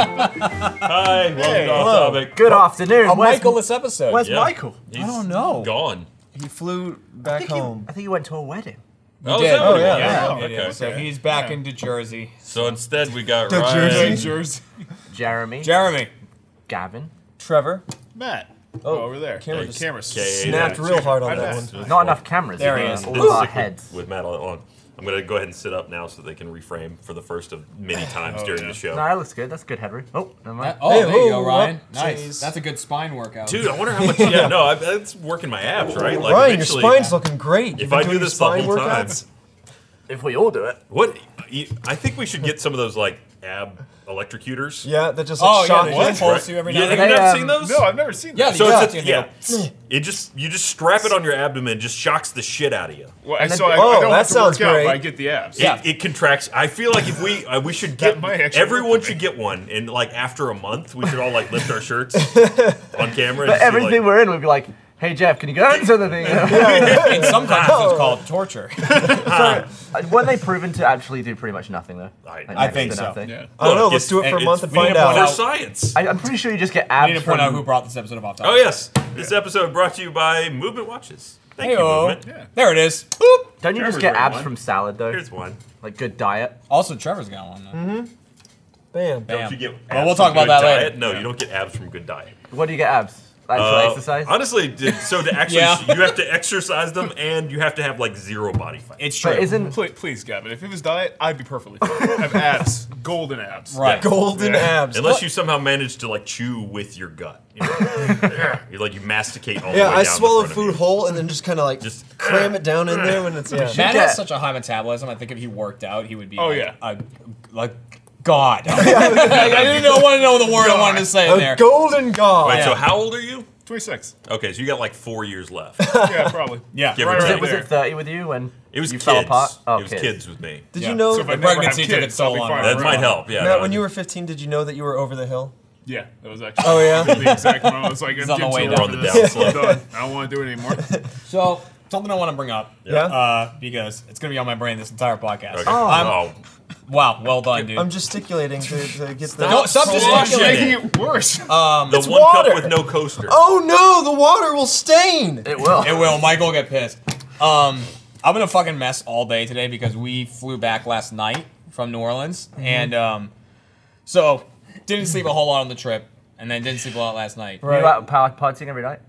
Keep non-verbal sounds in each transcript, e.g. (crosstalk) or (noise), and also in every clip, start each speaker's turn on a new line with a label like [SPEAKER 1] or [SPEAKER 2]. [SPEAKER 1] Hi, welcome to Off
[SPEAKER 2] hello.
[SPEAKER 1] Topic.
[SPEAKER 3] Good afternoon,
[SPEAKER 4] oh,
[SPEAKER 2] A
[SPEAKER 3] Wes.
[SPEAKER 2] Michaelless episode.
[SPEAKER 3] Where's
[SPEAKER 1] Yeah.
[SPEAKER 3] Michael?
[SPEAKER 1] He's
[SPEAKER 4] I don't know.
[SPEAKER 1] Gone.
[SPEAKER 4] He flew back
[SPEAKER 3] I think, he,
[SPEAKER 4] home.
[SPEAKER 3] I think he went to a wedding.
[SPEAKER 1] Oh,
[SPEAKER 4] did.
[SPEAKER 1] is that what
[SPEAKER 4] Oh,
[SPEAKER 1] it
[SPEAKER 4] yeah,
[SPEAKER 1] was?
[SPEAKER 4] yeah.
[SPEAKER 1] Okay.
[SPEAKER 4] So he's back into Jersey.
[SPEAKER 1] So instead, we got
[SPEAKER 4] The
[SPEAKER 1] Ryan.
[SPEAKER 4] Jersey.
[SPEAKER 5] Jersey.
[SPEAKER 3] Jeremy,
[SPEAKER 4] Jeremy,
[SPEAKER 3] Gavin.
[SPEAKER 4] Trevor,
[SPEAKER 5] Matt.
[SPEAKER 4] Oh,
[SPEAKER 5] Oh, over there.
[SPEAKER 4] camera
[SPEAKER 5] Hey,
[SPEAKER 4] just
[SPEAKER 5] camera
[SPEAKER 1] K-
[SPEAKER 4] snapped
[SPEAKER 1] Yeah.
[SPEAKER 4] real hard on
[SPEAKER 5] Right
[SPEAKER 4] that
[SPEAKER 5] back.
[SPEAKER 4] one.
[SPEAKER 1] Just
[SPEAKER 3] Not
[SPEAKER 1] one.
[SPEAKER 3] enough cameras.
[SPEAKER 4] There he
[SPEAKER 3] uh,
[SPEAKER 4] is.
[SPEAKER 3] All
[SPEAKER 1] Let's
[SPEAKER 3] over our
[SPEAKER 1] stick with-
[SPEAKER 3] heads.
[SPEAKER 1] With Matt on. I'm gonna go ahead and sit up now so they can reframe for the first of many times during
[SPEAKER 5] yeah.
[SPEAKER 1] the show.
[SPEAKER 3] No, that looks good. That's good, Henry. Oh, never mind.
[SPEAKER 6] oh,
[SPEAKER 4] Hey,
[SPEAKER 6] there you go,
[SPEAKER 4] whoa,
[SPEAKER 6] Ryan.
[SPEAKER 4] whoop,
[SPEAKER 6] Nice.
[SPEAKER 4] jeez.
[SPEAKER 6] That's a good spine workout.
[SPEAKER 1] Dude, I wonder how much. Yeah, no, I, that's working my abs, right? Like
[SPEAKER 4] Ryan, your
[SPEAKER 1] eventually,
[SPEAKER 4] spine's looking great. You've
[SPEAKER 1] If
[SPEAKER 4] been
[SPEAKER 1] I
[SPEAKER 4] doing
[SPEAKER 1] do
[SPEAKER 4] your
[SPEAKER 1] this the
[SPEAKER 4] spine
[SPEAKER 1] whole time,
[SPEAKER 4] workouts?
[SPEAKER 3] if we all do it.
[SPEAKER 1] what? You, I think we should get some of those like ab electrocutors.
[SPEAKER 4] yeah, that just like
[SPEAKER 6] Oh, yeah,
[SPEAKER 4] shocked
[SPEAKER 6] they
[SPEAKER 4] you.
[SPEAKER 6] just pulse you every
[SPEAKER 1] Yeah,
[SPEAKER 6] now
[SPEAKER 1] have
[SPEAKER 6] and
[SPEAKER 1] you
[SPEAKER 6] then.
[SPEAKER 3] They,
[SPEAKER 1] not
[SPEAKER 3] um,
[SPEAKER 1] seen those?
[SPEAKER 5] No, I've never seen
[SPEAKER 6] Yeah,
[SPEAKER 5] that.
[SPEAKER 1] So
[SPEAKER 6] Yeah,
[SPEAKER 1] it's a,
[SPEAKER 6] it's
[SPEAKER 1] yeah,
[SPEAKER 6] gonna
[SPEAKER 1] it just you just strap it on your abdomen, just shocks the shit out of you.
[SPEAKER 5] Well, and
[SPEAKER 3] then-
[SPEAKER 5] so I,
[SPEAKER 4] Oh,
[SPEAKER 5] I don't
[SPEAKER 4] that
[SPEAKER 5] have to
[SPEAKER 4] sounds
[SPEAKER 5] work out,
[SPEAKER 4] great.
[SPEAKER 5] but I get the apps.
[SPEAKER 6] Yeah.
[SPEAKER 1] It, it contracts. I feel like if we uh, we should get
[SPEAKER 5] might actually
[SPEAKER 1] everyone
[SPEAKER 5] work for
[SPEAKER 1] should get one, and like after a month, we should all like lift our
[SPEAKER 4] (laughs)
[SPEAKER 1] shirts on camera. and
[SPEAKER 3] But
[SPEAKER 1] just be
[SPEAKER 3] everything
[SPEAKER 1] like,
[SPEAKER 3] we're in, we'd be like, hey, Jeff, can you go (laughs) into the thing?
[SPEAKER 4] In some countries, it's called torture.
[SPEAKER 3] Weren't they Uh, proven to actually do pretty much nothing, though?
[SPEAKER 1] I-
[SPEAKER 3] Like,
[SPEAKER 1] I
[SPEAKER 3] next
[SPEAKER 4] think
[SPEAKER 3] to
[SPEAKER 4] so.
[SPEAKER 3] nothing.
[SPEAKER 5] Yeah.
[SPEAKER 4] I don't know.
[SPEAKER 1] Look,
[SPEAKER 4] Let's
[SPEAKER 1] it's-
[SPEAKER 4] do it for a
[SPEAKER 1] it's-
[SPEAKER 4] month and
[SPEAKER 1] we need
[SPEAKER 4] find
[SPEAKER 1] to
[SPEAKER 4] out.
[SPEAKER 1] for science.
[SPEAKER 3] I, I'm pretty sure you just get
[SPEAKER 6] I
[SPEAKER 3] abs
[SPEAKER 6] need to
[SPEAKER 3] from
[SPEAKER 6] point out who brought this episode of Off Topic.
[SPEAKER 1] Oh yes, this episode brought to you by Movement Watches. Thank you,
[SPEAKER 4] Hey-o.
[SPEAKER 1] Movement.
[SPEAKER 4] There it is. Boop.
[SPEAKER 3] Don't you
[SPEAKER 1] Trevor's
[SPEAKER 3] just get
[SPEAKER 1] got
[SPEAKER 3] abs
[SPEAKER 1] one.
[SPEAKER 3] from salad though?
[SPEAKER 1] Here's one.
[SPEAKER 3] Like good diet.
[SPEAKER 6] Also, Trevor's got one. Though.
[SPEAKER 4] Bam.
[SPEAKER 6] Bam.
[SPEAKER 1] You get
[SPEAKER 6] well,
[SPEAKER 1] abs
[SPEAKER 6] we'll talk
[SPEAKER 1] from
[SPEAKER 6] about
[SPEAKER 1] good
[SPEAKER 6] that
[SPEAKER 1] diet.
[SPEAKER 6] later.
[SPEAKER 1] No, you don't get abs from good diet.
[SPEAKER 3] What do you get abs? Actual
[SPEAKER 1] Uh,
[SPEAKER 3] exercise.
[SPEAKER 1] Honestly, d- so
[SPEAKER 6] (laughs)
[SPEAKER 1] to actually,
[SPEAKER 6] Yeah.
[SPEAKER 1] you have to exercise them, and you have to have like zero body fat.
[SPEAKER 4] It's true.
[SPEAKER 3] but isn't
[SPEAKER 5] Please, please, Gavin. If it was diet, I'd be perfectly fine. I have abs, golden abs.
[SPEAKER 6] Right.
[SPEAKER 4] Golden
[SPEAKER 5] Yeah.
[SPEAKER 4] abs.
[SPEAKER 1] Unless you somehow manage to like chew with your gut, you
[SPEAKER 4] (laughs)
[SPEAKER 1] know? you like you masticate all the
[SPEAKER 4] yeah,
[SPEAKER 1] way down
[SPEAKER 4] I
[SPEAKER 1] the
[SPEAKER 4] swallow
[SPEAKER 1] front of
[SPEAKER 4] food
[SPEAKER 1] you.
[SPEAKER 4] whole and then just kind of like
[SPEAKER 1] Just-
[SPEAKER 4] cram it down in there when it's yeah.
[SPEAKER 6] Matt
[SPEAKER 3] Yeah.
[SPEAKER 6] has such a high metabolism. I think if he worked out, he would be.
[SPEAKER 5] Oh,
[SPEAKER 6] like,
[SPEAKER 5] yeah.
[SPEAKER 6] a- like
[SPEAKER 4] (laughs)
[SPEAKER 6] God. I didn't know, want to know the word I wanted to say in there.
[SPEAKER 4] A golden god.
[SPEAKER 1] Wait, so
[SPEAKER 6] Yeah.
[SPEAKER 1] how old are you?
[SPEAKER 5] 26.
[SPEAKER 1] Okay, so you got like four years
[SPEAKER 4] (laughs)
[SPEAKER 1] left.
[SPEAKER 5] Yeah, probably.
[SPEAKER 6] Yeah.
[SPEAKER 1] Give or
[SPEAKER 5] Right,
[SPEAKER 1] take.
[SPEAKER 3] was
[SPEAKER 5] right
[SPEAKER 3] it, was
[SPEAKER 5] there.
[SPEAKER 3] it 30 with you when
[SPEAKER 1] It was
[SPEAKER 3] you
[SPEAKER 1] kids.
[SPEAKER 3] fell apart? Oh,
[SPEAKER 1] it was
[SPEAKER 3] kids.
[SPEAKER 1] kids. with me.
[SPEAKER 4] Did
[SPEAKER 6] Yeah.
[SPEAKER 4] you know
[SPEAKER 5] So if I
[SPEAKER 4] that,
[SPEAKER 5] never
[SPEAKER 6] pregnancy
[SPEAKER 5] have
[SPEAKER 6] took it
[SPEAKER 5] kids,
[SPEAKER 6] so
[SPEAKER 5] I'll be
[SPEAKER 6] long.
[SPEAKER 5] fine
[SPEAKER 1] That
[SPEAKER 5] forever.
[SPEAKER 1] might help. Yeah.
[SPEAKER 4] Matt,
[SPEAKER 1] no,
[SPEAKER 4] when you were 15, did you know that you were over the hill?
[SPEAKER 5] Yeah, that was actually.
[SPEAKER 4] Oh, yeah?
[SPEAKER 5] The exact moment. I was like, I'm
[SPEAKER 6] on the
[SPEAKER 5] getting
[SPEAKER 6] way
[SPEAKER 5] too
[SPEAKER 6] down.
[SPEAKER 5] old for
[SPEAKER 1] On the
[SPEAKER 5] this.
[SPEAKER 1] down
[SPEAKER 5] I'm
[SPEAKER 1] slope.
[SPEAKER 5] done. I don't want to do it anymore.
[SPEAKER 6] So something I want to bring up.
[SPEAKER 4] Yeah.
[SPEAKER 6] Uh, because it's gonna be on my brain this entire podcast.
[SPEAKER 1] Okay.
[SPEAKER 6] I'm-
[SPEAKER 1] Oh,
[SPEAKER 6] Wow, well done, dude.
[SPEAKER 4] I'm gesticulating to, to get the.
[SPEAKER 6] No, stop
[SPEAKER 5] It's
[SPEAKER 1] Bullshit.
[SPEAKER 6] just
[SPEAKER 5] making it worse.
[SPEAKER 1] the one
[SPEAKER 4] water.
[SPEAKER 1] cup with no coaster.
[SPEAKER 4] Oh no, the water will stain.
[SPEAKER 3] It will.
[SPEAKER 6] It will. Michael will get pissed. Um, I'm in a fucking mess all day today because we flew back last night from New Orleans,
[SPEAKER 4] Mm-hmm.
[SPEAKER 6] and um, so didn't sleep a whole lot on the trip, and then didn't sleep a lot last night.
[SPEAKER 3] You
[SPEAKER 4] Right.
[SPEAKER 3] out power partying every night?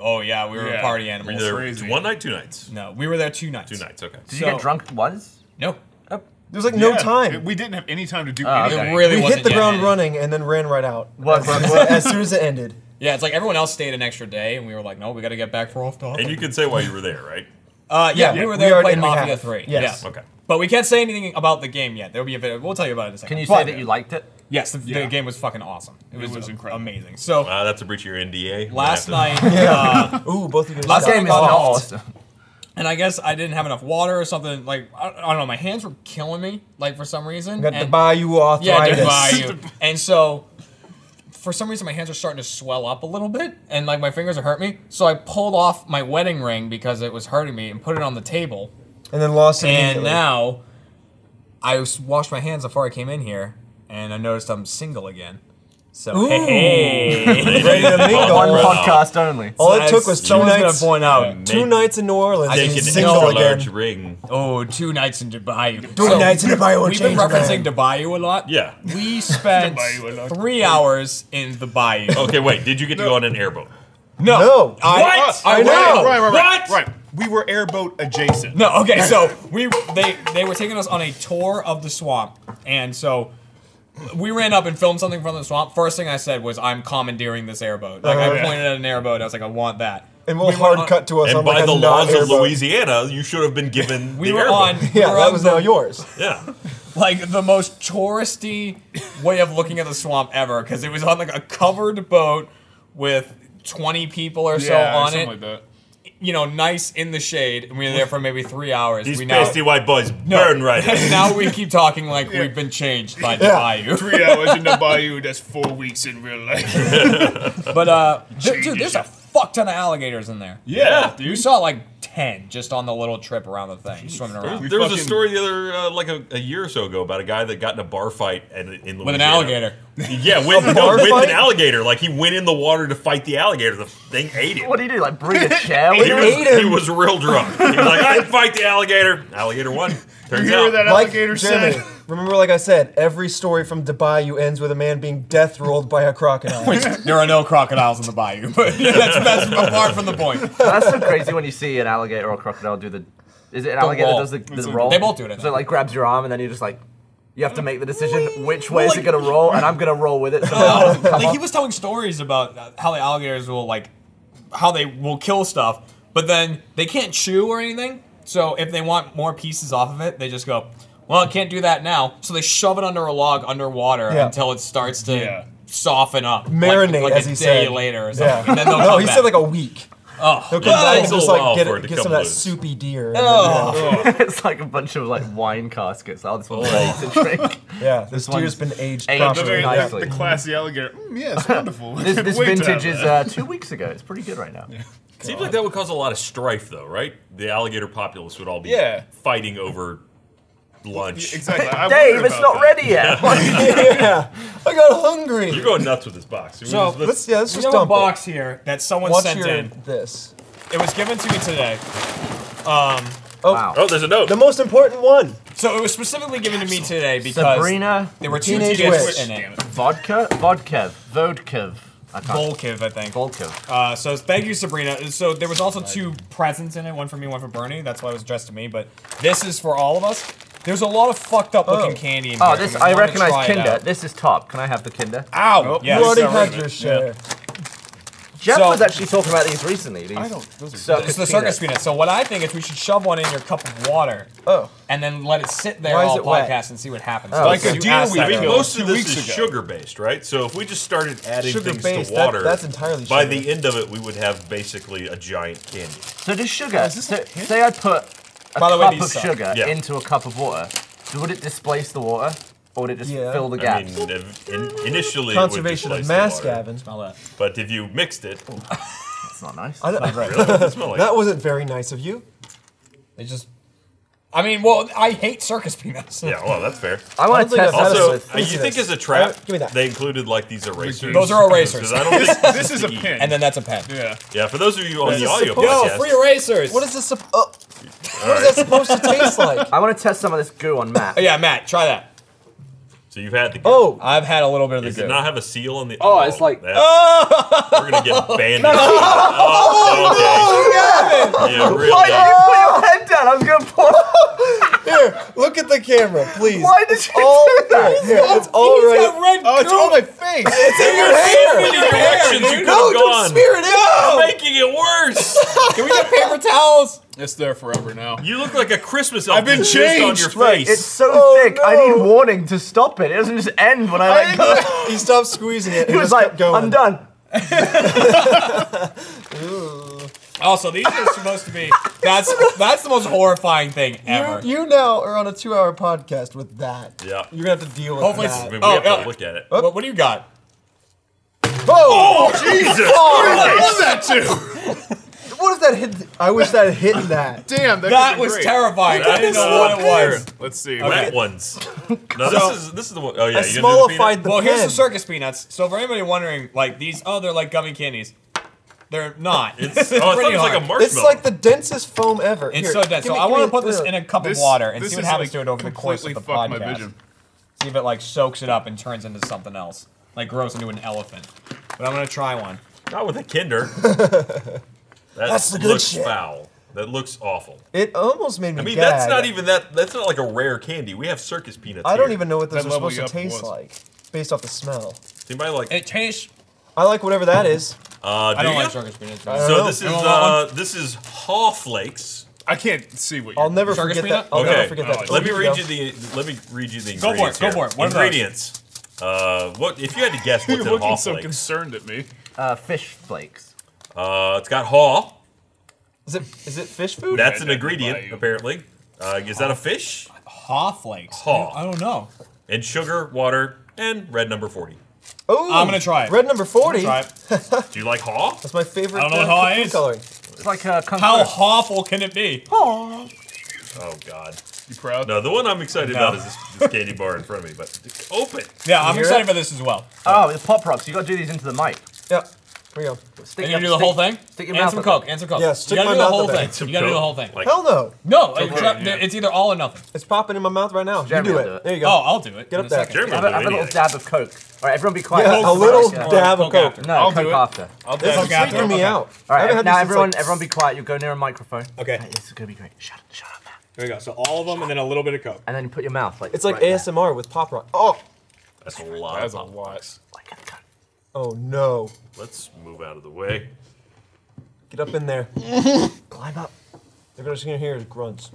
[SPEAKER 6] Oh yeah, we were
[SPEAKER 5] Yeah.
[SPEAKER 6] a party
[SPEAKER 1] Were you
[SPEAKER 6] animal.
[SPEAKER 1] there
[SPEAKER 5] crazy.
[SPEAKER 1] one night, two nights,
[SPEAKER 6] No, we were there two nights.
[SPEAKER 1] two nights. Okay.
[SPEAKER 3] Did you get
[SPEAKER 6] So-
[SPEAKER 3] drunk once?
[SPEAKER 6] No,
[SPEAKER 4] There's like no
[SPEAKER 5] Yeah,
[SPEAKER 4] time.
[SPEAKER 5] We didn't have any time to do
[SPEAKER 3] Oh,
[SPEAKER 6] it
[SPEAKER 5] anything.
[SPEAKER 6] really
[SPEAKER 4] We
[SPEAKER 6] wasn't.
[SPEAKER 4] hit the
[SPEAKER 6] yet.
[SPEAKER 4] ground running and then ran right out
[SPEAKER 3] What? what, what?
[SPEAKER 4] as soon as it ended.
[SPEAKER 6] Yeah, it's like everyone else stayed an extra day, and we were like, no, we got to get back for off top.
[SPEAKER 1] And you can say why you were there, right?
[SPEAKER 6] Uh, yeah,
[SPEAKER 4] Yeah,
[SPEAKER 6] we were
[SPEAKER 4] we
[SPEAKER 6] there
[SPEAKER 4] already-
[SPEAKER 6] playing
[SPEAKER 4] and we
[SPEAKER 6] Mafia
[SPEAKER 4] have.
[SPEAKER 6] Three.
[SPEAKER 4] Yes.
[SPEAKER 6] Yeah.
[SPEAKER 1] Okay.
[SPEAKER 6] But we can't say anything about the game yet. There'll be a video. We'll tell you about it in a second.
[SPEAKER 3] Can you
[SPEAKER 6] But-
[SPEAKER 3] say that you liked it?
[SPEAKER 6] Yes, the,
[SPEAKER 5] Yeah.
[SPEAKER 6] the game was fucking awesome. It was,
[SPEAKER 5] was
[SPEAKER 6] a-
[SPEAKER 5] incredible.
[SPEAKER 6] amazing. So
[SPEAKER 1] Uh, that's a breach of your NDA. We're
[SPEAKER 6] last
[SPEAKER 1] gonna have
[SPEAKER 4] (laughs)
[SPEAKER 6] night, uh,
[SPEAKER 4] Ooh, both of you.
[SPEAKER 6] Last
[SPEAKER 4] stopped.
[SPEAKER 3] Game is not
[SPEAKER 6] Oh.
[SPEAKER 3] awesome.
[SPEAKER 6] and I guess I didn't have enough water or something. Like I, I don't know, my hands were killing me, like for some reason.
[SPEAKER 4] Got the
[SPEAKER 6] And-
[SPEAKER 4] Bayou
[SPEAKER 6] yeah,
[SPEAKER 4] arthritis.
[SPEAKER 6] the
[SPEAKER 5] (laughs)
[SPEAKER 6] bayou. and so, for some reason, my hands are starting to swell up a little bit, and like my fingers are hurt me. So I pulled off my wedding ring because it was hurting me, and put it on the table.
[SPEAKER 4] And then lost it.
[SPEAKER 6] And
[SPEAKER 4] immediately.
[SPEAKER 6] now, I was- washed my hands before I came in here, and I noticed I'm single again. So
[SPEAKER 4] Ooh.
[SPEAKER 6] hey.
[SPEAKER 1] to-
[SPEAKER 4] Ready to mingle.
[SPEAKER 3] One
[SPEAKER 1] Wow.
[SPEAKER 3] podcast only.
[SPEAKER 4] all it
[SPEAKER 6] That's-
[SPEAKER 4] took was two
[SPEAKER 6] someone's gonna
[SPEAKER 4] nights.
[SPEAKER 6] point out.
[SPEAKER 4] Two
[SPEAKER 1] Make-
[SPEAKER 4] nights in New Orleans.
[SPEAKER 1] Take
[SPEAKER 4] and
[SPEAKER 1] an
[SPEAKER 6] He's
[SPEAKER 1] extra
[SPEAKER 4] single again.
[SPEAKER 1] large ring.
[SPEAKER 6] Oh, two nights in Dubai.
[SPEAKER 4] Two nights in Dubai will
[SPEAKER 6] We've been
[SPEAKER 4] change your
[SPEAKER 6] referencing
[SPEAKER 4] mind.
[SPEAKER 6] Dubai a lot.
[SPEAKER 1] Yeah.
[SPEAKER 6] We spent
[SPEAKER 5] Bayou a lot.
[SPEAKER 6] three hours in the bayou.
[SPEAKER 5] (laughs)
[SPEAKER 1] Okay, wait. Did you get to go on an airboat?
[SPEAKER 6] No.
[SPEAKER 4] No.
[SPEAKER 6] I,
[SPEAKER 1] What?
[SPEAKER 6] I,
[SPEAKER 4] I know.
[SPEAKER 5] Right,
[SPEAKER 6] know.
[SPEAKER 5] right, right, right.
[SPEAKER 1] What?
[SPEAKER 5] Right. We were airboat adjacent.
[SPEAKER 6] No, okay, so we they they were taking us on a tour of the swamp, and so we ran up and filmed something from the swamp. First thing I said was, "I'm commandeering this airboat." Like
[SPEAKER 1] Uh,
[SPEAKER 4] Uh-huh.
[SPEAKER 6] I pointed at an airboat, I was like, "I want that."
[SPEAKER 4] And we'll
[SPEAKER 6] We were
[SPEAKER 4] hard
[SPEAKER 6] on-
[SPEAKER 4] cut to us
[SPEAKER 1] And
[SPEAKER 4] on
[SPEAKER 1] by
[SPEAKER 4] like
[SPEAKER 1] the
[SPEAKER 4] a
[SPEAKER 1] laws of
[SPEAKER 4] non-airboat.
[SPEAKER 1] Louisiana, you should (laughs) have been given
[SPEAKER 6] We
[SPEAKER 1] the
[SPEAKER 6] were
[SPEAKER 1] airboat.
[SPEAKER 6] on.
[SPEAKER 4] (laughs)
[SPEAKER 6] we
[SPEAKER 4] Yeah,
[SPEAKER 6] were
[SPEAKER 4] that
[SPEAKER 6] on
[SPEAKER 4] was
[SPEAKER 6] the-
[SPEAKER 4] now yours.
[SPEAKER 1] (laughs) Yeah.
[SPEAKER 6] like the most touristy way of looking at the swamp ever because it was on like a covered boat with 20 people or so
[SPEAKER 5] Yeah, or
[SPEAKER 6] on
[SPEAKER 5] something
[SPEAKER 6] it.
[SPEAKER 5] like that.
[SPEAKER 6] you know, nice in the shade, and we were there for maybe three hours.
[SPEAKER 1] These
[SPEAKER 6] we
[SPEAKER 1] pasty white boys (laughs)
[SPEAKER 6] No.
[SPEAKER 1] burn right now.
[SPEAKER 6] (laughs) now we keep talking like we've been changed by the
[SPEAKER 4] Yeah.
[SPEAKER 1] (laughs)
[SPEAKER 6] bayou.
[SPEAKER 5] Three hours in the bayou, that's four weeks in real life.
[SPEAKER 6] But uh, th- dude, there's a fuck ton of alligators in there.
[SPEAKER 5] Yeah,
[SPEAKER 6] We
[SPEAKER 5] dude.
[SPEAKER 6] saw like ten just on the little trip around the thing, swimming around.
[SPEAKER 5] We
[SPEAKER 1] There was a
[SPEAKER 5] fucking-
[SPEAKER 1] story the other, uh, like a, a year or so ago, about a guy that got in a bar fight at, in Louisiana.
[SPEAKER 6] With an alligator.
[SPEAKER 1] Yeah, with, no,
[SPEAKER 4] bar
[SPEAKER 1] with
[SPEAKER 4] fight?
[SPEAKER 1] an alligator. Like he went in the water to fight the alligator. The thing ate him.
[SPEAKER 3] What do you do? Like bring a chair?
[SPEAKER 1] he,
[SPEAKER 3] with you?
[SPEAKER 1] was,
[SPEAKER 4] ate him.
[SPEAKER 1] he was real drunk. He was like, I can fight the alligator. Alligator won. Turns
[SPEAKER 5] You hear
[SPEAKER 1] out.
[SPEAKER 5] that
[SPEAKER 4] Like
[SPEAKER 5] alligator
[SPEAKER 4] Jeremy,
[SPEAKER 5] said.
[SPEAKER 4] Remember, like I said, every story from Dubai ends with a man being death rolled by a
[SPEAKER 6] (laughs)
[SPEAKER 4] crocodile.
[SPEAKER 6] Which there are no crocodiles in the bayou, but (laughs) yeah, that's, that's apart from the point.
[SPEAKER 3] That's so crazy when you see an alligator or a crocodile do the. Is it an alligator
[SPEAKER 6] roll.
[SPEAKER 3] that does the,
[SPEAKER 5] It's
[SPEAKER 3] the
[SPEAKER 5] a-
[SPEAKER 3] roll?
[SPEAKER 6] they both do it, I
[SPEAKER 3] So it
[SPEAKER 6] think.
[SPEAKER 3] like grabs your arm and then you just like. You have to make the decision which way is it gonna roll, and I'm gonna roll with
[SPEAKER 4] (laughs)
[SPEAKER 3] it. So that doesn't come
[SPEAKER 6] like he
[SPEAKER 3] up.
[SPEAKER 6] was telling stories about uh, how the alligators will like how they will kill stuff, but then they can't chew or anything. So if they want more pieces off of it, they just go, "Well, I can't do that now." So they shove it under a log underwater
[SPEAKER 4] Yeah.
[SPEAKER 6] until it starts to
[SPEAKER 5] Yeah.
[SPEAKER 6] soften up, like-
[SPEAKER 4] Marinate,
[SPEAKER 6] like,
[SPEAKER 4] as
[SPEAKER 6] a
[SPEAKER 4] he
[SPEAKER 6] day
[SPEAKER 4] said.
[SPEAKER 6] later or something.
[SPEAKER 4] Yeah. (laughs)
[SPEAKER 6] And then they'll
[SPEAKER 4] no,
[SPEAKER 6] come
[SPEAKER 4] he
[SPEAKER 6] back.
[SPEAKER 4] said like a week.
[SPEAKER 6] oh.
[SPEAKER 4] He'll come
[SPEAKER 1] Well,
[SPEAKER 4] back
[SPEAKER 1] it
[SPEAKER 4] and
[SPEAKER 1] takes a
[SPEAKER 4] just
[SPEAKER 1] while
[SPEAKER 4] like get,
[SPEAKER 1] for it
[SPEAKER 4] it,
[SPEAKER 1] to
[SPEAKER 4] get
[SPEAKER 1] come
[SPEAKER 4] some of that
[SPEAKER 1] loose.
[SPEAKER 4] soupy deer.
[SPEAKER 6] Oh.
[SPEAKER 3] (laughs) it's like a bunch of like wine caskets. Oh, this one's ready to drink.
[SPEAKER 4] Yeah, this,
[SPEAKER 3] one's
[SPEAKER 4] deer's been aged,
[SPEAKER 3] aged
[SPEAKER 5] The
[SPEAKER 4] properly.
[SPEAKER 5] very
[SPEAKER 4] Yeah.
[SPEAKER 3] nicely.
[SPEAKER 5] the classy alligator. Mm, yes, wonderful.
[SPEAKER 3] This,
[SPEAKER 5] (laughs)
[SPEAKER 3] this
[SPEAKER 5] Wait to have
[SPEAKER 3] vintage is
[SPEAKER 5] that.
[SPEAKER 3] uh, two weeks ago. It's pretty good right now.
[SPEAKER 1] Seems like that would cause a lot of strife, though, right? The alligator populace would all be
[SPEAKER 5] Yeah.
[SPEAKER 1] fighting over lunch.
[SPEAKER 3] (laughs)
[SPEAKER 5] exactly. I
[SPEAKER 3] Dave,
[SPEAKER 5] wondered
[SPEAKER 3] it's
[SPEAKER 5] about
[SPEAKER 3] not
[SPEAKER 5] that.
[SPEAKER 3] ready yet.
[SPEAKER 4] yeah, (laughs) I got hungry.
[SPEAKER 1] You're going nuts with this box.
[SPEAKER 6] So
[SPEAKER 1] Let's-
[SPEAKER 4] Let's yeah, let's
[SPEAKER 6] We
[SPEAKER 4] just
[SPEAKER 6] have a
[SPEAKER 4] dump
[SPEAKER 6] box here that
[SPEAKER 4] it.
[SPEAKER 6] someone
[SPEAKER 4] What's
[SPEAKER 6] sent
[SPEAKER 4] your
[SPEAKER 6] in.
[SPEAKER 4] this?
[SPEAKER 6] It was given to me today.
[SPEAKER 3] Wow.
[SPEAKER 1] oh, there's a note.
[SPEAKER 4] The most important one.
[SPEAKER 6] So it was specifically given to me today because
[SPEAKER 3] Sabrina
[SPEAKER 6] there were two
[SPEAKER 4] Teenage
[SPEAKER 6] TDS
[SPEAKER 4] Witch.
[SPEAKER 6] in it.
[SPEAKER 3] Vodka? Vodkev. Vodkev. I can't.
[SPEAKER 6] Volkiv, I think.
[SPEAKER 3] Volkev.
[SPEAKER 6] Uh, so thank you, Sabrina. So there was also two presents in it, one for me, one for Bernie. That's why it was addressed to me. But this is for all of us. There's a lot of fucked up looking
[SPEAKER 4] Oh.
[SPEAKER 6] candy in
[SPEAKER 3] Oh,
[SPEAKER 6] here.
[SPEAKER 3] this
[SPEAKER 6] We
[SPEAKER 3] I
[SPEAKER 6] wanna
[SPEAKER 3] recognize
[SPEAKER 6] try it
[SPEAKER 3] Kinder.
[SPEAKER 6] out.
[SPEAKER 3] This is top. Can I have the Kinder?
[SPEAKER 6] Ow!
[SPEAKER 5] Nope.
[SPEAKER 6] Oh, yeah,
[SPEAKER 4] you already
[SPEAKER 6] so-
[SPEAKER 4] had your share.
[SPEAKER 3] Jeff
[SPEAKER 6] So-
[SPEAKER 3] was actually talking about these recently. These
[SPEAKER 5] I don't. Those are
[SPEAKER 3] circus
[SPEAKER 6] It's the
[SPEAKER 3] peanuts.
[SPEAKER 6] circus peanut. So what I think is we should shove one in your cup of water
[SPEAKER 4] Oh,
[SPEAKER 6] and then let it sit there
[SPEAKER 4] Why is
[SPEAKER 6] all
[SPEAKER 4] it wet?
[SPEAKER 6] podcast and see what happens.
[SPEAKER 3] Oh,
[SPEAKER 5] Like
[SPEAKER 3] okay.
[SPEAKER 5] a
[SPEAKER 6] You
[SPEAKER 5] deer
[SPEAKER 6] asked
[SPEAKER 5] we
[SPEAKER 6] that
[SPEAKER 1] I mean,
[SPEAKER 6] earlier.
[SPEAKER 5] killed
[SPEAKER 1] most
[SPEAKER 5] two
[SPEAKER 1] of this
[SPEAKER 5] weeks
[SPEAKER 1] is
[SPEAKER 5] ago.
[SPEAKER 1] sugar based, right? So if we just started adding things
[SPEAKER 4] Sugar-based,
[SPEAKER 1] to
[SPEAKER 4] that-
[SPEAKER 1] water,
[SPEAKER 4] that's entirely
[SPEAKER 1] by
[SPEAKER 4] sugar.
[SPEAKER 1] the end of it, we would have basically a giant candy.
[SPEAKER 3] So does sugar?
[SPEAKER 5] this
[SPEAKER 3] So,
[SPEAKER 5] a hint?
[SPEAKER 3] say I put a
[SPEAKER 6] By the way,
[SPEAKER 3] cup
[SPEAKER 6] these
[SPEAKER 3] of
[SPEAKER 6] suck.
[SPEAKER 3] sugar
[SPEAKER 1] Yeah.
[SPEAKER 3] into a cup of water. so Would it displace the water, or would it just
[SPEAKER 4] Yeah.
[SPEAKER 3] fill the
[SPEAKER 1] I
[SPEAKER 3] gap?
[SPEAKER 1] mean, if- in- initially,
[SPEAKER 4] conservation
[SPEAKER 1] it would
[SPEAKER 4] of
[SPEAKER 1] displace
[SPEAKER 4] mass,
[SPEAKER 1] the water.
[SPEAKER 4] Gavin.
[SPEAKER 6] All that.
[SPEAKER 1] But if you mixed it, oh,
[SPEAKER 3] That's not nice.
[SPEAKER 4] I don't-
[SPEAKER 1] really, it smell like
[SPEAKER 4] (laughs) that wasn't very nice of you.
[SPEAKER 6] They just. I mean, well, I hate circus peanuts.
[SPEAKER 1] yeah, well, that's fair.
[SPEAKER 3] I want to
[SPEAKER 4] think
[SPEAKER 3] test
[SPEAKER 4] I've had
[SPEAKER 3] this
[SPEAKER 4] it
[SPEAKER 1] Also,
[SPEAKER 3] with.
[SPEAKER 1] uh, you
[SPEAKER 4] Listen to
[SPEAKER 1] think
[SPEAKER 4] this.
[SPEAKER 1] as a trap,
[SPEAKER 4] Uh, give me that.
[SPEAKER 1] they included like these erasers.
[SPEAKER 6] Those are
[SPEAKER 1] (laughs)
[SPEAKER 6] erasers.
[SPEAKER 1] 'Cause I don't think
[SPEAKER 4] (laughs)
[SPEAKER 5] This is a pin.
[SPEAKER 6] (laughs) And then that's a pen.
[SPEAKER 5] yeah.
[SPEAKER 1] Yeah, for those of you on
[SPEAKER 4] This
[SPEAKER 1] the
[SPEAKER 4] is
[SPEAKER 1] audio
[SPEAKER 4] supposed-
[SPEAKER 6] Yo,
[SPEAKER 1] podcast,
[SPEAKER 6] free erasers.
[SPEAKER 4] What is this? Sup- oh, what is that supposed to taste like?
[SPEAKER 3] I want to test some of this goo on Matt.
[SPEAKER 6] Oh, yeah, Matt, try that.
[SPEAKER 1] so you've had the.
[SPEAKER 4] Oh,
[SPEAKER 6] I've had a little bit of the
[SPEAKER 1] does
[SPEAKER 6] goo.
[SPEAKER 1] it not have a seal on the?
[SPEAKER 3] Oh, it's like-
[SPEAKER 1] that's- we're gonna get banned. oh, okay. Yeah, real
[SPEAKER 3] Why did
[SPEAKER 1] dumb.
[SPEAKER 3] you put your head down? I was gonna pour.
[SPEAKER 4] look at the camera, please.
[SPEAKER 3] Why did you
[SPEAKER 4] All
[SPEAKER 3] do that?
[SPEAKER 4] there. Here, it's all
[SPEAKER 6] He's
[SPEAKER 4] right.
[SPEAKER 6] got red
[SPEAKER 5] Oh, it's
[SPEAKER 6] goo.
[SPEAKER 5] on
[SPEAKER 4] (laughs)
[SPEAKER 5] my face.
[SPEAKER 4] It's in your hair.
[SPEAKER 1] Many directions you could
[SPEAKER 4] No,
[SPEAKER 1] have
[SPEAKER 4] don't
[SPEAKER 1] gone.
[SPEAKER 4] smear it in.
[SPEAKER 1] Making it worse.
[SPEAKER 6] Can we (laughs) get paper towels?
[SPEAKER 5] it's there forever now.
[SPEAKER 1] You look like a Christmas elf.
[SPEAKER 5] I've been
[SPEAKER 1] with just on
[SPEAKER 5] changed.
[SPEAKER 1] your
[SPEAKER 5] Look,
[SPEAKER 1] face.
[SPEAKER 3] It's so
[SPEAKER 4] Oh,
[SPEAKER 3] thick. I need
[SPEAKER 4] no.
[SPEAKER 3] warning to stop it. It doesn't just end when I let go.
[SPEAKER 4] He stopped squeezing it.
[SPEAKER 3] He was like, "I'm done."
[SPEAKER 6] Also, these are supposed to be.
[SPEAKER 4] (laughs)
[SPEAKER 6] That's that's the most horrifying thing ever.
[SPEAKER 4] You, you now are on a two-hour podcast with that.
[SPEAKER 1] Yeah.
[SPEAKER 4] You're gonna have to deal with
[SPEAKER 6] Hopefully
[SPEAKER 4] that.
[SPEAKER 1] I mean, we
[SPEAKER 6] Oh,
[SPEAKER 1] have
[SPEAKER 6] yeah.
[SPEAKER 1] to look at it.
[SPEAKER 6] what, what do you got?
[SPEAKER 4] Whoa!
[SPEAKER 1] Jesus!
[SPEAKER 5] that too.
[SPEAKER 4] What if that hit? I wish that had hit that.
[SPEAKER 5] Damn, that,
[SPEAKER 6] That
[SPEAKER 5] could've been
[SPEAKER 6] was
[SPEAKER 5] great.
[SPEAKER 6] terrifying. I didn't
[SPEAKER 1] That
[SPEAKER 6] know what it was.
[SPEAKER 5] Let's see.
[SPEAKER 1] Wet ones. No, this is this is the one. Oh yeah,
[SPEAKER 4] I
[SPEAKER 1] you gonna do the
[SPEAKER 4] smallified
[SPEAKER 1] peanut?
[SPEAKER 4] the
[SPEAKER 6] Well, here's
[SPEAKER 4] pen.
[SPEAKER 6] the circus peanuts. So for anybody wondering, like these, oh, they're like gummy candies. They're not. (laughs)
[SPEAKER 1] It's, oh, I thought it was like a marshmallow.
[SPEAKER 4] It's like the densest foam ever.
[SPEAKER 6] It's
[SPEAKER 4] Here,
[SPEAKER 6] so dense.
[SPEAKER 4] give
[SPEAKER 6] So
[SPEAKER 4] me-
[SPEAKER 6] I
[SPEAKER 4] give
[SPEAKER 6] want
[SPEAKER 4] me
[SPEAKER 6] to put this
[SPEAKER 4] the-
[SPEAKER 6] in a cup of
[SPEAKER 5] This-
[SPEAKER 6] water and
[SPEAKER 5] this
[SPEAKER 6] see what
[SPEAKER 5] is,
[SPEAKER 6] happens
[SPEAKER 5] like,
[SPEAKER 6] to it over the course of the
[SPEAKER 5] completely fucked my
[SPEAKER 6] podcast.
[SPEAKER 5] vision.
[SPEAKER 6] See if it like soaks it up and turns into something else, like grows into an elephant. But I'm gonna try one.
[SPEAKER 1] Not with a Kinder. That
[SPEAKER 4] That's the good
[SPEAKER 1] looks
[SPEAKER 4] shit.
[SPEAKER 1] foul. That looks awful.
[SPEAKER 4] It almost made me.
[SPEAKER 1] I mean,
[SPEAKER 4] gag.
[SPEAKER 1] that's not even that. That's not like a rare candy. We have circus peanuts.
[SPEAKER 4] I don't
[SPEAKER 1] here.
[SPEAKER 4] even know what those
[SPEAKER 5] That
[SPEAKER 4] are
[SPEAKER 5] level
[SPEAKER 4] supposed
[SPEAKER 5] you
[SPEAKER 4] to
[SPEAKER 5] up
[SPEAKER 4] taste
[SPEAKER 5] was.
[SPEAKER 4] like, based off the smell.
[SPEAKER 1] Does anybody like?
[SPEAKER 6] It tastes.
[SPEAKER 4] I like whatever that is.
[SPEAKER 1] Uh, do
[SPEAKER 6] I don't
[SPEAKER 1] you?
[SPEAKER 6] like circus peanuts.
[SPEAKER 4] I don't
[SPEAKER 1] So
[SPEAKER 4] know.
[SPEAKER 1] this is
[SPEAKER 6] You don't want
[SPEAKER 1] uh, this is Haw Flakes.
[SPEAKER 5] I can't see what you're
[SPEAKER 4] I'll never
[SPEAKER 6] Circus
[SPEAKER 4] forget
[SPEAKER 6] peanut?
[SPEAKER 4] that. I'll
[SPEAKER 1] okay,
[SPEAKER 4] never Oh, forget that.
[SPEAKER 1] let me
[SPEAKER 4] Here we
[SPEAKER 1] read
[SPEAKER 4] go.
[SPEAKER 1] you the let me read you the
[SPEAKER 6] Oh, Go for it,
[SPEAKER 1] ingredients.
[SPEAKER 6] go
[SPEAKER 1] here.
[SPEAKER 6] for it. What are those?
[SPEAKER 1] ingredients? Uh, what if you had to guess what's
[SPEAKER 5] (laughs) You're
[SPEAKER 1] in Haw
[SPEAKER 5] looking so
[SPEAKER 1] Flakes?
[SPEAKER 5] concerned at me.
[SPEAKER 3] Uh, fish flakes.
[SPEAKER 1] Uh, it's got Haw.
[SPEAKER 4] Is it is it fish food?
[SPEAKER 1] That's
[SPEAKER 5] I
[SPEAKER 1] an
[SPEAKER 5] don't
[SPEAKER 1] ingredient
[SPEAKER 5] buy you.
[SPEAKER 1] apparently. Uh, is that a fish?
[SPEAKER 5] Uh,
[SPEAKER 6] Haw flakes.
[SPEAKER 1] Haw.
[SPEAKER 6] I don't know.
[SPEAKER 1] And sugar, water, and red number forty.
[SPEAKER 4] Oh,
[SPEAKER 6] I'm gonna try it.
[SPEAKER 4] Red number forty.
[SPEAKER 6] Try it.
[SPEAKER 1] Do you like Haw?
[SPEAKER 4] That's my favorite.
[SPEAKER 6] I don't know
[SPEAKER 4] uh,
[SPEAKER 6] how I
[SPEAKER 4] food
[SPEAKER 6] is.
[SPEAKER 4] coloring.
[SPEAKER 3] It's like uh, Kung
[SPEAKER 6] How
[SPEAKER 3] Fu.
[SPEAKER 6] awful can it be?
[SPEAKER 1] Oh God.
[SPEAKER 5] You proud?
[SPEAKER 1] No, the one I'm excited
[SPEAKER 6] No.
[SPEAKER 1] about is this, this candy bar in front of me. But open.
[SPEAKER 6] Yeah, I'm
[SPEAKER 4] hear
[SPEAKER 6] excited
[SPEAKER 4] it?
[SPEAKER 6] for this as well.
[SPEAKER 3] Oh, it's pop rocks. You gotta do these into the mic.
[SPEAKER 4] Yeah. Here we go.
[SPEAKER 3] Stick
[SPEAKER 6] And you
[SPEAKER 3] your-
[SPEAKER 6] do the whole thing?
[SPEAKER 3] stick- Stick your
[SPEAKER 6] and
[SPEAKER 3] mouth
[SPEAKER 6] some
[SPEAKER 3] in
[SPEAKER 6] coke.
[SPEAKER 3] there.
[SPEAKER 6] And some coke.
[SPEAKER 4] Yeah,
[SPEAKER 6] you
[SPEAKER 4] stick
[SPEAKER 6] gotta
[SPEAKER 4] my
[SPEAKER 6] do the
[SPEAKER 4] mouth
[SPEAKER 6] whole
[SPEAKER 4] in there.
[SPEAKER 6] thing. You gotta do the whole thing.
[SPEAKER 1] Like,
[SPEAKER 4] Hell no.
[SPEAKER 6] No, it's,
[SPEAKER 1] okay,
[SPEAKER 6] ju-
[SPEAKER 1] yeah.
[SPEAKER 6] it's either all or nothing.
[SPEAKER 4] It's popping in my mouth right now.
[SPEAKER 3] Jeremy
[SPEAKER 4] you do
[SPEAKER 3] will
[SPEAKER 4] it.
[SPEAKER 3] do it.
[SPEAKER 4] There you
[SPEAKER 6] Oh,
[SPEAKER 4] go.
[SPEAKER 6] I'll do it.
[SPEAKER 4] Get
[SPEAKER 6] in
[SPEAKER 4] up
[SPEAKER 6] a
[SPEAKER 4] there.
[SPEAKER 6] second.
[SPEAKER 1] Jeremy
[SPEAKER 3] Have
[SPEAKER 1] will
[SPEAKER 3] a,
[SPEAKER 1] do
[SPEAKER 3] have a little
[SPEAKER 1] anything.
[SPEAKER 3] dab of coke. All right, everyone, be quiet.
[SPEAKER 4] Yeah,
[SPEAKER 3] That's
[SPEAKER 4] a
[SPEAKER 3] the
[SPEAKER 4] little
[SPEAKER 3] first, yeah.
[SPEAKER 4] dab of
[SPEAKER 6] Coke
[SPEAKER 4] coke.
[SPEAKER 6] after.
[SPEAKER 3] No,
[SPEAKER 5] I'll
[SPEAKER 3] coke
[SPEAKER 5] do it.
[SPEAKER 3] after.
[SPEAKER 5] I'll do
[SPEAKER 4] This
[SPEAKER 5] it.
[SPEAKER 4] is freaking me out.
[SPEAKER 3] All
[SPEAKER 4] I
[SPEAKER 3] right,
[SPEAKER 4] haven't
[SPEAKER 3] ev-
[SPEAKER 4] had
[SPEAKER 3] now
[SPEAKER 4] this since,
[SPEAKER 3] everyone,
[SPEAKER 4] like-
[SPEAKER 3] everyone, be quiet. You go near a microphone.
[SPEAKER 6] Okay.
[SPEAKER 3] Hey, this is gonna be great. Shut, up, shut up.
[SPEAKER 6] There we go. So all of them and then a little bit of coke.
[SPEAKER 3] And then you put your mouth like.
[SPEAKER 4] It's like
[SPEAKER 3] right there,
[SPEAKER 4] ASMR with pop rock. Oh,
[SPEAKER 1] That's a lot. That's
[SPEAKER 5] That's a lot.
[SPEAKER 3] like at the gun.
[SPEAKER 4] oh no.
[SPEAKER 1] Let's move out of the way.
[SPEAKER 4] Get up in there.
[SPEAKER 3] Climb up.
[SPEAKER 4] They're just gonna hear his grunts.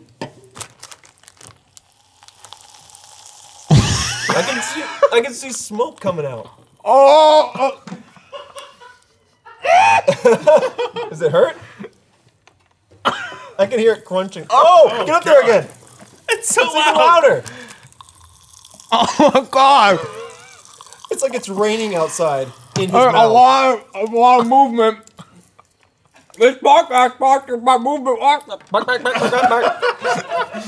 [SPEAKER 4] I can see, I can see smoke coming out. Oh! Does it hurt? I can hear it crunching. Oh! get up there again.
[SPEAKER 6] It's so
[SPEAKER 4] It's even louder.
[SPEAKER 2] Oh my god!
[SPEAKER 4] It's like it's raining outside in his
[SPEAKER 2] There's a
[SPEAKER 4] mouth.
[SPEAKER 2] lot, of, a lot of movement. This podcast boxes my movement awesome.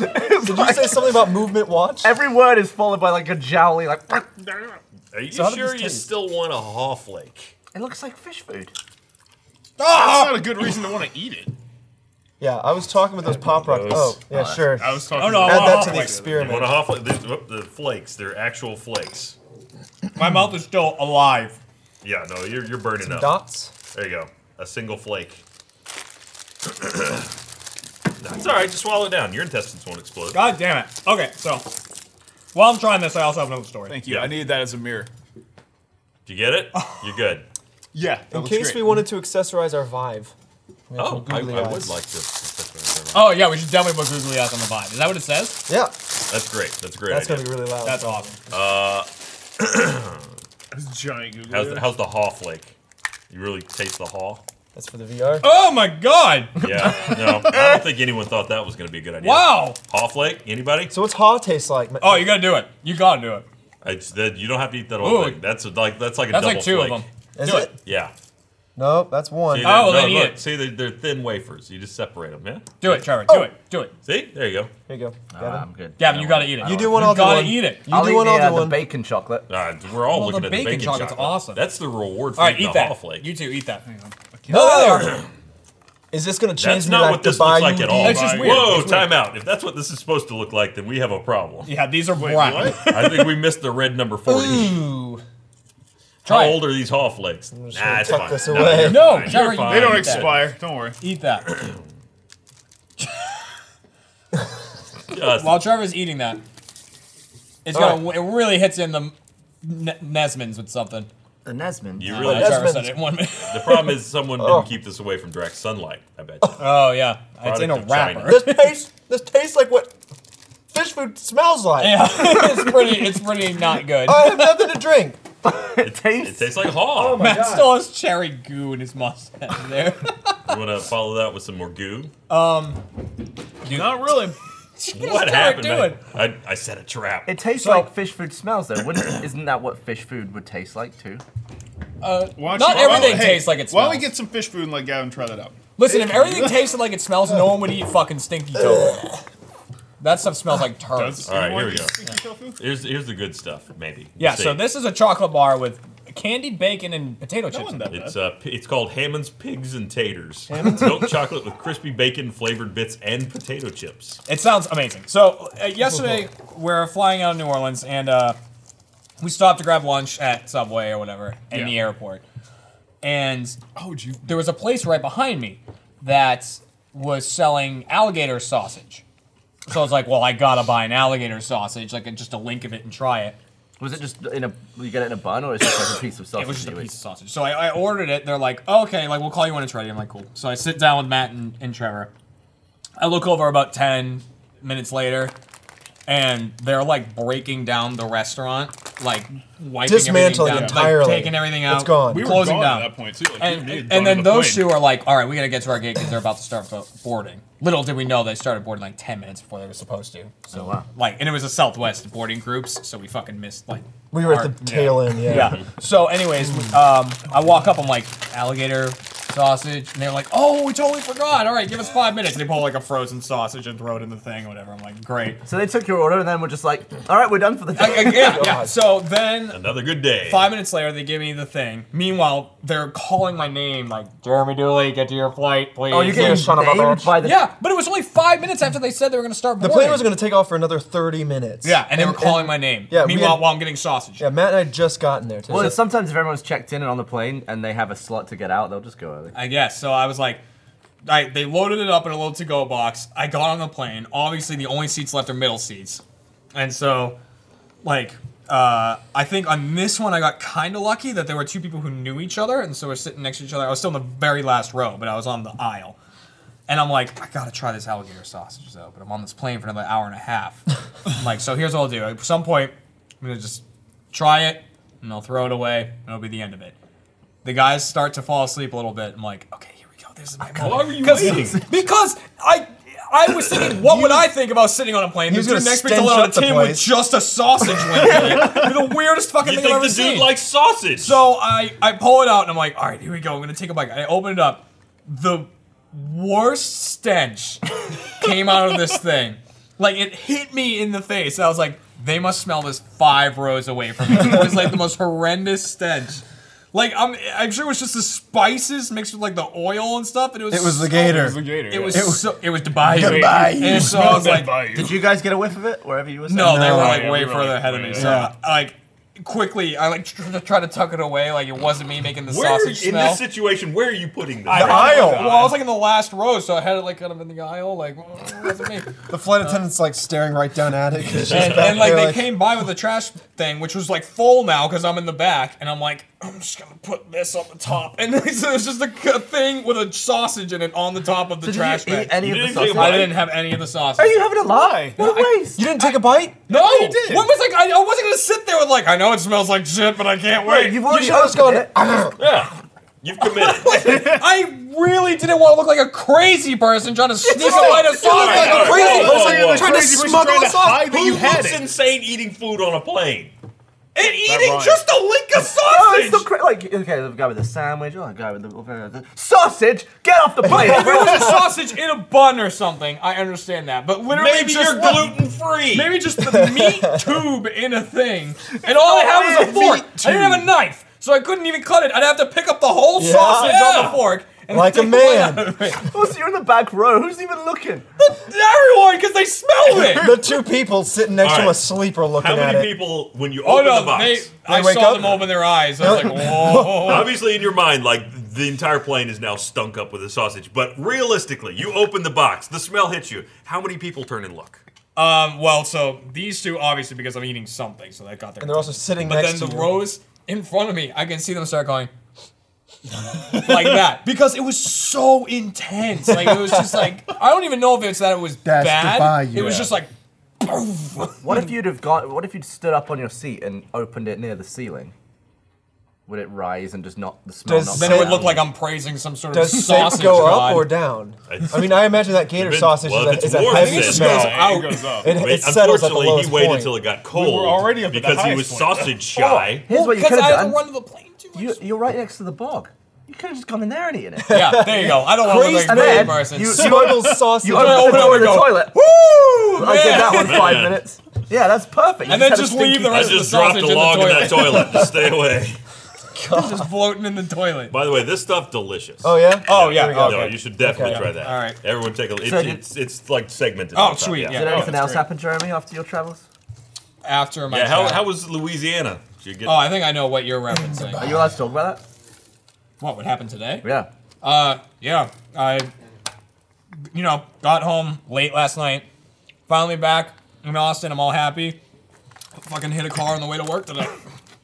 [SPEAKER 4] Did you say something about movement watch?
[SPEAKER 3] Every word is followed by like a jowly, like.
[SPEAKER 1] Are you
[SPEAKER 4] how did
[SPEAKER 1] sure
[SPEAKER 4] this
[SPEAKER 1] you
[SPEAKER 4] taste?
[SPEAKER 1] still want a haw flake?
[SPEAKER 3] It looks like fish food.
[SPEAKER 5] That's not a good reason to want to eat it.
[SPEAKER 4] Yeah, I was talking with those pop rock.
[SPEAKER 1] those.
[SPEAKER 4] Oh, yeah, sure.
[SPEAKER 5] I was talking.
[SPEAKER 6] Oh, no,
[SPEAKER 5] about-
[SPEAKER 4] Add that to the
[SPEAKER 6] Wait,
[SPEAKER 1] You want
[SPEAKER 4] experiment.
[SPEAKER 1] a haw flake? These- whoop, The flakes. They're actual flakes.
[SPEAKER 6] My mouth is still alive.
[SPEAKER 1] Yeah. No, you're you're burning up.
[SPEAKER 4] Dots.
[SPEAKER 1] There you go. A single (coughs) flake. That's all right. Just swallow it down. Your intestines won't explode.
[SPEAKER 6] God damn it. Okay, so while I'm trying this, I also have another story.
[SPEAKER 5] Thank you.
[SPEAKER 1] Yeah.
[SPEAKER 5] I needed that as a mirror.
[SPEAKER 1] Do you get
[SPEAKER 4] (laughs)
[SPEAKER 1] it? You're good.
[SPEAKER 5] Yeah. that
[SPEAKER 4] In
[SPEAKER 5] looks
[SPEAKER 4] case
[SPEAKER 5] great.
[SPEAKER 4] we wanted to accessorize our Vive. We have
[SPEAKER 1] Oh,
[SPEAKER 4] some
[SPEAKER 1] I, I
[SPEAKER 4] googly
[SPEAKER 1] would
[SPEAKER 4] eyes.
[SPEAKER 1] like to.
[SPEAKER 6] Oh yeah, we should definitely put googly eyes on the vibe. Is that what it says?
[SPEAKER 4] Yeah,
[SPEAKER 1] That's great. That's a great.
[SPEAKER 4] that's
[SPEAKER 1] idea.
[SPEAKER 4] gonna be really loud.
[SPEAKER 6] That's awesome.
[SPEAKER 5] It's giant Google.
[SPEAKER 1] How's the, how's the haw flake? You really taste the
[SPEAKER 4] (laughs)
[SPEAKER 1] haw?
[SPEAKER 4] That's for the VR.
[SPEAKER 6] Oh my god!
[SPEAKER 1] Yeah. No, I don't think anyone thought that was going to be a good idea.
[SPEAKER 6] Wow!
[SPEAKER 1] Haw flake? Anybody?
[SPEAKER 4] So what's haw taste like?
[SPEAKER 6] Oh, you gotta do it. You gotta do it.
[SPEAKER 1] I, that, you don't have to eat that whole
[SPEAKER 6] Ooh.
[SPEAKER 1] thing. That's a, like that's like a
[SPEAKER 6] That's
[SPEAKER 1] double
[SPEAKER 6] like two
[SPEAKER 1] flake.
[SPEAKER 6] of them.
[SPEAKER 4] Is
[SPEAKER 6] do
[SPEAKER 4] it?
[SPEAKER 1] Yeah.
[SPEAKER 4] Nope, that's one.
[SPEAKER 1] See,
[SPEAKER 6] Oh,
[SPEAKER 1] they're-
[SPEAKER 6] then eat
[SPEAKER 1] look,
[SPEAKER 6] it.
[SPEAKER 1] see they're, they're thin wafers. You just separate them. Yeah.
[SPEAKER 6] Do it, Trevor. Do it. Do it.
[SPEAKER 1] See, there you go.
[SPEAKER 4] Here you go.
[SPEAKER 3] Nah,
[SPEAKER 4] Gavin.
[SPEAKER 3] I'm good.
[SPEAKER 6] Gavin, you gotta eat it.
[SPEAKER 4] You do one, I'll
[SPEAKER 6] You
[SPEAKER 4] do
[SPEAKER 6] gotta
[SPEAKER 4] one.
[SPEAKER 6] eat it.
[SPEAKER 4] You
[SPEAKER 3] I'll
[SPEAKER 4] do
[SPEAKER 3] eat
[SPEAKER 4] one,
[SPEAKER 3] the,
[SPEAKER 4] I'll
[SPEAKER 3] uh,
[SPEAKER 4] do
[SPEAKER 3] the
[SPEAKER 4] one.
[SPEAKER 3] bacon chocolate.
[SPEAKER 1] Uh, we're all
[SPEAKER 6] Well,
[SPEAKER 1] looking
[SPEAKER 6] the
[SPEAKER 1] at the
[SPEAKER 6] bacon
[SPEAKER 1] bacon
[SPEAKER 6] chocolate's awesome.
[SPEAKER 1] That's the reward for
[SPEAKER 6] All right,
[SPEAKER 1] eating
[SPEAKER 6] eat
[SPEAKER 1] a haw
[SPEAKER 6] that.
[SPEAKER 1] flake.
[SPEAKER 6] You two, eat that.
[SPEAKER 4] No. Is this gonna
[SPEAKER 1] that's
[SPEAKER 4] change me
[SPEAKER 1] not
[SPEAKER 4] like
[SPEAKER 1] what this
[SPEAKER 4] the
[SPEAKER 1] looks
[SPEAKER 4] Bayou
[SPEAKER 1] like at all.
[SPEAKER 6] It's just weird.
[SPEAKER 1] Whoa,
[SPEAKER 6] It's weird.
[SPEAKER 1] time out. If that's what this is supposed to look like, then we have a problem.
[SPEAKER 6] Yeah, these are
[SPEAKER 5] Wait,
[SPEAKER 6] brown.
[SPEAKER 5] what?
[SPEAKER 1] I think we missed the red number 40. How
[SPEAKER 4] Ooh.
[SPEAKER 6] Mm, Try it.
[SPEAKER 1] old are these haw flakes? Nah,
[SPEAKER 4] gonna
[SPEAKER 1] it's
[SPEAKER 4] tuck
[SPEAKER 1] fine.
[SPEAKER 4] this
[SPEAKER 1] Nah,
[SPEAKER 4] away.
[SPEAKER 1] you're
[SPEAKER 6] No,
[SPEAKER 1] fine.
[SPEAKER 6] Trevor,
[SPEAKER 1] You're
[SPEAKER 6] you-
[SPEAKER 1] fine.
[SPEAKER 5] They don't
[SPEAKER 6] Eat that.
[SPEAKER 5] expire. Don't worry.
[SPEAKER 6] Eat that.
[SPEAKER 1] Just-
[SPEAKER 6] While Trevor's eating that, it's
[SPEAKER 4] All
[SPEAKER 6] gonna, it really hits in the N- Nesmans with something.
[SPEAKER 3] The Nesmans.
[SPEAKER 1] You
[SPEAKER 6] Uh,
[SPEAKER 1] really
[SPEAKER 4] that's-
[SPEAKER 6] Trevor said
[SPEAKER 4] Nesmans.
[SPEAKER 6] it in one minute. (laughs)
[SPEAKER 1] The problem is someone
[SPEAKER 4] (laughs) Oh.
[SPEAKER 1] didn't keep this away from direct sunlight. I bet. You.
[SPEAKER 6] Oh yeah, it's
[SPEAKER 1] Product
[SPEAKER 6] in a
[SPEAKER 1] of China.
[SPEAKER 6] wrapper.
[SPEAKER 4] (laughs) This tastes. This tastes like what fish food smells like.
[SPEAKER 6] (laughs) Yeah, it's pretty. It's pretty not good.
[SPEAKER 4] I have nothing to drink.
[SPEAKER 1] It
[SPEAKER 3] tastes-
[SPEAKER 1] It tastes like haw.
[SPEAKER 6] Matt still has cherry goo in his mustache there.
[SPEAKER 1] You want to follow that with some more goo?
[SPEAKER 5] Not
[SPEAKER 6] (laughs)
[SPEAKER 5] really.
[SPEAKER 1] what
[SPEAKER 6] Start
[SPEAKER 1] happened?
[SPEAKER 6] doing.
[SPEAKER 1] man? I, I set a trap.
[SPEAKER 3] It tastes
[SPEAKER 6] So-
[SPEAKER 3] like fish food smells, though. Wouldn't, isn't that what fish food would taste like too?
[SPEAKER 5] Why don't
[SPEAKER 6] Not
[SPEAKER 5] why don't-
[SPEAKER 6] everything tastes like it
[SPEAKER 5] Why don't we
[SPEAKER 6] smells.
[SPEAKER 5] get some fish food and let Gavin try that out?
[SPEAKER 6] Listen, if everything tasted like it smells, no one would eat fucking stinky tofu. That stuff smells like turds.
[SPEAKER 1] All right, here we go.
[SPEAKER 5] go.
[SPEAKER 1] Here's here's the good stuff, maybe. We'll
[SPEAKER 6] Yeah.
[SPEAKER 1] see.
[SPEAKER 6] So this is a chocolate bar with candied bacon and potato chips.
[SPEAKER 5] wasn't
[SPEAKER 6] in it.
[SPEAKER 5] that bad.
[SPEAKER 1] It's uh, p- it's called Hammond's Pigs and Taters. Milk chocolate with crispy bacon flavored bits and potato chips.
[SPEAKER 6] It sounds amazing. So uh, yesterday we are flying out of New Orleans and uh, we stopped to grab lunch at Subway or whatever in
[SPEAKER 5] Yeah.
[SPEAKER 6] the airport, and
[SPEAKER 5] Oh, would you?
[SPEAKER 6] there was a place right behind me that was selling alligator sausage. So I was like, well, I gotta buy an alligator sausage, like just a link of it and try it.
[SPEAKER 3] Was it just in a? You get it in a bun, or is it like a piece of sausage?
[SPEAKER 6] It was just a
[SPEAKER 3] you eat?
[SPEAKER 6] piece of sausage. So I, I ordered it. They're like, "Oh, okay, like we'll call you when it's ready. I'm like, cool. So I sit down with Matt and, and Trevor. I look over about ten minutes later, and they're like breaking down the restaurant, like wiping
[SPEAKER 4] Dismantling
[SPEAKER 6] everything down,
[SPEAKER 4] entirely.
[SPEAKER 6] like, taking everything out.
[SPEAKER 4] It's gone.
[SPEAKER 5] We were
[SPEAKER 6] closing down.
[SPEAKER 5] gone at that point too. Like,
[SPEAKER 6] And,
[SPEAKER 5] we had
[SPEAKER 6] and,
[SPEAKER 5] gone
[SPEAKER 6] then
[SPEAKER 5] on the
[SPEAKER 6] those
[SPEAKER 5] plane.
[SPEAKER 6] two are like, all right, we gotta get to our gate because they're about to start bo- boarding. Little did we know they started boarding like ten minutes before they were supposed to. So
[SPEAKER 3] Oh, wow.
[SPEAKER 6] like, and it was a Southwest boarding groups, so we fucking missed like.
[SPEAKER 4] We were
[SPEAKER 6] our-
[SPEAKER 4] at the tail end. Yeah.
[SPEAKER 6] yeah. So, anyways, um, I walk up. I'm like, alligator sausage, and they're like, "Oh, we totally forgot. All right, give us five minutes." And they pull like a frozen sausage and throw it in the thing or whatever. I'm like, "Great."
[SPEAKER 4] (laughs)
[SPEAKER 3] So they took your order and then were just like, all right, we're done for the
[SPEAKER 6] I- I-
[SPEAKER 3] (laughs) day.
[SPEAKER 6] yeah, yeah. So then,
[SPEAKER 1] Another good day.
[SPEAKER 6] five minutes later, they give me the thing. Meanwhile, they're calling my name, like Jeremy Dooley, get to your flight, please.
[SPEAKER 3] Oh, you're getting
[SPEAKER 4] son of a
[SPEAKER 3] named
[SPEAKER 4] bitch.
[SPEAKER 3] by the.
[SPEAKER 6] yeah, but it was only five minutes after they said they were going to start.
[SPEAKER 4] The plane was going to take off for another 30 minutes.
[SPEAKER 6] Yeah, and they were calling my name.
[SPEAKER 4] yeah, we
[SPEAKER 6] Meanwhile,
[SPEAKER 4] had-
[SPEAKER 6] while I'm getting sausage.
[SPEAKER 4] Yeah, Matt and I had just gotten there
[SPEAKER 3] (laughs)
[SPEAKER 4] too.
[SPEAKER 3] Well, it's sometimes if everyone's checked in and on the plane and they have a slot to get out, they'll just go early.
[SPEAKER 6] I guess. So I was like, I, they loaded it up in a little to go box. I got on the plane. Obviously, the only seats left are middle seats. And so, like, uh, I think on this one, I got kind of lucky that there were two people who knew each other. And so we're sitting next to each other. I was still in the very last row, but I was on the aisle. And I'm like, I gotta try this alligator sausage though, but I'm on this plane for another hour and a half. I'm like, so here's what I'll do. At some point, I'm gonna just try it and I'll throw it away and it'll be the end of it. The guys start to fall asleep a little bit. I'm like, okay, here we go. This is my moment.
[SPEAKER 1] Why were you
[SPEAKER 6] 'Cause-
[SPEAKER 1] waiting?
[SPEAKER 6] (laughs) Because I I was thinking, what would I think about sitting on a plane?
[SPEAKER 4] He was
[SPEAKER 6] The dude
[SPEAKER 4] gonna
[SPEAKER 6] next to me
[SPEAKER 4] stench
[SPEAKER 6] on a
[SPEAKER 4] up the
[SPEAKER 6] tin with
[SPEAKER 4] place.
[SPEAKER 6] just a sausage link in
[SPEAKER 4] (laughs)
[SPEAKER 6] it. You're the weirdest fucking
[SPEAKER 1] you
[SPEAKER 6] thing I've
[SPEAKER 1] think
[SPEAKER 6] ever
[SPEAKER 1] the dude
[SPEAKER 6] seen.
[SPEAKER 1] likes sausage?
[SPEAKER 6] So I, I pull it out and I'm like, all right, here we go. I'm gonna take a bite. I open it up. The worst stench came out of this thing. Like it hit me in the face. I was like, they must smell this five rows away from me. It was like the most horrendous stench. Like I'm, I'm sure it was just the spices mixed with like the oil and stuff. And it was
[SPEAKER 4] Oh, it was the
[SPEAKER 6] so-
[SPEAKER 4] gator.
[SPEAKER 5] It's a gator.
[SPEAKER 6] It was
[SPEAKER 5] yeah.
[SPEAKER 6] so, it was Dubai.
[SPEAKER 4] Dubai.
[SPEAKER 6] And so
[SPEAKER 4] (laughs)
[SPEAKER 6] I was
[SPEAKER 5] Bad
[SPEAKER 6] like,
[SPEAKER 5] value.
[SPEAKER 3] Did you guys get a whiff of it wherever you were?
[SPEAKER 6] no,
[SPEAKER 3] sitting?
[SPEAKER 6] they were
[SPEAKER 4] No.
[SPEAKER 6] like
[SPEAKER 5] Yeah,
[SPEAKER 6] way
[SPEAKER 5] we were,
[SPEAKER 6] further
[SPEAKER 5] like,
[SPEAKER 6] ahead of
[SPEAKER 5] way
[SPEAKER 6] me.
[SPEAKER 5] ahead.
[SPEAKER 6] So I, like quickly, I like tr- tr- try to tuck it away, like it wasn't me making the
[SPEAKER 1] where are you- in
[SPEAKER 6] sausage smell.
[SPEAKER 1] this situation? Where are you putting this?
[SPEAKER 6] I-
[SPEAKER 4] The
[SPEAKER 6] I-
[SPEAKER 4] aisle.
[SPEAKER 6] (laughs) Well, I was like in the last row, so I had it like kind of in the aisle, like it wasn't me.
[SPEAKER 4] The flight attendant's like staring right down at it. It's just
[SPEAKER 6] And,
[SPEAKER 4] back
[SPEAKER 6] and like
[SPEAKER 4] there,
[SPEAKER 6] they came by with the trash thing, which was like full now because I'm in the back, and I'm like, I'm just gonna put this on the top, (laughs) and it's, it's just a, c- thing with a sausage in it on the top of the
[SPEAKER 3] So
[SPEAKER 6] trash
[SPEAKER 3] did you eat
[SPEAKER 6] bag.
[SPEAKER 3] any
[SPEAKER 1] You
[SPEAKER 3] of
[SPEAKER 1] didn't
[SPEAKER 3] the
[SPEAKER 1] take a
[SPEAKER 3] sausage?
[SPEAKER 1] bite?
[SPEAKER 6] I didn't have any of the sausage.
[SPEAKER 3] Are you having a lie? What a waste!
[SPEAKER 4] You didn't take a bite?
[SPEAKER 6] no,
[SPEAKER 5] you
[SPEAKER 6] what
[SPEAKER 5] did.
[SPEAKER 6] was like? I, I wasn't gonna sit there with like, I know it smells like shit, but I can't wait.
[SPEAKER 3] You've already
[SPEAKER 4] You I was
[SPEAKER 3] opened
[SPEAKER 4] going.
[SPEAKER 3] it.
[SPEAKER 1] (laughs) Yeah, you've
[SPEAKER 6] (laughs)
[SPEAKER 1] committed.
[SPEAKER 6] I really didn't want to look like a crazy person trying to sneak a bite of sausage.
[SPEAKER 4] You look like a
[SPEAKER 1] Whoa,
[SPEAKER 4] crazy
[SPEAKER 1] whoa,
[SPEAKER 4] person
[SPEAKER 1] whoa, whoa.
[SPEAKER 4] trying to
[SPEAKER 5] Crazy person
[SPEAKER 4] smuggle
[SPEAKER 5] trying to
[SPEAKER 4] us off.
[SPEAKER 5] hide that
[SPEAKER 1] Who
[SPEAKER 5] you had
[SPEAKER 1] looks
[SPEAKER 5] it.
[SPEAKER 1] insane eating food on a plane?
[SPEAKER 6] and eating
[SPEAKER 5] rhymes.
[SPEAKER 6] just a link of
[SPEAKER 3] Oh, it's
[SPEAKER 6] sausage.
[SPEAKER 3] the cra- like okay, the guy with the sandwich, oh, the guy with the sausage. Get off the plane! (laughs)
[SPEAKER 6] if it was a sausage in a bun or something, I understand that. But literally,
[SPEAKER 1] Maybe
[SPEAKER 6] just
[SPEAKER 1] you're gluten free.
[SPEAKER 6] Maybe just the meat tube in a thing, and all I had was a
[SPEAKER 3] Meat
[SPEAKER 6] fork. I didn't have a knife, so I couldn't even cut it. I'd have to pick up the whole sausage on
[SPEAKER 1] Yeah.
[SPEAKER 6] the fork. And
[SPEAKER 4] Like a
[SPEAKER 6] take one
[SPEAKER 4] man.
[SPEAKER 6] out of it.
[SPEAKER 3] Also, you're in the back row. Who's even looking?
[SPEAKER 6] Everyone, because they smelled it.
[SPEAKER 4] The two people sitting next to him
[SPEAKER 1] Alright.
[SPEAKER 4] asleep are looking
[SPEAKER 1] How
[SPEAKER 4] at
[SPEAKER 1] many
[SPEAKER 4] it.
[SPEAKER 1] people, when you
[SPEAKER 6] Oh
[SPEAKER 1] open the
[SPEAKER 6] no!
[SPEAKER 1] box,
[SPEAKER 6] They, I
[SPEAKER 4] wake
[SPEAKER 6] saw
[SPEAKER 4] up?
[SPEAKER 6] them open their eyes. I was like, "Whoa!"
[SPEAKER 1] obviously in your mind, like the entire plane is now stunk up with the sausage. But realistically, you open the box, the smell hits you. How many people turn and look?
[SPEAKER 6] Um, well, so these two obviously because I'm eating something, so that got their.
[SPEAKER 4] And they're also sitting
[SPEAKER 6] but
[SPEAKER 4] next
[SPEAKER 6] then the
[SPEAKER 4] to you.
[SPEAKER 6] rows in front of me, I can see them start going (laughs) like that because it was so intense. Like it was just like I don't even know if it's that it was
[SPEAKER 4] That's
[SPEAKER 6] bad.
[SPEAKER 4] Dubai,
[SPEAKER 6] It was
[SPEAKER 4] yeah.
[SPEAKER 6] just like
[SPEAKER 3] What if you'd have got? What if you'd stood up on your seat and opened it near the ceiling? Would it rise and just not the smell?
[SPEAKER 4] Does
[SPEAKER 3] not
[SPEAKER 6] then
[SPEAKER 4] Say-
[SPEAKER 6] it
[SPEAKER 3] go
[SPEAKER 6] would
[SPEAKER 3] down?
[SPEAKER 6] look like I'm praising some sort of
[SPEAKER 4] Does
[SPEAKER 6] sausage
[SPEAKER 4] sausage go
[SPEAKER 6] god.
[SPEAKER 4] up or down?
[SPEAKER 1] It's-
[SPEAKER 4] I mean, I imagine that gator
[SPEAKER 1] Depends-
[SPEAKER 4] sausage
[SPEAKER 1] well, if
[SPEAKER 4] is
[SPEAKER 1] it's
[SPEAKER 4] a, is a
[SPEAKER 1] warm,
[SPEAKER 4] heavy
[SPEAKER 1] then-
[SPEAKER 6] It just
[SPEAKER 4] smell.
[SPEAKER 6] goes out.
[SPEAKER 5] It goes up.
[SPEAKER 4] It,
[SPEAKER 1] Wait,
[SPEAKER 4] it settles at the
[SPEAKER 1] unfortunately,
[SPEAKER 4] lowest
[SPEAKER 1] he waited
[SPEAKER 4] point. (laughs)
[SPEAKER 1] till it got cold
[SPEAKER 5] already up at the
[SPEAKER 1] because he
[SPEAKER 5] highest
[SPEAKER 1] was
[SPEAKER 5] point.
[SPEAKER 1] sausage shy.
[SPEAKER 3] Here's what you
[SPEAKER 6] Because
[SPEAKER 3] could
[SPEAKER 6] I
[SPEAKER 3] have
[SPEAKER 6] had to
[SPEAKER 3] done.
[SPEAKER 6] run to the plane too. I
[SPEAKER 3] You,
[SPEAKER 6] just-
[SPEAKER 3] you're right next to the bog. You could have just gone in there and eaten
[SPEAKER 6] (laughs)
[SPEAKER 3] it.
[SPEAKER 6] yeah, there you go. I don't want to look like
[SPEAKER 3] And
[SPEAKER 6] a
[SPEAKER 3] then
[SPEAKER 6] crazy person.
[SPEAKER 3] you, you open,
[SPEAKER 4] Smuggles sausage.
[SPEAKER 3] you open
[SPEAKER 6] open
[SPEAKER 3] the
[SPEAKER 6] up
[SPEAKER 3] door
[SPEAKER 6] and
[SPEAKER 3] of the
[SPEAKER 6] go,
[SPEAKER 3] toilet.
[SPEAKER 6] Woo!
[SPEAKER 3] I
[SPEAKER 4] (laughs)
[SPEAKER 3] did that one five
[SPEAKER 1] Man.
[SPEAKER 3] minutes. Yeah, that's perfect. You
[SPEAKER 6] And then
[SPEAKER 3] had a
[SPEAKER 6] just leave
[SPEAKER 3] stinky-
[SPEAKER 6] the
[SPEAKER 1] I
[SPEAKER 6] rest of the
[SPEAKER 1] just dropped
[SPEAKER 6] sausage
[SPEAKER 1] a
[SPEAKER 6] in the
[SPEAKER 1] log in that
[SPEAKER 6] toilet.
[SPEAKER 1] toilet.
[SPEAKER 4] (laughs)
[SPEAKER 1] Just Stay away.
[SPEAKER 6] (laughs) Just floating in the toilet.
[SPEAKER 1] By the way, this stuff delicious.
[SPEAKER 4] Oh yeah.
[SPEAKER 6] Oh yeah.
[SPEAKER 4] There we go.
[SPEAKER 6] okay.
[SPEAKER 1] No, you should definitely
[SPEAKER 4] Okay.
[SPEAKER 1] try that.
[SPEAKER 6] All right.
[SPEAKER 1] Everyone take a it's
[SPEAKER 3] So did-
[SPEAKER 1] it's, it's like segmented.
[SPEAKER 6] Oh,
[SPEAKER 1] on top,
[SPEAKER 6] sweet, yeah.
[SPEAKER 3] Did
[SPEAKER 6] Oh,
[SPEAKER 3] anything
[SPEAKER 6] that's
[SPEAKER 3] else
[SPEAKER 6] (laughs) great.
[SPEAKER 3] happen, Jeremy, after your travels?
[SPEAKER 6] After my
[SPEAKER 1] Yeah, how,
[SPEAKER 6] chat.
[SPEAKER 1] how was Louisiana? Did you get
[SPEAKER 6] Oh, I think I know what you're
[SPEAKER 3] Are
[SPEAKER 6] referencing.
[SPEAKER 3] you allowed to talk about
[SPEAKER 6] What would happen today?
[SPEAKER 3] that? Yeah.
[SPEAKER 6] Uh, yeah, I, you know, got home late last night. Finally back in Austin. I'm all happy. Fucking hit a car on the way to work today.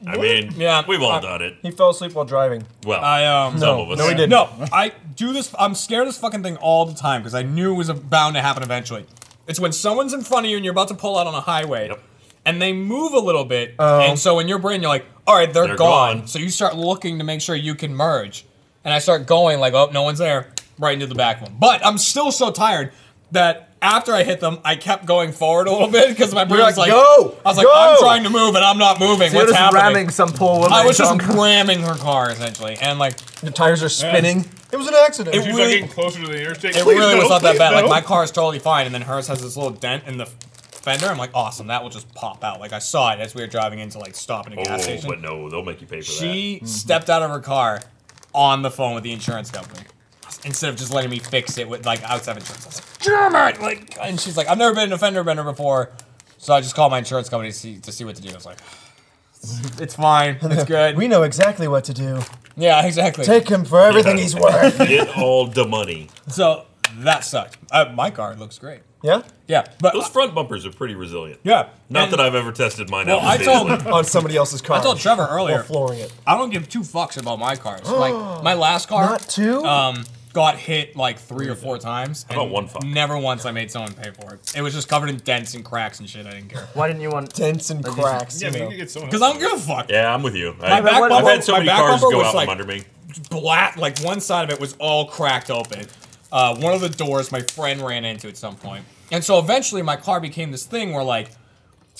[SPEAKER 1] I mean,
[SPEAKER 6] Yeah.
[SPEAKER 1] we've all
[SPEAKER 6] Uh,
[SPEAKER 1] done it.
[SPEAKER 4] He fell asleep while driving.
[SPEAKER 1] Well,
[SPEAKER 6] I um.
[SPEAKER 1] some of us.
[SPEAKER 4] no, he didn't.
[SPEAKER 6] No, I do this. I'm scared of this fucking thing all the time because I knew it was bound to happen eventually. It's when someone's in front of you and you're about to pull out on a highway,
[SPEAKER 1] Yep.
[SPEAKER 6] and they move a little bit,
[SPEAKER 4] Oh.
[SPEAKER 6] and so in your brain you're like, "All right, they're,
[SPEAKER 1] They're
[SPEAKER 6] gone.
[SPEAKER 1] gone.
[SPEAKER 6] So you start looking to make sure you can merge, and I start going like, "Oh, no one's there," right into the back one. But I'm still so tired that after I hit them, I kept going forward a little bit because my brain
[SPEAKER 4] You're
[SPEAKER 6] was like,
[SPEAKER 4] like, "Go!
[SPEAKER 6] I was like,
[SPEAKER 4] Go!"
[SPEAKER 6] "I'm trying to move and I'm not moving.
[SPEAKER 3] You're
[SPEAKER 6] What's
[SPEAKER 3] just
[SPEAKER 6] happening?"
[SPEAKER 3] ramming some poor woman.
[SPEAKER 6] I was
[SPEAKER 3] in
[SPEAKER 6] just
[SPEAKER 3] some-
[SPEAKER 6] ramming her car essentially, and like.
[SPEAKER 4] The tires are spinning. It was an accident.
[SPEAKER 6] It
[SPEAKER 5] She's
[SPEAKER 6] really-
[SPEAKER 5] like getting closer to the interstate.
[SPEAKER 6] It
[SPEAKER 5] Please
[SPEAKER 6] really
[SPEAKER 5] no,
[SPEAKER 6] was not that
[SPEAKER 5] please
[SPEAKER 6] bad.
[SPEAKER 5] no.
[SPEAKER 6] Like my car is totally fine, and then hers has this little dent in the fender. I'm like, awesome, that will just pop out. Like I saw it as we were driving into like stopping a gas
[SPEAKER 1] Oh,
[SPEAKER 6] station.
[SPEAKER 1] but no, they'll make you pay for that.
[SPEAKER 6] She stepped out of her car on the phone with the insurance company instead of just letting me fix it with like outside insurance. I was like, Damn it! Like, and she's like, I've never been an offender bender before, so I just called my insurance company to see to see what to do. I was like, it's fine,
[SPEAKER 4] (laughs)
[SPEAKER 6] it's good.
[SPEAKER 4] we know exactly what to do.
[SPEAKER 6] yeah, exactly.
[SPEAKER 4] Take him for everything he's
[SPEAKER 6] (laughs)
[SPEAKER 4] worth.
[SPEAKER 1] Get all the money.
[SPEAKER 6] so that sucked. Uh, my car looks great.
[SPEAKER 4] Yeah?
[SPEAKER 6] Yeah, but
[SPEAKER 1] Those front bumpers are pretty resilient.
[SPEAKER 6] yeah,
[SPEAKER 1] Not
[SPEAKER 6] and-
[SPEAKER 1] that I've ever tested mine
[SPEAKER 6] Well,
[SPEAKER 1] out.
[SPEAKER 6] I told
[SPEAKER 1] seriously.
[SPEAKER 4] On somebody else's car.
[SPEAKER 6] I told Trevor
[SPEAKER 4] While
[SPEAKER 6] earlier.
[SPEAKER 4] flooring it.
[SPEAKER 6] I don't give two fucks about my
[SPEAKER 4] (gasps)
[SPEAKER 6] cars. like my last car,
[SPEAKER 4] Not two?
[SPEAKER 6] um, got hit like three or four times.
[SPEAKER 1] about
[SPEAKER 6] and
[SPEAKER 1] one fuck?
[SPEAKER 6] Never once I made someone pay for it. It was just covered in dents and cracks and shit. I didn't care
[SPEAKER 3] Why didn't you want?
[SPEAKER 4] Dents and cracks.
[SPEAKER 5] Yeah,
[SPEAKER 4] you
[SPEAKER 5] but you
[SPEAKER 4] know.
[SPEAKER 5] could get someone
[SPEAKER 6] because I don't give a fuck.
[SPEAKER 1] Yeah, I'm with you. I,
[SPEAKER 6] My back
[SPEAKER 1] I've
[SPEAKER 6] bumper-
[SPEAKER 1] had so
[SPEAKER 6] my
[SPEAKER 1] many
[SPEAKER 6] back
[SPEAKER 1] cars
[SPEAKER 6] bumper
[SPEAKER 1] go
[SPEAKER 6] was
[SPEAKER 1] out
[SPEAKER 6] like-
[SPEAKER 1] from under me.
[SPEAKER 6] Black, like one side of it was all cracked open. Uh, one of the doors my friend ran into at some point, and so eventually my car became this thing where like.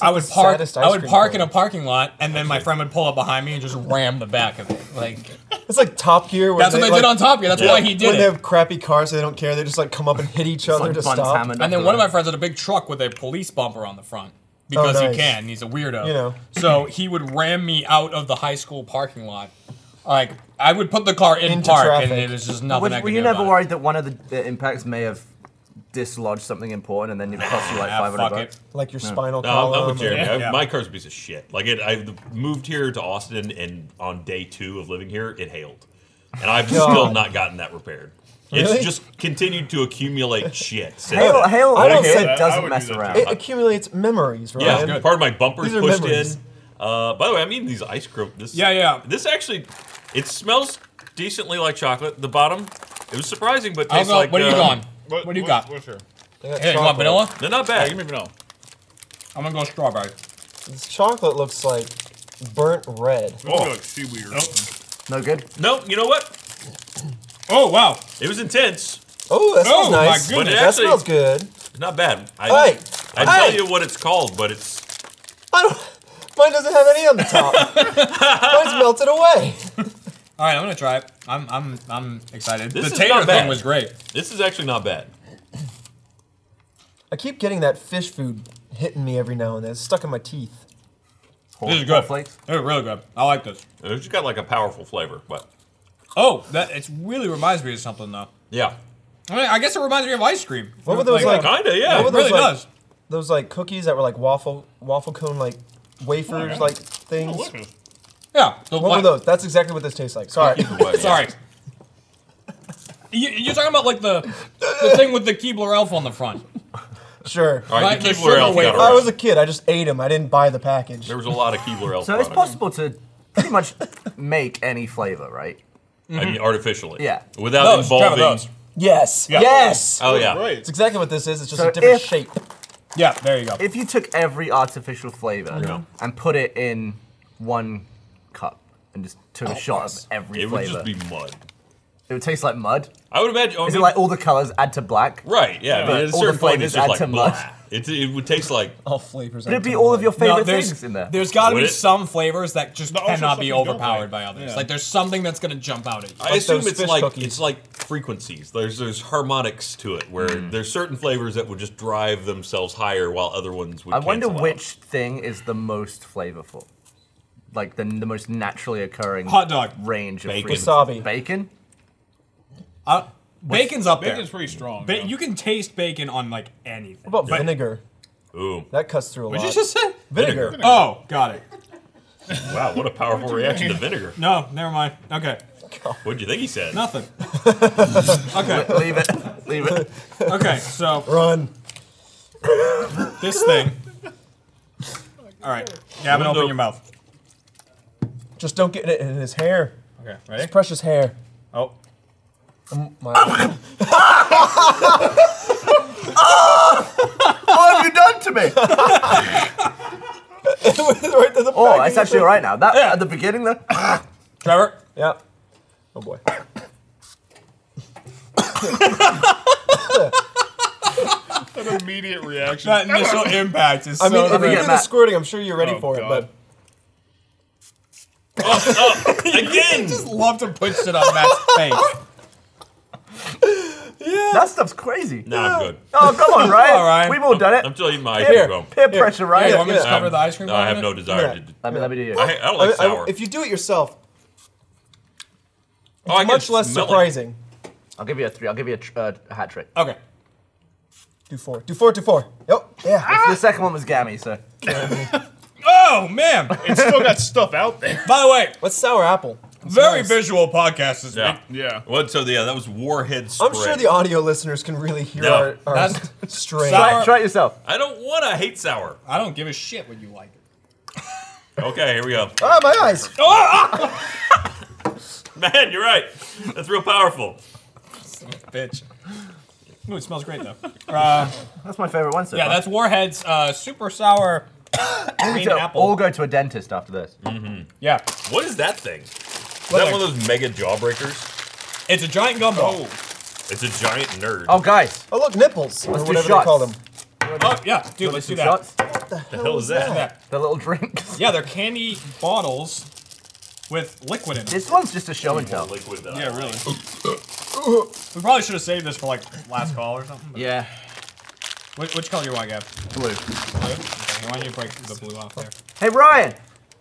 [SPEAKER 6] I would
[SPEAKER 4] the
[SPEAKER 6] park.
[SPEAKER 4] saddest ice
[SPEAKER 6] I would
[SPEAKER 4] cream
[SPEAKER 6] park in
[SPEAKER 4] cone.
[SPEAKER 6] a parking lot, and then my friend would pull up behind me and just ram the back of it. Like
[SPEAKER 4] It's like Top Gear. Where
[SPEAKER 6] that's what they
[SPEAKER 4] like,
[SPEAKER 6] did on Top Gear. That's
[SPEAKER 1] Yeah.
[SPEAKER 6] why he did
[SPEAKER 4] When
[SPEAKER 6] it.
[SPEAKER 4] they have crappy cars, they don't care. They just like come up and hit each other
[SPEAKER 3] Like
[SPEAKER 4] to
[SPEAKER 3] buns
[SPEAKER 4] stop.
[SPEAKER 3] hammond
[SPEAKER 6] And
[SPEAKER 3] up
[SPEAKER 6] then
[SPEAKER 3] the
[SPEAKER 6] one of my
[SPEAKER 3] road.
[SPEAKER 6] friends had a big truck with a police bumper on the front because
[SPEAKER 4] Oh, nice.
[SPEAKER 6] he can. He's a weirdo.
[SPEAKER 4] You know.
[SPEAKER 6] So he would ram me out of the high school parking lot. Like I would put the car in
[SPEAKER 4] Into
[SPEAKER 6] park, and
[SPEAKER 4] traffic.
[SPEAKER 6] it was just nothing.
[SPEAKER 3] Would-
[SPEAKER 6] I could
[SPEAKER 3] were you
[SPEAKER 6] do
[SPEAKER 3] never
[SPEAKER 6] about it.
[SPEAKER 3] worried that one of the, the impacts may have dislodged something important and then it cost you like
[SPEAKER 6] Ah,
[SPEAKER 3] five
[SPEAKER 6] fuck
[SPEAKER 3] hundred bucks?
[SPEAKER 6] it.
[SPEAKER 4] Like your spinal
[SPEAKER 1] No, I'm,
[SPEAKER 4] column.
[SPEAKER 1] I'm with Jeremy.
[SPEAKER 6] Yeah.
[SPEAKER 1] I- my car's a piece of shit. Like it, I moved here to Austin, and on day two of living here, it hailed, and I've still
[SPEAKER 4] God.
[SPEAKER 1] not gotten that repaired.
[SPEAKER 4] Really?
[SPEAKER 1] It's just continued to accumulate shit. since
[SPEAKER 3] Hail,
[SPEAKER 1] then.
[SPEAKER 3] hail,
[SPEAKER 4] I don't
[SPEAKER 3] Halo
[SPEAKER 4] say that.
[SPEAKER 5] I
[SPEAKER 3] doesn't
[SPEAKER 5] would
[SPEAKER 3] mess
[SPEAKER 5] do that
[SPEAKER 3] around.
[SPEAKER 5] too.
[SPEAKER 4] It accumulates memories, right?
[SPEAKER 1] Yeah, part of my bumper's
[SPEAKER 4] These are
[SPEAKER 1] pushed
[SPEAKER 4] memories.
[SPEAKER 1] in. Uh, by the way, I'm eating these ice cream. This,
[SPEAKER 6] Yeah, yeah.
[SPEAKER 1] This actually, it smells decently like chocolate. The bottom, it was surprising, but
[SPEAKER 6] I'll
[SPEAKER 1] tastes
[SPEAKER 6] go.
[SPEAKER 1] like.
[SPEAKER 6] what are you
[SPEAKER 4] um,
[SPEAKER 1] uh,
[SPEAKER 6] going? What, do you got?
[SPEAKER 5] What's your?
[SPEAKER 6] Hey, you want vanilla?
[SPEAKER 1] They're not
[SPEAKER 5] Yeah,
[SPEAKER 1] bad.
[SPEAKER 5] give me vanilla.
[SPEAKER 6] I'm gonna go strawberry.
[SPEAKER 4] This chocolate looks like burnt red.
[SPEAKER 5] Oh, like seaweed. or something.
[SPEAKER 3] No good.
[SPEAKER 1] no, you know what?
[SPEAKER 6] Oh wow!
[SPEAKER 1] It was intense.
[SPEAKER 4] Oh, that smells
[SPEAKER 6] Oh, my
[SPEAKER 4] nice.
[SPEAKER 6] goodness.
[SPEAKER 4] That
[SPEAKER 1] Actually-
[SPEAKER 4] smells good.
[SPEAKER 1] Not bad. I,
[SPEAKER 4] Hey!
[SPEAKER 1] I tell
[SPEAKER 4] Hey!
[SPEAKER 1] you what it's called, but it's
[SPEAKER 4] I don't. Mine doesn't have any on the
[SPEAKER 6] (laughs)
[SPEAKER 4] top. Mine's melted away.
[SPEAKER 6] All right, I'm gonna try it. I'm I'm I'm excited.
[SPEAKER 1] This
[SPEAKER 6] the
[SPEAKER 1] is
[SPEAKER 6] tater
[SPEAKER 1] not bad.
[SPEAKER 6] thing was great.
[SPEAKER 1] this is actually not bad.
[SPEAKER 4] I keep getting that fish food hitting me every now and then. It's stuck in my teeth.
[SPEAKER 6] This is good.
[SPEAKER 3] Flakes.
[SPEAKER 6] They're really good. I like this.
[SPEAKER 1] It's just got like a powerful flavor, but
[SPEAKER 6] Oh, that it really reminds me of something though.
[SPEAKER 1] yeah,
[SPEAKER 6] I, mean, I guess it reminds me of ice cream.
[SPEAKER 4] What were those like?
[SPEAKER 1] kinda yeah.
[SPEAKER 4] what were
[SPEAKER 6] It
[SPEAKER 4] those
[SPEAKER 6] really
[SPEAKER 4] like-
[SPEAKER 6] does.
[SPEAKER 4] Those like cookies that were like waffle waffle cone like wafers
[SPEAKER 5] yeah.
[SPEAKER 4] like
[SPEAKER 5] Oh,
[SPEAKER 4] things.
[SPEAKER 5] look at
[SPEAKER 4] What
[SPEAKER 5] this.
[SPEAKER 6] Yeah. The
[SPEAKER 4] were those? That's exactly what this tastes like. Sorry.
[SPEAKER 6] (laughs)
[SPEAKER 1] Either way, yeah.
[SPEAKER 6] Sorry. You, you're talking about like the the thing with the Keebler elf on the front.
[SPEAKER 4] sure.
[SPEAKER 1] All right,
[SPEAKER 6] Like
[SPEAKER 1] the
[SPEAKER 6] the
[SPEAKER 1] Keebler elf got
[SPEAKER 6] sugar wafer.
[SPEAKER 3] Oh,
[SPEAKER 4] Oh, I
[SPEAKER 1] around.
[SPEAKER 4] was a kid. I just ate them. I didn't buy the package.
[SPEAKER 1] there was a lot of Keebler elf.
[SPEAKER 3] (laughs) So it's
[SPEAKER 1] products.
[SPEAKER 3] possible to pretty much make any flavor, right?
[SPEAKER 1] I mean, artificially.
[SPEAKER 3] Yeah.
[SPEAKER 1] Without
[SPEAKER 6] Those, try
[SPEAKER 1] involving.
[SPEAKER 6] those.
[SPEAKER 4] Yes.
[SPEAKER 6] Yeah.
[SPEAKER 4] Yes.
[SPEAKER 1] Oh yeah.
[SPEAKER 5] Right.
[SPEAKER 4] It's exactly what this is. It's just
[SPEAKER 3] So
[SPEAKER 4] a different
[SPEAKER 3] if-
[SPEAKER 4] shape.
[SPEAKER 6] Yeah, there you go.
[SPEAKER 3] If you took every artificial flavor
[SPEAKER 1] Yeah.
[SPEAKER 3] and put it in one cup and just took a shot of every
[SPEAKER 1] Oh, It would
[SPEAKER 3] flavor,
[SPEAKER 1] just be mud.
[SPEAKER 3] it would taste like mud.
[SPEAKER 1] I would imagine. oh,
[SPEAKER 3] Is
[SPEAKER 1] I
[SPEAKER 3] it
[SPEAKER 1] mean,
[SPEAKER 3] like all the colors add to black?
[SPEAKER 1] right? Yeah. I mean,
[SPEAKER 3] Right.
[SPEAKER 1] at a
[SPEAKER 3] All
[SPEAKER 1] certain
[SPEAKER 3] the
[SPEAKER 1] point, it's
[SPEAKER 3] flavors
[SPEAKER 1] just
[SPEAKER 3] add
[SPEAKER 1] like
[SPEAKER 3] to
[SPEAKER 1] blah.
[SPEAKER 3] mud.
[SPEAKER 1] It, it would taste like.
[SPEAKER 3] All flavors. Would
[SPEAKER 4] add
[SPEAKER 3] it be
[SPEAKER 4] to
[SPEAKER 3] all
[SPEAKER 4] mud.
[SPEAKER 3] of your
[SPEAKER 6] No,
[SPEAKER 3] favorite
[SPEAKER 6] there's-
[SPEAKER 3] things in there?
[SPEAKER 6] There's got to
[SPEAKER 1] Would
[SPEAKER 6] be
[SPEAKER 1] it?
[SPEAKER 6] some flavors that just
[SPEAKER 5] But also
[SPEAKER 6] cannot be
[SPEAKER 5] something you don't
[SPEAKER 6] overpowered
[SPEAKER 5] like.
[SPEAKER 6] by others.
[SPEAKER 5] Yeah.
[SPEAKER 6] Like there's something that's gonna jump out at you.
[SPEAKER 1] I assume
[SPEAKER 4] those
[SPEAKER 1] it's
[SPEAKER 4] fish
[SPEAKER 1] like
[SPEAKER 4] cookies.
[SPEAKER 1] it's like frequencies. There's there's harmonics to it where
[SPEAKER 4] Mm.
[SPEAKER 1] there's certain flavors that would just drive themselves higher while other ones would.
[SPEAKER 3] I wonder
[SPEAKER 1] cancel out.
[SPEAKER 3] which thing is the most flavorful. Like the, the most naturally occurring
[SPEAKER 6] Hot dog.
[SPEAKER 3] range of
[SPEAKER 1] Bacon.
[SPEAKER 3] flavors.
[SPEAKER 4] Wasabi.
[SPEAKER 3] Bacon?
[SPEAKER 6] Uh, bacon's up there.
[SPEAKER 5] Bacon's pretty strong.
[SPEAKER 6] Ba-
[SPEAKER 5] yeah.
[SPEAKER 6] you can taste bacon on like anything.
[SPEAKER 4] What about vinegar?
[SPEAKER 1] Ooh.
[SPEAKER 4] That cuts through a
[SPEAKER 6] What
[SPEAKER 4] lot.
[SPEAKER 6] did you just say?
[SPEAKER 4] vinegar.
[SPEAKER 6] Oh, got it.
[SPEAKER 1] Wow, what a powerful reaction to vinegar.
[SPEAKER 6] No, never mind. Okay,
[SPEAKER 1] What'd you think he said? (laughs)
[SPEAKER 6] nothing.
[SPEAKER 3] (laughs)
[SPEAKER 6] okay,
[SPEAKER 3] Leave it. Leave it.
[SPEAKER 6] okay. So
[SPEAKER 4] Run.
[SPEAKER 6] this thing. All right, Gavin, open
[SPEAKER 1] Window.
[SPEAKER 6] your mouth.
[SPEAKER 4] Just don't get it in his hair.
[SPEAKER 6] Okay, ready?
[SPEAKER 4] It's precious hair.
[SPEAKER 6] Oh,
[SPEAKER 4] My-
[SPEAKER 3] what have you done to me?
[SPEAKER 4] right to the
[SPEAKER 3] Oh,
[SPEAKER 4] back
[SPEAKER 3] it's
[SPEAKER 4] of your
[SPEAKER 3] actually
[SPEAKER 4] thing.
[SPEAKER 3] all right now. That
[SPEAKER 6] Yeah.
[SPEAKER 3] at the beginning there.
[SPEAKER 6] Trevor.
[SPEAKER 4] Yeah. Oh boy.
[SPEAKER 5] An immediate reaction.
[SPEAKER 6] That initial impact is
[SPEAKER 4] I mean,
[SPEAKER 6] so
[SPEAKER 4] if you hear
[SPEAKER 6] great.
[SPEAKER 3] forget
[SPEAKER 4] the
[SPEAKER 3] Matt.
[SPEAKER 4] squirting, I'm sure you're ready
[SPEAKER 5] Oh,
[SPEAKER 4] for it,
[SPEAKER 5] God.
[SPEAKER 4] but
[SPEAKER 1] Again!
[SPEAKER 4] (laughs)
[SPEAKER 6] Love to put shit on Matt's face.
[SPEAKER 3] That stuff's crazy.
[SPEAKER 1] No, I'm good.
[SPEAKER 3] Oh, come
[SPEAKER 6] (laughs)
[SPEAKER 3] on, Ryan.
[SPEAKER 6] All right.
[SPEAKER 3] We've all done it.
[SPEAKER 1] I'm still eating my ice
[SPEAKER 3] Peer,
[SPEAKER 1] cream cone.
[SPEAKER 3] peer pressure, right?
[SPEAKER 6] Hey, you want me to
[SPEAKER 4] yeah.
[SPEAKER 6] just cover the ice cream?
[SPEAKER 1] No, I
[SPEAKER 6] cone
[SPEAKER 1] have
[SPEAKER 6] in
[SPEAKER 1] no
[SPEAKER 6] it?
[SPEAKER 1] desire to.
[SPEAKER 3] Let me, let me do you.
[SPEAKER 1] I, I don't like
[SPEAKER 4] I- I-
[SPEAKER 1] sour.
[SPEAKER 4] if you do it yourself,
[SPEAKER 1] oh, I can
[SPEAKER 4] much less
[SPEAKER 1] smell it.
[SPEAKER 4] surprising.
[SPEAKER 3] I'll give you a three. I'll give you a tr- uh, hat trick.
[SPEAKER 6] Okay.
[SPEAKER 4] Do four. Do four. Do four. Yep. Yeah.
[SPEAKER 3] The second one was Gammy, so.
[SPEAKER 6] Oh man!
[SPEAKER 5] It's still got stuff out there.
[SPEAKER 6] By the way,
[SPEAKER 4] What's sour apple?
[SPEAKER 6] very
[SPEAKER 4] nice.
[SPEAKER 6] visual podcast this
[SPEAKER 1] Yeah.
[SPEAKER 6] week.
[SPEAKER 5] Yeah.
[SPEAKER 1] What? So yeah, that was Warhead Spread.
[SPEAKER 4] I'm sure the audio listeners can really hear
[SPEAKER 1] No,
[SPEAKER 4] our, our
[SPEAKER 6] that's-
[SPEAKER 4] (laughs) strain.
[SPEAKER 6] sour-
[SPEAKER 3] Try, try it yourself.
[SPEAKER 1] I don't want to hate sour.
[SPEAKER 6] I don't give a shit what you like.
[SPEAKER 1] Okay, here we go.
[SPEAKER 4] Ah, my eyes.
[SPEAKER 1] (laughs) Man, you're right. That's real powerful.
[SPEAKER 6] Bitch. Ooh, it smells great though. (laughs) Uh,
[SPEAKER 3] That's my favorite one so
[SPEAKER 6] yeah,
[SPEAKER 3] far.
[SPEAKER 6] that's Warhead's uh, super
[SPEAKER 4] (coughs)
[SPEAKER 6] sour green
[SPEAKER 3] So,
[SPEAKER 6] apple.
[SPEAKER 3] all go to a dentist after this.
[SPEAKER 6] yeah,
[SPEAKER 1] What is that thing? Is that
[SPEAKER 6] Leather.
[SPEAKER 1] one of those mega jawbreakers?
[SPEAKER 6] it's a giant gumball.
[SPEAKER 5] Oh,
[SPEAKER 1] It's a giant nerd.
[SPEAKER 3] Oh, guys.
[SPEAKER 4] Oh, look, nipples. Or
[SPEAKER 3] do
[SPEAKER 4] whatever
[SPEAKER 3] shots.
[SPEAKER 4] they call them.
[SPEAKER 6] Oh, yeah, dude, let's do
[SPEAKER 3] Some
[SPEAKER 6] that.
[SPEAKER 3] shots.
[SPEAKER 1] the hell is that?
[SPEAKER 6] Yeah.
[SPEAKER 3] The little drinks. (laughs)
[SPEAKER 6] Yeah, they're candy bottles with liquid in them.
[SPEAKER 3] This one's just a
[SPEAKER 1] (laughs)
[SPEAKER 3] show and tell.
[SPEAKER 1] Liquid. Uh,
[SPEAKER 6] Yeah, really. we probably should have saved this for like last call or something. but-
[SPEAKER 3] Yeah.
[SPEAKER 6] Which, which color you want, Gab?
[SPEAKER 3] Blue.
[SPEAKER 6] Blue? Okay, why don't you break the blue off there?
[SPEAKER 3] Hey, Ryan.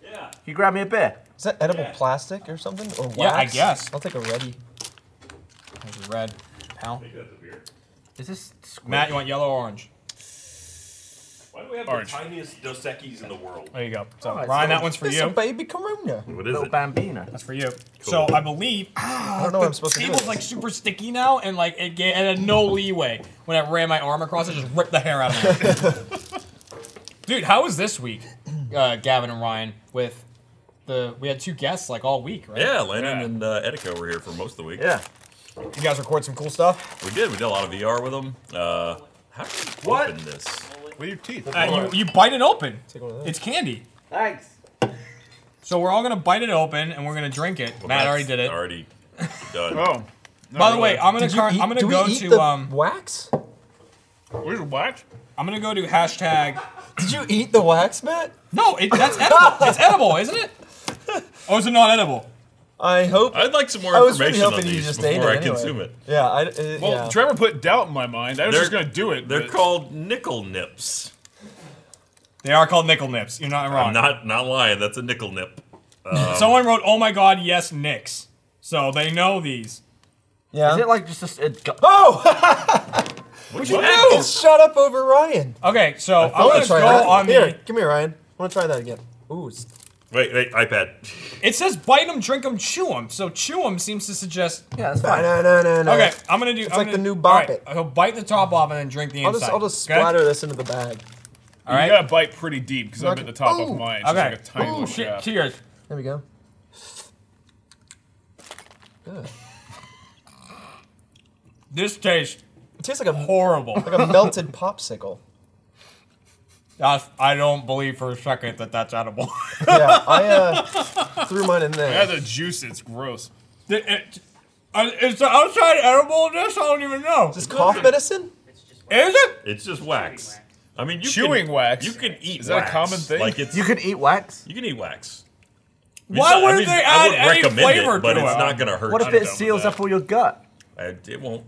[SPEAKER 1] Yeah.
[SPEAKER 3] You grab me a beer.
[SPEAKER 4] Is that edible plastic or something? Or wax?
[SPEAKER 6] Yeah, I guess.
[SPEAKER 4] I'll take a ready.
[SPEAKER 6] There's a red, pal.
[SPEAKER 3] Is this squid?
[SPEAKER 6] Matt, you want yellow or orange?
[SPEAKER 1] Why do we have
[SPEAKER 5] Orange.
[SPEAKER 1] the tiniest Dos Equis in the world?
[SPEAKER 6] There you go. So,
[SPEAKER 3] Oh, it's
[SPEAKER 6] Ryan,
[SPEAKER 3] little-
[SPEAKER 6] that one's for
[SPEAKER 4] It's a
[SPEAKER 6] you.
[SPEAKER 4] baby Corona.
[SPEAKER 1] What is
[SPEAKER 3] little
[SPEAKER 1] it?
[SPEAKER 3] bambino.
[SPEAKER 6] That's for you. So I believe
[SPEAKER 4] I don't know what I'm supposed to do. with this.
[SPEAKER 6] table's like super sticky now, and like it, ga- it had no leeway. When I ran my arm across it, just ripped the hair out of it.
[SPEAKER 1] (laughs)
[SPEAKER 6] Dude, how was this week, uh, Gavin and Ryan? With the we had two guests like all week, right?
[SPEAKER 1] Yeah, Landon
[SPEAKER 5] Yeah.
[SPEAKER 1] and uh, Etika were here for most of the week.
[SPEAKER 3] Yeah.
[SPEAKER 5] you guys record some cool stuff
[SPEAKER 1] We did. We did a lot of VR with them. Uh, how do you
[SPEAKER 6] What?
[SPEAKER 1] open this?
[SPEAKER 5] with your teeth.
[SPEAKER 6] Uh, you, you bite it open.
[SPEAKER 4] one of those.
[SPEAKER 6] It's candy.
[SPEAKER 3] Thanks.
[SPEAKER 6] So we're all gonna bite it open and we're gonna drink it.
[SPEAKER 1] Well,
[SPEAKER 6] Matt
[SPEAKER 1] that's
[SPEAKER 6] already did
[SPEAKER 4] (laughs)
[SPEAKER 6] it.
[SPEAKER 1] Already done.
[SPEAKER 5] oh.
[SPEAKER 6] By the way, I'm gonna
[SPEAKER 4] Did you
[SPEAKER 6] car-
[SPEAKER 4] eat-
[SPEAKER 6] I'm gonna
[SPEAKER 4] do we
[SPEAKER 6] go
[SPEAKER 4] eat
[SPEAKER 6] to
[SPEAKER 4] the
[SPEAKER 6] um
[SPEAKER 4] wax?
[SPEAKER 5] where's your wax?
[SPEAKER 6] I'm gonna go to hashtag.
[SPEAKER 4] Did you eat the wax, Matt?
[SPEAKER 6] No,
[SPEAKER 4] (laughs)
[SPEAKER 6] it, that's edible. It's edible, isn't it? Or is it not edible?
[SPEAKER 4] I hope.
[SPEAKER 1] I'd like some more
[SPEAKER 4] I was really
[SPEAKER 1] information on
[SPEAKER 4] hoping you
[SPEAKER 1] these
[SPEAKER 4] just
[SPEAKER 1] before
[SPEAKER 4] ate it.
[SPEAKER 1] I
[SPEAKER 4] anyway.
[SPEAKER 1] consume it.
[SPEAKER 4] Yeah. I, uh,
[SPEAKER 5] Well,
[SPEAKER 4] yeah.
[SPEAKER 5] Trevor put doubt in my mind. I was just gonna do it.
[SPEAKER 1] They're
[SPEAKER 5] but-
[SPEAKER 1] called nickel nips.
[SPEAKER 6] They are called nickel nips. You're not wrong.
[SPEAKER 1] I'm not not lying. That's a nickel nip.
[SPEAKER 6] Someone wrote, "Oh my God, yes, nicks." So they know these.
[SPEAKER 4] yeah.
[SPEAKER 3] Is it like just a. s- It go-
[SPEAKER 6] (laughs)
[SPEAKER 4] oh!
[SPEAKER 1] What
[SPEAKER 4] (laughs) it's shut up over Ryan.
[SPEAKER 6] Okay, so I'm
[SPEAKER 4] wanna
[SPEAKER 6] gonna go
[SPEAKER 4] try that.
[SPEAKER 6] on
[SPEAKER 4] Here,
[SPEAKER 6] the.
[SPEAKER 4] come here, Ryan. I want to try that again. Ooh, it's
[SPEAKER 1] Wait, wait, iPad.
[SPEAKER 6] It says bite them, drink them, chew them. So chew them seems to suggest.
[SPEAKER 3] yeah, that's
[SPEAKER 4] No,
[SPEAKER 3] fine.
[SPEAKER 4] no, no, no, no.
[SPEAKER 6] Okay, I'm gonna do. It's
[SPEAKER 4] like the new Bop It.
[SPEAKER 6] I'll bite the top off and then drink the
[SPEAKER 4] I'll
[SPEAKER 6] inside.
[SPEAKER 4] just, I'll just
[SPEAKER 6] okay?
[SPEAKER 4] splatter this into the bag.
[SPEAKER 6] All
[SPEAKER 5] You
[SPEAKER 6] right.
[SPEAKER 5] gotta bite pretty deep because I'm at the top
[SPEAKER 4] Ooh.
[SPEAKER 5] of mine. It's
[SPEAKER 6] Okay.
[SPEAKER 5] just like a tiny
[SPEAKER 6] Ooh,
[SPEAKER 5] little
[SPEAKER 6] shit,
[SPEAKER 5] shaft.
[SPEAKER 6] cheers.
[SPEAKER 4] There we go.
[SPEAKER 6] This tastes
[SPEAKER 4] It tastes
[SPEAKER 6] (laughs)
[SPEAKER 4] like a (laughs)
[SPEAKER 6] horrible.
[SPEAKER 4] like a melted popsicle.
[SPEAKER 6] That's- I don't believe for a second that that's edible. (laughs)
[SPEAKER 4] Yeah, I uh, threw mine in
[SPEAKER 5] Yeah,
[SPEAKER 4] there.
[SPEAKER 5] the juice. It's gross.
[SPEAKER 6] It- it- uh, is the outside edible of this? I don't even know.
[SPEAKER 4] Is this cough medicine?
[SPEAKER 6] Is it?
[SPEAKER 1] It's just wax. I mean, you
[SPEAKER 5] Chewing
[SPEAKER 1] can,
[SPEAKER 5] wax?
[SPEAKER 1] You can eat.
[SPEAKER 5] Is that a
[SPEAKER 1] wax.
[SPEAKER 5] common thing?
[SPEAKER 1] Like it's
[SPEAKER 3] You
[SPEAKER 1] you,
[SPEAKER 3] can eat wax?
[SPEAKER 1] can eat wax.
[SPEAKER 6] Why
[SPEAKER 1] It's not-
[SPEAKER 6] would they add
[SPEAKER 1] wouldn't
[SPEAKER 6] any
[SPEAKER 1] recommend
[SPEAKER 6] flavor
[SPEAKER 1] it, but
[SPEAKER 6] to
[SPEAKER 1] it's
[SPEAKER 6] it?
[SPEAKER 1] not gonna hurt.
[SPEAKER 3] What if
[SPEAKER 1] you.
[SPEAKER 3] it seals up all your gut?
[SPEAKER 1] I, it won't.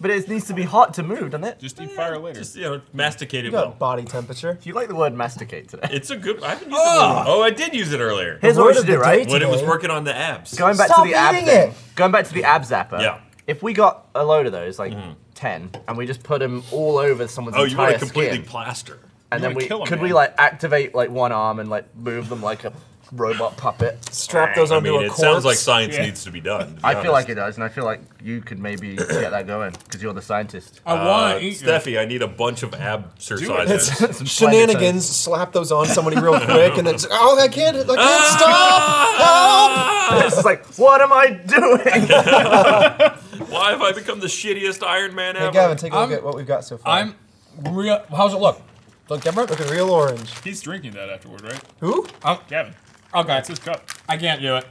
[SPEAKER 3] But it needs to be hot to move, doesn't it?
[SPEAKER 5] Just eat fire later.
[SPEAKER 1] Just you know, masticate it
[SPEAKER 4] You got
[SPEAKER 1] well.
[SPEAKER 4] body temperature.
[SPEAKER 3] You like the word masticate today.
[SPEAKER 1] It's a good. I haven't used oh. it. Oh, I did use it earlier
[SPEAKER 3] Here's what we
[SPEAKER 4] word
[SPEAKER 3] should
[SPEAKER 4] of
[SPEAKER 3] do,
[SPEAKER 4] the
[SPEAKER 3] right?
[SPEAKER 4] day
[SPEAKER 1] when it was
[SPEAKER 4] today.
[SPEAKER 1] working on the abs.
[SPEAKER 3] Going back
[SPEAKER 4] Stop
[SPEAKER 3] to the ab
[SPEAKER 4] eating
[SPEAKER 3] thing.
[SPEAKER 4] it.
[SPEAKER 3] Going back to the ab zapper.
[SPEAKER 1] Yeah.
[SPEAKER 3] If we got a load of those, like ten, and we just put them all over someone's
[SPEAKER 1] oh, you want
[SPEAKER 3] entire
[SPEAKER 1] to completely
[SPEAKER 3] skin,
[SPEAKER 1] plaster?
[SPEAKER 3] and
[SPEAKER 5] you
[SPEAKER 3] then
[SPEAKER 5] wanna
[SPEAKER 3] we
[SPEAKER 5] kill 'em,
[SPEAKER 3] could we
[SPEAKER 5] man.
[SPEAKER 3] like activate like one arm and like move them like a robot puppet.
[SPEAKER 4] Strap those
[SPEAKER 1] I
[SPEAKER 4] onto
[SPEAKER 1] mean,
[SPEAKER 4] a
[SPEAKER 1] it
[SPEAKER 4] corpse.
[SPEAKER 1] sounds like science
[SPEAKER 6] Yeah.
[SPEAKER 1] needs to be done. to be
[SPEAKER 3] I feel like
[SPEAKER 1] honest.
[SPEAKER 3] it does, and I feel like you could maybe get that going because you're the scientist.
[SPEAKER 6] I
[SPEAKER 1] Uh,
[SPEAKER 6] want to eat them.
[SPEAKER 1] Steffi, I need a bunch of ab
[SPEAKER 4] It's
[SPEAKER 1] exercises.
[SPEAKER 4] shenanigans. Slap those on somebody real quick, and then it's, oh, I can't, I can't
[SPEAKER 1] Ah!
[SPEAKER 4] stop. Help!
[SPEAKER 3] (laughs) It's just like, what am I doing?
[SPEAKER 1] Why have I become the shittiest Iron Man
[SPEAKER 4] Hey,
[SPEAKER 1] ever?
[SPEAKER 4] Gavin, take a look
[SPEAKER 6] I'm-
[SPEAKER 4] at what we've got so far.
[SPEAKER 6] I'm real. How's it look? Look different.
[SPEAKER 4] Look at real orange.
[SPEAKER 5] He's drinking that afterward, right?
[SPEAKER 4] Who?
[SPEAKER 5] Gavin,
[SPEAKER 6] Okay,
[SPEAKER 5] it's his cup.
[SPEAKER 6] I can't do it.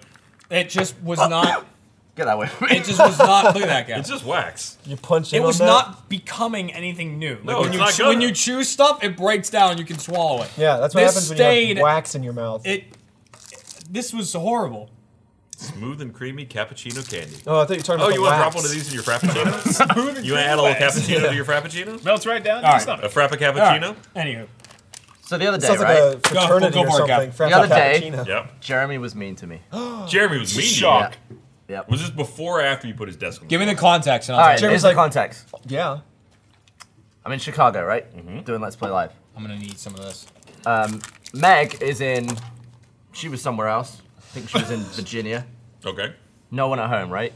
[SPEAKER 6] It just was not.
[SPEAKER 3] (laughs) get that way from me.
[SPEAKER 6] It just was not. Look at that guy.
[SPEAKER 1] It's just wax.
[SPEAKER 4] You punching
[SPEAKER 6] it was
[SPEAKER 4] on that?
[SPEAKER 6] not becoming anything new. Like
[SPEAKER 1] No,
[SPEAKER 6] when
[SPEAKER 1] it's
[SPEAKER 6] you
[SPEAKER 1] not
[SPEAKER 6] ch-
[SPEAKER 1] gonna.
[SPEAKER 6] when you chew stuff, it breaks down. and You can swallow it.
[SPEAKER 4] Yeah, that's what
[SPEAKER 6] This
[SPEAKER 4] happens when you
[SPEAKER 6] stayed.
[SPEAKER 4] have wax in your mouth.
[SPEAKER 6] It. This was horrible.
[SPEAKER 1] Smooth and creamy cappuccino candy.
[SPEAKER 4] Oh, I thought you were talking about
[SPEAKER 1] Oh,
[SPEAKER 4] the
[SPEAKER 1] you want to drop
[SPEAKER 4] wax.
[SPEAKER 1] one of these in your frappuccino? you want to add a little cappuccino to your frappuccino?
[SPEAKER 5] Melts right down.
[SPEAKER 6] All
[SPEAKER 5] All
[SPEAKER 6] right.
[SPEAKER 5] right.
[SPEAKER 1] A frappa cappuccino?
[SPEAKER 6] Anywho,
[SPEAKER 3] So the other day,
[SPEAKER 4] Sounds like
[SPEAKER 3] right?
[SPEAKER 4] a fraternity
[SPEAKER 6] go
[SPEAKER 4] or
[SPEAKER 6] for it, Gavin.
[SPEAKER 4] something.
[SPEAKER 3] The other
[SPEAKER 4] Frappa
[SPEAKER 3] day-
[SPEAKER 4] cappuccino.
[SPEAKER 1] Yep.
[SPEAKER 3] Jeremy was mean to me.
[SPEAKER 1] Jeremy was mean to you.
[SPEAKER 5] Shock.
[SPEAKER 3] Yep.
[SPEAKER 1] Was this before or after you put his desk on? the
[SPEAKER 6] give me the
[SPEAKER 1] floor?
[SPEAKER 6] context and I'll
[SPEAKER 3] All right,
[SPEAKER 6] tell you.
[SPEAKER 3] here's
[SPEAKER 4] Jeremy's
[SPEAKER 3] the
[SPEAKER 4] like-
[SPEAKER 3] context.
[SPEAKER 4] Yeah.
[SPEAKER 3] I'm in Chicago, right? Doing Let's Play Live.
[SPEAKER 6] I'm gonna need some of this.
[SPEAKER 3] Meg is in. She was somewhere else. I think she was in Virginia.
[SPEAKER 1] Okay.
[SPEAKER 3] No one at home, right?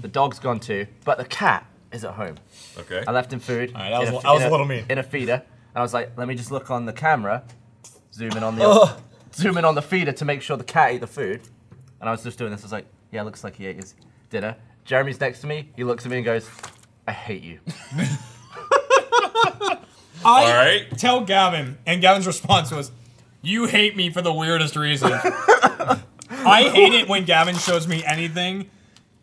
[SPEAKER 3] The dog's gone too, but the cat is at home.
[SPEAKER 1] Okay.
[SPEAKER 3] I left him food.
[SPEAKER 6] Alright, that was
[SPEAKER 3] in
[SPEAKER 6] a- that was
[SPEAKER 3] in
[SPEAKER 6] a little mean.
[SPEAKER 3] In a feeder, and I was like, let me just look on the camera, zoom in on
[SPEAKER 6] Oh.
[SPEAKER 3] the zoom in on the feeder to make sure the cat ate the food. And I was just doing this. I was like, yeah, looks like he ate his dinner. Jeremy's next to me. He looks at me and goes, I hate
[SPEAKER 6] (laughs)
[SPEAKER 3] you.
[SPEAKER 6] I
[SPEAKER 1] All right.
[SPEAKER 6] tell Gavin, and Gavin's response was, "You hate me for the weirdest reason."
[SPEAKER 3] (laughs)
[SPEAKER 6] I hate it when Gavin shows me anything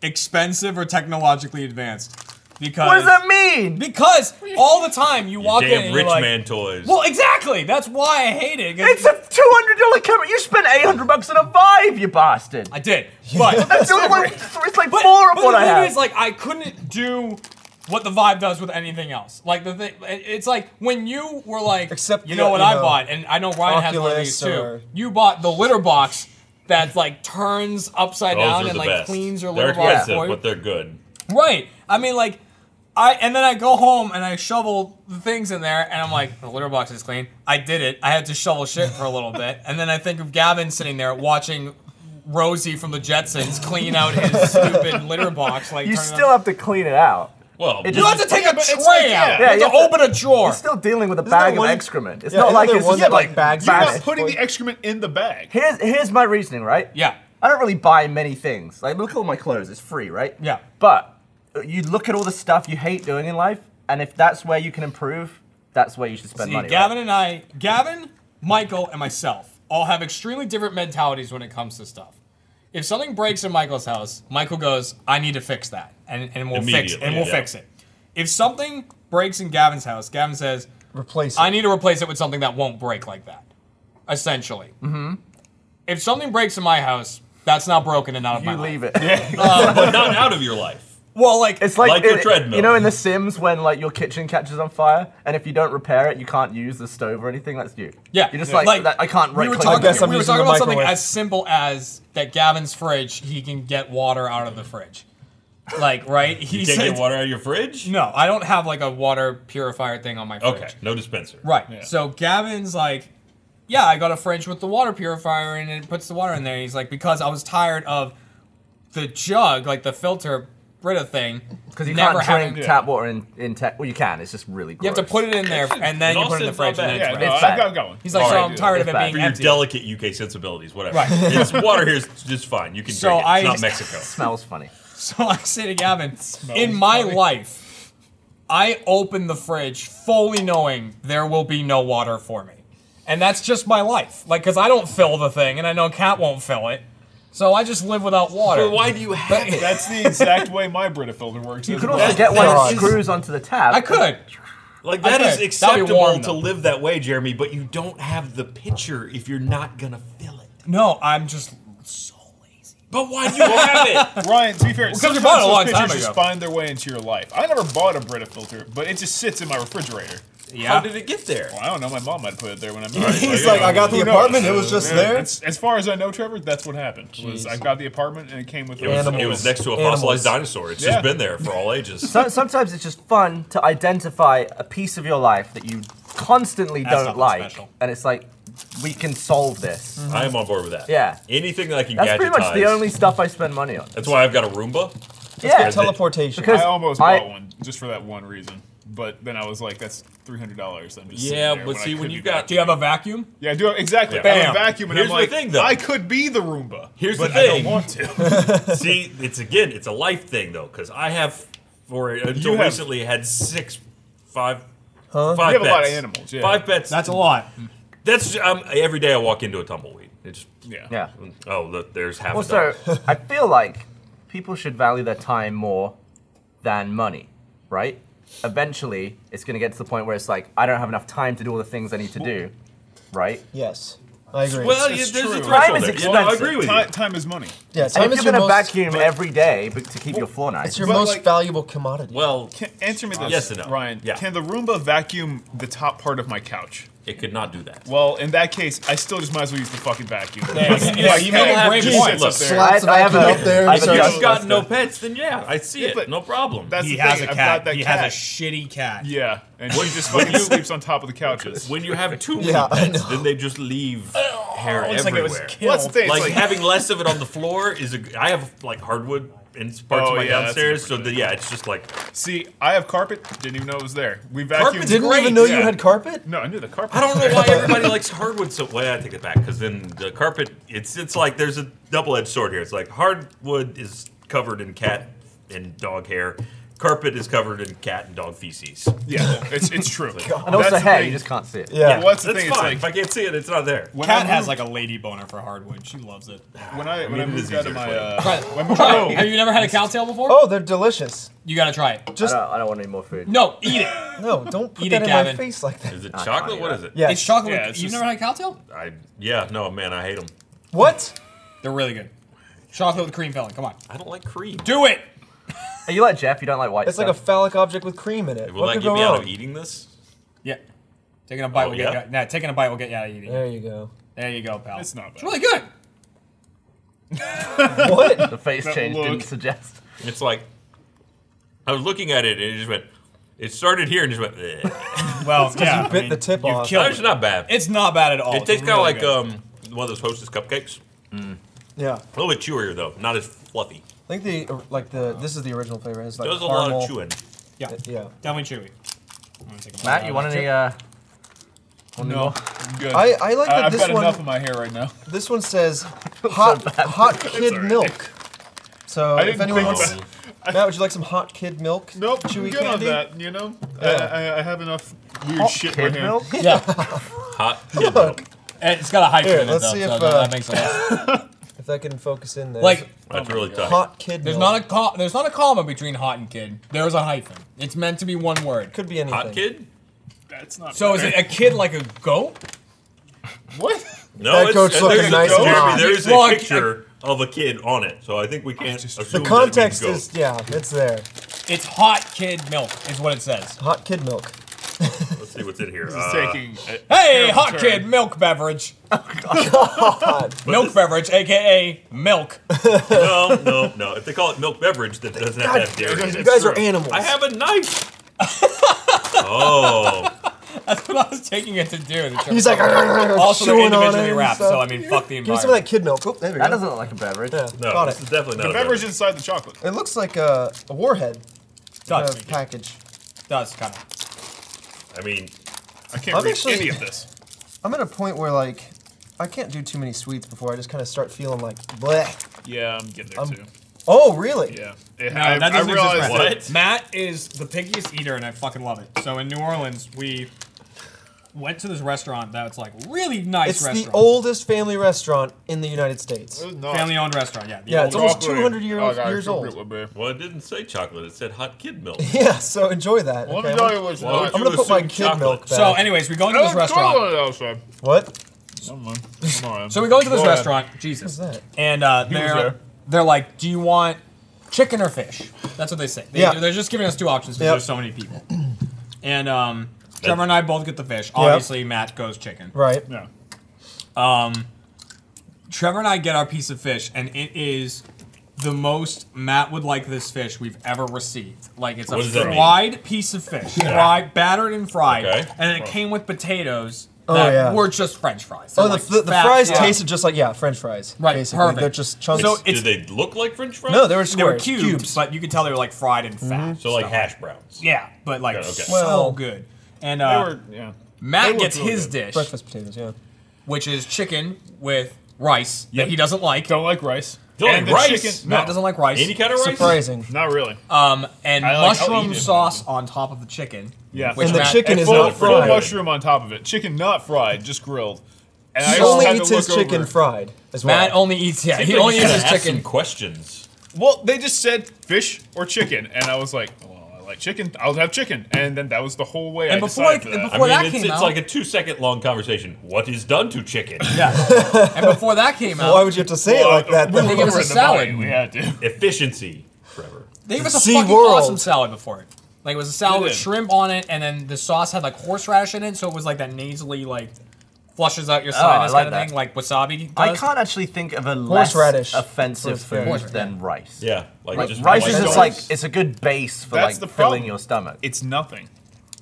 [SPEAKER 6] expensive or technologically advanced because
[SPEAKER 3] What does that mean?
[SPEAKER 6] because all the time you, walk in
[SPEAKER 1] Damn
[SPEAKER 6] and
[SPEAKER 1] rich
[SPEAKER 6] you're like,
[SPEAKER 1] man toys.
[SPEAKER 6] Well, exactly. That's why I hate it. 'cause-
[SPEAKER 3] It's a two hundred dollar camera. You spent eight hundred bucks on a Vive, you bastard. (laughs)
[SPEAKER 6] I did, but (laughs)
[SPEAKER 3] It's like, it's like four of
[SPEAKER 6] but
[SPEAKER 3] what
[SPEAKER 6] the
[SPEAKER 3] I
[SPEAKER 6] thing
[SPEAKER 3] have.
[SPEAKER 6] is, like, I couldn't do what the vibe does with anything else. Like the thing, it- it's like when you were like,
[SPEAKER 4] Except
[SPEAKER 6] you
[SPEAKER 4] the,
[SPEAKER 6] know what
[SPEAKER 4] you
[SPEAKER 6] I
[SPEAKER 4] know,
[SPEAKER 6] bought, and I know Ryan has one of
[SPEAKER 4] Oculus
[SPEAKER 6] these
[SPEAKER 4] or-
[SPEAKER 6] too. You bought the litter box that like turns upside
[SPEAKER 1] Those
[SPEAKER 6] down
[SPEAKER 1] are
[SPEAKER 6] and
[SPEAKER 1] the
[SPEAKER 6] like
[SPEAKER 1] best.
[SPEAKER 6] cleans your
[SPEAKER 1] They're
[SPEAKER 6] litter box
[SPEAKER 1] expensive,
[SPEAKER 6] for you.
[SPEAKER 1] but they're good.
[SPEAKER 6] Right. I mean, like, I and then I go home and I shovel the things in there, and I'm like, the litter box is clean. I did it. I had to shovel shit for a little bit, and then I think of Gavin sitting there watching Rosie from the Jetsons clean out his stupid litter box. Like,
[SPEAKER 3] you
[SPEAKER 6] turn it
[SPEAKER 3] still have
[SPEAKER 6] up.
[SPEAKER 3] to clean it out.
[SPEAKER 1] Well,
[SPEAKER 3] It
[SPEAKER 6] You have to take a
[SPEAKER 5] but
[SPEAKER 6] tray
[SPEAKER 5] it's like-
[SPEAKER 6] out.
[SPEAKER 5] yeah.
[SPEAKER 6] you
[SPEAKER 3] Yeah,
[SPEAKER 6] have
[SPEAKER 3] you
[SPEAKER 6] to
[SPEAKER 3] have to-
[SPEAKER 6] open a drawer.
[SPEAKER 3] You're still dealing with a
[SPEAKER 4] there
[SPEAKER 3] bag of
[SPEAKER 4] one-
[SPEAKER 3] excrement. It's
[SPEAKER 4] Yeah,
[SPEAKER 3] not
[SPEAKER 4] isn't
[SPEAKER 3] like
[SPEAKER 4] there
[SPEAKER 3] it's
[SPEAKER 4] one
[SPEAKER 3] yeah,
[SPEAKER 4] that,
[SPEAKER 3] like
[SPEAKER 4] like, bags
[SPEAKER 5] You're
[SPEAKER 4] Bad.
[SPEAKER 5] not putting the excrement in the bag.
[SPEAKER 3] Here's here's my reasoning, right?
[SPEAKER 6] yeah.
[SPEAKER 3] I don't really buy many things. Like look at all my clothes, it's free, right?
[SPEAKER 6] Yeah.
[SPEAKER 3] But uh, you look at all the stuff you hate doing in life, and if that's where you can improve, that's where you should spend
[SPEAKER 6] See,
[SPEAKER 3] money. right?
[SPEAKER 6] Gavin and I, Gavin, Michael, and myself all have extremely different mentalities when it comes to stuff. If something breaks in Michael's house, Michael goes, "I need to fix that," and, and we'll fix it,
[SPEAKER 1] Immediately,
[SPEAKER 6] and we'll
[SPEAKER 1] yeah.
[SPEAKER 6] fix it. If something breaks in Gavin's house, Gavin says,
[SPEAKER 4] Replace it.
[SPEAKER 6] "I need to replace it with something that won't break like that." Essentially, mm-hmm. if something breaks in my house, that's not broken and out of my
[SPEAKER 3] You
[SPEAKER 6] life. (laughs)
[SPEAKER 3] leave it.
[SPEAKER 1] but not out of your life.
[SPEAKER 6] Well, like
[SPEAKER 3] It's like,
[SPEAKER 1] Like your
[SPEAKER 3] it-
[SPEAKER 1] treadmill.
[SPEAKER 3] You know, in The Sims, when like your kitchen catches on fire, and if you don't repair it, you can't use the stove or anything. That's you.
[SPEAKER 6] Yeah,
[SPEAKER 3] You're just like, that, I can't
[SPEAKER 6] We
[SPEAKER 3] right
[SPEAKER 6] were
[SPEAKER 3] click.
[SPEAKER 6] talking,
[SPEAKER 4] I guess I'm
[SPEAKER 6] we were
[SPEAKER 4] using
[SPEAKER 6] talking
[SPEAKER 4] the
[SPEAKER 6] about something
[SPEAKER 4] microwave.
[SPEAKER 6] as simple as that Gavin's fridge. He can get water out of the fridge, like right. He
[SPEAKER 1] You can't
[SPEAKER 6] said-
[SPEAKER 1] get water out of your fridge?
[SPEAKER 6] No, I don't have like a water purifier thing on my fridge.
[SPEAKER 1] Okay, no dispenser.
[SPEAKER 6] Right. So Gavin's like, yeah, I got a fridge with the water purifier and it puts the water in there. He's like, because I was tired of the jug, like the filter
[SPEAKER 3] (laughs)
[SPEAKER 6] Brita thing,
[SPEAKER 3] because you
[SPEAKER 6] never
[SPEAKER 3] can't
[SPEAKER 6] having-
[SPEAKER 3] drink tap water in in tech. Well, you can. It's just really. Gross.
[SPEAKER 6] You have to put it in there and then
[SPEAKER 1] It
[SPEAKER 6] you
[SPEAKER 1] all
[SPEAKER 6] put it in the
[SPEAKER 1] sits on
[SPEAKER 6] fridge. And
[SPEAKER 1] that.
[SPEAKER 6] then
[SPEAKER 5] Yeah,
[SPEAKER 6] it's
[SPEAKER 5] no,
[SPEAKER 3] It's
[SPEAKER 6] ready.
[SPEAKER 5] I,
[SPEAKER 3] bad.
[SPEAKER 5] I'm going.
[SPEAKER 6] He's like, so
[SPEAKER 1] Alright,
[SPEAKER 6] I'm
[SPEAKER 1] dude,
[SPEAKER 6] tired of it
[SPEAKER 3] it's bad.
[SPEAKER 6] being
[SPEAKER 1] For your
[SPEAKER 6] empty.
[SPEAKER 1] delicate UK sensibilities, whatever.
[SPEAKER 6] Right.
[SPEAKER 1] (laughs) It's water here is just fine. You can
[SPEAKER 6] So
[SPEAKER 1] drink it. It's
[SPEAKER 6] I-
[SPEAKER 1] not Mexico.
[SPEAKER 3] (laughs) Smells funny.
[SPEAKER 6] So I say to Gavin, in my life, I open the fridge fully knowing there will be no water for me. And that's just my life. Like, because I don't fill the thing, and I know Cat won't fill it. So I just live without water.
[SPEAKER 1] But why do you have it?
[SPEAKER 5] That's the exact way my Brita filter works.
[SPEAKER 3] You could also get one that screws onto the tab.
[SPEAKER 6] I could.
[SPEAKER 1] Like that is
[SPEAKER 6] Okay, that'd be
[SPEAKER 1] acceptable
[SPEAKER 6] warm,
[SPEAKER 1] to
[SPEAKER 6] though.
[SPEAKER 1] live that way, Jeremy, but you don't have the picture if you're not gonna fill it.
[SPEAKER 6] No, I'm just so lazy.
[SPEAKER 1] But why do you have it?
[SPEAKER 5] Ryan, to be fair,
[SPEAKER 6] Because
[SPEAKER 5] sometimes
[SPEAKER 6] we bought it a
[SPEAKER 5] those
[SPEAKER 6] long
[SPEAKER 5] pictures
[SPEAKER 6] time
[SPEAKER 5] just
[SPEAKER 6] ago.
[SPEAKER 5] find their way into your life. I never bought a Brita filter, but it just sits in my refrigerator.
[SPEAKER 1] How did it get there?
[SPEAKER 5] Well, I don't know. My mom might put it
[SPEAKER 4] (laughs)
[SPEAKER 5] there when I moved.
[SPEAKER 4] He's like, I got the
[SPEAKER 5] who knows?"
[SPEAKER 4] apartment. It was just
[SPEAKER 5] Yeah,
[SPEAKER 4] there.
[SPEAKER 5] that's- as far as I know, Trevor, that's what happened. Was I got the apartment and it came with
[SPEAKER 1] It was,
[SPEAKER 4] Animals.
[SPEAKER 1] it was next to a
[SPEAKER 4] Animals.
[SPEAKER 1] fossilized dinosaur. It's
[SPEAKER 5] Yeah.
[SPEAKER 1] just been there for all
[SPEAKER 3] (laughs)
[SPEAKER 1] ages.
[SPEAKER 3] So- sometimes it's just fun to identify a piece of your life that you constantly
[SPEAKER 6] That's
[SPEAKER 3] don't
[SPEAKER 6] nothing
[SPEAKER 3] like,
[SPEAKER 6] special.
[SPEAKER 3] and it's like we can solve this.
[SPEAKER 1] I am on board with that.
[SPEAKER 3] Yeah.
[SPEAKER 1] Anything that I can
[SPEAKER 3] That's
[SPEAKER 1] Mm. gadgetize.
[SPEAKER 3] pretty much the only stuff I spend money on.
[SPEAKER 1] That's why I've got a Roomba.
[SPEAKER 3] yeah,
[SPEAKER 1] good.
[SPEAKER 4] Teleportation.
[SPEAKER 3] Because-
[SPEAKER 5] I almost
[SPEAKER 3] I-
[SPEAKER 5] bought one just for that one reason, but then I was like, that's three hundred dollars. I'm just
[SPEAKER 1] Yeah,
[SPEAKER 5] sitting there
[SPEAKER 1] but see,
[SPEAKER 5] I
[SPEAKER 1] when
[SPEAKER 5] could
[SPEAKER 1] you
[SPEAKER 5] be
[SPEAKER 1] got-
[SPEAKER 6] Do you have a vacuum?
[SPEAKER 5] yeah, I do exactly.
[SPEAKER 1] Yeah.
[SPEAKER 5] I have a
[SPEAKER 6] Bam.
[SPEAKER 5] vacuum, and
[SPEAKER 1] Here's
[SPEAKER 5] I'm
[SPEAKER 1] the
[SPEAKER 5] like,
[SPEAKER 1] thing, though.
[SPEAKER 5] I could be the Roomba.
[SPEAKER 1] Here's the
[SPEAKER 5] but I
[SPEAKER 1] thing.
[SPEAKER 5] don't want to. (laughs)
[SPEAKER 1] See, it's again, it's a life thing though, because I have, for until
[SPEAKER 5] You have-
[SPEAKER 1] recently, had six, five, five
[SPEAKER 5] You have a
[SPEAKER 1] pets.
[SPEAKER 5] lot of animals, yeah.
[SPEAKER 1] Five pets. That's
[SPEAKER 6] lot.
[SPEAKER 1] that's um, every day I walk into a tumbleweed. It's
[SPEAKER 5] yeah.
[SPEAKER 3] yeah.
[SPEAKER 1] oh look, there's half. a
[SPEAKER 3] Also,
[SPEAKER 1] dog.
[SPEAKER 3] (laughs) I feel like people should value their time more than money, right? Eventually, it's going to get to the point where it's like I don't have enough time to do all the things I need to do, right?
[SPEAKER 4] yes. I agree.
[SPEAKER 1] Well,
[SPEAKER 5] It's
[SPEAKER 1] yeah, there's a
[SPEAKER 5] true.
[SPEAKER 1] threshold.
[SPEAKER 3] Time is
[SPEAKER 1] there. Yeah, I
[SPEAKER 3] expensive.
[SPEAKER 1] agree with you.
[SPEAKER 5] Time, time is money.
[SPEAKER 4] yeah,
[SPEAKER 3] And
[SPEAKER 4] time
[SPEAKER 3] if you're
[SPEAKER 4] is your
[SPEAKER 3] gonna
[SPEAKER 4] most,
[SPEAKER 3] vacuum every day but to keep your floor
[SPEAKER 4] it's
[SPEAKER 3] nice.
[SPEAKER 4] your
[SPEAKER 5] But,
[SPEAKER 4] most
[SPEAKER 5] like-
[SPEAKER 4] valuable commodity.
[SPEAKER 1] Well,
[SPEAKER 5] Can, answer me this,
[SPEAKER 1] Yes and no.
[SPEAKER 5] Ryan.
[SPEAKER 1] Yeah.
[SPEAKER 5] Can the Roomba vacuum the top part of my couch?
[SPEAKER 1] it could not do that.
[SPEAKER 5] Well, in that case, I still just might as well use the
[SPEAKER 6] (laughs)
[SPEAKER 5] fucking vacuum.
[SPEAKER 6] yeah, you made a great
[SPEAKER 1] Jesus,
[SPEAKER 6] point.
[SPEAKER 1] look,
[SPEAKER 5] there.
[SPEAKER 4] Lots of
[SPEAKER 3] I have
[SPEAKER 4] vacuum
[SPEAKER 3] a-
[SPEAKER 4] up there.
[SPEAKER 3] I have a
[SPEAKER 4] so-
[SPEAKER 1] If
[SPEAKER 3] Yes,
[SPEAKER 1] you've got
[SPEAKER 3] that's
[SPEAKER 1] no
[SPEAKER 3] the-
[SPEAKER 1] pets, then yeah, I see
[SPEAKER 5] Yeah,
[SPEAKER 1] it.
[SPEAKER 5] but
[SPEAKER 1] No problem.
[SPEAKER 5] That's
[SPEAKER 7] He
[SPEAKER 5] the
[SPEAKER 7] has
[SPEAKER 5] thing.
[SPEAKER 7] a
[SPEAKER 5] I've got
[SPEAKER 7] cat.
[SPEAKER 5] that
[SPEAKER 7] He
[SPEAKER 5] cat.
[SPEAKER 7] has a shitty cat.
[SPEAKER 5] yeah, and she just fucking sleeps on top of the couches.
[SPEAKER 1] when you have too many
[SPEAKER 4] Yeah, I
[SPEAKER 1] pets, then they just leave hair
[SPEAKER 5] Oh,
[SPEAKER 7] Looks like it
[SPEAKER 1] everywhere.
[SPEAKER 7] was
[SPEAKER 5] Well, that's
[SPEAKER 7] killed.
[SPEAKER 5] the thing.
[SPEAKER 1] like,
[SPEAKER 5] It's like,
[SPEAKER 1] having less of it on the floor is a g- I have like hardwood in parts
[SPEAKER 5] Oh,
[SPEAKER 1] of my
[SPEAKER 5] yeah, that's a
[SPEAKER 1] downstairs, so
[SPEAKER 5] different
[SPEAKER 1] that, yeah, it's just like
[SPEAKER 5] see, I have carpet. Didn't even know it was there. We vacuumed.
[SPEAKER 1] Carpet's
[SPEAKER 4] Didn't
[SPEAKER 1] great,
[SPEAKER 4] even know you
[SPEAKER 5] yeah.
[SPEAKER 4] had carpet.
[SPEAKER 5] No, I knew the carpet.
[SPEAKER 1] I don't
[SPEAKER 5] was
[SPEAKER 1] know
[SPEAKER 5] there.
[SPEAKER 1] why everybody likes hardwood so. Well, I take it back because then the carpet. It's it's like there's a double edged sword here. It's like hardwood is covered in cat and dog hair. Carpet is covered in cat and dog feces.
[SPEAKER 5] (laughs) Yeah, it's it's true.
[SPEAKER 3] And also hair, you just can't see it.
[SPEAKER 4] Yeah.
[SPEAKER 5] What's the
[SPEAKER 1] That's
[SPEAKER 5] thing?
[SPEAKER 1] fine.
[SPEAKER 5] It's
[SPEAKER 1] if I
[SPEAKER 5] like
[SPEAKER 1] can't see it, it's not there.
[SPEAKER 5] when
[SPEAKER 6] Cat
[SPEAKER 5] I
[SPEAKER 6] has
[SPEAKER 5] moved-
[SPEAKER 6] like a lady boner for hardwood. She loves it.
[SPEAKER 5] when I when I,
[SPEAKER 1] mean, it
[SPEAKER 5] moved
[SPEAKER 1] is
[SPEAKER 5] out of
[SPEAKER 1] easier
[SPEAKER 5] my
[SPEAKER 1] to
[SPEAKER 5] uh, when I moved-
[SPEAKER 6] Have you never had a cowtail before?
[SPEAKER 4] Oh, they're delicious.
[SPEAKER 6] You gotta try it.
[SPEAKER 3] I, don't, I don't want any more food.
[SPEAKER 6] No, eat it.
[SPEAKER 4] No, don't put
[SPEAKER 6] Eat
[SPEAKER 4] that
[SPEAKER 6] it,
[SPEAKER 4] in my
[SPEAKER 6] Gavin.
[SPEAKER 4] face like that.
[SPEAKER 1] Is it
[SPEAKER 3] Not
[SPEAKER 1] chocolate?
[SPEAKER 3] funny,
[SPEAKER 1] What
[SPEAKER 3] right?
[SPEAKER 1] is it?
[SPEAKER 4] Yeah.
[SPEAKER 6] It's chocolate.
[SPEAKER 5] Yeah, it's
[SPEAKER 6] You've
[SPEAKER 5] just-
[SPEAKER 6] never had a cowtail?
[SPEAKER 1] I yeah. No, man, I hate them.
[SPEAKER 4] What?
[SPEAKER 6] They're really good. Chocolate with cream filling. Come on,
[SPEAKER 1] I don't like cream.
[SPEAKER 6] do it.
[SPEAKER 3] Are you like Jeff? You don't like white
[SPEAKER 4] It's like a
[SPEAKER 3] stuff?
[SPEAKER 4] phallic object with cream in it.
[SPEAKER 1] Will
[SPEAKER 4] what
[SPEAKER 1] that
[SPEAKER 4] could
[SPEAKER 1] get
[SPEAKER 4] go
[SPEAKER 1] me out
[SPEAKER 4] wrong?
[SPEAKER 1] of e- eating this?
[SPEAKER 6] Yeah. Taking a bite
[SPEAKER 1] Oh,
[SPEAKER 6] will
[SPEAKER 1] yeah?
[SPEAKER 6] get you. Nah, taking a bite will get you out of eating.
[SPEAKER 4] There you go.
[SPEAKER 6] There you go, pal.
[SPEAKER 5] It's not
[SPEAKER 6] It's
[SPEAKER 5] bad.
[SPEAKER 6] really good.
[SPEAKER 4] What?
[SPEAKER 3] The face
[SPEAKER 5] That
[SPEAKER 3] change
[SPEAKER 5] look.
[SPEAKER 3] didn't suggest.
[SPEAKER 1] It's like I was looking at it and it just went. It started here and just went.
[SPEAKER 4] (laughs)
[SPEAKER 1] "Eh."
[SPEAKER 6] Well, yeah.
[SPEAKER 4] bit the tip
[SPEAKER 6] you've
[SPEAKER 4] off.
[SPEAKER 6] Killed
[SPEAKER 1] it's
[SPEAKER 6] it.
[SPEAKER 1] not bad.
[SPEAKER 6] It's not bad at all.
[SPEAKER 1] it tastes
[SPEAKER 6] It's
[SPEAKER 1] kind of
[SPEAKER 6] really
[SPEAKER 1] like
[SPEAKER 6] good.
[SPEAKER 1] um one of those Hostess cupcakes.
[SPEAKER 4] yeah.
[SPEAKER 1] A little bit chewier though, not as fluffy.
[SPEAKER 4] I think the or- like the this is the original flavor. It's like
[SPEAKER 1] There's a lot
[SPEAKER 4] caramel.
[SPEAKER 1] of chewing.
[SPEAKER 6] uh, yeah.
[SPEAKER 4] Yeah.
[SPEAKER 6] Definitely chewy. I'm gonna take a bite out
[SPEAKER 3] Matt,
[SPEAKER 6] of
[SPEAKER 3] you
[SPEAKER 6] it.
[SPEAKER 3] want any? Uh, want any more?
[SPEAKER 5] no, I'm good.
[SPEAKER 4] I, I like that
[SPEAKER 5] I've
[SPEAKER 4] this
[SPEAKER 5] got
[SPEAKER 4] one
[SPEAKER 5] enough of my hair right now.
[SPEAKER 4] this one
[SPEAKER 5] (laughs)
[SPEAKER 4] says hot hot kid milk. So
[SPEAKER 5] I
[SPEAKER 4] if
[SPEAKER 5] didn't
[SPEAKER 4] anyone
[SPEAKER 5] think
[SPEAKER 4] wants
[SPEAKER 5] about-
[SPEAKER 4] Matt, would you like some hot kid milk?
[SPEAKER 5] Nope, I'm
[SPEAKER 4] Chewy
[SPEAKER 5] good on
[SPEAKER 4] candy? Oh.
[SPEAKER 5] that. You know, I-
[SPEAKER 4] Yeah.
[SPEAKER 5] I, I, have enough weird shit in
[SPEAKER 3] Kid
[SPEAKER 5] my hand.
[SPEAKER 3] milk?
[SPEAKER 6] (laughs) Yeah.
[SPEAKER 1] Hot
[SPEAKER 4] (laughs)
[SPEAKER 1] kid milk.
[SPEAKER 6] And it's got a hype
[SPEAKER 4] Here,
[SPEAKER 6] in it
[SPEAKER 4] let's
[SPEAKER 6] though,
[SPEAKER 4] see
[SPEAKER 6] so
[SPEAKER 4] if,
[SPEAKER 6] that-
[SPEAKER 4] uh,
[SPEAKER 6] that makes a
[SPEAKER 4] (laughs)
[SPEAKER 6] lot.
[SPEAKER 4] If that can focus in there.
[SPEAKER 6] Like
[SPEAKER 1] That's really tough.
[SPEAKER 4] hot kid
[SPEAKER 6] there's
[SPEAKER 4] milk.
[SPEAKER 6] not a co- there's not a comma between hot and kid. There's a hyphen. It's meant to be one word.
[SPEAKER 4] could be anything.
[SPEAKER 1] Hot kid?
[SPEAKER 5] That's not.
[SPEAKER 6] So is
[SPEAKER 5] better.
[SPEAKER 6] it a kid like a goat?
[SPEAKER 5] what?
[SPEAKER 1] No,
[SPEAKER 4] That goat's
[SPEAKER 1] there's
[SPEAKER 4] looking
[SPEAKER 1] a-
[SPEAKER 4] nice
[SPEAKER 1] Jeremy,
[SPEAKER 4] and hot.
[SPEAKER 1] there is a
[SPEAKER 6] Well, I-
[SPEAKER 1] picture of a kid on it, so I think we can't assume
[SPEAKER 4] The
[SPEAKER 1] that it
[SPEAKER 4] context
[SPEAKER 1] means
[SPEAKER 4] is yeah, it's there.
[SPEAKER 6] It's hot kid milk is what it says.
[SPEAKER 4] Hot kid
[SPEAKER 5] (laughs)
[SPEAKER 4] milk.
[SPEAKER 1] goat. Let's see what's in here.
[SPEAKER 5] This is
[SPEAKER 1] Uh,
[SPEAKER 5] taking. a-
[SPEAKER 6] Hey,
[SPEAKER 5] Terrible
[SPEAKER 6] hot
[SPEAKER 5] turn.
[SPEAKER 6] kid milk beverage.
[SPEAKER 5] Oh.
[SPEAKER 4] Hot.
[SPEAKER 6] milk beverage, aka milk. (laughs)
[SPEAKER 1] no, no, no. If they call it milk beverage, that doesn't have to have dairy. in
[SPEAKER 4] You
[SPEAKER 1] it.
[SPEAKER 4] guys are
[SPEAKER 5] true.
[SPEAKER 4] animals.
[SPEAKER 1] I have a
[SPEAKER 4] (laughs)
[SPEAKER 1] knife. oh,
[SPEAKER 6] That's what I was taking it to do. the
[SPEAKER 4] He's
[SPEAKER 6] trip.
[SPEAKER 4] like
[SPEAKER 6] also they're
[SPEAKER 4] chewing on it
[SPEAKER 6] individually
[SPEAKER 4] and
[SPEAKER 6] wrapped,
[SPEAKER 4] stuff.
[SPEAKER 6] so I mean, fuck the
[SPEAKER 4] Give me some of
[SPEAKER 6] environment.
[SPEAKER 4] that kid milk. Oh, there we
[SPEAKER 3] That
[SPEAKER 4] go.
[SPEAKER 3] doesn't look like a beverage.
[SPEAKER 4] Yeah,
[SPEAKER 1] no.
[SPEAKER 4] got
[SPEAKER 1] this
[SPEAKER 4] it.
[SPEAKER 1] is definitely
[SPEAKER 5] The
[SPEAKER 1] not a
[SPEAKER 5] beverage inside the chocolate.
[SPEAKER 4] It looks like a, a warhead uh,
[SPEAKER 6] Does
[SPEAKER 4] package.
[SPEAKER 6] does kind of.
[SPEAKER 1] I mean,
[SPEAKER 5] I can't
[SPEAKER 4] I've
[SPEAKER 5] read
[SPEAKER 4] actually-
[SPEAKER 5] any of this.
[SPEAKER 4] I'm at a point where like I can't do too many sweets before I just kind of start feeling like bleh.
[SPEAKER 5] Yeah, I'm getting there
[SPEAKER 4] I'm-
[SPEAKER 5] too.
[SPEAKER 4] Oh, really?
[SPEAKER 5] Yeah, It-
[SPEAKER 6] No,
[SPEAKER 5] I,
[SPEAKER 6] that
[SPEAKER 5] I
[SPEAKER 6] doesn't exist.
[SPEAKER 1] right
[SPEAKER 5] realized that
[SPEAKER 1] now.
[SPEAKER 6] Matt. Matt is the pickiest eater, and I fucking love it. So in New Orleans, we went to this restaurant that's like really nice
[SPEAKER 4] It's the
[SPEAKER 6] restaurant,
[SPEAKER 4] oldest family restaurant in the United States.
[SPEAKER 5] it's not
[SPEAKER 6] family-owned restaurant. Yeah, the
[SPEAKER 4] Yeah,
[SPEAKER 6] old-
[SPEAKER 4] it's almost
[SPEAKER 5] chocolate.
[SPEAKER 4] 200 year-
[SPEAKER 5] Oh, God,
[SPEAKER 4] years
[SPEAKER 5] I
[SPEAKER 4] old.
[SPEAKER 5] remember it would be.
[SPEAKER 1] well, it didn't say chocolate. It said hot kid milk.
[SPEAKER 4] Yeah, so enjoy that.
[SPEAKER 5] Let
[SPEAKER 4] okay?
[SPEAKER 5] me tell you what's
[SPEAKER 1] Why
[SPEAKER 5] not.
[SPEAKER 1] would
[SPEAKER 4] I'm
[SPEAKER 1] you
[SPEAKER 4] gonna put my
[SPEAKER 1] assume
[SPEAKER 4] kid
[SPEAKER 1] chocolate?
[SPEAKER 4] milk back.
[SPEAKER 6] So, anyways, we go into this
[SPEAKER 5] That was
[SPEAKER 6] restaurant.
[SPEAKER 5] chocolate outside.
[SPEAKER 4] what?
[SPEAKER 5] Never mind.
[SPEAKER 6] So we go into this
[SPEAKER 5] Go ahead.
[SPEAKER 6] restaurant, Jesus,
[SPEAKER 4] What's that?
[SPEAKER 6] and uh,
[SPEAKER 5] was
[SPEAKER 6] they're
[SPEAKER 5] there.
[SPEAKER 6] they're like, "Do you want chicken or fish?" That's what they say. They,
[SPEAKER 4] Yeah.
[SPEAKER 6] They're just giving us two options because
[SPEAKER 4] Yep.
[SPEAKER 6] there's so many people. And um, Trevor and I both get the fish. Obviously, Matt goes chicken.
[SPEAKER 4] Right.
[SPEAKER 5] Yeah.
[SPEAKER 6] Trevor and I get our piece of fish, and it is the most Matt would like this fish we've ever received. Like it's
[SPEAKER 1] What
[SPEAKER 6] a
[SPEAKER 1] does that mean?
[SPEAKER 6] fried piece of fish, fried, battered and fried,
[SPEAKER 1] Okay.
[SPEAKER 6] and it came with potatoes
[SPEAKER 4] Oh,
[SPEAKER 6] that
[SPEAKER 4] yeah.
[SPEAKER 6] were just French fries.
[SPEAKER 4] Oh,
[SPEAKER 6] They're
[SPEAKER 4] the,
[SPEAKER 6] like
[SPEAKER 4] the, the
[SPEAKER 6] fat-
[SPEAKER 4] fries
[SPEAKER 6] yeah.
[SPEAKER 4] tasted just like yeah, French fries.
[SPEAKER 6] Right,
[SPEAKER 4] Basically,
[SPEAKER 6] perfect.
[SPEAKER 4] they're just chunks.
[SPEAKER 6] So
[SPEAKER 1] Did
[SPEAKER 6] it's
[SPEAKER 1] they look like French fries?
[SPEAKER 4] no, they were
[SPEAKER 6] they were
[SPEAKER 4] squares,
[SPEAKER 6] cubes, but you could tell they were like fried
[SPEAKER 5] Mm-hmm.
[SPEAKER 6] and fat.
[SPEAKER 1] So like
[SPEAKER 6] stuff.
[SPEAKER 1] hash browns.
[SPEAKER 6] Yeah, but like
[SPEAKER 1] Yeah, okay.
[SPEAKER 6] so
[SPEAKER 4] Well-
[SPEAKER 6] good. And
[SPEAKER 5] They
[SPEAKER 6] uh,
[SPEAKER 5] were. Yeah.
[SPEAKER 6] Matt
[SPEAKER 5] they
[SPEAKER 6] gets
[SPEAKER 5] looked really
[SPEAKER 6] his
[SPEAKER 5] good.
[SPEAKER 6] dish,
[SPEAKER 4] breakfast potatoes. Yeah.
[SPEAKER 6] which is chicken with rice
[SPEAKER 5] Yep.
[SPEAKER 6] that he doesn't like.
[SPEAKER 5] Don't like rice.
[SPEAKER 1] Don't
[SPEAKER 5] And
[SPEAKER 1] like
[SPEAKER 5] the
[SPEAKER 1] rice?
[SPEAKER 5] chicken-
[SPEAKER 6] Matt
[SPEAKER 5] no,
[SPEAKER 6] doesn't like rice.
[SPEAKER 1] Any kind of rice?
[SPEAKER 4] Surprising.
[SPEAKER 5] Not really.
[SPEAKER 6] Um, and
[SPEAKER 5] I like- I'll
[SPEAKER 6] mushroom
[SPEAKER 5] eat it.
[SPEAKER 6] sauce on top of the chicken.
[SPEAKER 5] Yeah.
[SPEAKER 6] which
[SPEAKER 4] And the
[SPEAKER 6] Matt-
[SPEAKER 4] chicken
[SPEAKER 5] and
[SPEAKER 4] is
[SPEAKER 5] full,
[SPEAKER 4] not
[SPEAKER 5] full
[SPEAKER 1] fried.
[SPEAKER 4] fried.
[SPEAKER 5] mushroom on top of it. Chicken not fried, just grilled. And
[SPEAKER 4] He
[SPEAKER 5] just
[SPEAKER 4] only
[SPEAKER 5] had to
[SPEAKER 4] eats his
[SPEAKER 5] look
[SPEAKER 4] chicken
[SPEAKER 5] over-
[SPEAKER 4] fried as well.
[SPEAKER 6] Matt only eats yeah, he
[SPEAKER 1] Seems like
[SPEAKER 6] only
[SPEAKER 1] you
[SPEAKER 6] eats
[SPEAKER 1] gotta
[SPEAKER 6] his
[SPEAKER 1] ask
[SPEAKER 6] chicken.
[SPEAKER 1] some questions.
[SPEAKER 5] Well, they just said fish or chicken, and I was like, well, I like chicken. I'll have chicken, and then that was the whole way.
[SPEAKER 6] And
[SPEAKER 5] I
[SPEAKER 6] before I
[SPEAKER 5] decided
[SPEAKER 6] c-
[SPEAKER 5] for that.
[SPEAKER 6] and
[SPEAKER 1] I
[SPEAKER 6] Well,
[SPEAKER 1] mean,
[SPEAKER 6] that
[SPEAKER 1] it's,
[SPEAKER 6] came
[SPEAKER 1] it's
[SPEAKER 6] out.
[SPEAKER 1] like a two second long conversation. What is done to chicken? (laughs)
[SPEAKER 6] Yeah. and before that came out,
[SPEAKER 4] Why would you have to say it like that?
[SPEAKER 5] We
[SPEAKER 4] Though?
[SPEAKER 5] were
[SPEAKER 6] They gave us a
[SPEAKER 5] in the body,
[SPEAKER 6] salad.
[SPEAKER 5] We had to.
[SPEAKER 1] Efficiency, Trevor.
[SPEAKER 6] they gave us a
[SPEAKER 4] Sea
[SPEAKER 6] fucking
[SPEAKER 4] World.
[SPEAKER 6] awesome salad before it. Like it was a salad
[SPEAKER 5] They
[SPEAKER 6] with
[SPEAKER 5] did.
[SPEAKER 6] shrimp on it, and then the sauce had like horseradish in it, so it was like that nasally like flushes out your
[SPEAKER 3] Oh, I
[SPEAKER 6] sinus
[SPEAKER 3] like
[SPEAKER 6] kind of
[SPEAKER 3] that.
[SPEAKER 6] thing, like wasabi. Does.
[SPEAKER 3] I can't actually think of a less
[SPEAKER 4] Horseradish.
[SPEAKER 3] offensive food
[SPEAKER 4] Horseradish.
[SPEAKER 3] than rice.
[SPEAKER 1] Yeah, like,
[SPEAKER 3] Like,
[SPEAKER 1] just
[SPEAKER 3] rice
[SPEAKER 1] white
[SPEAKER 3] is just
[SPEAKER 1] sauce.
[SPEAKER 3] like it's a good base for
[SPEAKER 5] That's
[SPEAKER 3] like
[SPEAKER 5] the
[SPEAKER 3] filling
[SPEAKER 5] problem.
[SPEAKER 3] your stomach.
[SPEAKER 5] It's nothing.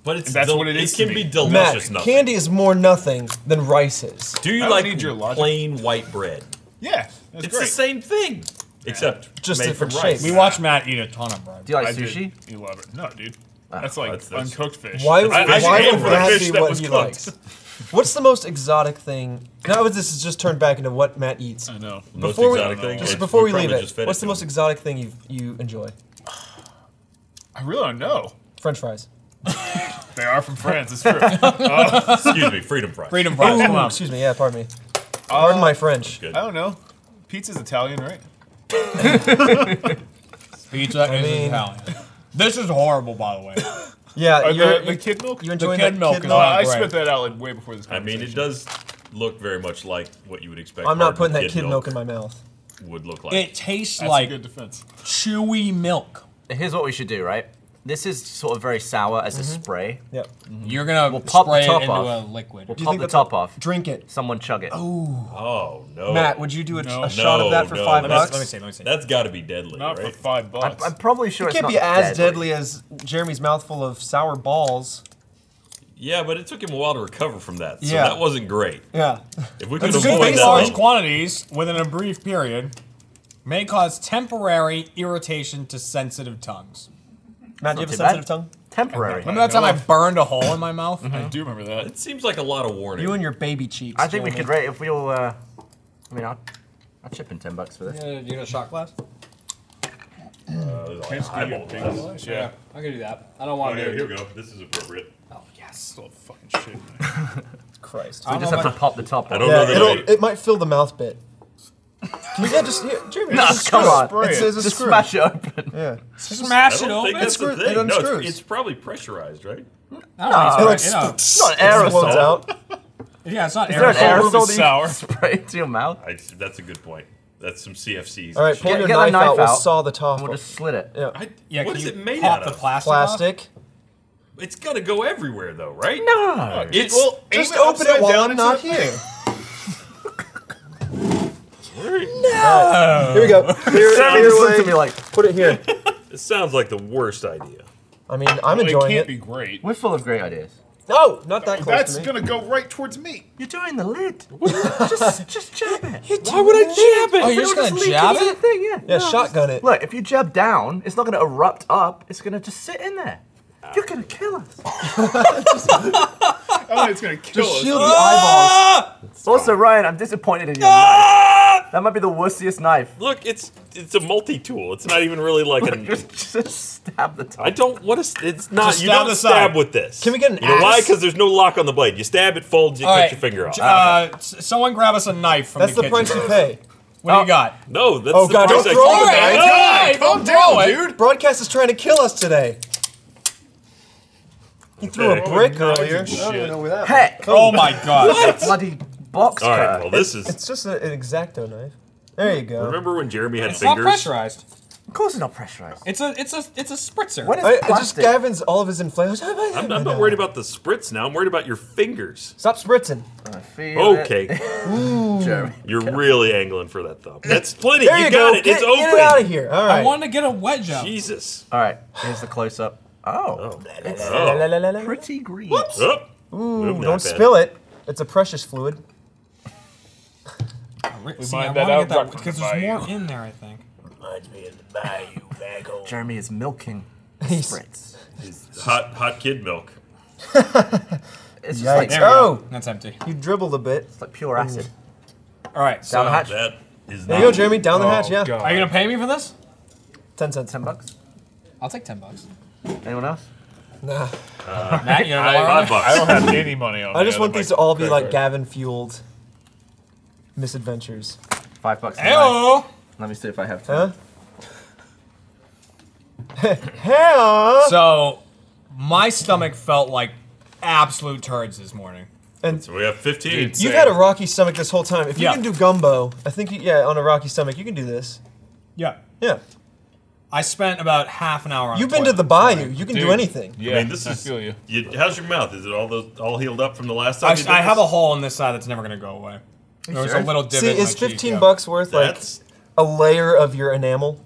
[SPEAKER 1] but it's
[SPEAKER 5] that's
[SPEAKER 1] del-
[SPEAKER 5] what it is
[SPEAKER 1] It
[SPEAKER 5] to
[SPEAKER 1] can
[SPEAKER 5] me.
[SPEAKER 1] be delicious.
[SPEAKER 4] Matt,
[SPEAKER 1] nothing.
[SPEAKER 4] candy is more nothing than rice is.
[SPEAKER 1] Do you
[SPEAKER 5] I don't
[SPEAKER 1] like
[SPEAKER 5] need your logic.
[SPEAKER 1] plain white bread?
[SPEAKER 5] Yeah, that's
[SPEAKER 1] it's
[SPEAKER 5] great.
[SPEAKER 1] the same thing, except
[SPEAKER 4] Just
[SPEAKER 1] made from
[SPEAKER 4] different
[SPEAKER 1] rice.
[SPEAKER 4] shape.
[SPEAKER 6] We watched Matt eat a ton of bread.
[SPEAKER 3] Do you like
[SPEAKER 5] I did.
[SPEAKER 3] sushi?
[SPEAKER 5] You love it. No, dude. That's like
[SPEAKER 1] That's- that's-
[SPEAKER 5] uncooked fish.
[SPEAKER 4] Ah, Why,
[SPEAKER 5] I, I
[SPEAKER 4] why
[SPEAKER 5] should aim
[SPEAKER 4] would
[SPEAKER 5] for
[SPEAKER 4] that
[SPEAKER 5] the fish
[SPEAKER 4] be
[SPEAKER 5] that
[SPEAKER 4] what
[SPEAKER 5] was
[SPEAKER 4] he
[SPEAKER 5] cooked.
[SPEAKER 4] likes? What's the most exotic thing? Now this has just turned back into what Matt eats.
[SPEAKER 5] I know.
[SPEAKER 1] Most
[SPEAKER 4] Before we-
[SPEAKER 1] exotic thing.
[SPEAKER 5] just
[SPEAKER 1] it's-
[SPEAKER 4] Just before we
[SPEAKER 1] probably
[SPEAKER 4] leave it,
[SPEAKER 1] just fed
[SPEAKER 4] what's the
[SPEAKER 1] to
[SPEAKER 4] most
[SPEAKER 1] him.
[SPEAKER 4] exotic thing you you enjoy?
[SPEAKER 5] I really don't know.
[SPEAKER 4] French fries.
[SPEAKER 5] They are from France.
[SPEAKER 4] (laughs)
[SPEAKER 5] It's true.
[SPEAKER 1] Excuse me, freedom fries.
[SPEAKER 6] Freedom fries. Come
[SPEAKER 4] Ooh,
[SPEAKER 6] on. Uh,
[SPEAKER 4] excuse me. Yeah, pardon me. Pardon my French.
[SPEAKER 1] Good.
[SPEAKER 5] I don't know. Pizza's Italian, right?
[SPEAKER 6] Pizza is
[SPEAKER 4] mean-
[SPEAKER 6] Italian. This is horrible, by the way.
[SPEAKER 4] Yeah,
[SPEAKER 5] Or
[SPEAKER 4] you're,
[SPEAKER 5] Uh, the, the kid milk.
[SPEAKER 4] you enjoying
[SPEAKER 6] kid
[SPEAKER 4] that
[SPEAKER 6] milk
[SPEAKER 4] kid
[SPEAKER 6] is
[SPEAKER 5] No,
[SPEAKER 6] on-
[SPEAKER 5] I
[SPEAKER 6] Right.
[SPEAKER 5] spit that out like way before this.
[SPEAKER 1] I mean, it
[SPEAKER 5] conversation.
[SPEAKER 1] does look very much like what you would expect.
[SPEAKER 4] I'm not putting that
[SPEAKER 1] hardened
[SPEAKER 4] kid milk in my mouth.
[SPEAKER 1] Would look like.
[SPEAKER 6] It tastes
[SPEAKER 5] That's
[SPEAKER 6] like
[SPEAKER 5] a good defense.
[SPEAKER 6] chewy milk.
[SPEAKER 3] Here's what we should do, right? This is sort of very sour as a spray.
[SPEAKER 4] Yep.
[SPEAKER 6] You're gonna
[SPEAKER 3] pop the
[SPEAKER 6] spray it
[SPEAKER 3] top
[SPEAKER 6] into
[SPEAKER 3] off.
[SPEAKER 6] a liquid.
[SPEAKER 3] Pop
[SPEAKER 4] think
[SPEAKER 3] the
[SPEAKER 4] that's
[SPEAKER 3] top off.
[SPEAKER 4] Drink it.
[SPEAKER 3] Someone chug it.
[SPEAKER 1] oh no,
[SPEAKER 4] Matt, would you do a,
[SPEAKER 5] No.
[SPEAKER 4] a shot of that
[SPEAKER 1] No,
[SPEAKER 4] for
[SPEAKER 1] no,
[SPEAKER 4] five
[SPEAKER 1] that's-
[SPEAKER 4] bucks?
[SPEAKER 6] Let me see. Let me see.
[SPEAKER 1] That's got to be deadly,
[SPEAKER 5] Not
[SPEAKER 1] right?
[SPEAKER 5] for five
[SPEAKER 3] I'm,
[SPEAKER 5] bucks.
[SPEAKER 3] I'm probably sure
[SPEAKER 4] It
[SPEAKER 3] it's
[SPEAKER 4] can't
[SPEAKER 3] not
[SPEAKER 4] be as
[SPEAKER 3] deadly.
[SPEAKER 4] deadly as Jeremy's mouthful of sour balls.
[SPEAKER 1] Yeah, but it took him a while to recover from that, so
[SPEAKER 4] Yeah.
[SPEAKER 1] that wasn't great.
[SPEAKER 4] (laughs) Yeah.
[SPEAKER 1] If we could
[SPEAKER 6] Consuming
[SPEAKER 1] avoid that,
[SPEAKER 6] large
[SPEAKER 1] level-
[SPEAKER 6] quantities within a brief period may cause temporary irritation to sensitive tongues.
[SPEAKER 4] Matt, do you have a
[SPEAKER 3] too
[SPEAKER 4] sensitive
[SPEAKER 3] bad.
[SPEAKER 4] tongue?
[SPEAKER 3] Temporary.
[SPEAKER 6] Remember that time I burned a hole in my mouth?
[SPEAKER 5] I do remember that.
[SPEAKER 1] it seems like a lot of warning.
[SPEAKER 4] You and your baby cheeks.
[SPEAKER 3] I think we could
[SPEAKER 4] Jeremy.
[SPEAKER 3] rate if we all. Uh, I mean, I'll, I'll chip in ten bucks for this.
[SPEAKER 6] you gonna shot glass?
[SPEAKER 5] Tastes good,
[SPEAKER 1] eyeball
[SPEAKER 5] big
[SPEAKER 1] glass.
[SPEAKER 5] glass, Yeah.
[SPEAKER 6] I can do that. I don't
[SPEAKER 1] Oh,
[SPEAKER 6] want
[SPEAKER 1] here, here we go. This is appropriate.
[SPEAKER 6] Oh yes.
[SPEAKER 5] It's all fucking shit. man.
[SPEAKER 4] Christ.
[SPEAKER 3] We just have to pop the top
[SPEAKER 1] I
[SPEAKER 3] off.
[SPEAKER 1] don't
[SPEAKER 3] (laughs)
[SPEAKER 4] Yeah,
[SPEAKER 1] know that
[SPEAKER 4] it'll,
[SPEAKER 1] I-
[SPEAKER 4] it might fill the mouth bit. Can you guys just here, Jeremy?
[SPEAKER 3] Nah,
[SPEAKER 4] just
[SPEAKER 3] come
[SPEAKER 4] screw it.
[SPEAKER 3] on.
[SPEAKER 5] Spray
[SPEAKER 4] It's,
[SPEAKER 5] it.
[SPEAKER 4] it's
[SPEAKER 3] (laughs)
[SPEAKER 4] a
[SPEAKER 3] Just
[SPEAKER 4] screw.
[SPEAKER 3] smash it open.
[SPEAKER 4] Yeah.
[SPEAKER 1] I
[SPEAKER 6] Smash it
[SPEAKER 1] don't think
[SPEAKER 6] open.
[SPEAKER 1] that's the
[SPEAKER 4] screw- it
[SPEAKER 1] thing. No, it's-
[SPEAKER 4] unscrews.
[SPEAKER 1] it's probably pressurized, right?
[SPEAKER 6] I
[SPEAKER 4] It
[SPEAKER 6] don't
[SPEAKER 4] like
[SPEAKER 6] think it's right,
[SPEAKER 4] explodes
[SPEAKER 3] Not aerosol.
[SPEAKER 4] out.
[SPEAKER 6] you know. Yeah, it's not
[SPEAKER 3] Is there an
[SPEAKER 6] aerosol.
[SPEAKER 5] Aerosol
[SPEAKER 3] aerosol
[SPEAKER 5] is
[SPEAKER 3] that you
[SPEAKER 5] sour.
[SPEAKER 3] spray into your mouth?
[SPEAKER 1] I, that's a good point. That's some CFCs.
[SPEAKER 4] All right, pull
[SPEAKER 3] Get-
[SPEAKER 4] your
[SPEAKER 3] get
[SPEAKER 4] knife,
[SPEAKER 3] the knife
[SPEAKER 4] out. We'll
[SPEAKER 3] out.
[SPEAKER 4] saw the top.
[SPEAKER 3] And we'll
[SPEAKER 4] off.
[SPEAKER 3] just slit it.
[SPEAKER 4] yeah.
[SPEAKER 1] I,
[SPEAKER 6] Yeah,
[SPEAKER 1] what
[SPEAKER 6] can
[SPEAKER 1] is
[SPEAKER 6] you
[SPEAKER 1] it made
[SPEAKER 6] pop
[SPEAKER 1] out
[SPEAKER 6] the
[SPEAKER 1] of?
[SPEAKER 6] plastic? off?
[SPEAKER 4] Plastic.
[SPEAKER 1] It's gotta go everywhere, though, right?
[SPEAKER 3] No.
[SPEAKER 1] It's well,
[SPEAKER 4] Just
[SPEAKER 5] Aim it
[SPEAKER 4] open it
[SPEAKER 5] upside
[SPEAKER 4] while
[SPEAKER 5] down
[SPEAKER 4] I'm not
[SPEAKER 5] instead
[SPEAKER 4] here. No. Here we go. Here,
[SPEAKER 3] Jeremy
[SPEAKER 4] here
[SPEAKER 3] just looked
[SPEAKER 4] way.
[SPEAKER 3] at me like,
[SPEAKER 4] Put it here.
[SPEAKER 1] it sounds like the worst idea.
[SPEAKER 4] I mean, I'm
[SPEAKER 5] Well, it
[SPEAKER 4] enjoying
[SPEAKER 5] can't
[SPEAKER 4] it.
[SPEAKER 5] be great.
[SPEAKER 3] we're full of great ideas.
[SPEAKER 4] No, not that close
[SPEAKER 5] That's
[SPEAKER 4] to me.
[SPEAKER 5] gonna go right towards me.
[SPEAKER 4] (laughs)
[SPEAKER 3] You're doing the (laughs) lid. just, just jab it.
[SPEAKER 4] Why would I jab
[SPEAKER 6] Oh, you're just gonna jab
[SPEAKER 3] It's the
[SPEAKER 6] it?
[SPEAKER 3] thing, yeah.
[SPEAKER 4] Yeah, shotgun it.
[SPEAKER 3] Look, if you jab down, it's not gonna erupt up. It's gonna just sit in there. You're gonna kill us.
[SPEAKER 5] Oh, it's gonna kill
[SPEAKER 4] Just
[SPEAKER 5] us.
[SPEAKER 4] shield the eyeballs.
[SPEAKER 3] Also, Ryan, I'm disappointed in your knife. That might be the worstiest knife. (laughs)
[SPEAKER 1] Look, it's it's a multi-tool. It's not even really like a.
[SPEAKER 3] Just, just stab the top.
[SPEAKER 1] I don't want to. It's not.
[SPEAKER 6] Just
[SPEAKER 1] You
[SPEAKER 6] stab
[SPEAKER 1] don't
[SPEAKER 6] the side.
[SPEAKER 1] stab with this.
[SPEAKER 4] Can we get an
[SPEAKER 1] You know why?
[SPEAKER 4] axe?
[SPEAKER 1] Because there's no lock on the blade. You stab, it folds, you
[SPEAKER 6] All
[SPEAKER 1] cut
[SPEAKER 6] right,
[SPEAKER 1] your finger off. Ah,
[SPEAKER 6] Uh, s- someone grab us a knife from
[SPEAKER 4] That's
[SPEAKER 6] the
[SPEAKER 4] the
[SPEAKER 6] kitchen.
[SPEAKER 4] price you pay.
[SPEAKER 6] What do you got?
[SPEAKER 1] no, that's
[SPEAKER 4] Oh,
[SPEAKER 1] the
[SPEAKER 4] God,
[SPEAKER 1] price
[SPEAKER 4] don't
[SPEAKER 1] I-
[SPEAKER 4] throw it,
[SPEAKER 1] Oh,
[SPEAKER 4] man.
[SPEAKER 1] God.
[SPEAKER 6] calm down,
[SPEAKER 4] Dude, broadcast is trying to kill us today. He threw a
[SPEAKER 1] Okay.
[SPEAKER 4] brick
[SPEAKER 5] Knives and
[SPEAKER 4] earlier.
[SPEAKER 5] shit.
[SPEAKER 4] where that.
[SPEAKER 3] Heck!
[SPEAKER 6] Oh my god.
[SPEAKER 3] Bloody box
[SPEAKER 1] All right.
[SPEAKER 3] cutter.
[SPEAKER 1] Well, this is.
[SPEAKER 4] (laughs) It's just a- an exacto knife. There you go.
[SPEAKER 1] Remember when Jeremy had
[SPEAKER 6] It's not
[SPEAKER 1] fingers?
[SPEAKER 6] pressurized.
[SPEAKER 3] Of course it's not pressurized.
[SPEAKER 6] It's a it's a it's a spritzer.
[SPEAKER 3] When is
[SPEAKER 4] I, I just
[SPEAKER 3] plastic?
[SPEAKER 4] Gavin's all of his inflations.
[SPEAKER 1] I'm, I'm not worried about the spritz now. I'm worried about your fingers.
[SPEAKER 4] Stop spritzing.
[SPEAKER 3] I feel it.
[SPEAKER 4] (laughs)
[SPEAKER 1] Okay,
[SPEAKER 3] Jeremy.
[SPEAKER 1] you're really angling for that thumb. That's plenty.
[SPEAKER 4] There
[SPEAKER 1] you,
[SPEAKER 4] you,
[SPEAKER 1] got
[SPEAKER 4] go.
[SPEAKER 1] it.
[SPEAKER 4] Get,
[SPEAKER 1] it's
[SPEAKER 4] get it out
[SPEAKER 1] open.
[SPEAKER 4] of here. All
[SPEAKER 6] I
[SPEAKER 4] right.
[SPEAKER 6] wanted to get a wedge out.
[SPEAKER 1] Jesus.
[SPEAKER 3] All right. Here's the close up. Oh.
[SPEAKER 1] Oh.
[SPEAKER 3] It's
[SPEAKER 4] La, la, la, la, la, la.
[SPEAKER 3] pretty green.
[SPEAKER 1] Oh.
[SPEAKER 4] Ooh,
[SPEAKER 1] Not
[SPEAKER 4] don't
[SPEAKER 1] bad.
[SPEAKER 4] spill it. It's a precious fluid.
[SPEAKER 6] We
[SPEAKER 5] mined that out, dropped it in
[SPEAKER 6] because
[SPEAKER 5] the
[SPEAKER 6] there's
[SPEAKER 5] bayou.
[SPEAKER 6] more in there, I think.
[SPEAKER 3] Jeremy is milking
[SPEAKER 4] He's-
[SPEAKER 3] spritz.
[SPEAKER 1] Hot, hot kid milk.
[SPEAKER 3] It's just
[SPEAKER 4] Yikes.
[SPEAKER 3] like,
[SPEAKER 6] There we go.
[SPEAKER 4] Oh.
[SPEAKER 6] That's empty.
[SPEAKER 4] You dribbled a bit.
[SPEAKER 3] it's like pure acid.
[SPEAKER 6] All right.
[SPEAKER 3] Down the
[SPEAKER 6] So,
[SPEAKER 3] hatch.
[SPEAKER 1] That is
[SPEAKER 4] There
[SPEAKER 1] not.
[SPEAKER 4] you go, Jeremy. Down the
[SPEAKER 5] Oh,
[SPEAKER 4] hatch. Yeah.
[SPEAKER 5] God.
[SPEAKER 6] are you gonna pay me for this?
[SPEAKER 4] Ten cents.
[SPEAKER 3] Ten bucks.
[SPEAKER 6] I'll take ten bucks.
[SPEAKER 3] Anyone else?
[SPEAKER 4] Nah.
[SPEAKER 6] Matt, you
[SPEAKER 5] I,
[SPEAKER 6] know
[SPEAKER 4] (laughs)
[SPEAKER 5] I don't have any money on.
[SPEAKER 4] I just want these to all be like
[SPEAKER 5] gas.
[SPEAKER 4] Gavin fueled misadventures.
[SPEAKER 3] Five bucks. in the bank.
[SPEAKER 6] Ew.
[SPEAKER 3] Let me see if I have ten.
[SPEAKER 4] Huh? (laughs) Hell!
[SPEAKER 6] So my stomach felt like absolute turds this morning.
[SPEAKER 1] So we have 15.
[SPEAKER 4] You've had a rocky stomach this whole time. If you
[SPEAKER 6] Yeah.
[SPEAKER 4] can do gumbo, I think you, yeah, on a rocky stomach you can do this.
[SPEAKER 6] Yeah.
[SPEAKER 4] Yeah,
[SPEAKER 6] I spent about half an hour on
[SPEAKER 4] you've
[SPEAKER 6] the
[SPEAKER 4] been to
[SPEAKER 6] toilet.
[SPEAKER 4] the bayou. You can do anything.
[SPEAKER 5] Yeah,
[SPEAKER 1] I mean, this is.
[SPEAKER 5] feel you.
[SPEAKER 1] you- how's your mouth? Is it all those all healed up from the last time?
[SPEAKER 6] I,
[SPEAKER 1] you did
[SPEAKER 6] I have
[SPEAKER 1] this?
[SPEAKER 6] a hole in this side that's never gonna go away. There was a
[SPEAKER 4] sure?
[SPEAKER 6] little divot.
[SPEAKER 4] See,
[SPEAKER 6] in my
[SPEAKER 4] is
[SPEAKER 6] cheek,
[SPEAKER 4] fifteen
[SPEAKER 6] yeah.
[SPEAKER 4] bucks worth like
[SPEAKER 1] That's.
[SPEAKER 4] a layer of your enamel?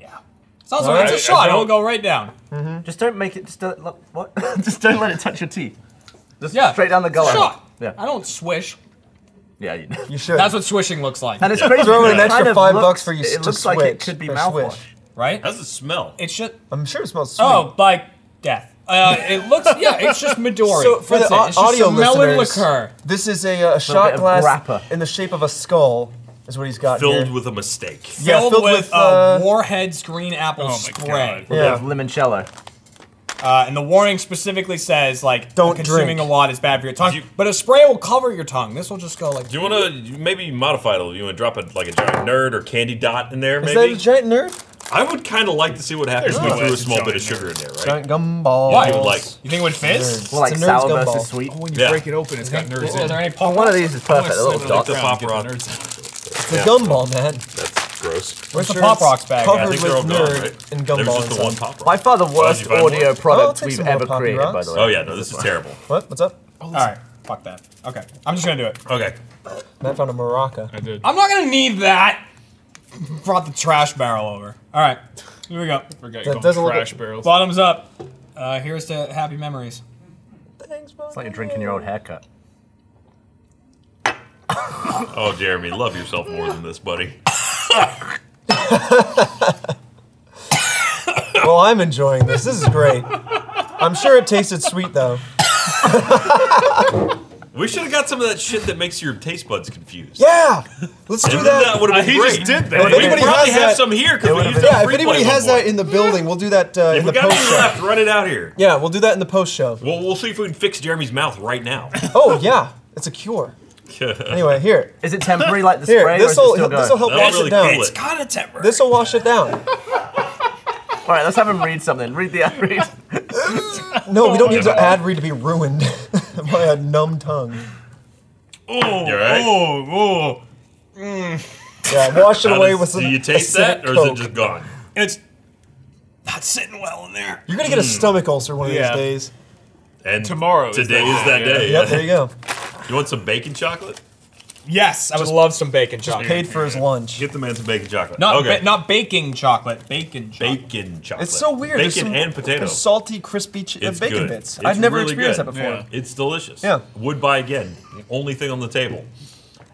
[SPEAKER 6] Yeah. It's also
[SPEAKER 1] Alright,
[SPEAKER 6] it's
[SPEAKER 1] I
[SPEAKER 6] a shot. It'll
[SPEAKER 1] don't-
[SPEAKER 6] go right down.
[SPEAKER 3] Just don't make it. Just don't. Look, what? (laughs) just don't let it touch your teeth. Just
[SPEAKER 6] Yeah.
[SPEAKER 3] straight down the
[SPEAKER 6] It's a
[SPEAKER 3] gullet.
[SPEAKER 6] shot.
[SPEAKER 3] Yeah.
[SPEAKER 6] I don't swish.
[SPEAKER 3] Yeah. You (laughs) know.
[SPEAKER 4] You should.
[SPEAKER 6] That's what swishing looks like,
[SPEAKER 3] And it's
[SPEAKER 1] Yeah.
[SPEAKER 3] crazy.
[SPEAKER 4] Throw in
[SPEAKER 3] it
[SPEAKER 4] an extra
[SPEAKER 3] kind of
[SPEAKER 4] five
[SPEAKER 3] looks-
[SPEAKER 4] bucks for you
[SPEAKER 3] It
[SPEAKER 4] to
[SPEAKER 3] looks like it
[SPEAKER 4] switch
[SPEAKER 3] could be
[SPEAKER 4] or
[SPEAKER 3] mouthwash.
[SPEAKER 4] swish.
[SPEAKER 6] right?
[SPEAKER 1] How's it smell?
[SPEAKER 6] It should.
[SPEAKER 4] I'm sure it smells sweet.
[SPEAKER 6] Oh, like death. Uh, it looks. Yeah, it's
[SPEAKER 4] (laughs)
[SPEAKER 6] just Midori.
[SPEAKER 4] So for
[SPEAKER 6] That's
[SPEAKER 4] the
[SPEAKER 6] it.
[SPEAKER 4] au-
[SPEAKER 6] It's just
[SPEAKER 4] audio
[SPEAKER 6] some melon
[SPEAKER 4] listeners,
[SPEAKER 6] liqueur.
[SPEAKER 4] this is a, uh, a
[SPEAKER 3] bit
[SPEAKER 4] shot
[SPEAKER 3] of
[SPEAKER 4] glass
[SPEAKER 3] grappa.
[SPEAKER 4] in the shape of a skull. Is what he's got
[SPEAKER 1] Filled
[SPEAKER 4] here.
[SPEAKER 1] with a mistake.
[SPEAKER 4] yeah,
[SPEAKER 6] filled,
[SPEAKER 4] filled
[SPEAKER 6] with,
[SPEAKER 4] with, uh,
[SPEAKER 6] uh, Warhead's green apple
[SPEAKER 5] Oh my
[SPEAKER 4] God.
[SPEAKER 6] spray.
[SPEAKER 3] Yeah.
[SPEAKER 4] Yeah.
[SPEAKER 3] Limoncello.
[SPEAKER 6] Uh, and the warning specifically says like
[SPEAKER 4] Don't
[SPEAKER 6] consuming
[SPEAKER 4] drink.
[SPEAKER 6] a lot is bad for your tongue.
[SPEAKER 1] Do you-
[SPEAKER 6] but a spray will cover your tongue. This will just go like.
[SPEAKER 1] Do you want to maybe modify it a little? You want to drop it like a giant nerd or candy dot in there,
[SPEAKER 4] Is that
[SPEAKER 1] maybe?
[SPEAKER 4] a giant nerd?
[SPEAKER 1] I would kind of like to see what happens
[SPEAKER 5] There's
[SPEAKER 1] when
[SPEAKER 5] no
[SPEAKER 1] we threw
[SPEAKER 5] way
[SPEAKER 1] a
[SPEAKER 5] it's a
[SPEAKER 1] small
[SPEAKER 5] giant
[SPEAKER 1] bit of
[SPEAKER 5] nerd.
[SPEAKER 1] sugar in there, right?
[SPEAKER 4] Giant gumball.
[SPEAKER 1] Why? You would like-
[SPEAKER 6] You think it would fit?
[SPEAKER 3] Well, like
[SPEAKER 4] It's a nerd's
[SPEAKER 3] sour
[SPEAKER 4] gumball.
[SPEAKER 3] versus sweet.
[SPEAKER 5] When you
[SPEAKER 1] Yeah.
[SPEAKER 5] break it open, it's got nerds
[SPEAKER 6] Are
[SPEAKER 5] in.
[SPEAKER 6] there
[SPEAKER 5] it.
[SPEAKER 6] any pop-
[SPEAKER 3] One of these is
[SPEAKER 5] I wanna
[SPEAKER 3] perfect. A little
[SPEAKER 5] slam it on
[SPEAKER 3] dot.
[SPEAKER 1] the
[SPEAKER 5] ground,
[SPEAKER 1] pop
[SPEAKER 5] get the nerds
[SPEAKER 4] It's a gumball, man.
[SPEAKER 1] That's gross.
[SPEAKER 4] We're
[SPEAKER 6] the
[SPEAKER 4] sure
[SPEAKER 6] Pop
[SPEAKER 4] it's
[SPEAKER 6] Rocks bag at?
[SPEAKER 1] I
[SPEAKER 4] Covered
[SPEAKER 1] think
[SPEAKER 4] with
[SPEAKER 1] they're all gone,
[SPEAKER 4] nerd
[SPEAKER 1] right?
[SPEAKER 4] and
[SPEAKER 1] There
[SPEAKER 4] gumball.
[SPEAKER 1] was just the
[SPEAKER 4] inside.
[SPEAKER 1] one pop
[SPEAKER 3] By
[SPEAKER 1] rock.
[SPEAKER 3] far the worst
[SPEAKER 1] you find one?
[SPEAKER 3] audio
[SPEAKER 4] Oh, I'll
[SPEAKER 3] product
[SPEAKER 4] take
[SPEAKER 3] we've
[SPEAKER 4] some more
[SPEAKER 3] ever
[SPEAKER 4] Poppy
[SPEAKER 3] created, by
[SPEAKER 4] Rocks.
[SPEAKER 3] the way.
[SPEAKER 1] Oh yeah, no, this is terrible.
[SPEAKER 4] What? What's up?
[SPEAKER 5] Oh.
[SPEAKER 6] All right, fuck that. Okay, I'm just gonna do it.
[SPEAKER 1] Okay,
[SPEAKER 4] Matt found a maraca.
[SPEAKER 5] I did.
[SPEAKER 6] I'm not gonna need that. Brought the trash barrel over. All right, here we go.
[SPEAKER 5] Forgot you
[SPEAKER 4] That
[SPEAKER 5] call
[SPEAKER 4] doesn't
[SPEAKER 5] them
[SPEAKER 4] look
[SPEAKER 5] trash
[SPEAKER 4] like-
[SPEAKER 5] barrels.
[SPEAKER 6] Bottoms up. Uh, here's to happy memories.
[SPEAKER 4] Thanks,
[SPEAKER 3] It's like you're drinking your old haircut.
[SPEAKER 1] oh Jeremy, love yourself more than this, buddy.
[SPEAKER 4] Well, I'm enjoying this. This is great. I'm sure it tasted sweet though.
[SPEAKER 1] We should have got some of that shit that makes your taste buds confused.
[SPEAKER 4] Yeah, let's do
[SPEAKER 1] And then
[SPEAKER 4] that.
[SPEAKER 1] that would have been
[SPEAKER 5] He
[SPEAKER 1] great.
[SPEAKER 5] just did
[SPEAKER 1] And
[SPEAKER 5] that.
[SPEAKER 1] We
[SPEAKER 4] anybody
[SPEAKER 1] probably
[SPEAKER 4] has
[SPEAKER 1] have
[SPEAKER 4] that-
[SPEAKER 1] some here because we used
[SPEAKER 4] yeah,
[SPEAKER 1] that
[SPEAKER 4] if anybody has that in the building, we'll do that uh,
[SPEAKER 1] If
[SPEAKER 4] in the
[SPEAKER 1] we got
[SPEAKER 4] post
[SPEAKER 1] any
[SPEAKER 4] show.
[SPEAKER 1] left, run it out here.
[SPEAKER 4] Yeah, we'll do that in the post show.
[SPEAKER 1] Well, we'll see if we can fix Jeremy's mouth right now.
[SPEAKER 4] Oh yeah, it's
[SPEAKER 1] (laughs)
[SPEAKER 4] a cure. Anyway, here,
[SPEAKER 3] Is it temporary like the
[SPEAKER 4] Here,
[SPEAKER 3] spray, or is it
[SPEAKER 4] this'll-
[SPEAKER 3] still going?
[SPEAKER 4] this'll help-
[SPEAKER 1] That'll
[SPEAKER 4] Wash it
[SPEAKER 1] really
[SPEAKER 4] down.
[SPEAKER 1] cool
[SPEAKER 4] It's
[SPEAKER 1] it.
[SPEAKER 6] Got a temper.
[SPEAKER 4] this will wash it down.
[SPEAKER 3] All right, let's have him read something. Read the (laughs) ad read.
[SPEAKER 4] No, we don't need
[SPEAKER 1] yeah.
[SPEAKER 4] the ad read to be ruined (laughs) by a numb tongue.
[SPEAKER 6] Oh,
[SPEAKER 1] You all right?
[SPEAKER 6] oh, oh.
[SPEAKER 4] Yeah, wash it
[SPEAKER 1] How
[SPEAKER 4] away
[SPEAKER 1] does-
[SPEAKER 4] with some.
[SPEAKER 1] do you taste
[SPEAKER 4] acidic
[SPEAKER 1] that, or is it
[SPEAKER 4] Coke.
[SPEAKER 1] just gone?
[SPEAKER 6] It's not sitting well in there.
[SPEAKER 4] You're
[SPEAKER 1] Hmm.
[SPEAKER 4] gonna get a stomach ulcer one of
[SPEAKER 5] Yeah.
[SPEAKER 4] these days.
[SPEAKER 1] And
[SPEAKER 5] Tomorrow is
[SPEAKER 1] today
[SPEAKER 5] that
[SPEAKER 1] is that
[SPEAKER 5] day, yeah.
[SPEAKER 1] day.
[SPEAKER 4] Yep, there you go.
[SPEAKER 1] (laughs) You want some bacon chocolate?
[SPEAKER 6] Yes, I would love some bacon chocolate.
[SPEAKER 4] Paid for his lunch.
[SPEAKER 1] Get the man some bacon chocolate.
[SPEAKER 6] Not
[SPEAKER 1] okay.
[SPEAKER 6] ba- not baking chocolate, bacon chocolate.
[SPEAKER 1] bacon chocolate.
[SPEAKER 4] It's so weird. There's
[SPEAKER 1] Bacon
[SPEAKER 4] some-
[SPEAKER 1] and potato.
[SPEAKER 4] there's salty, crispy ch-
[SPEAKER 1] It's
[SPEAKER 4] bacon
[SPEAKER 1] good.
[SPEAKER 4] bits.
[SPEAKER 1] It's
[SPEAKER 4] I've never
[SPEAKER 1] really
[SPEAKER 4] experienced
[SPEAKER 1] good.
[SPEAKER 4] that before.
[SPEAKER 5] Yeah.
[SPEAKER 1] It's delicious.
[SPEAKER 4] Yeah.
[SPEAKER 1] Would buy again. Only thing on the table.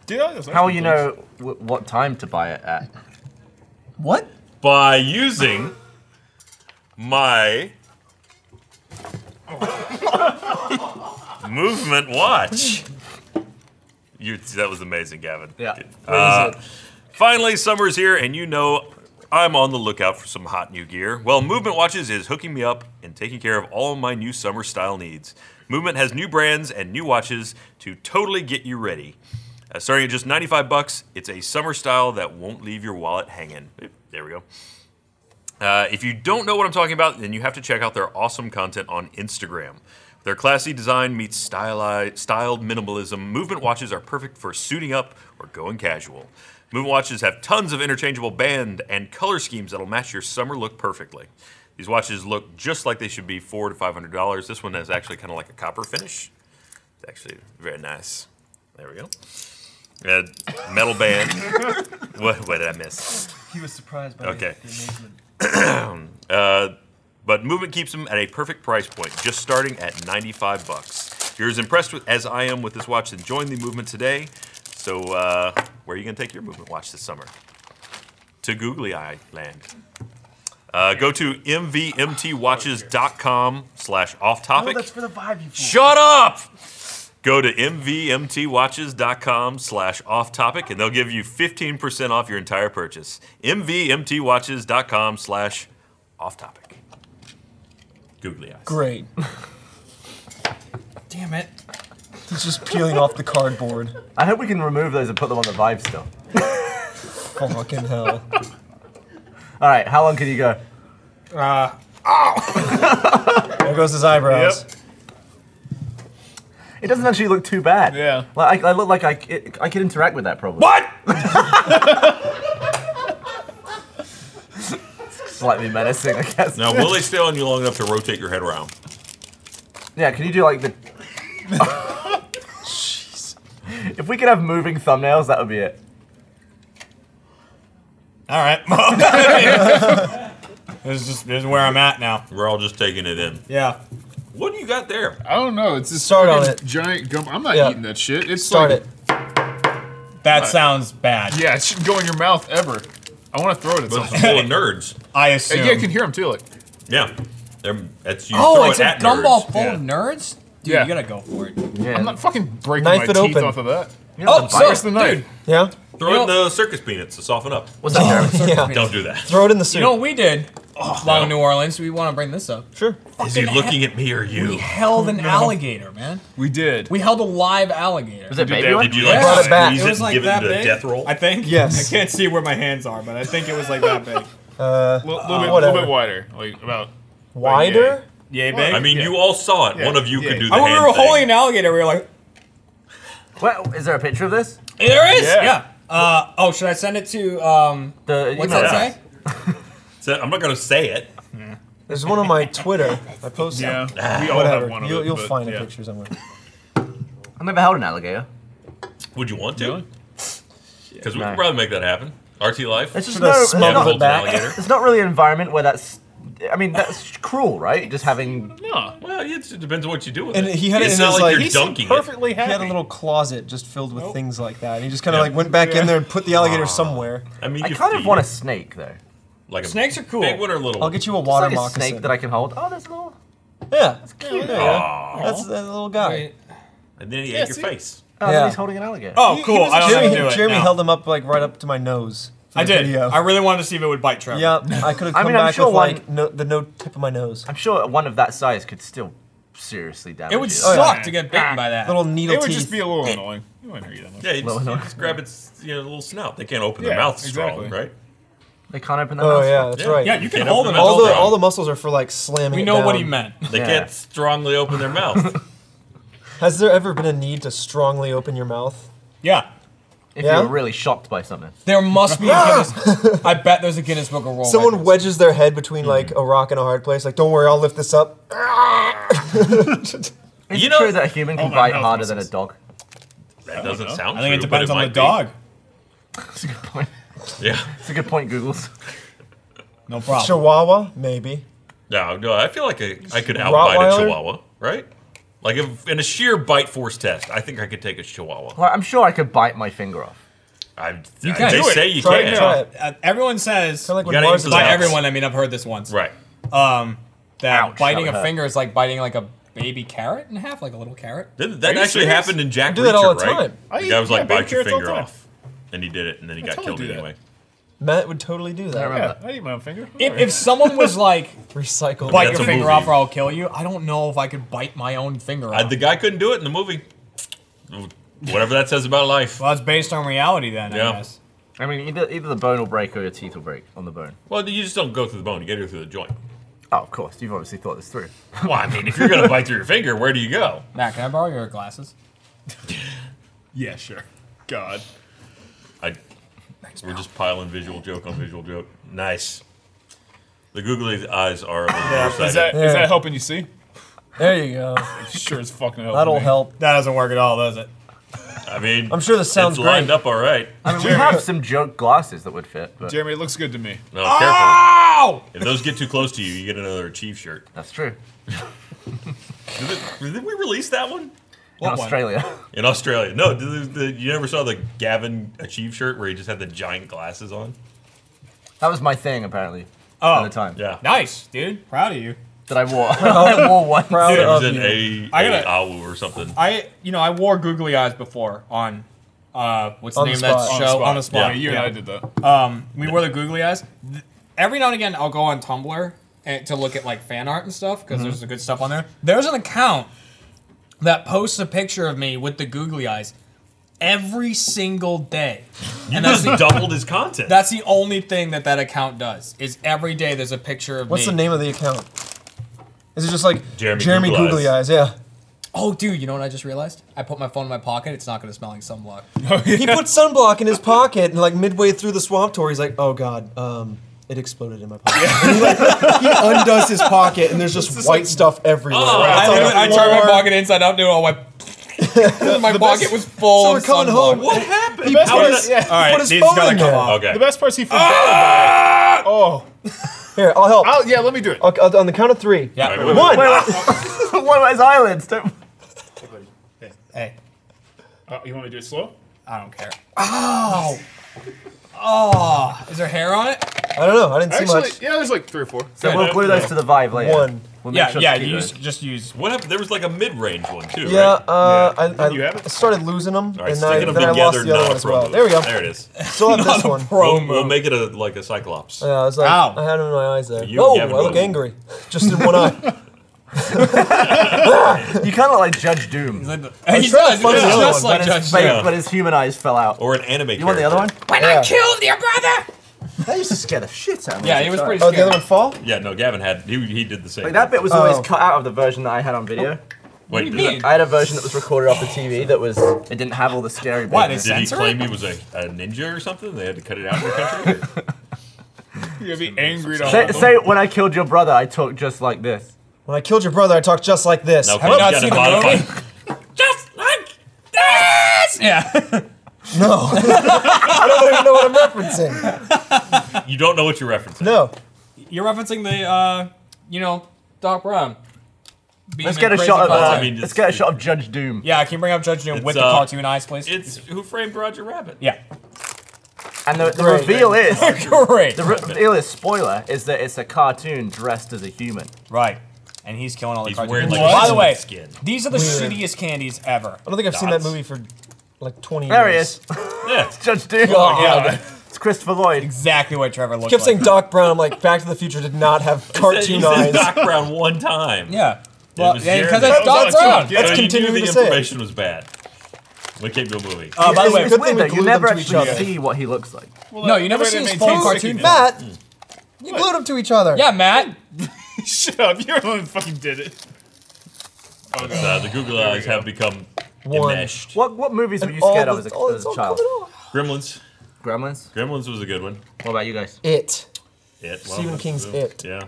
[SPEAKER 5] Dude, I was
[SPEAKER 3] How will you know w- what time to buy it at?
[SPEAKER 4] What?
[SPEAKER 1] By using my movement watch. You that was amazing, Gavin.
[SPEAKER 3] Yeah.
[SPEAKER 1] Uh, finally, summer's here, and you know I'm on the lookout for some hot new gear. Well, Movement Watches is hooking me up and taking care of all my new summer style needs. Movement has new brands and new watches to totally get you ready. Uh, starting at just 95 bucks, it's a summer style that won't leave your wallet hanging. Oop, There we go. Uh, if you don't know what I'm talking about, then you have to check out their awesome content on Instagram. Their classy design meets stylized, styled minimalism. Movement watches are perfect for suiting up or going casual. Movement watches have tons of interchangeable band and color schemes that'll match your summer look perfectly. These watches look just like they should be four to five hundred dollars. This one has actually kind of like a copper finish. It's actually very nice. There we go. Uh, metal band. (laughs) what, what did I miss?
[SPEAKER 4] He was surprised by
[SPEAKER 1] Okay. Uh, but movement keeps them at a perfect price point, just starting at 95 bucks. If you're as impressed with, as I am with this watch, then join the movement today. So, uh, where are you going to take your movement watch this summer? To Googly Eye Land. Uh, go to mvmtwatches.com slash off topic.
[SPEAKER 4] for the vibe you
[SPEAKER 1] Shut up! Go to mvmtwatches.com slash off topic and they'll give you 15% off your entire purchase. mvmtwatches.com slash off topic. Googly eyes.
[SPEAKER 4] Great.
[SPEAKER 6] Damn it.
[SPEAKER 4] He's just peeling off the cardboard.
[SPEAKER 3] I hope we can remove those and put them on the vibe still.
[SPEAKER 4] Fucking hell.
[SPEAKER 3] All right, how long can you go?
[SPEAKER 4] There goes his
[SPEAKER 3] uh,
[SPEAKER 4] eyebrows.
[SPEAKER 3] It doesn't actually look too bad.
[SPEAKER 5] Yeah.
[SPEAKER 3] Like I, I look like I, c- I could interact with that probably.
[SPEAKER 5] What?
[SPEAKER 3] (laughs) Slightly menacing, I guess.
[SPEAKER 1] Now, will they stay on you long enough to rotate your head around?
[SPEAKER 3] Yeah. Can you do like the? Jeez. If we could have moving thumbnails, that would be it.
[SPEAKER 6] All right. this is just this is where I'm at now.
[SPEAKER 1] We're all just taking it in.
[SPEAKER 6] Yeah.
[SPEAKER 1] What do you got there?
[SPEAKER 5] I don't know. It's this
[SPEAKER 4] Start on
[SPEAKER 5] fucking
[SPEAKER 4] it.
[SPEAKER 5] giant gum. I'm not
[SPEAKER 4] Yeah.
[SPEAKER 5] eating that shit. It's
[SPEAKER 4] Start
[SPEAKER 5] like,
[SPEAKER 4] it.
[SPEAKER 6] That sounds bad.
[SPEAKER 5] Yeah, it shouldn't go in your mouth ever. I want to throw it at
[SPEAKER 1] But
[SPEAKER 5] something. (laughs)
[SPEAKER 1] it's full of nerds.
[SPEAKER 6] I
[SPEAKER 5] Yeah,
[SPEAKER 6] assume.
[SPEAKER 5] I can hear him too. Like,
[SPEAKER 1] Yeah. They're, that's you
[SPEAKER 6] oh,
[SPEAKER 1] throw
[SPEAKER 6] it's
[SPEAKER 1] it
[SPEAKER 6] a
[SPEAKER 1] at
[SPEAKER 6] gumball
[SPEAKER 1] nerds.
[SPEAKER 6] full
[SPEAKER 5] Yeah.
[SPEAKER 6] of nerds. Dude,
[SPEAKER 5] Yeah.
[SPEAKER 6] you gotta go for it.
[SPEAKER 3] Yeah.
[SPEAKER 5] I'm not fucking breaking
[SPEAKER 4] Knife
[SPEAKER 5] my
[SPEAKER 4] it
[SPEAKER 5] teeth
[SPEAKER 4] open.
[SPEAKER 5] off of that.
[SPEAKER 6] Oh,
[SPEAKER 5] Where's the knife?
[SPEAKER 6] Dude,
[SPEAKER 4] Yeah?
[SPEAKER 1] Throw
[SPEAKER 6] You
[SPEAKER 1] it in the circus peanuts to soften up.
[SPEAKER 3] What's up, Jeremy?
[SPEAKER 4] Yeah.
[SPEAKER 1] Don't do that.
[SPEAKER 4] Throw it in the soup.
[SPEAKER 6] you know what we did? Long
[SPEAKER 1] no.
[SPEAKER 6] New Orleans. We want to bring this up.
[SPEAKER 4] sure.
[SPEAKER 1] Is he looking at me or
[SPEAKER 6] We
[SPEAKER 1] you?
[SPEAKER 6] held an alligator, man.
[SPEAKER 5] We did.
[SPEAKER 6] We held a live alligator.
[SPEAKER 3] Was it
[SPEAKER 5] Did
[SPEAKER 3] baby
[SPEAKER 5] that-
[SPEAKER 3] one?
[SPEAKER 1] Did you like
[SPEAKER 4] Brought it back.
[SPEAKER 1] squeeze
[SPEAKER 4] It
[SPEAKER 1] it, and give it the death roll?
[SPEAKER 6] I think.
[SPEAKER 4] Yes.
[SPEAKER 6] I can't see where my hands are, but I think it was like that big.
[SPEAKER 4] Uh,
[SPEAKER 5] A little, bit, little
[SPEAKER 4] whatever.
[SPEAKER 5] bit wider. Like, about.
[SPEAKER 4] Wider?
[SPEAKER 6] Yay big.
[SPEAKER 1] I mean,
[SPEAKER 5] Yeah.
[SPEAKER 1] you all saw it.
[SPEAKER 5] Yeah.
[SPEAKER 1] One of you
[SPEAKER 5] Yeah.
[SPEAKER 1] could do the
[SPEAKER 6] I, when we
[SPEAKER 1] hand
[SPEAKER 6] were
[SPEAKER 1] thing.
[SPEAKER 6] holding an alligator, we were like,
[SPEAKER 3] Well, is there a picture of this?
[SPEAKER 6] there is.
[SPEAKER 5] Yeah.
[SPEAKER 6] Yeah. Uh, oh, should I send it to? Um,
[SPEAKER 3] The
[SPEAKER 6] what's
[SPEAKER 3] email.
[SPEAKER 1] Yeah.
[SPEAKER 6] that say?
[SPEAKER 1] So I'm not going to say it.
[SPEAKER 4] There's one on my Twitter. I posted.
[SPEAKER 5] Yeah. we all
[SPEAKER 4] Ah, Whatever.
[SPEAKER 5] have one of
[SPEAKER 4] You'll,
[SPEAKER 5] it,
[SPEAKER 4] you'll
[SPEAKER 5] but,
[SPEAKER 4] find
[SPEAKER 5] yeah.
[SPEAKER 4] a
[SPEAKER 3] (laughs)
[SPEAKER 4] picture somewhere.
[SPEAKER 3] I've never held an alligator.
[SPEAKER 1] Would you want to?
[SPEAKER 5] Really?
[SPEAKER 1] Because we
[SPEAKER 3] No.
[SPEAKER 1] can probably make that happen. RT Life.
[SPEAKER 3] It's just
[SPEAKER 4] Should I
[SPEAKER 3] no. It's
[SPEAKER 1] Gavin
[SPEAKER 4] smuggle it
[SPEAKER 1] holds
[SPEAKER 3] not,
[SPEAKER 1] an
[SPEAKER 4] back?
[SPEAKER 1] alligator.
[SPEAKER 3] it's not really an environment where that's. I mean, that's cruel, right? Just having.
[SPEAKER 5] No.
[SPEAKER 1] Well, it just depends on what you do with
[SPEAKER 4] And
[SPEAKER 1] it.
[SPEAKER 4] he had it
[SPEAKER 1] it's
[SPEAKER 4] in
[SPEAKER 1] not
[SPEAKER 4] his,
[SPEAKER 1] like,
[SPEAKER 4] like-
[SPEAKER 1] you're
[SPEAKER 4] He's
[SPEAKER 1] dunking it.
[SPEAKER 5] Perfectly
[SPEAKER 4] He had
[SPEAKER 5] happy.
[SPEAKER 4] a little closet just filled with things like that. And he just kind
[SPEAKER 1] Yeah.
[SPEAKER 4] of like went back in there and
[SPEAKER 6] (laughs)
[SPEAKER 4] put the alligator somewhere.
[SPEAKER 1] I mean,
[SPEAKER 3] I
[SPEAKER 1] you
[SPEAKER 3] kind of
[SPEAKER 1] feed
[SPEAKER 3] want a
[SPEAKER 1] it.
[SPEAKER 3] snake though.
[SPEAKER 1] like a
[SPEAKER 6] Snakes are cool.
[SPEAKER 1] Big one or little?
[SPEAKER 4] I'll
[SPEAKER 1] one?
[SPEAKER 4] get you a
[SPEAKER 3] It's
[SPEAKER 4] water
[SPEAKER 3] like a
[SPEAKER 4] moccasin.
[SPEAKER 3] snake that I can hold. Oh, there's a little.
[SPEAKER 4] yeah, that's cute.
[SPEAKER 1] Aw.
[SPEAKER 4] That's that little guy.
[SPEAKER 1] And then he
[SPEAKER 5] Yeah,
[SPEAKER 1] ate your
[SPEAKER 5] see?
[SPEAKER 1] face.
[SPEAKER 3] Oh,
[SPEAKER 4] Yeah.
[SPEAKER 3] yeah. he's holding an alligator.
[SPEAKER 6] Oh,
[SPEAKER 4] He- he
[SPEAKER 6] cool.
[SPEAKER 4] was-
[SPEAKER 6] I don't
[SPEAKER 4] Jeremy,
[SPEAKER 6] have to do it.
[SPEAKER 4] Jeremy
[SPEAKER 6] now.
[SPEAKER 4] held him up like right up to my nose. for
[SPEAKER 6] I
[SPEAKER 4] the
[SPEAKER 6] did.
[SPEAKER 4] video.
[SPEAKER 6] I really wanted to see if it would bite Trevor.
[SPEAKER 4] yeah, I could have
[SPEAKER 3] (laughs)
[SPEAKER 4] come
[SPEAKER 3] I mean, I'm
[SPEAKER 4] back
[SPEAKER 3] sure
[SPEAKER 4] with
[SPEAKER 3] one-
[SPEAKER 4] like no, the no tip of
[SPEAKER 3] (laughs)
[SPEAKER 4] my nose.
[SPEAKER 3] I'm sure one of that size could still seriously damage
[SPEAKER 6] It would Oh.
[SPEAKER 3] you.
[SPEAKER 6] suck
[SPEAKER 5] yeah.
[SPEAKER 6] to get bitten by that.
[SPEAKER 4] Little needle
[SPEAKER 5] It would
[SPEAKER 4] teeth.
[SPEAKER 5] just be a little annoying. You wouldn't hurt you that much.
[SPEAKER 1] Yeah, you just,
[SPEAKER 3] Well,
[SPEAKER 1] you just grab its you know, little snout. They can't open their
[SPEAKER 5] Yeah,
[SPEAKER 1] mouth
[SPEAKER 5] exactly.
[SPEAKER 1] strong, right?
[SPEAKER 3] They can't open their
[SPEAKER 4] oh
[SPEAKER 3] mouth.
[SPEAKER 4] yeah, that's
[SPEAKER 1] Yeah.
[SPEAKER 4] right.
[SPEAKER 6] yeah, you can
[SPEAKER 1] Get
[SPEAKER 6] hold
[SPEAKER 1] up
[SPEAKER 6] him.
[SPEAKER 1] the
[SPEAKER 4] all the
[SPEAKER 1] Down.
[SPEAKER 4] all the muscles are for like slamming.
[SPEAKER 6] we
[SPEAKER 4] it
[SPEAKER 6] know what
[SPEAKER 4] down.
[SPEAKER 6] he meant.
[SPEAKER 1] They
[SPEAKER 3] Yeah.
[SPEAKER 1] can't strongly open their mouth.
[SPEAKER 4] Has there ever been a need to strongly open your mouth?
[SPEAKER 6] Yeah.
[SPEAKER 3] If
[SPEAKER 4] Yeah?
[SPEAKER 3] you were really shocked by something.
[SPEAKER 6] There must be a Guinness. I bet there's a Guinness Book of World
[SPEAKER 4] Someone
[SPEAKER 6] Records.
[SPEAKER 4] wedges Hmm. their head between like a rock and a hard place. Like, don't worry, I'll lift this up.
[SPEAKER 3] Is
[SPEAKER 1] You
[SPEAKER 3] it
[SPEAKER 1] know-
[SPEAKER 3] true that a human can
[SPEAKER 5] my
[SPEAKER 3] bite
[SPEAKER 5] mouth
[SPEAKER 3] harder than a
[SPEAKER 5] muscles.
[SPEAKER 3] dog?
[SPEAKER 1] That doesn't sound
[SPEAKER 6] I think it
[SPEAKER 1] true, but
[SPEAKER 6] depends on
[SPEAKER 1] might
[SPEAKER 6] the
[SPEAKER 1] be.
[SPEAKER 6] dog.
[SPEAKER 3] That's a good point.
[SPEAKER 1] Yeah.
[SPEAKER 3] That's a good point, Googles.
[SPEAKER 6] No problem.
[SPEAKER 4] Chihuahua, maybe.
[SPEAKER 1] No, no, I feel like I, I could outbite a
[SPEAKER 4] Rottweiler?
[SPEAKER 1] chihuahua, right? Like if, in a sheer bite force test, I think I could take a chihuahua.
[SPEAKER 3] (laughs) Like, I'm sure I could bite my finger off.
[SPEAKER 1] I,
[SPEAKER 6] You
[SPEAKER 1] I-
[SPEAKER 6] can
[SPEAKER 1] they
[SPEAKER 6] do it.
[SPEAKER 1] say you
[SPEAKER 4] Try it,
[SPEAKER 1] can.
[SPEAKER 4] try it.
[SPEAKER 6] Uh, everyone says,
[SPEAKER 4] Kinda like when
[SPEAKER 1] gotta
[SPEAKER 4] Mars
[SPEAKER 1] use
[SPEAKER 4] was
[SPEAKER 1] the
[SPEAKER 6] by
[SPEAKER 1] Ouch.
[SPEAKER 4] out.
[SPEAKER 6] everyone, I mean, I've heard this once.
[SPEAKER 1] Right.
[SPEAKER 6] Um, that
[SPEAKER 3] Ouch,
[SPEAKER 6] biting
[SPEAKER 3] that
[SPEAKER 6] a
[SPEAKER 3] would hurt.
[SPEAKER 6] finger is like biting like a baby carrot in half, like a little carrot.
[SPEAKER 1] Didn't-
[SPEAKER 5] Are
[SPEAKER 1] that
[SPEAKER 5] you
[SPEAKER 1] actually
[SPEAKER 5] serious?
[SPEAKER 1] happened in Jack
[SPEAKER 4] do
[SPEAKER 1] Reacher,
[SPEAKER 4] that all the
[SPEAKER 1] right?
[SPEAKER 4] time.
[SPEAKER 5] I
[SPEAKER 1] The
[SPEAKER 5] eat-
[SPEAKER 1] guy was like,
[SPEAKER 5] yeah, baby
[SPEAKER 1] bite your
[SPEAKER 5] carrots all the
[SPEAKER 1] finger
[SPEAKER 5] time."
[SPEAKER 1] off. And he did it, and then he got
[SPEAKER 5] totally
[SPEAKER 1] killed
[SPEAKER 5] do that.
[SPEAKER 1] anyway.
[SPEAKER 4] Matt would totally do that.
[SPEAKER 3] remember.
[SPEAKER 5] Yeah, I eat my own finger.
[SPEAKER 6] If, if someone was like,
[SPEAKER 4] Recycle.
[SPEAKER 1] Like-
[SPEAKER 6] bite
[SPEAKER 1] That's
[SPEAKER 6] your
[SPEAKER 1] a
[SPEAKER 6] finger
[SPEAKER 1] movie.
[SPEAKER 6] off or I'll kill you, I don't know if I could bite my own finger off.
[SPEAKER 1] Uh, the guy couldn't do it in the movie. Whatever that says about life.
[SPEAKER 6] well, that's based on reality then,
[SPEAKER 1] Yeah.
[SPEAKER 6] I guess.
[SPEAKER 3] I mean, either, either the bone will break or your teeth will break on the bone.
[SPEAKER 1] Well, you just don't go through the bone. You got to go through the joint.
[SPEAKER 3] Oh, of course. You've obviously thought this through.
[SPEAKER 1] Well, I mean, if you're gonna bite through your finger, where do you go?
[SPEAKER 6] Matt, can I borrow your glasses?
[SPEAKER 5] Yeah, sure. God.
[SPEAKER 1] I. we're just piling visual joke on visual joke. Nice. The googly eyes are. A little
[SPEAKER 5] Is
[SPEAKER 1] nearsighted.
[SPEAKER 5] that is
[SPEAKER 4] Yeah.
[SPEAKER 5] that helping you see?
[SPEAKER 4] There you go.
[SPEAKER 5] Sure as fucking helping.
[SPEAKER 4] That'll
[SPEAKER 5] me.
[SPEAKER 4] help.
[SPEAKER 6] That doesn't work at all, does it?
[SPEAKER 1] I mean,
[SPEAKER 4] I'm sure this sounds
[SPEAKER 1] it's lined
[SPEAKER 4] great.
[SPEAKER 1] up all right.
[SPEAKER 3] I mean, we have some joke glasses that would fit, but
[SPEAKER 5] Jeremy, it looks good to me.
[SPEAKER 1] No,
[SPEAKER 6] Ow!
[SPEAKER 1] careful. If those get too close to you, you get another Chief shirt.
[SPEAKER 3] that's true.
[SPEAKER 1] Did, it- did we release that one
[SPEAKER 3] In
[SPEAKER 6] one?
[SPEAKER 3] Australia. (laughs)
[SPEAKER 1] in Australia? No, did the, the, you never saw the Gavin Achieve shirt where he just had the giant glasses on.
[SPEAKER 3] that was my thing, apparently.
[SPEAKER 6] Oh.
[SPEAKER 3] At the time.
[SPEAKER 1] Yeah,
[SPEAKER 6] Nice, dude. Proud of you.
[SPEAKER 3] That I wore. (laughs) I wore one.
[SPEAKER 4] Proud
[SPEAKER 1] it was
[SPEAKER 4] of
[SPEAKER 1] in
[SPEAKER 4] you.
[SPEAKER 1] a,
[SPEAKER 6] I gotta-
[SPEAKER 1] a Awu or something.
[SPEAKER 6] I, you know, I wore googly eyes before on, uh, what's the
[SPEAKER 4] On the
[SPEAKER 6] name of that
[SPEAKER 4] spot.
[SPEAKER 5] On
[SPEAKER 6] show?
[SPEAKER 5] the spot.
[SPEAKER 6] On the spot.
[SPEAKER 5] Yeah, you
[SPEAKER 6] Yeah.
[SPEAKER 5] and I did that.
[SPEAKER 6] Um, we wore the googly eyes. Th- Every now and again, I'll go on Tumblr and, to look at like fan art and stuff because
[SPEAKER 4] Mm-hmm.
[SPEAKER 6] there's some good stuff on there. There's an account that posts a picture of me with the googly eyes, every single day. And that's
[SPEAKER 1] That's
[SPEAKER 6] the,
[SPEAKER 1] doubled his content.
[SPEAKER 6] that's the only thing that that account does is every day there's a picture of
[SPEAKER 4] What's
[SPEAKER 6] me.
[SPEAKER 4] the name of the account? Is it just like
[SPEAKER 1] Jeremy
[SPEAKER 4] Jeremy
[SPEAKER 1] Googly
[SPEAKER 4] Googly
[SPEAKER 1] Eyes.
[SPEAKER 4] Eyes? Yeah.
[SPEAKER 6] Oh, dude, you know what I just realized? I put my phone in my pocket. It's not going to smell
[SPEAKER 4] (laughs)
[SPEAKER 6] like sunblock.
[SPEAKER 4] He put sunblock in his pocket, and like midway through the swamp tour, he's like, "Oh God, um, it exploded in my pocket." And he, like, he undoes his pocket, and there's just white stuff everywhere.
[SPEAKER 1] Oh,
[SPEAKER 6] I,
[SPEAKER 4] It's on the
[SPEAKER 6] I turned my
[SPEAKER 4] floor.
[SPEAKER 6] pocket inside out, dude.
[SPEAKER 4] (laughs)
[SPEAKER 6] All my (laughs) my pocket was full.
[SPEAKER 4] So we're
[SPEAKER 6] of
[SPEAKER 4] coming
[SPEAKER 6] Oh. sunblock.
[SPEAKER 4] home.
[SPEAKER 1] what happened?
[SPEAKER 4] He put
[SPEAKER 1] How
[SPEAKER 4] his,
[SPEAKER 1] is that-
[SPEAKER 4] he put his phone in there.
[SPEAKER 1] Okay.
[SPEAKER 5] The best part's he forgot about it. Oh,
[SPEAKER 4] Here, I'll help.
[SPEAKER 5] I'll, yeah, let me do it.
[SPEAKER 4] Okay, on the count of three.
[SPEAKER 6] Yeah.
[SPEAKER 1] All right, wait, wait,
[SPEAKER 4] One.
[SPEAKER 1] wait.
[SPEAKER 3] (laughs) What about his eyelids? Don't...
[SPEAKER 6] Hey,
[SPEAKER 5] Uh, you want me to do it slow?
[SPEAKER 6] I don't care. Oh, oh, is there hair on it?
[SPEAKER 4] I don't know. I didn't see
[SPEAKER 5] Actually,
[SPEAKER 4] much.
[SPEAKER 5] yeah, there's like three or four.
[SPEAKER 3] So we'll glue those to the vibe later.
[SPEAKER 4] One.
[SPEAKER 3] We'll make
[SPEAKER 6] Yeah,
[SPEAKER 3] sure to
[SPEAKER 6] yeah.
[SPEAKER 3] keep
[SPEAKER 6] Use,
[SPEAKER 3] those.
[SPEAKER 6] just use.
[SPEAKER 1] What happened? There was like a mid-range one too,
[SPEAKER 4] Yeah,
[SPEAKER 1] right?
[SPEAKER 4] uh,
[SPEAKER 5] Yeah.
[SPEAKER 4] I, I,
[SPEAKER 5] You have it?
[SPEAKER 4] I started losing them,
[SPEAKER 1] All right,
[SPEAKER 4] and I,
[SPEAKER 1] sticking
[SPEAKER 4] then
[SPEAKER 1] them
[SPEAKER 4] I
[SPEAKER 1] together,
[SPEAKER 4] lost the other
[SPEAKER 1] not
[SPEAKER 4] one
[SPEAKER 1] a
[SPEAKER 4] as
[SPEAKER 1] pro
[SPEAKER 4] well.
[SPEAKER 1] move.
[SPEAKER 4] There we go.
[SPEAKER 1] There it is. (laughs)
[SPEAKER 4] Still have this one.
[SPEAKER 1] We'll, we'll make it a, like a cyclops.
[SPEAKER 4] Yeah, I was like,
[SPEAKER 6] Ow.
[SPEAKER 4] I had them in my eyes there.
[SPEAKER 1] You
[SPEAKER 4] oh,
[SPEAKER 1] and Gavin
[SPEAKER 4] I look
[SPEAKER 1] both. (laughs)
[SPEAKER 4] angry. Just in one eye. Oh,
[SPEAKER 3] You kind of look like Judge Doom,
[SPEAKER 6] He's
[SPEAKER 4] tried
[SPEAKER 6] just,
[SPEAKER 4] to find
[SPEAKER 6] he's
[SPEAKER 4] the other
[SPEAKER 6] just
[SPEAKER 4] one,
[SPEAKER 6] like
[SPEAKER 3] but his,
[SPEAKER 6] Judge.
[SPEAKER 3] but,
[SPEAKER 1] Doom.
[SPEAKER 3] but his human eyes fell out.
[SPEAKER 1] Or an anime.
[SPEAKER 3] you want the other one?
[SPEAKER 6] When
[SPEAKER 4] Yeah.
[SPEAKER 6] I killed your brother.
[SPEAKER 3] That used to scare the shit out of me.
[SPEAKER 6] Yeah,
[SPEAKER 3] as a
[SPEAKER 6] it was
[SPEAKER 3] child.
[SPEAKER 6] pretty
[SPEAKER 4] Oh,
[SPEAKER 6] scary.
[SPEAKER 4] the other one fall?
[SPEAKER 1] Yeah, no, Gavin had he, he did the same.
[SPEAKER 3] Like, that bit was
[SPEAKER 4] Oh.
[SPEAKER 3] always cut out of the version that I had on video.
[SPEAKER 1] Wait,
[SPEAKER 6] What do
[SPEAKER 1] did
[SPEAKER 6] you
[SPEAKER 1] that-
[SPEAKER 6] mean?
[SPEAKER 3] I had a version that was recorded off the TV that was it didn't have all the scary
[SPEAKER 6] What
[SPEAKER 3] bits.
[SPEAKER 6] is-
[SPEAKER 1] Did he
[SPEAKER 6] Censor
[SPEAKER 1] claim
[SPEAKER 6] it?
[SPEAKER 1] he was a, a ninja or something? They had to cut it out in the
[SPEAKER 6] (laughs)
[SPEAKER 1] country.
[SPEAKER 5] You're gonna be angry to
[SPEAKER 4] Uh,
[SPEAKER 3] Say,
[SPEAKER 5] hold
[SPEAKER 3] say when I killed your brother, I talked just like this.
[SPEAKER 4] When I killed your brother, I talked just like this.
[SPEAKER 1] No,
[SPEAKER 6] Have you not
[SPEAKER 1] gotta
[SPEAKER 6] seen the
[SPEAKER 1] modify-
[SPEAKER 6] movie? (laughs) Just like this. Yeah. (laughs)
[SPEAKER 4] No. (laughs) I don't even know what I'm
[SPEAKER 1] (laughs)
[SPEAKER 4] referencing.
[SPEAKER 1] You don't know what you're referencing.
[SPEAKER 4] No.
[SPEAKER 6] You're referencing the, uh, you know, Doc Brown. Being
[SPEAKER 3] Let's
[SPEAKER 6] in
[SPEAKER 3] get a
[SPEAKER 6] crazy
[SPEAKER 3] shot of
[SPEAKER 6] content.
[SPEAKER 3] uh,
[SPEAKER 1] I mean, it's-
[SPEAKER 3] let's get a shot of Judge Doom.
[SPEAKER 6] Yeah, can you bring up Judge Doom with
[SPEAKER 1] It's,
[SPEAKER 6] the
[SPEAKER 1] uh,
[SPEAKER 6] cartoon eyes, please?
[SPEAKER 1] It's Who Framed Roger Rabbit?
[SPEAKER 6] yeah. (laughs)
[SPEAKER 3] And the, the
[SPEAKER 4] Great.
[SPEAKER 3] reveal
[SPEAKER 4] (laughs)
[SPEAKER 3] is
[SPEAKER 6] Great.
[SPEAKER 3] the reveal is spoiler is that it's a cartoon dressed as a human.
[SPEAKER 6] Right. And he's killing all the
[SPEAKER 1] He's
[SPEAKER 6] cartoons.
[SPEAKER 1] wearing, like,
[SPEAKER 6] By the way,
[SPEAKER 1] skin.
[SPEAKER 6] these are the
[SPEAKER 4] Weird.
[SPEAKER 6] shittiest candies ever.
[SPEAKER 4] I don't think I've seen that
[SPEAKER 1] Dots.
[SPEAKER 4] movie for like 20
[SPEAKER 3] There he
[SPEAKER 4] years.
[SPEAKER 3] is, (laughs)
[SPEAKER 1] Yeah.
[SPEAKER 3] Judge Doom.
[SPEAKER 4] Oh,
[SPEAKER 6] Yeah,
[SPEAKER 3] It's Christopher Lloyd.
[SPEAKER 6] exactly what Trevor looked
[SPEAKER 4] Kept saying
[SPEAKER 6] like.
[SPEAKER 4] Doc Brown. I'm like, Back to the Future did not
[SPEAKER 1] (laughs)
[SPEAKER 4] have
[SPEAKER 1] He
[SPEAKER 4] cartoon
[SPEAKER 1] said
[SPEAKER 4] eyes. (laughs)
[SPEAKER 1] Doc Brown one time.
[SPEAKER 6] Yeah.
[SPEAKER 1] It
[SPEAKER 6] Well,
[SPEAKER 1] was
[SPEAKER 6] because
[SPEAKER 1] Jeremy.
[SPEAKER 6] that's
[SPEAKER 5] That
[SPEAKER 6] Doc
[SPEAKER 5] was awesome.
[SPEAKER 6] Brown.
[SPEAKER 5] Yeah.
[SPEAKER 1] So
[SPEAKER 4] Let's
[SPEAKER 1] you
[SPEAKER 4] continue
[SPEAKER 1] knew
[SPEAKER 4] to
[SPEAKER 1] the
[SPEAKER 4] say it.
[SPEAKER 1] information was bad. We came to a movie.
[SPEAKER 6] Uh, by the way,
[SPEAKER 4] It's
[SPEAKER 3] (laughs) It's
[SPEAKER 4] good
[SPEAKER 3] weird
[SPEAKER 4] thing we
[SPEAKER 3] that you
[SPEAKER 4] glued
[SPEAKER 3] never
[SPEAKER 4] them to each
[SPEAKER 3] actually
[SPEAKER 4] other.
[SPEAKER 3] see what he looks like.
[SPEAKER 6] no, you never
[SPEAKER 5] Everybody
[SPEAKER 6] see his
[SPEAKER 5] maintains
[SPEAKER 6] full cartoon.
[SPEAKER 5] stickiness.
[SPEAKER 4] Matt,
[SPEAKER 1] Mm.
[SPEAKER 4] you glued them to each other.
[SPEAKER 6] Yeah, Matt.
[SPEAKER 5] Shut up! You're the one who fucking did it. Oh,
[SPEAKER 1] But,
[SPEAKER 5] God.
[SPEAKER 1] uh, the Google eyes have become
[SPEAKER 4] One.
[SPEAKER 1] enmeshed.
[SPEAKER 3] What what movies were
[SPEAKER 4] And
[SPEAKER 3] you
[SPEAKER 4] all
[SPEAKER 3] scared
[SPEAKER 4] the-
[SPEAKER 3] of as a,
[SPEAKER 4] all-
[SPEAKER 3] as
[SPEAKER 4] it's
[SPEAKER 3] a
[SPEAKER 4] all
[SPEAKER 3] child?
[SPEAKER 4] coming off.
[SPEAKER 1] Gremlins.
[SPEAKER 3] Gremlins.
[SPEAKER 1] Gremlins was a good one.
[SPEAKER 3] What about you guys?
[SPEAKER 4] It.
[SPEAKER 1] It, well,
[SPEAKER 4] Stephen
[SPEAKER 1] that's-
[SPEAKER 4] King's It.
[SPEAKER 1] Yeah.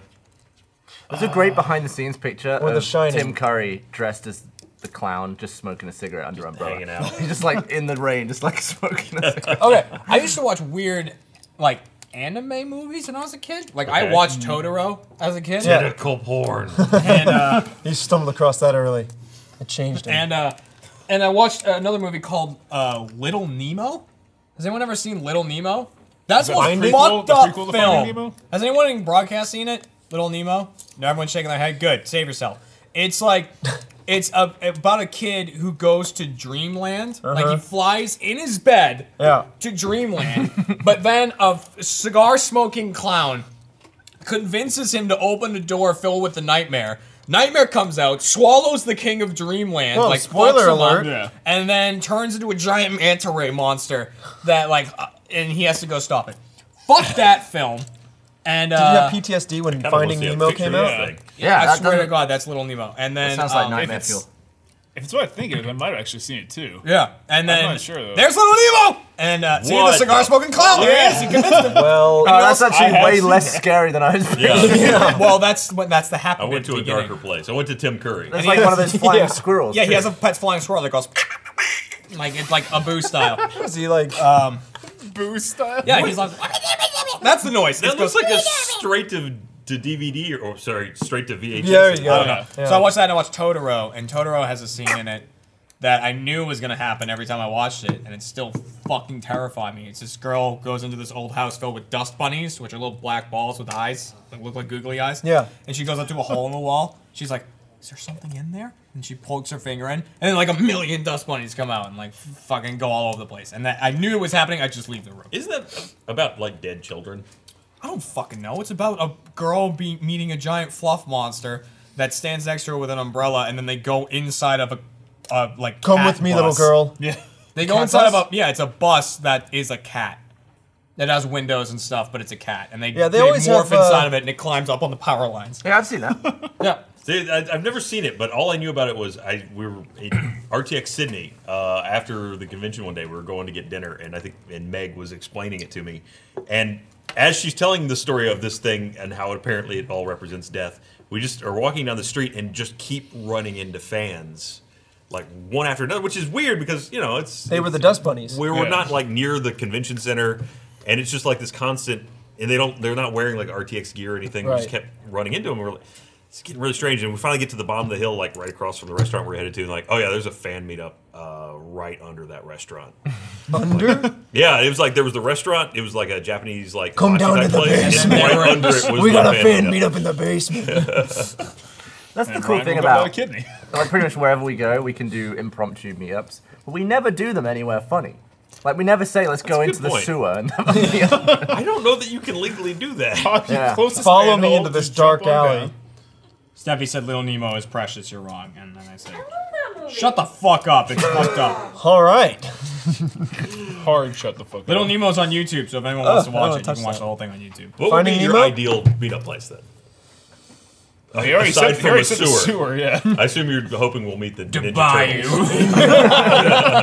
[SPEAKER 3] There's a great behind the scenes picture
[SPEAKER 4] Or Uh, The
[SPEAKER 3] of
[SPEAKER 4] Shining.
[SPEAKER 3] Tim Curry dressed as the clown, just smoking a cigarette under umbrella.
[SPEAKER 1] Hanging out.
[SPEAKER 3] He's (laughs) just like in the rain, just like (laughs) smoking a cigarette.
[SPEAKER 6] Okay, I used to watch weird, like, anime movies when I was a kid. Like, I
[SPEAKER 1] Okay.
[SPEAKER 6] watched Totoro as a kid.
[SPEAKER 4] Yeah.
[SPEAKER 1] Medical
[SPEAKER 6] (laughs)
[SPEAKER 1] porn.
[SPEAKER 6] And, uh,
[SPEAKER 4] You stumbled across that early. It changed him.
[SPEAKER 6] and, uh, and I watched another movie called uh, Little Nemo. Has anyone ever seen Little Nemo? That's
[SPEAKER 5] that
[SPEAKER 6] one
[SPEAKER 5] the
[SPEAKER 6] fucked
[SPEAKER 5] prequel- the
[SPEAKER 6] up
[SPEAKER 5] prequel
[SPEAKER 6] film.
[SPEAKER 5] to Finding Nemo?
[SPEAKER 6] Has anyone in broadcast seen it? Little Nemo. No, everyone's shaking their head. Good, save yourself. It's like, it's a, about a kid who goes to Dreamland. Like
[SPEAKER 5] Uh-huh.
[SPEAKER 6] he flies in his bed
[SPEAKER 4] Yeah.
[SPEAKER 6] to Dreamland, (laughs) but then a cigar smoking clown convinces him to open the door filled with the nightmare. Nightmare comes out, swallows the king of Dreamland,
[SPEAKER 3] Oh,
[SPEAKER 4] Whoa,
[SPEAKER 6] like
[SPEAKER 4] spoiler
[SPEAKER 6] fucks him up,
[SPEAKER 4] alert.
[SPEAKER 5] Yeah.
[SPEAKER 6] and then turns into a giant manta ray monster that like, uh, and he has to go stop it. Fuck that film. And
[SPEAKER 4] Did you
[SPEAKER 6] uh,
[SPEAKER 4] have PTSD when
[SPEAKER 1] Kinda
[SPEAKER 4] Finding
[SPEAKER 1] wanna see a
[SPEAKER 4] Nemo
[SPEAKER 1] picture
[SPEAKER 4] came
[SPEAKER 1] of this
[SPEAKER 4] out?
[SPEAKER 1] thing.
[SPEAKER 3] Yeah,
[SPEAKER 6] I
[SPEAKER 3] that
[SPEAKER 6] swear to
[SPEAKER 3] doesn't-
[SPEAKER 6] God, that's Little Nemo. And then
[SPEAKER 3] sounds like
[SPEAKER 6] um,
[SPEAKER 3] nightmare
[SPEAKER 5] it's-
[SPEAKER 3] fuel.
[SPEAKER 5] If it's what I think it is, I might have actually seen it too.
[SPEAKER 6] Yeah, and then
[SPEAKER 5] not sure, though.
[SPEAKER 6] there's Little Nemo, and uh, see the
[SPEAKER 1] What Oh,
[SPEAKER 6] cigar Oh, smoking clown. There he is. He convinced
[SPEAKER 4] (laughs)
[SPEAKER 6] him.
[SPEAKER 4] Well,
[SPEAKER 3] Oh, that's
[SPEAKER 6] else? (laughs)
[SPEAKER 3] actually
[SPEAKER 5] I have
[SPEAKER 3] way
[SPEAKER 5] seen
[SPEAKER 3] less scary than I was. thinking.
[SPEAKER 1] Yeah.
[SPEAKER 6] well, that's what that's the happy.
[SPEAKER 1] I went to
[SPEAKER 6] bit
[SPEAKER 1] a
[SPEAKER 6] at the beginning.
[SPEAKER 1] darker place. I went to Tim Curry.
[SPEAKER 3] It's like one of those flying
[SPEAKER 4] Yeah.
[SPEAKER 3] squirrels.
[SPEAKER 6] Yeah, he
[SPEAKER 3] too.
[SPEAKER 6] has a pet flying squirrel that goes (laughs) like it's like a boo style.
[SPEAKER 4] was he like
[SPEAKER 1] Uh,
[SPEAKER 5] Boo style.
[SPEAKER 6] Yeah, he's like that's the noise.
[SPEAKER 1] That
[SPEAKER 6] It
[SPEAKER 1] looks
[SPEAKER 6] goes-
[SPEAKER 1] like a straight to to DVD or sorry, straight to VHS.
[SPEAKER 4] There you go.
[SPEAKER 1] I don't know.
[SPEAKER 4] Yeah.
[SPEAKER 6] So I watched that and I watched Totoro, and Totoro has a scene in it that I knew was gonna happen every time I watched it, and it still fucking terrified me. It's this girl goes into this old house filled with dust bunnies, which are little black balls with eyes that look like googly eyes.
[SPEAKER 4] Yeah.
[SPEAKER 6] And she goes up to a hole in the wall. She's like, "Is there something in there?" And she pokes her finger in, and then like a million dust bunnies come out and like f- fucking go all over the place. And that I knew it was happening. I just leave the room.
[SPEAKER 1] Isn't that about like dead children?
[SPEAKER 6] I don't fucking know. It's about a girl be- meeting a giant fluff monster that stands next to her with an umbrella, and then they go inside of a, a like.
[SPEAKER 4] come
[SPEAKER 6] cat
[SPEAKER 4] with me,
[SPEAKER 6] bus.
[SPEAKER 4] little girl?
[SPEAKER 6] Yeah. They go
[SPEAKER 4] cat
[SPEAKER 6] inside
[SPEAKER 4] bus?
[SPEAKER 6] of a yeah, it's a bus that is a cat. That has windows and stuff, but it's a cat, and they
[SPEAKER 4] Yeah, they always
[SPEAKER 6] morph
[SPEAKER 4] have, uh,
[SPEAKER 6] inside of it, and it climbs up on the power lines.
[SPEAKER 3] (laughs) Yeah, I've seen that.
[SPEAKER 6] Yeah,
[SPEAKER 1] See, I, I've never seen it, but all I knew about it was I we were in (coughs) RTX Sydney uh, after the convention one day. We were going to get dinner, and I think and Meg was explaining it to me, and as she's telling the story of this thing and how apparently it all represents death, we just are walking down the street and just keep running into fans, like one after another, which is weird because you know it's
[SPEAKER 4] They were the dust bunnies.
[SPEAKER 1] we were
[SPEAKER 5] Yeah.
[SPEAKER 1] not like near the convention center, and it's just like this constant. And they don't—they're not wearing like RTX gear or anything. We just
[SPEAKER 4] Right.
[SPEAKER 1] kept running into them. We're like, it's getting really strange. And we finally get to the bottom of the hill, like right across from the restaurant we're headed to. And like, oh yeah, there's a fan meetup uh, right under that
[SPEAKER 4] (laughs)
[SPEAKER 1] restaurant. (laughs)
[SPEAKER 4] Under?
[SPEAKER 1] yeah, it was like there was the restaurant. It was like a Japanese like
[SPEAKER 4] Come
[SPEAKER 1] hibachi
[SPEAKER 4] down
[SPEAKER 1] type
[SPEAKER 4] to the
[SPEAKER 1] place, and
[SPEAKER 4] basement.
[SPEAKER 1] right under it was
[SPEAKER 4] we
[SPEAKER 1] the
[SPEAKER 4] got a fan
[SPEAKER 1] meetup.
[SPEAKER 4] meet up in the basement. (laughs)
[SPEAKER 3] That's the cool
[SPEAKER 5] Ryan
[SPEAKER 3] thing
[SPEAKER 5] woke up without
[SPEAKER 3] about
[SPEAKER 5] a kidney.
[SPEAKER 3] like pretty much wherever we go, we can do impromptu meetups, but we never do them anywhere funny. Like we never say, let's go
[SPEAKER 1] a good
[SPEAKER 3] into the
[SPEAKER 1] point.
[SPEAKER 3] sewer and have a meetup.
[SPEAKER 1] I don't know that you can legally do that.
[SPEAKER 5] Bob, you
[SPEAKER 3] Yeah.
[SPEAKER 5] closest
[SPEAKER 4] Follow
[SPEAKER 5] man
[SPEAKER 4] me
[SPEAKER 5] to
[SPEAKER 4] into
[SPEAKER 5] Hulk,
[SPEAKER 4] this
[SPEAKER 5] just
[SPEAKER 4] dark
[SPEAKER 5] jump on
[SPEAKER 4] alley.
[SPEAKER 5] down.
[SPEAKER 6] Steffi said Little Nemo is precious. You're wrong, and then I said,
[SPEAKER 7] that movie.
[SPEAKER 6] "Shut the fuck up! It's fucked (laughs) up."
[SPEAKER 4] All right.
[SPEAKER 5] Hard shut the fuck
[SPEAKER 6] Little
[SPEAKER 5] up.
[SPEAKER 6] Nemo's on YouTube, so if anyone wants to
[SPEAKER 4] I
[SPEAKER 6] watch
[SPEAKER 4] wanna
[SPEAKER 6] it, you
[SPEAKER 4] touch
[SPEAKER 6] can watch
[SPEAKER 4] that.
[SPEAKER 6] the whole thing on YouTube.
[SPEAKER 1] What would be
[SPEAKER 4] Finding
[SPEAKER 1] your
[SPEAKER 4] Nemo?
[SPEAKER 1] ideal meetup place then?
[SPEAKER 5] He already
[SPEAKER 1] Aside
[SPEAKER 5] said, he
[SPEAKER 1] from
[SPEAKER 5] already
[SPEAKER 1] a
[SPEAKER 5] said the
[SPEAKER 1] sewer.
[SPEAKER 5] sewer, yeah.
[SPEAKER 1] I assume you're hoping we'll meet the Ninja Turtles. (laughs)
[SPEAKER 6] Bayou.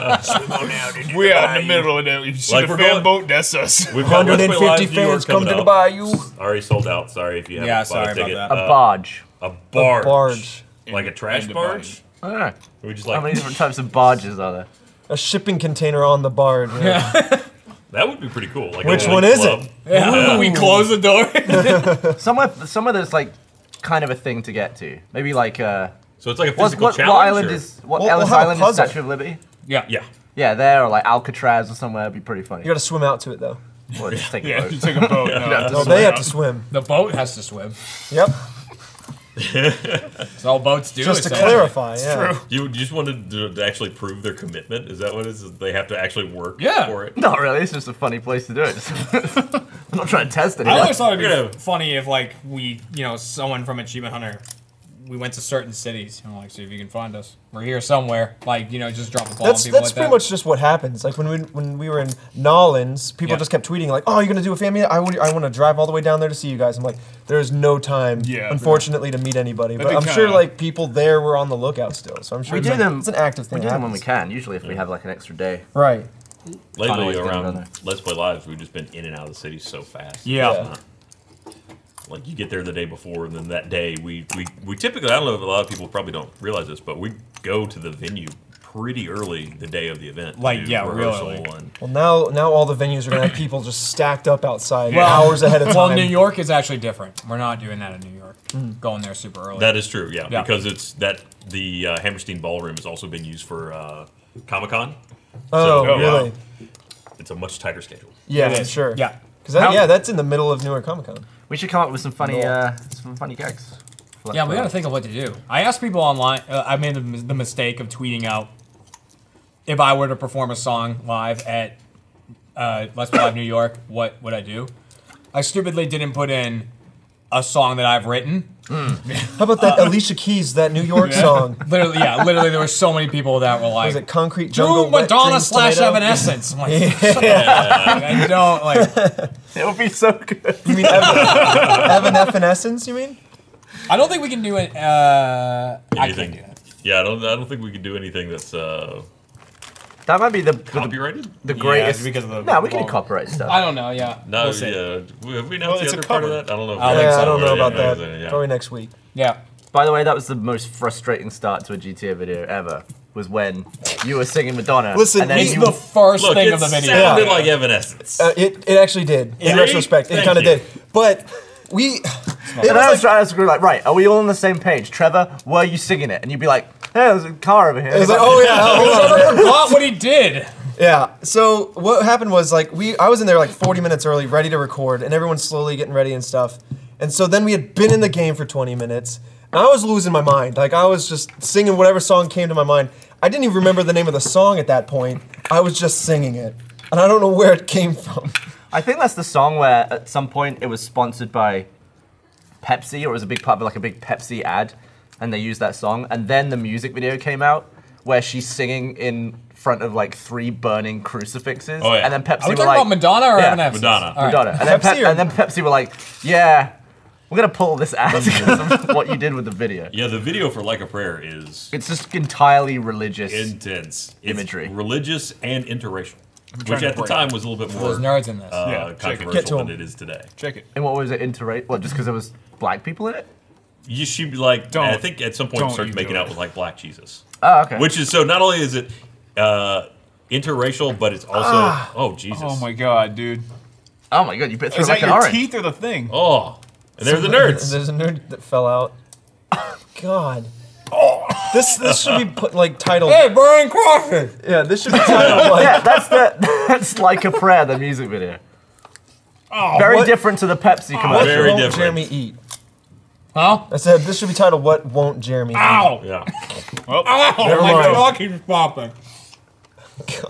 [SPEAKER 5] We are in the middle of that. You see
[SPEAKER 1] Like,
[SPEAKER 5] the
[SPEAKER 1] we're
[SPEAKER 5] fan
[SPEAKER 1] going-
[SPEAKER 5] boat, that's us.
[SPEAKER 1] We've got West Point
[SPEAKER 4] 150
[SPEAKER 1] Live viewer
[SPEAKER 4] fans come
[SPEAKER 1] coming
[SPEAKER 4] to the
[SPEAKER 1] up.
[SPEAKER 4] bayou.
[SPEAKER 1] Already sold out. Sorry if you haven't
[SPEAKER 6] Yeah,
[SPEAKER 1] bought
[SPEAKER 6] sorry
[SPEAKER 1] a
[SPEAKER 6] about
[SPEAKER 1] ticket.
[SPEAKER 6] that.
[SPEAKER 3] a
[SPEAKER 1] Uh,
[SPEAKER 3] barge.
[SPEAKER 1] a barge.
[SPEAKER 4] Barge.
[SPEAKER 1] Like a trash
[SPEAKER 5] And a
[SPEAKER 1] barge?
[SPEAKER 5] barge.
[SPEAKER 3] I don't know.
[SPEAKER 1] Or we just
[SPEAKER 3] How many
[SPEAKER 1] like
[SPEAKER 3] different types of barges are there?
[SPEAKER 4] A shipping container on the barge. Yeah.
[SPEAKER 1] that would be pretty cool. Like a
[SPEAKER 4] Which
[SPEAKER 1] little
[SPEAKER 4] one is
[SPEAKER 1] club.
[SPEAKER 4] it?
[SPEAKER 6] Yeah. (laughs) we close the door.
[SPEAKER 3] Somewhere, somewhere there's like kind of a thing to get to. Maybe like uh,
[SPEAKER 1] So it's like a
[SPEAKER 3] what's,
[SPEAKER 1] physical
[SPEAKER 3] what, what
[SPEAKER 1] challenge.
[SPEAKER 3] island
[SPEAKER 1] or-
[SPEAKER 3] is what
[SPEAKER 4] We'll-
[SPEAKER 3] Ellis
[SPEAKER 4] we'll have a
[SPEAKER 3] Island is
[SPEAKER 4] puzzle.
[SPEAKER 3] Statue of Liberty?
[SPEAKER 1] Yeah.
[SPEAKER 3] Yeah, there or like Alcatraz or somewhere would be pretty funny.
[SPEAKER 4] You got to swim out to it though.
[SPEAKER 3] Or just take a
[SPEAKER 5] (laughs) Yeah,
[SPEAKER 3] boat.
[SPEAKER 5] you take a boat. No.
[SPEAKER 4] No, they have to swim.
[SPEAKER 6] the boat has to swim.
[SPEAKER 4] Yep.
[SPEAKER 6] That's all boats do.
[SPEAKER 4] Just to
[SPEAKER 6] essentially.
[SPEAKER 4] clarify. Yeah.
[SPEAKER 1] You you just wanted to to actually prove their commitment? Is that what it is? Is They have to actually work
[SPEAKER 6] Yeah.
[SPEAKER 1] for it?
[SPEAKER 3] (laughs) Not really. It's just a funny place to do it. (laughs) I'm not trying to test
[SPEAKER 6] I
[SPEAKER 3] anyone.
[SPEAKER 6] always thought it'd be
[SPEAKER 1] Yeah.
[SPEAKER 6] funny if like we, you know, someone from Achievement Hunter, we went to certain cities, you know, like see if you can find us. We're here somewhere. Like you know, just drop a ball.
[SPEAKER 4] That's
[SPEAKER 6] on people
[SPEAKER 4] that's
[SPEAKER 6] like
[SPEAKER 4] pretty
[SPEAKER 6] that.
[SPEAKER 4] much just what happens. Like when we when we were in Nolans, people
[SPEAKER 6] Yeah.
[SPEAKER 4] just kept tweeting like, "Oh, you're gonna do a fan meet? I want I want to drive all the way down there to see you guys." I'm like, there is no time,
[SPEAKER 5] Yeah.
[SPEAKER 4] unfortunately, to meet anybody. But
[SPEAKER 5] they
[SPEAKER 4] I'm sure
[SPEAKER 5] kinda-
[SPEAKER 4] like people there were on the lookout still. So I'm sure
[SPEAKER 3] We
[SPEAKER 4] it's,
[SPEAKER 3] do
[SPEAKER 4] like-
[SPEAKER 3] them-
[SPEAKER 4] It's an active
[SPEAKER 3] We
[SPEAKER 4] thing.
[SPEAKER 3] do them when we
[SPEAKER 4] happens.
[SPEAKER 3] can. Usually, if we have like an extra day.
[SPEAKER 4] Right.
[SPEAKER 1] Lately
[SPEAKER 3] always been
[SPEAKER 1] around
[SPEAKER 3] another.
[SPEAKER 1] Let's Play Lives, we've just been in and out of the city so fast.
[SPEAKER 4] Yeah.
[SPEAKER 1] Like you get there the day before, and then that day we we, we typically I don't know if a lot of people probably don't realize this, but we go to the venue pretty early the day of the event. to
[SPEAKER 6] Like,
[SPEAKER 1] do
[SPEAKER 6] yeah, real
[SPEAKER 1] rehearsal
[SPEAKER 6] early.
[SPEAKER 1] and-
[SPEAKER 4] Well, now now all the venues are gonna have people just stacked up outside
[SPEAKER 6] Well-
[SPEAKER 4] hours ahead of time.
[SPEAKER 6] (laughs)
[SPEAKER 4] Mm.
[SPEAKER 6] Well, New York is actually different. We're not doing that in New York. Going there super early.
[SPEAKER 1] That is true, yeah,
[SPEAKER 6] Yeah.
[SPEAKER 1] because it's that the uh, Hammerstein Ballroom has also been used for uh, Comic Con.
[SPEAKER 4] Oh,
[SPEAKER 1] So,
[SPEAKER 4] really?
[SPEAKER 1] uh, it's a much tighter schedule.
[SPEAKER 4] Yeah,
[SPEAKER 6] It
[SPEAKER 4] for
[SPEAKER 6] is.
[SPEAKER 4] sure.
[SPEAKER 6] Yeah.
[SPEAKER 4] Because that,
[SPEAKER 6] How-
[SPEAKER 4] yeah, that's in the middle of New York Comic Con.
[SPEAKER 3] We should come up with some funny, uh, some funny gags. uh,
[SPEAKER 6] Yeah, we gotta think of what to do. I asked people online. Uh, I made the, mis- the mistake of tweeting out if I were to perform a song live at uh, Let's Play Live New York, what would I do? I stupidly didn't put in a song that I've written.
[SPEAKER 4] How about
[SPEAKER 6] Uh,
[SPEAKER 4] that Alicia Keys, that New
[SPEAKER 6] (laughs)
[SPEAKER 4] York song?
[SPEAKER 6] Literally, yeah, literally, there were so many people that were like,
[SPEAKER 4] Was it Concrete Jungle?
[SPEAKER 6] "Do
[SPEAKER 4] Wet
[SPEAKER 6] Madonna
[SPEAKER 4] Dreams
[SPEAKER 6] slash
[SPEAKER 4] Tomato?
[SPEAKER 6] Evanescence." I'm like, "Shut the fuck up." I don't like.
[SPEAKER 3] It would be so good.
[SPEAKER 4] You mean Evan, Evanescence? You mean?
[SPEAKER 6] I don't think we can do it. Uh, I can't do that.
[SPEAKER 1] Yeah, I don't. I don't think we could do anything that's uh,
[SPEAKER 3] (laughs) That might be the the,
[SPEAKER 1] copyrighted.
[SPEAKER 3] the greatest.
[SPEAKER 6] Yeah, because of the
[SPEAKER 3] no, we can do
[SPEAKER 6] well,
[SPEAKER 3] copyright stuff.
[SPEAKER 6] I don't know. Yeah.
[SPEAKER 1] No,
[SPEAKER 6] We'll see.
[SPEAKER 1] yeah. We- Have we
[SPEAKER 5] Well,
[SPEAKER 1] announced
[SPEAKER 5] it's
[SPEAKER 1] the
[SPEAKER 5] a
[SPEAKER 1] other part of
[SPEAKER 5] cover.
[SPEAKER 1] that? I don't know. if-
[SPEAKER 6] I think
[SPEAKER 4] Yeah,
[SPEAKER 6] so.
[SPEAKER 4] I don't know about
[SPEAKER 1] Yeah,
[SPEAKER 4] that.
[SPEAKER 1] yeah.
[SPEAKER 4] Probably next week.
[SPEAKER 6] Yeah.
[SPEAKER 3] By the way, that was the most frustrating start to a GTA video ever. Was when you were singing Madonna.
[SPEAKER 4] Listen,
[SPEAKER 3] and then
[SPEAKER 4] he's
[SPEAKER 3] you,
[SPEAKER 4] the
[SPEAKER 6] First
[SPEAKER 1] Look,
[SPEAKER 6] thing
[SPEAKER 1] it
[SPEAKER 6] of the video.
[SPEAKER 1] sounded like Evanescence.
[SPEAKER 4] Uh, it it actually did. In
[SPEAKER 1] See?
[SPEAKER 4] retrospect, it
[SPEAKER 1] Thank
[SPEAKER 4] kind of
[SPEAKER 1] you.
[SPEAKER 4] did. But we. (sighs) It
[SPEAKER 3] (laughs) and I was
[SPEAKER 4] was like,
[SPEAKER 3] trying to screw like, right? Are we all on the same page? Trevor, were you singing it? And you'd be like, "Hey, there's a car over here."
[SPEAKER 4] it was like, oh yeah, oh,
[SPEAKER 6] (laughs) forgot what he did.
[SPEAKER 4] Yeah. So what happened was like we I was in there like 40 minutes early, ready to record, and everyone's slowly getting ready and stuff. And so then we had been in the game for 20 minutes, and I was losing my mind. Like I was just singing whatever song came to my mind. I didn't even remember the name of the song at that point. I was just singing it, and I don't know where it came from.
[SPEAKER 3] I think that's the song where at some point it was sponsored by Pepsi, or it was a big part of like a big Pepsi ad, and they used that song. And then the music video came out, where she's singing in front of like three burning crucifixes.
[SPEAKER 1] Oh, yeah.
[SPEAKER 3] And then Pepsi
[SPEAKER 6] Are we
[SPEAKER 3] were
[SPEAKER 6] talking
[SPEAKER 3] like,
[SPEAKER 6] about Madonna or
[SPEAKER 3] Yeah,
[SPEAKER 6] Evan Evans?
[SPEAKER 1] Madonna.
[SPEAKER 6] All right.
[SPEAKER 3] Madonna. And, then
[SPEAKER 4] Pepsi
[SPEAKER 3] Pep-
[SPEAKER 4] or-
[SPEAKER 3] and then Pepsi were like, yeah, we're going to pull this out because of what you did with the video.
[SPEAKER 1] Yeah, the video for Like a Prayer is
[SPEAKER 3] It's just entirely religious.
[SPEAKER 1] intense. It's
[SPEAKER 3] Imagery.
[SPEAKER 1] religious and interracial, which
[SPEAKER 5] trying to
[SPEAKER 1] at the
[SPEAKER 5] break.
[SPEAKER 1] time was a little bit more
[SPEAKER 6] There's nerds in this.
[SPEAKER 1] uh,
[SPEAKER 5] Yeah,
[SPEAKER 4] Get
[SPEAKER 5] check it.
[SPEAKER 4] to
[SPEAKER 1] controversial than
[SPEAKER 4] 'em.
[SPEAKER 1] it is today.
[SPEAKER 5] Check it.
[SPEAKER 3] and what was it, interracial? What, just because there was black people in it?
[SPEAKER 1] You should be like,
[SPEAKER 5] Don't.
[SPEAKER 1] I think at some point
[SPEAKER 5] Don't
[SPEAKER 1] start
[SPEAKER 5] you
[SPEAKER 1] making
[SPEAKER 5] do
[SPEAKER 1] out
[SPEAKER 5] it.
[SPEAKER 1] with like Black Jesus,
[SPEAKER 3] Oh, okay.
[SPEAKER 1] which is so. Not only is it uh, interracial, but it's also oh Jesus,
[SPEAKER 5] Oh my god, dude.
[SPEAKER 3] oh my god, you bit through
[SPEAKER 5] Is
[SPEAKER 3] like
[SPEAKER 5] that
[SPEAKER 3] an
[SPEAKER 5] your
[SPEAKER 3] orange.
[SPEAKER 5] teeth or the thing?
[SPEAKER 1] oh, and there's the
[SPEAKER 4] And
[SPEAKER 1] nerds.
[SPEAKER 4] There's a nerd that fell out. (laughs) God. Oh, this this should be put like titled.
[SPEAKER 2] Hey, Brian Crosby.
[SPEAKER 4] Yeah, this should be (laughs) titled like.
[SPEAKER 3] Yeah, (laughs) that's the that's like a prayer, the music video.
[SPEAKER 1] Oh,
[SPEAKER 3] Very
[SPEAKER 4] what-
[SPEAKER 3] different to the Pepsi
[SPEAKER 4] What
[SPEAKER 1] (laughs)
[SPEAKER 3] commercial.
[SPEAKER 1] Very
[SPEAKER 4] won't
[SPEAKER 1] different.
[SPEAKER 4] Jeremy eat?
[SPEAKER 6] Huh?
[SPEAKER 4] I said this should be titled "What Won't Jeremy Eat."
[SPEAKER 5] Ow! Oh,
[SPEAKER 1] Yeah,
[SPEAKER 4] Never mind.
[SPEAKER 2] Dog keeps popping.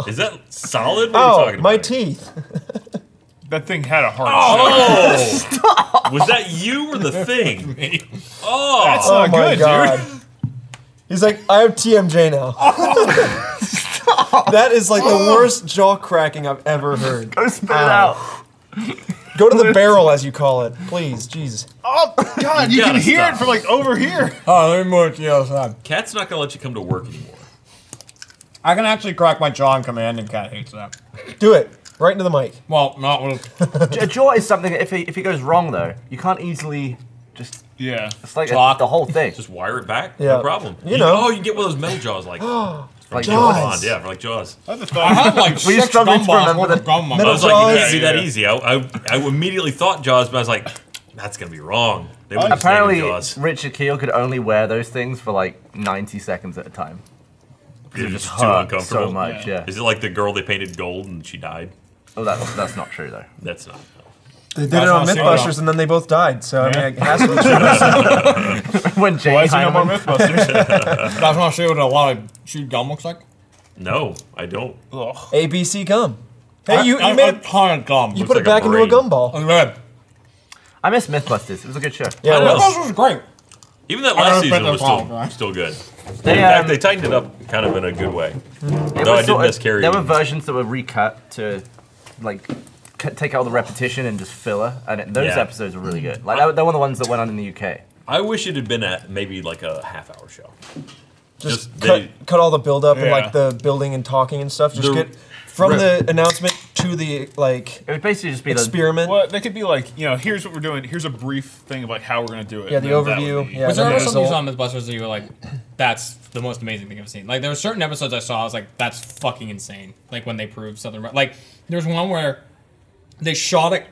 [SPEAKER 1] is that solid? What are we
[SPEAKER 4] Oh,
[SPEAKER 1] talking
[SPEAKER 4] my
[SPEAKER 1] about?
[SPEAKER 4] teeth.
[SPEAKER 5] That thing had a heart. attack. (laughs)
[SPEAKER 1] Oh, was that you or the thing? Oh,
[SPEAKER 5] That's
[SPEAKER 4] Oh
[SPEAKER 5] not
[SPEAKER 4] my
[SPEAKER 5] good,
[SPEAKER 4] god. (laughs)
[SPEAKER 5] dude.
[SPEAKER 4] He's like, I have TMJ (laughs) now. that is like the worst jaw cracking I've ever heard.
[SPEAKER 3] Go spit it out.
[SPEAKER 4] Go to the (laughs) barrel, as you call it, please. Jesus.
[SPEAKER 5] Oh god, you,
[SPEAKER 1] You
[SPEAKER 5] can
[SPEAKER 1] gotta
[SPEAKER 5] hear
[SPEAKER 1] stop.
[SPEAKER 5] it from like over here.
[SPEAKER 6] Oh, let me move to the other side.
[SPEAKER 1] Cat's not gonna let you come to work anymore.
[SPEAKER 6] I can actually crack my jaw in command, and Cat hates that.
[SPEAKER 4] Do it. Right into the mic.
[SPEAKER 6] Well, not with
[SPEAKER 3] A jaw is something. If it, if it goes wrong though, you can't easily just
[SPEAKER 5] (laughs) Yeah.
[SPEAKER 3] it's like a-
[SPEAKER 6] Clock.
[SPEAKER 3] the whole thing.
[SPEAKER 1] (laughs) Just wire it back.
[SPEAKER 4] Yeah.
[SPEAKER 1] No problem.
[SPEAKER 4] You know.
[SPEAKER 1] Oh, you can get one of those metal jaws like.
[SPEAKER 3] like
[SPEAKER 1] Jaws.
[SPEAKER 4] Jaws.
[SPEAKER 1] Yeah, for like Jaws.
[SPEAKER 5] I just
[SPEAKER 6] I
[SPEAKER 5] thought
[SPEAKER 6] have like
[SPEAKER 3] Were you
[SPEAKER 6] six
[SPEAKER 3] struggling to
[SPEAKER 6] gumballs
[SPEAKER 3] remember
[SPEAKER 6] worth of
[SPEAKER 3] the-
[SPEAKER 6] gum. on
[SPEAKER 1] I
[SPEAKER 6] my-
[SPEAKER 4] Metal-
[SPEAKER 1] was like, you
[SPEAKER 4] Jaws.
[SPEAKER 1] can't do that easy. I, I, I immediately thought Jaws, but I was like, that's gonna be wrong. They wouldn't just name it
[SPEAKER 3] Apparently,
[SPEAKER 1] Jaws.
[SPEAKER 3] Richard Keel could only wear those things for like 90 seconds at a time.
[SPEAKER 1] They're just too
[SPEAKER 3] Hurt
[SPEAKER 1] uncomfortable.
[SPEAKER 3] So much, yeah.
[SPEAKER 1] Is it like the girl they painted gold and she died?
[SPEAKER 3] Oh, that's that's not true though. (laughs)
[SPEAKER 1] That's not. no.
[SPEAKER 4] They did
[SPEAKER 6] That's
[SPEAKER 4] it on
[SPEAKER 6] not
[SPEAKER 4] Mythbusters
[SPEAKER 6] serious.
[SPEAKER 4] and then they both died, so I
[SPEAKER 5] Yeah.
[SPEAKER 4] mean, it has to be true.
[SPEAKER 3] when
[SPEAKER 5] Why
[SPEAKER 3] Jay
[SPEAKER 5] is he no more Mythbusters?
[SPEAKER 6] That's not sure what a lot of chewed gum looks like.
[SPEAKER 1] No, I don't.
[SPEAKER 5] Ugh.
[SPEAKER 4] ABC gum. Hey, you,
[SPEAKER 6] I,
[SPEAKER 4] you made
[SPEAKER 6] a ton of gum.
[SPEAKER 4] you
[SPEAKER 1] looks
[SPEAKER 4] put
[SPEAKER 1] like
[SPEAKER 4] it
[SPEAKER 1] a
[SPEAKER 4] back into a
[SPEAKER 1] brain.
[SPEAKER 4] gumball.
[SPEAKER 6] I'm red.
[SPEAKER 3] I miss MythBusters. It was a good show.
[SPEAKER 4] Yeah,
[SPEAKER 1] I
[SPEAKER 4] it
[SPEAKER 1] know.
[SPEAKER 4] was.
[SPEAKER 6] Mythbusters was great.
[SPEAKER 1] Even that
[SPEAKER 6] I
[SPEAKER 1] last
[SPEAKER 6] don't
[SPEAKER 1] season
[SPEAKER 6] think
[SPEAKER 1] was
[SPEAKER 6] that's
[SPEAKER 1] still,
[SPEAKER 6] wrong, right?
[SPEAKER 1] still good.
[SPEAKER 3] They,
[SPEAKER 1] in fact,
[SPEAKER 3] um,
[SPEAKER 1] they tightened it up kind of in a good way.
[SPEAKER 3] It
[SPEAKER 1] No,
[SPEAKER 3] was
[SPEAKER 1] I did
[SPEAKER 3] sort of-
[SPEAKER 1] miscarry.
[SPEAKER 3] There were versions that were recut to, like, c- take out all the repetition and just filler, and it, those
[SPEAKER 1] Yeah.
[SPEAKER 3] episodes were really good. Like, that, they were the ones that went on in the UK.
[SPEAKER 1] I wish it had been at maybe like a half hour show.
[SPEAKER 4] Just
[SPEAKER 1] Just
[SPEAKER 4] cut,
[SPEAKER 1] they-
[SPEAKER 4] cut all the build up and
[SPEAKER 5] Yeah.
[SPEAKER 4] like the building and talking and stuff. Just
[SPEAKER 1] The-
[SPEAKER 4] get from
[SPEAKER 1] Right.
[SPEAKER 4] the announcement to the like
[SPEAKER 3] It would basically just be the.
[SPEAKER 4] experiment.
[SPEAKER 5] Well, they could be like, you know, here's what we're doing. Here's a brief thing of like how we're gonna do it.
[SPEAKER 4] Yeah,
[SPEAKER 5] and
[SPEAKER 4] the
[SPEAKER 5] then that would
[SPEAKER 4] overview,
[SPEAKER 5] be-
[SPEAKER 4] yeah.
[SPEAKER 6] Was there
[SPEAKER 4] then
[SPEAKER 6] ever
[SPEAKER 4] there's
[SPEAKER 6] something you
[SPEAKER 4] all-
[SPEAKER 6] saw on Mythbusters that you were like, that's the most amazing thing I've seen? Like, there were certain episodes I saw, I was like, that's fucking insane. Like, when they proved something. right. Like, there's one where they shot a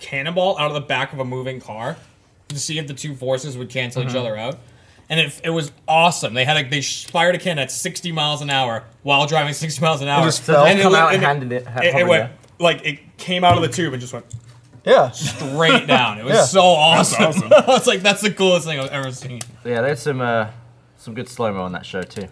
[SPEAKER 6] cannonball out of the back of a moving car to see if the two forces would cancel each other out. And it, it was awesome. They had like they sh- fired a cannon at 60 miles an hour while driving 60 miles an hour.
[SPEAKER 4] just fell.
[SPEAKER 3] They come
[SPEAKER 6] went-
[SPEAKER 3] out and handed it.
[SPEAKER 6] it, it went like it came out of the tube and just went
[SPEAKER 4] Yeah.
[SPEAKER 6] straight down. It was
[SPEAKER 4] Yeah.
[SPEAKER 6] so awesome. (laughs) I was like, that's the coolest thing I've ever seen.
[SPEAKER 3] Yeah, there's some uh, some good slow mo on that show too.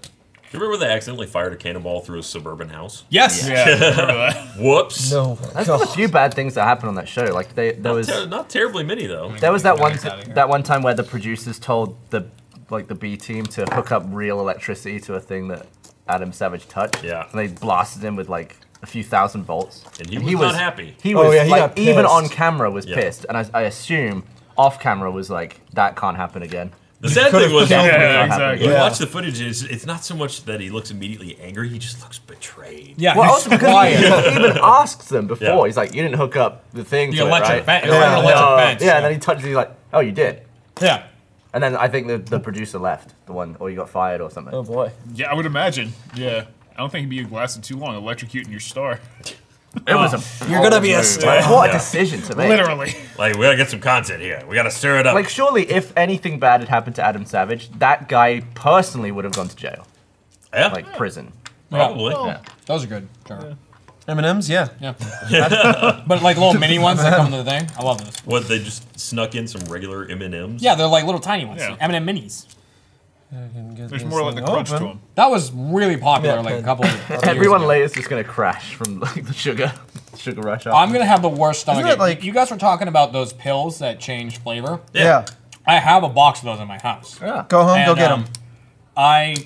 [SPEAKER 1] You remember they accidentally fired a cannonball through a suburban house?
[SPEAKER 6] Yes.
[SPEAKER 5] Yeah, I remember that.
[SPEAKER 1] Whoops.
[SPEAKER 4] No.
[SPEAKER 3] There's been a few bad things that happened on that show. Like they there was
[SPEAKER 1] Ter- not terribly many though.
[SPEAKER 3] there was that one
[SPEAKER 6] Get outta here.
[SPEAKER 3] that one time where the producers told the like the B team to hook up real electricity to a thing that Adam Savage touched.
[SPEAKER 1] Yeah.
[SPEAKER 3] And they blasted him with like a few thousand volts.
[SPEAKER 1] And he was not happy.
[SPEAKER 3] He was
[SPEAKER 4] Oh, yeah, he
[SPEAKER 3] like
[SPEAKER 4] got
[SPEAKER 3] even
[SPEAKER 4] pissed.
[SPEAKER 3] on camera was
[SPEAKER 1] Yeah.
[SPEAKER 3] pissed, and I, I assume off camera was like that can't happen again.
[SPEAKER 1] The sad
[SPEAKER 4] could've
[SPEAKER 1] thing was,
[SPEAKER 4] found
[SPEAKER 5] Yeah,
[SPEAKER 1] you
[SPEAKER 3] Not happening
[SPEAKER 5] exactly.
[SPEAKER 3] again.
[SPEAKER 4] Yeah.
[SPEAKER 1] watch the footage. It's, it's not so much that he looks immediately angry; he just looks betrayed.
[SPEAKER 6] Yeah.
[SPEAKER 3] Well,
[SPEAKER 6] he's
[SPEAKER 3] also because
[SPEAKER 4] (laughs)
[SPEAKER 6] quiet.
[SPEAKER 3] he even asked them before.
[SPEAKER 1] Yeah.
[SPEAKER 3] He's like, "You didn't hook up the thing
[SPEAKER 6] the
[SPEAKER 3] to
[SPEAKER 6] electric
[SPEAKER 3] it, right?"
[SPEAKER 6] fence. Yeah.
[SPEAKER 4] Yeah.
[SPEAKER 6] electric
[SPEAKER 3] Uh,
[SPEAKER 6] fence.
[SPEAKER 3] yeah, and then he touched. it, He's like, "Oh, you did."
[SPEAKER 6] (laughs) yeah.
[SPEAKER 3] And then I think the, the producer left, the one, or you got fired or something.
[SPEAKER 4] (laughs) Oh boy.
[SPEAKER 5] Yeah, I would imagine. Yeah. I don't think he'd be lasting too long electrocuting
[SPEAKER 3] (laughs)
[SPEAKER 5] your star.
[SPEAKER 3] It was
[SPEAKER 1] Oh.
[SPEAKER 3] a
[SPEAKER 4] You're gonna be a star.
[SPEAKER 3] what a
[SPEAKER 1] Yeah.
[SPEAKER 3] decision to make.
[SPEAKER 5] Literally.
[SPEAKER 1] Like we gotta get some content here. We gotta stir it up.
[SPEAKER 3] Like, surely, if anything bad had happened to Adam Savage, that guy personally would have gone to jail,
[SPEAKER 1] yeah,
[SPEAKER 3] like prison.
[SPEAKER 1] probably.
[SPEAKER 3] Yeah.
[SPEAKER 6] Those are good. Trevor.
[SPEAKER 4] M&M's, yeah.
[SPEAKER 6] Yeah. (laughs) but like little mini ones that come to the thing. I love those.
[SPEAKER 1] What they just snuck in some regular M and M's.
[SPEAKER 6] Yeah, they're like little tiny ones.
[SPEAKER 5] Yeah.
[SPEAKER 6] M&M minis.
[SPEAKER 5] There's more like the crunch to him.
[SPEAKER 6] That was really popular
[SPEAKER 4] Yeah,
[SPEAKER 6] like a
[SPEAKER 4] good.
[SPEAKER 6] couple of years
[SPEAKER 4] (laughs)
[SPEAKER 3] Everyone
[SPEAKER 6] ago.
[SPEAKER 3] later is just gonna crash from like the sugar, (laughs) sugar rush.
[SPEAKER 6] I'm gonna have the worst stomach.
[SPEAKER 4] Isn't that
[SPEAKER 6] ache.
[SPEAKER 4] like-
[SPEAKER 6] you guys were talking about those pills that change flavor.
[SPEAKER 4] Yeah.
[SPEAKER 6] I have a box of those in my house.
[SPEAKER 3] Yeah.
[SPEAKER 4] Go home, go
[SPEAKER 6] And,
[SPEAKER 4] get
[SPEAKER 6] um,
[SPEAKER 4] them.
[SPEAKER 6] I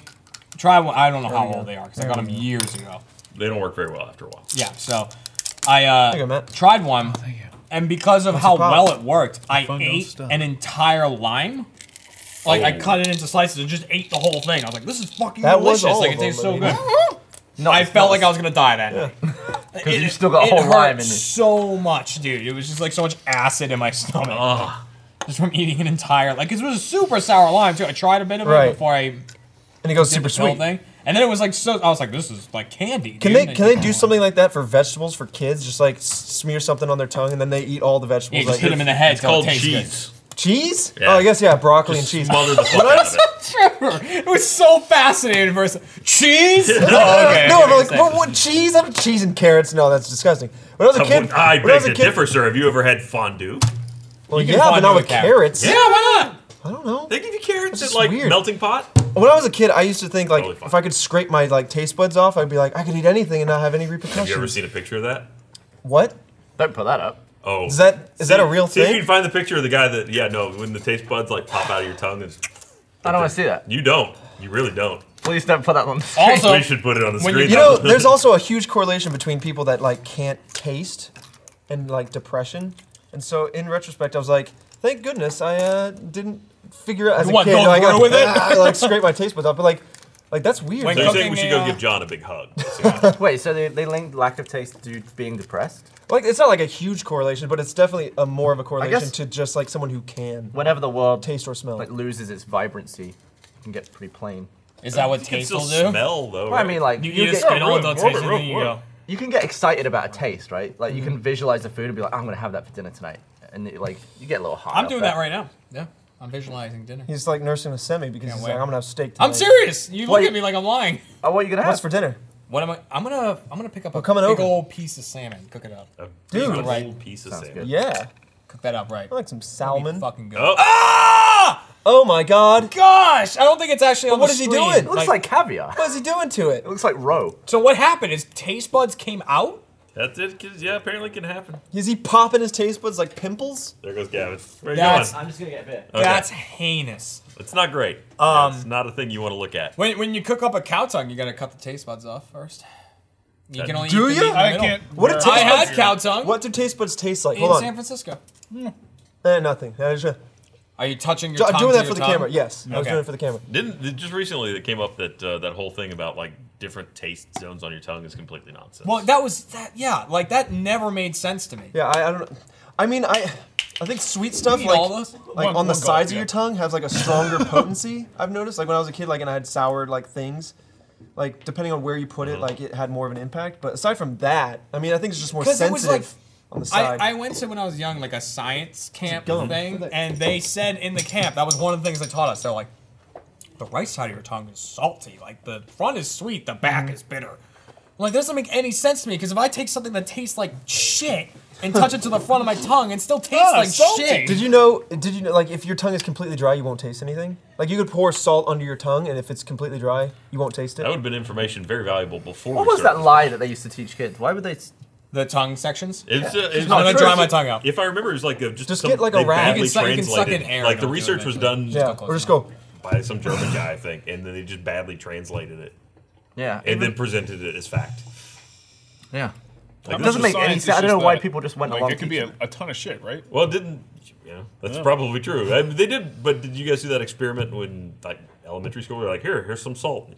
[SPEAKER 6] Try one. I don't know how old they are because I got them years ago.
[SPEAKER 1] They don't work very well after a while.
[SPEAKER 6] Yeah, so I uh,
[SPEAKER 4] There you go, Matt.
[SPEAKER 6] tried one,
[SPEAKER 3] Oh,
[SPEAKER 6] and because of how
[SPEAKER 4] problem?
[SPEAKER 6] well it worked, I
[SPEAKER 7] fun don't
[SPEAKER 6] ate
[SPEAKER 7] stop.
[SPEAKER 6] an entire lime. Like I
[SPEAKER 1] Oh.
[SPEAKER 6] cut it into slices and just ate the whole thing. I was like, "This is fucking
[SPEAKER 4] That was
[SPEAKER 6] delicious!
[SPEAKER 4] all
[SPEAKER 6] like
[SPEAKER 4] of
[SPEAKER 6] it tastes so
[SPEAKER 4] them,
[SPEAKER 6] good."
[SPEAKER 4] buddy.
[SPEAKER 6] No, (laughs) I felt like I was gonna die that night.
[SPEAKER 3] Because
[SPEAKER 6] (laughs) It-
[SPEAKER 3] you still got a
[SPEAKER 6] it
[SPEAKER 3] whole
[SPEAKER 6] hurt
[SPEAKER 3] lime in it.
[SPEAKER 6] so much, dude. It was just like so much acid in my stomach. Just from eating an entire like 'cause it was a super sour lime too. I tried a bit of
[SPEAKER 4] Right.
[SPEAKER 6] it before I did
[SPEAKER 4] And it goes
[SPEAKER 6] the
[SPEAKER 4] super
[SPEAKER 6] whole
[SPEAKER 4] sweet.
[SPEAKER 6] thing, and then it was like so. I was like, "This is like candy."
[SPEAKER 4] Can
[SPEAKER 6] dude.
[SPEAKER 4] they
[SPEAKER 6] And
[SPEAKER 4] can
[SPEAKER 6] I
[SPEAKER 4] they
[SPEAKER 6] just-
[SPEAKER 4] do something like that for vegetables for kids? Just like s- smear something on their tongue and then they eat all the
[SPEAKER 6] Yeah,
[SPEAKER 4] vegetables.
[SPEAKER 6] just
[SPEAKER 4] like
[SPEAKER 6] hit them in the head.
[SPEAKER 1] It's called
[SPEAKER 6] it tastes good.
[SPEAKER 1] cheese.
[SPEAKER 4] cheese?
[SPEAKER 1] Yeah.
[SPEAKER 4] Oh, I guess yeah, broccoli
[SPEAKER 1] Just
[SPEAKER 4] and cheese.
[SPEAKER 1] smother
[SPEAKER 4] (laughs)
[SPEAKER 1] the fuck out of it.
[SPEAKER 6] Trevor, (laughs) it was so fascinating. Versus cheese. Oh, okay.
[SPEAKER 4] no, but like what, what cheese? I'm cheese and carrots. No, that's disgusting. When I was a kid,
[SPEAKER 1] I
[SPEAKER 4] when I
[SPEAKER 1] beg
[SPEAKER 4] was a
[SPEAKER 1] to
[SPEAKER 4] kid,
[SPEAKER 1] differ, sir. Have you ever had fondue?
[SPEAKER 4] Well,
[SPEAKER 6] You can
[SPEAKER 4] yeah, but
[SPEAKER 6] find
[SPEAKER 4] not
[SPEAKER 6] it
[SPEAKER 4] with
[SPEAKER 6] with
[SPEAKER 4] carrots.
[SPEAKER 6] Yeah, why not?
[SPEAKER 4] I don't know.
[SPEAKER 1] They give you carrots
[SPEAKER 4] That's
[SPEAKER 1] at like
[SPEAKER 4] weird.
[SPEAKER 1] melting pot.
[SPEAKER 4] When I was a kid, I used to think like
[SPEAKER 1] Totally fine.
[SPEAKER 4] if I could scrape my like taste buds off, I'd be like, I could eat anything and not have any repercussions.
[SPEAKER 1] Have you ever seen a picture of that?
[SPEAKER 4] What
[SPEAKER 3] Don't put that up.
[SPEAKER 1] Oh,
[SPEAKER 4] is that? Is that a
[SPEAKER 1] See-
[SPEAKER 4] real
[SPEAKER 1] See if you
[SPEAKER 4] thing?
[SPEAKER 1] can find the picture of the guy that. Yeah, no, when the taste buds like pop out of your tongue, it's,
[SPEAKER 3] I don't want to see that.
[SPEAKER 1] you don't. You really don't.
[SPEAKER 3] Please don't put that on the screen.
[SPEAKER 6] Also,
[SPEAKER 1] we should put it on the
[SPEAKER 6] when
[SPEAKER 1] screen.
[SPEAKER 4] You know, there's also a huge correlation between people that like can't taste and like depression. And so, in retrospect, I was like, thank goodness I uh, didn't figure out as a
[SPEAKER 6] What,
[SPEAKER 4] kid.
[SPEAKER 6] go
[SPEAKER 4] like,
[SPEAKER 6] through with
[SPEAKER 4] (laughs)
[SPEAKER 6] it?
[SPEAKER 4] I, like scrape my taste buds off, but like, like that's weird.
[SPEAKER 6] Wait,
[SPEAKER 1] so
[SPEAKER 4] Like,
[SPEAKER 1] you're saying we
[SPEAKER 6] uh,
[SPEAKER 1] should go give John a big
[SPEAKER 6] (laughs)
[SPEAKER 1] hug.
[SPEAKER 6] Oh.
[SPEAKER 1] basically.
[SPEAKER 3] (laughs) Wait, so they, they linked lack of taste to being depressed?
[SPEAKER 4] like, it's not like a huge correlation, but it's definitely a more of a correlation
[SPEAKER 3] guess-
[SPEAKER 4] to just like someone who can
[SPEAKER 3] Whenever the world
[SPEAKER 4] taste or smell.
[SPEAKER 3] like loses its vibrancy, it can get pretty plain.
[SPEAKER 6] is that what
[SPEAKER 1] you can
[SPEAKER 6] taste
[SPEAKER 1] still
[SPEAKER 6] will do?
[SPEAKER 1] smell though.
[SPEAKER 3] Well, I mean, like
[SPEAKER 6] You
[SPEAKER 3] you,
[SPEAKER 6] eat a
[SPEAKER 3] get,
[SPEAKER 6] squid, all
[SPEAKER 5] really,
[SPEAKER 6] the taste,
[SPEAKER 5] really,
[SPEAKER 6] and then
[SPEAKER 5] really,
[SPEAKER 6] you go.
[SPEAKER 3] you can get excited about a taste, right? Like you can visualize the food and be like, I'm gonna have that for dinner tonight, and it, like you get a little hot.
[SPEAKER 6] I'm doing that right now. Yeah, I'm visualizing dinner.
[SPEAKER 4] He's like nursing a semi because he's
[SPEAKER 6] wait.
[SPEAKER 4] like, I'm gonna have steak. Tonight.
[SPEAKER 6] I'm serious. You look
[SPEAKER 3] Wait.
[SPEAKER 6] at me like I'm lying.
[SPEAKER 3] Oh, what are you gonna have?
[SPEAKER 4] What's for dinner?
[SPEAKER 6] What am I? I'm gonna I'm gonna pick up a
[SPEAKER 4] coming
[SPEAKER 6] big
[SPEAKER 4] over.
[SPEAKER 6] old piece of salmon, cook it up,
[SPEAKER 1] a
[SPEAKER 4] Dude.
[SPEAKER 1] big
[SPEAKER 6] Right.
[SPEAKER 1] old piece of
[SPEAKER 3] Sounds
[SPEAKER 1] salmon.
[SPEAKER 3] good.
[SPEAKER 4] Yeah,
[SPEAKER 6] cook that up right.
[SPEAKER 4] I like some
[SPEAKER 6] That'd be
[SPEAKER 4] salmon.
[SPEAKER 6] Fucking good.
[SPEAKER 1] Oh,
[SPEAKER 6] Ah!
[SPEAKER 4] Oh my god,
[SPEAKER 6] Gosh, I don't think it's actually. on
[SPEAKER 4] what
[SPEAKER 6] the
[SPEAKER 4] is he
[SPEAKER 6] screen.
[SPEAKER 4] doing?
[SPEAKER 3] it looks like, caviar.
[SPEAKER 4] what is he doing to it?
[SPEAKER 3] It looks like roe.
[SPEAKER 6] So what happened is taste buds came out.
[SPEAKER 1] that's it. 'cause, yeah, apparently it can happen.
[SPEAKER 4] Is he popping his taste buds like pimples?
[SPEAKER 1] There goes Gavin. Where are you
[SPEAKER 6] That's-
[SPEAKER 1] going?
[SPEAKER 3] I'm just gonna get a bit.
[SPEAKER 1] Okay.
[SPEAKER 6] That's Um, heinous.
[SPEAKER 1] It's not great. Yeah, it's not a thing you want to look at.
[SPEAKER 6] When, when you cook up a cow tongue, you gotta cut the taste buds off first. You can only
[SPEAKER 4] Do
[SPEAKER 6] eat the
[SPEAKER 4] ya?
[SPEAKER 6] meat in the
[SPEAKER 5] I
[SPEAKER 6] middle.
[SPEAKER 5] can't.
[SPEAKER 4] What a
[SPEAKER 5] Where-
[SPEAKER 4] taste
[SPEAKER 6] I
[SPEAKER 4] buds-
[SPEAKER 6] had cow tongue
[SPEAKER 4] What do taste buds taste like?
[SPEAKER 6] in
[SPEAKER 4] Hold
[SPEAKER 6] San
[SPEAKER 4] on.
[SPEAKER 6] Francisco.
[SPEAKER 4] Eh, nothing. I just-
[SPEAKER 6] Are you touching your
[SPEAKER 4] Jo-
[SPEAKER 6] tongue?
[SPEAKER 4] I'm doing
[SPEAKER 6] to
[SPEAKER 4] that
[SPEAKER 6] your
[SPEAKER 4] for the
[SPEAKER 6] tongue?
[SPEAKER 4] camera. Yes, I was
[SPEAKER 6] Okay.
[SPEAKER 4] doing it for the camera.
[SPEAKER 1] Didn't it just recently that came up that uh, that whole thing about like different taste zones on your tongue is completely nonsense.
[SPEAKER 6] Well, that was that. Yeah, like that never made sense to me.
[SPEAKER 4] Yeah, I, I don't. I mean, I, I think sweet stuff
[SPEAKER 6] eat
[SPEAKER 4] like
[SPEAKER 6] all those?
[SPEAKER 4] like
[SPEAKER 5] One-
[SPEAKER 4] on the
[SPEAKER 5] one gulp,
[SPEAKER 4] sides of
[SPEAKER 5] yeah.
[SPEAKER 4] your tongue has like
[SPEAKER 1] (laughs)
[SPEAKER 4] a stronger potency. I've noticed like when I was a kid, like and I had sour like things. Like depending on where you put
[SPEAKER 1] Mm-hmm.
[SPEAKER 4] it, like it had more of an impact. But aside from that, I mean, I think it's just more
[SPEAKER 6] 'Cause it
[SPEAKER 4] sensitive
[SPEAKER 6] was, like,
[SPEAKER 4] on the side.
[SPEAKER 6] I, I went to when I was young, like a science camp
[SPEAKER 4] gum.
[SPEAKER 6] thing,
[SPEAKER 4] What the-
[SPEAKER 6] and they said in the camp that was one of the things they taught us. They're like, the right side of your tongue is salty, like the front is sweet, the back is bitter. I'm like, that doesn't make any sense to me because if I take something that tastes like shit and touch it to the front of my tongue, it still tastes
[SPEAKER 5] Ah,
[SPEAKER 6] like
[SPEAKER 5] salty.
[SPEAKER 6] shit.
[SPEAKER 4] Did you know? Did you know? Like, if your tongue is completely dry, you won't taste anything. Like, you could pour salt under your tongue, and if it's completely dry, you won't taste it.
[SPEAKER 1] that would have been information very valuable before.
[SPEAKER 3] What
[SPEAKER 1] we
[SPEAKER 3] was that
[SPEAKER 1] started.
[SPEAKER 3] lie that they used to teach kids? Why would they? s-
[SPEAKER 6] The tongue sections.
[SPEAKER 1] It's, uh, it's
[SPEAKER 6] I'm
[SPEAKER 1] not
[SPEAKER 6] gonna dry my tongue out.
[SPEAKER 1] If I remember, it was like a, just,
[SPEAKER 4] Just
[SPEAKER 1] some-
[SPEAKER 4] get, like, a
[SPEAKER 1] they
[SPEAKER 4] rag.
[SPEAKER 1] badly
[SPEAKER 6] You can suck- you can suck in
[SPEAKER 1] translated-
[SPEAKER 6] air
[SPEAKER 1] Like
[SPEAKER 6] and
[SPEAKER 1] the
[SPEAKER 6] it'll do it
[SPEAKER 1] research was done
[SPEAKER 6] eventually.
[SPEAKER 4] yeah,
[SPEAKER 6] go
[SPEAKER 4] or just
[SPEAKER 6] close
[SPEAKER 4] go.
[SPEAKER 1] by some German guy, I think, and then they just badly translated it
[SPEAKER 3] Yeah.
[SPEAKER 1] and then presented it as fact.
[SPEAKER 3] yeah.
[SPEAKER 1] Like,
[SPEAKER 3] It
[SPEAKER 1] this
[SPEAKER 3] doesn't
[SPEAKER 1] was-
[SPEAKER 3] make any
[SPEAKER 5] Science is
[SPEAKER 3] sense. I don't
[SPEAKER 5] just
[SPEAKER 3] know why
[SPEAKER 5] that,
[SPEAKER 3] people just went along.
[SPEAKER 5] Like it could be
[SPEAKER 3] teaching
[SPEAKER 5] a, a ton of shit, right?
[SPEAKER 1] Well, it didn't yeah? That's probably true. I mean, they did, but did you guys do that experiment when like elementary school? We're like, here, here's some salt.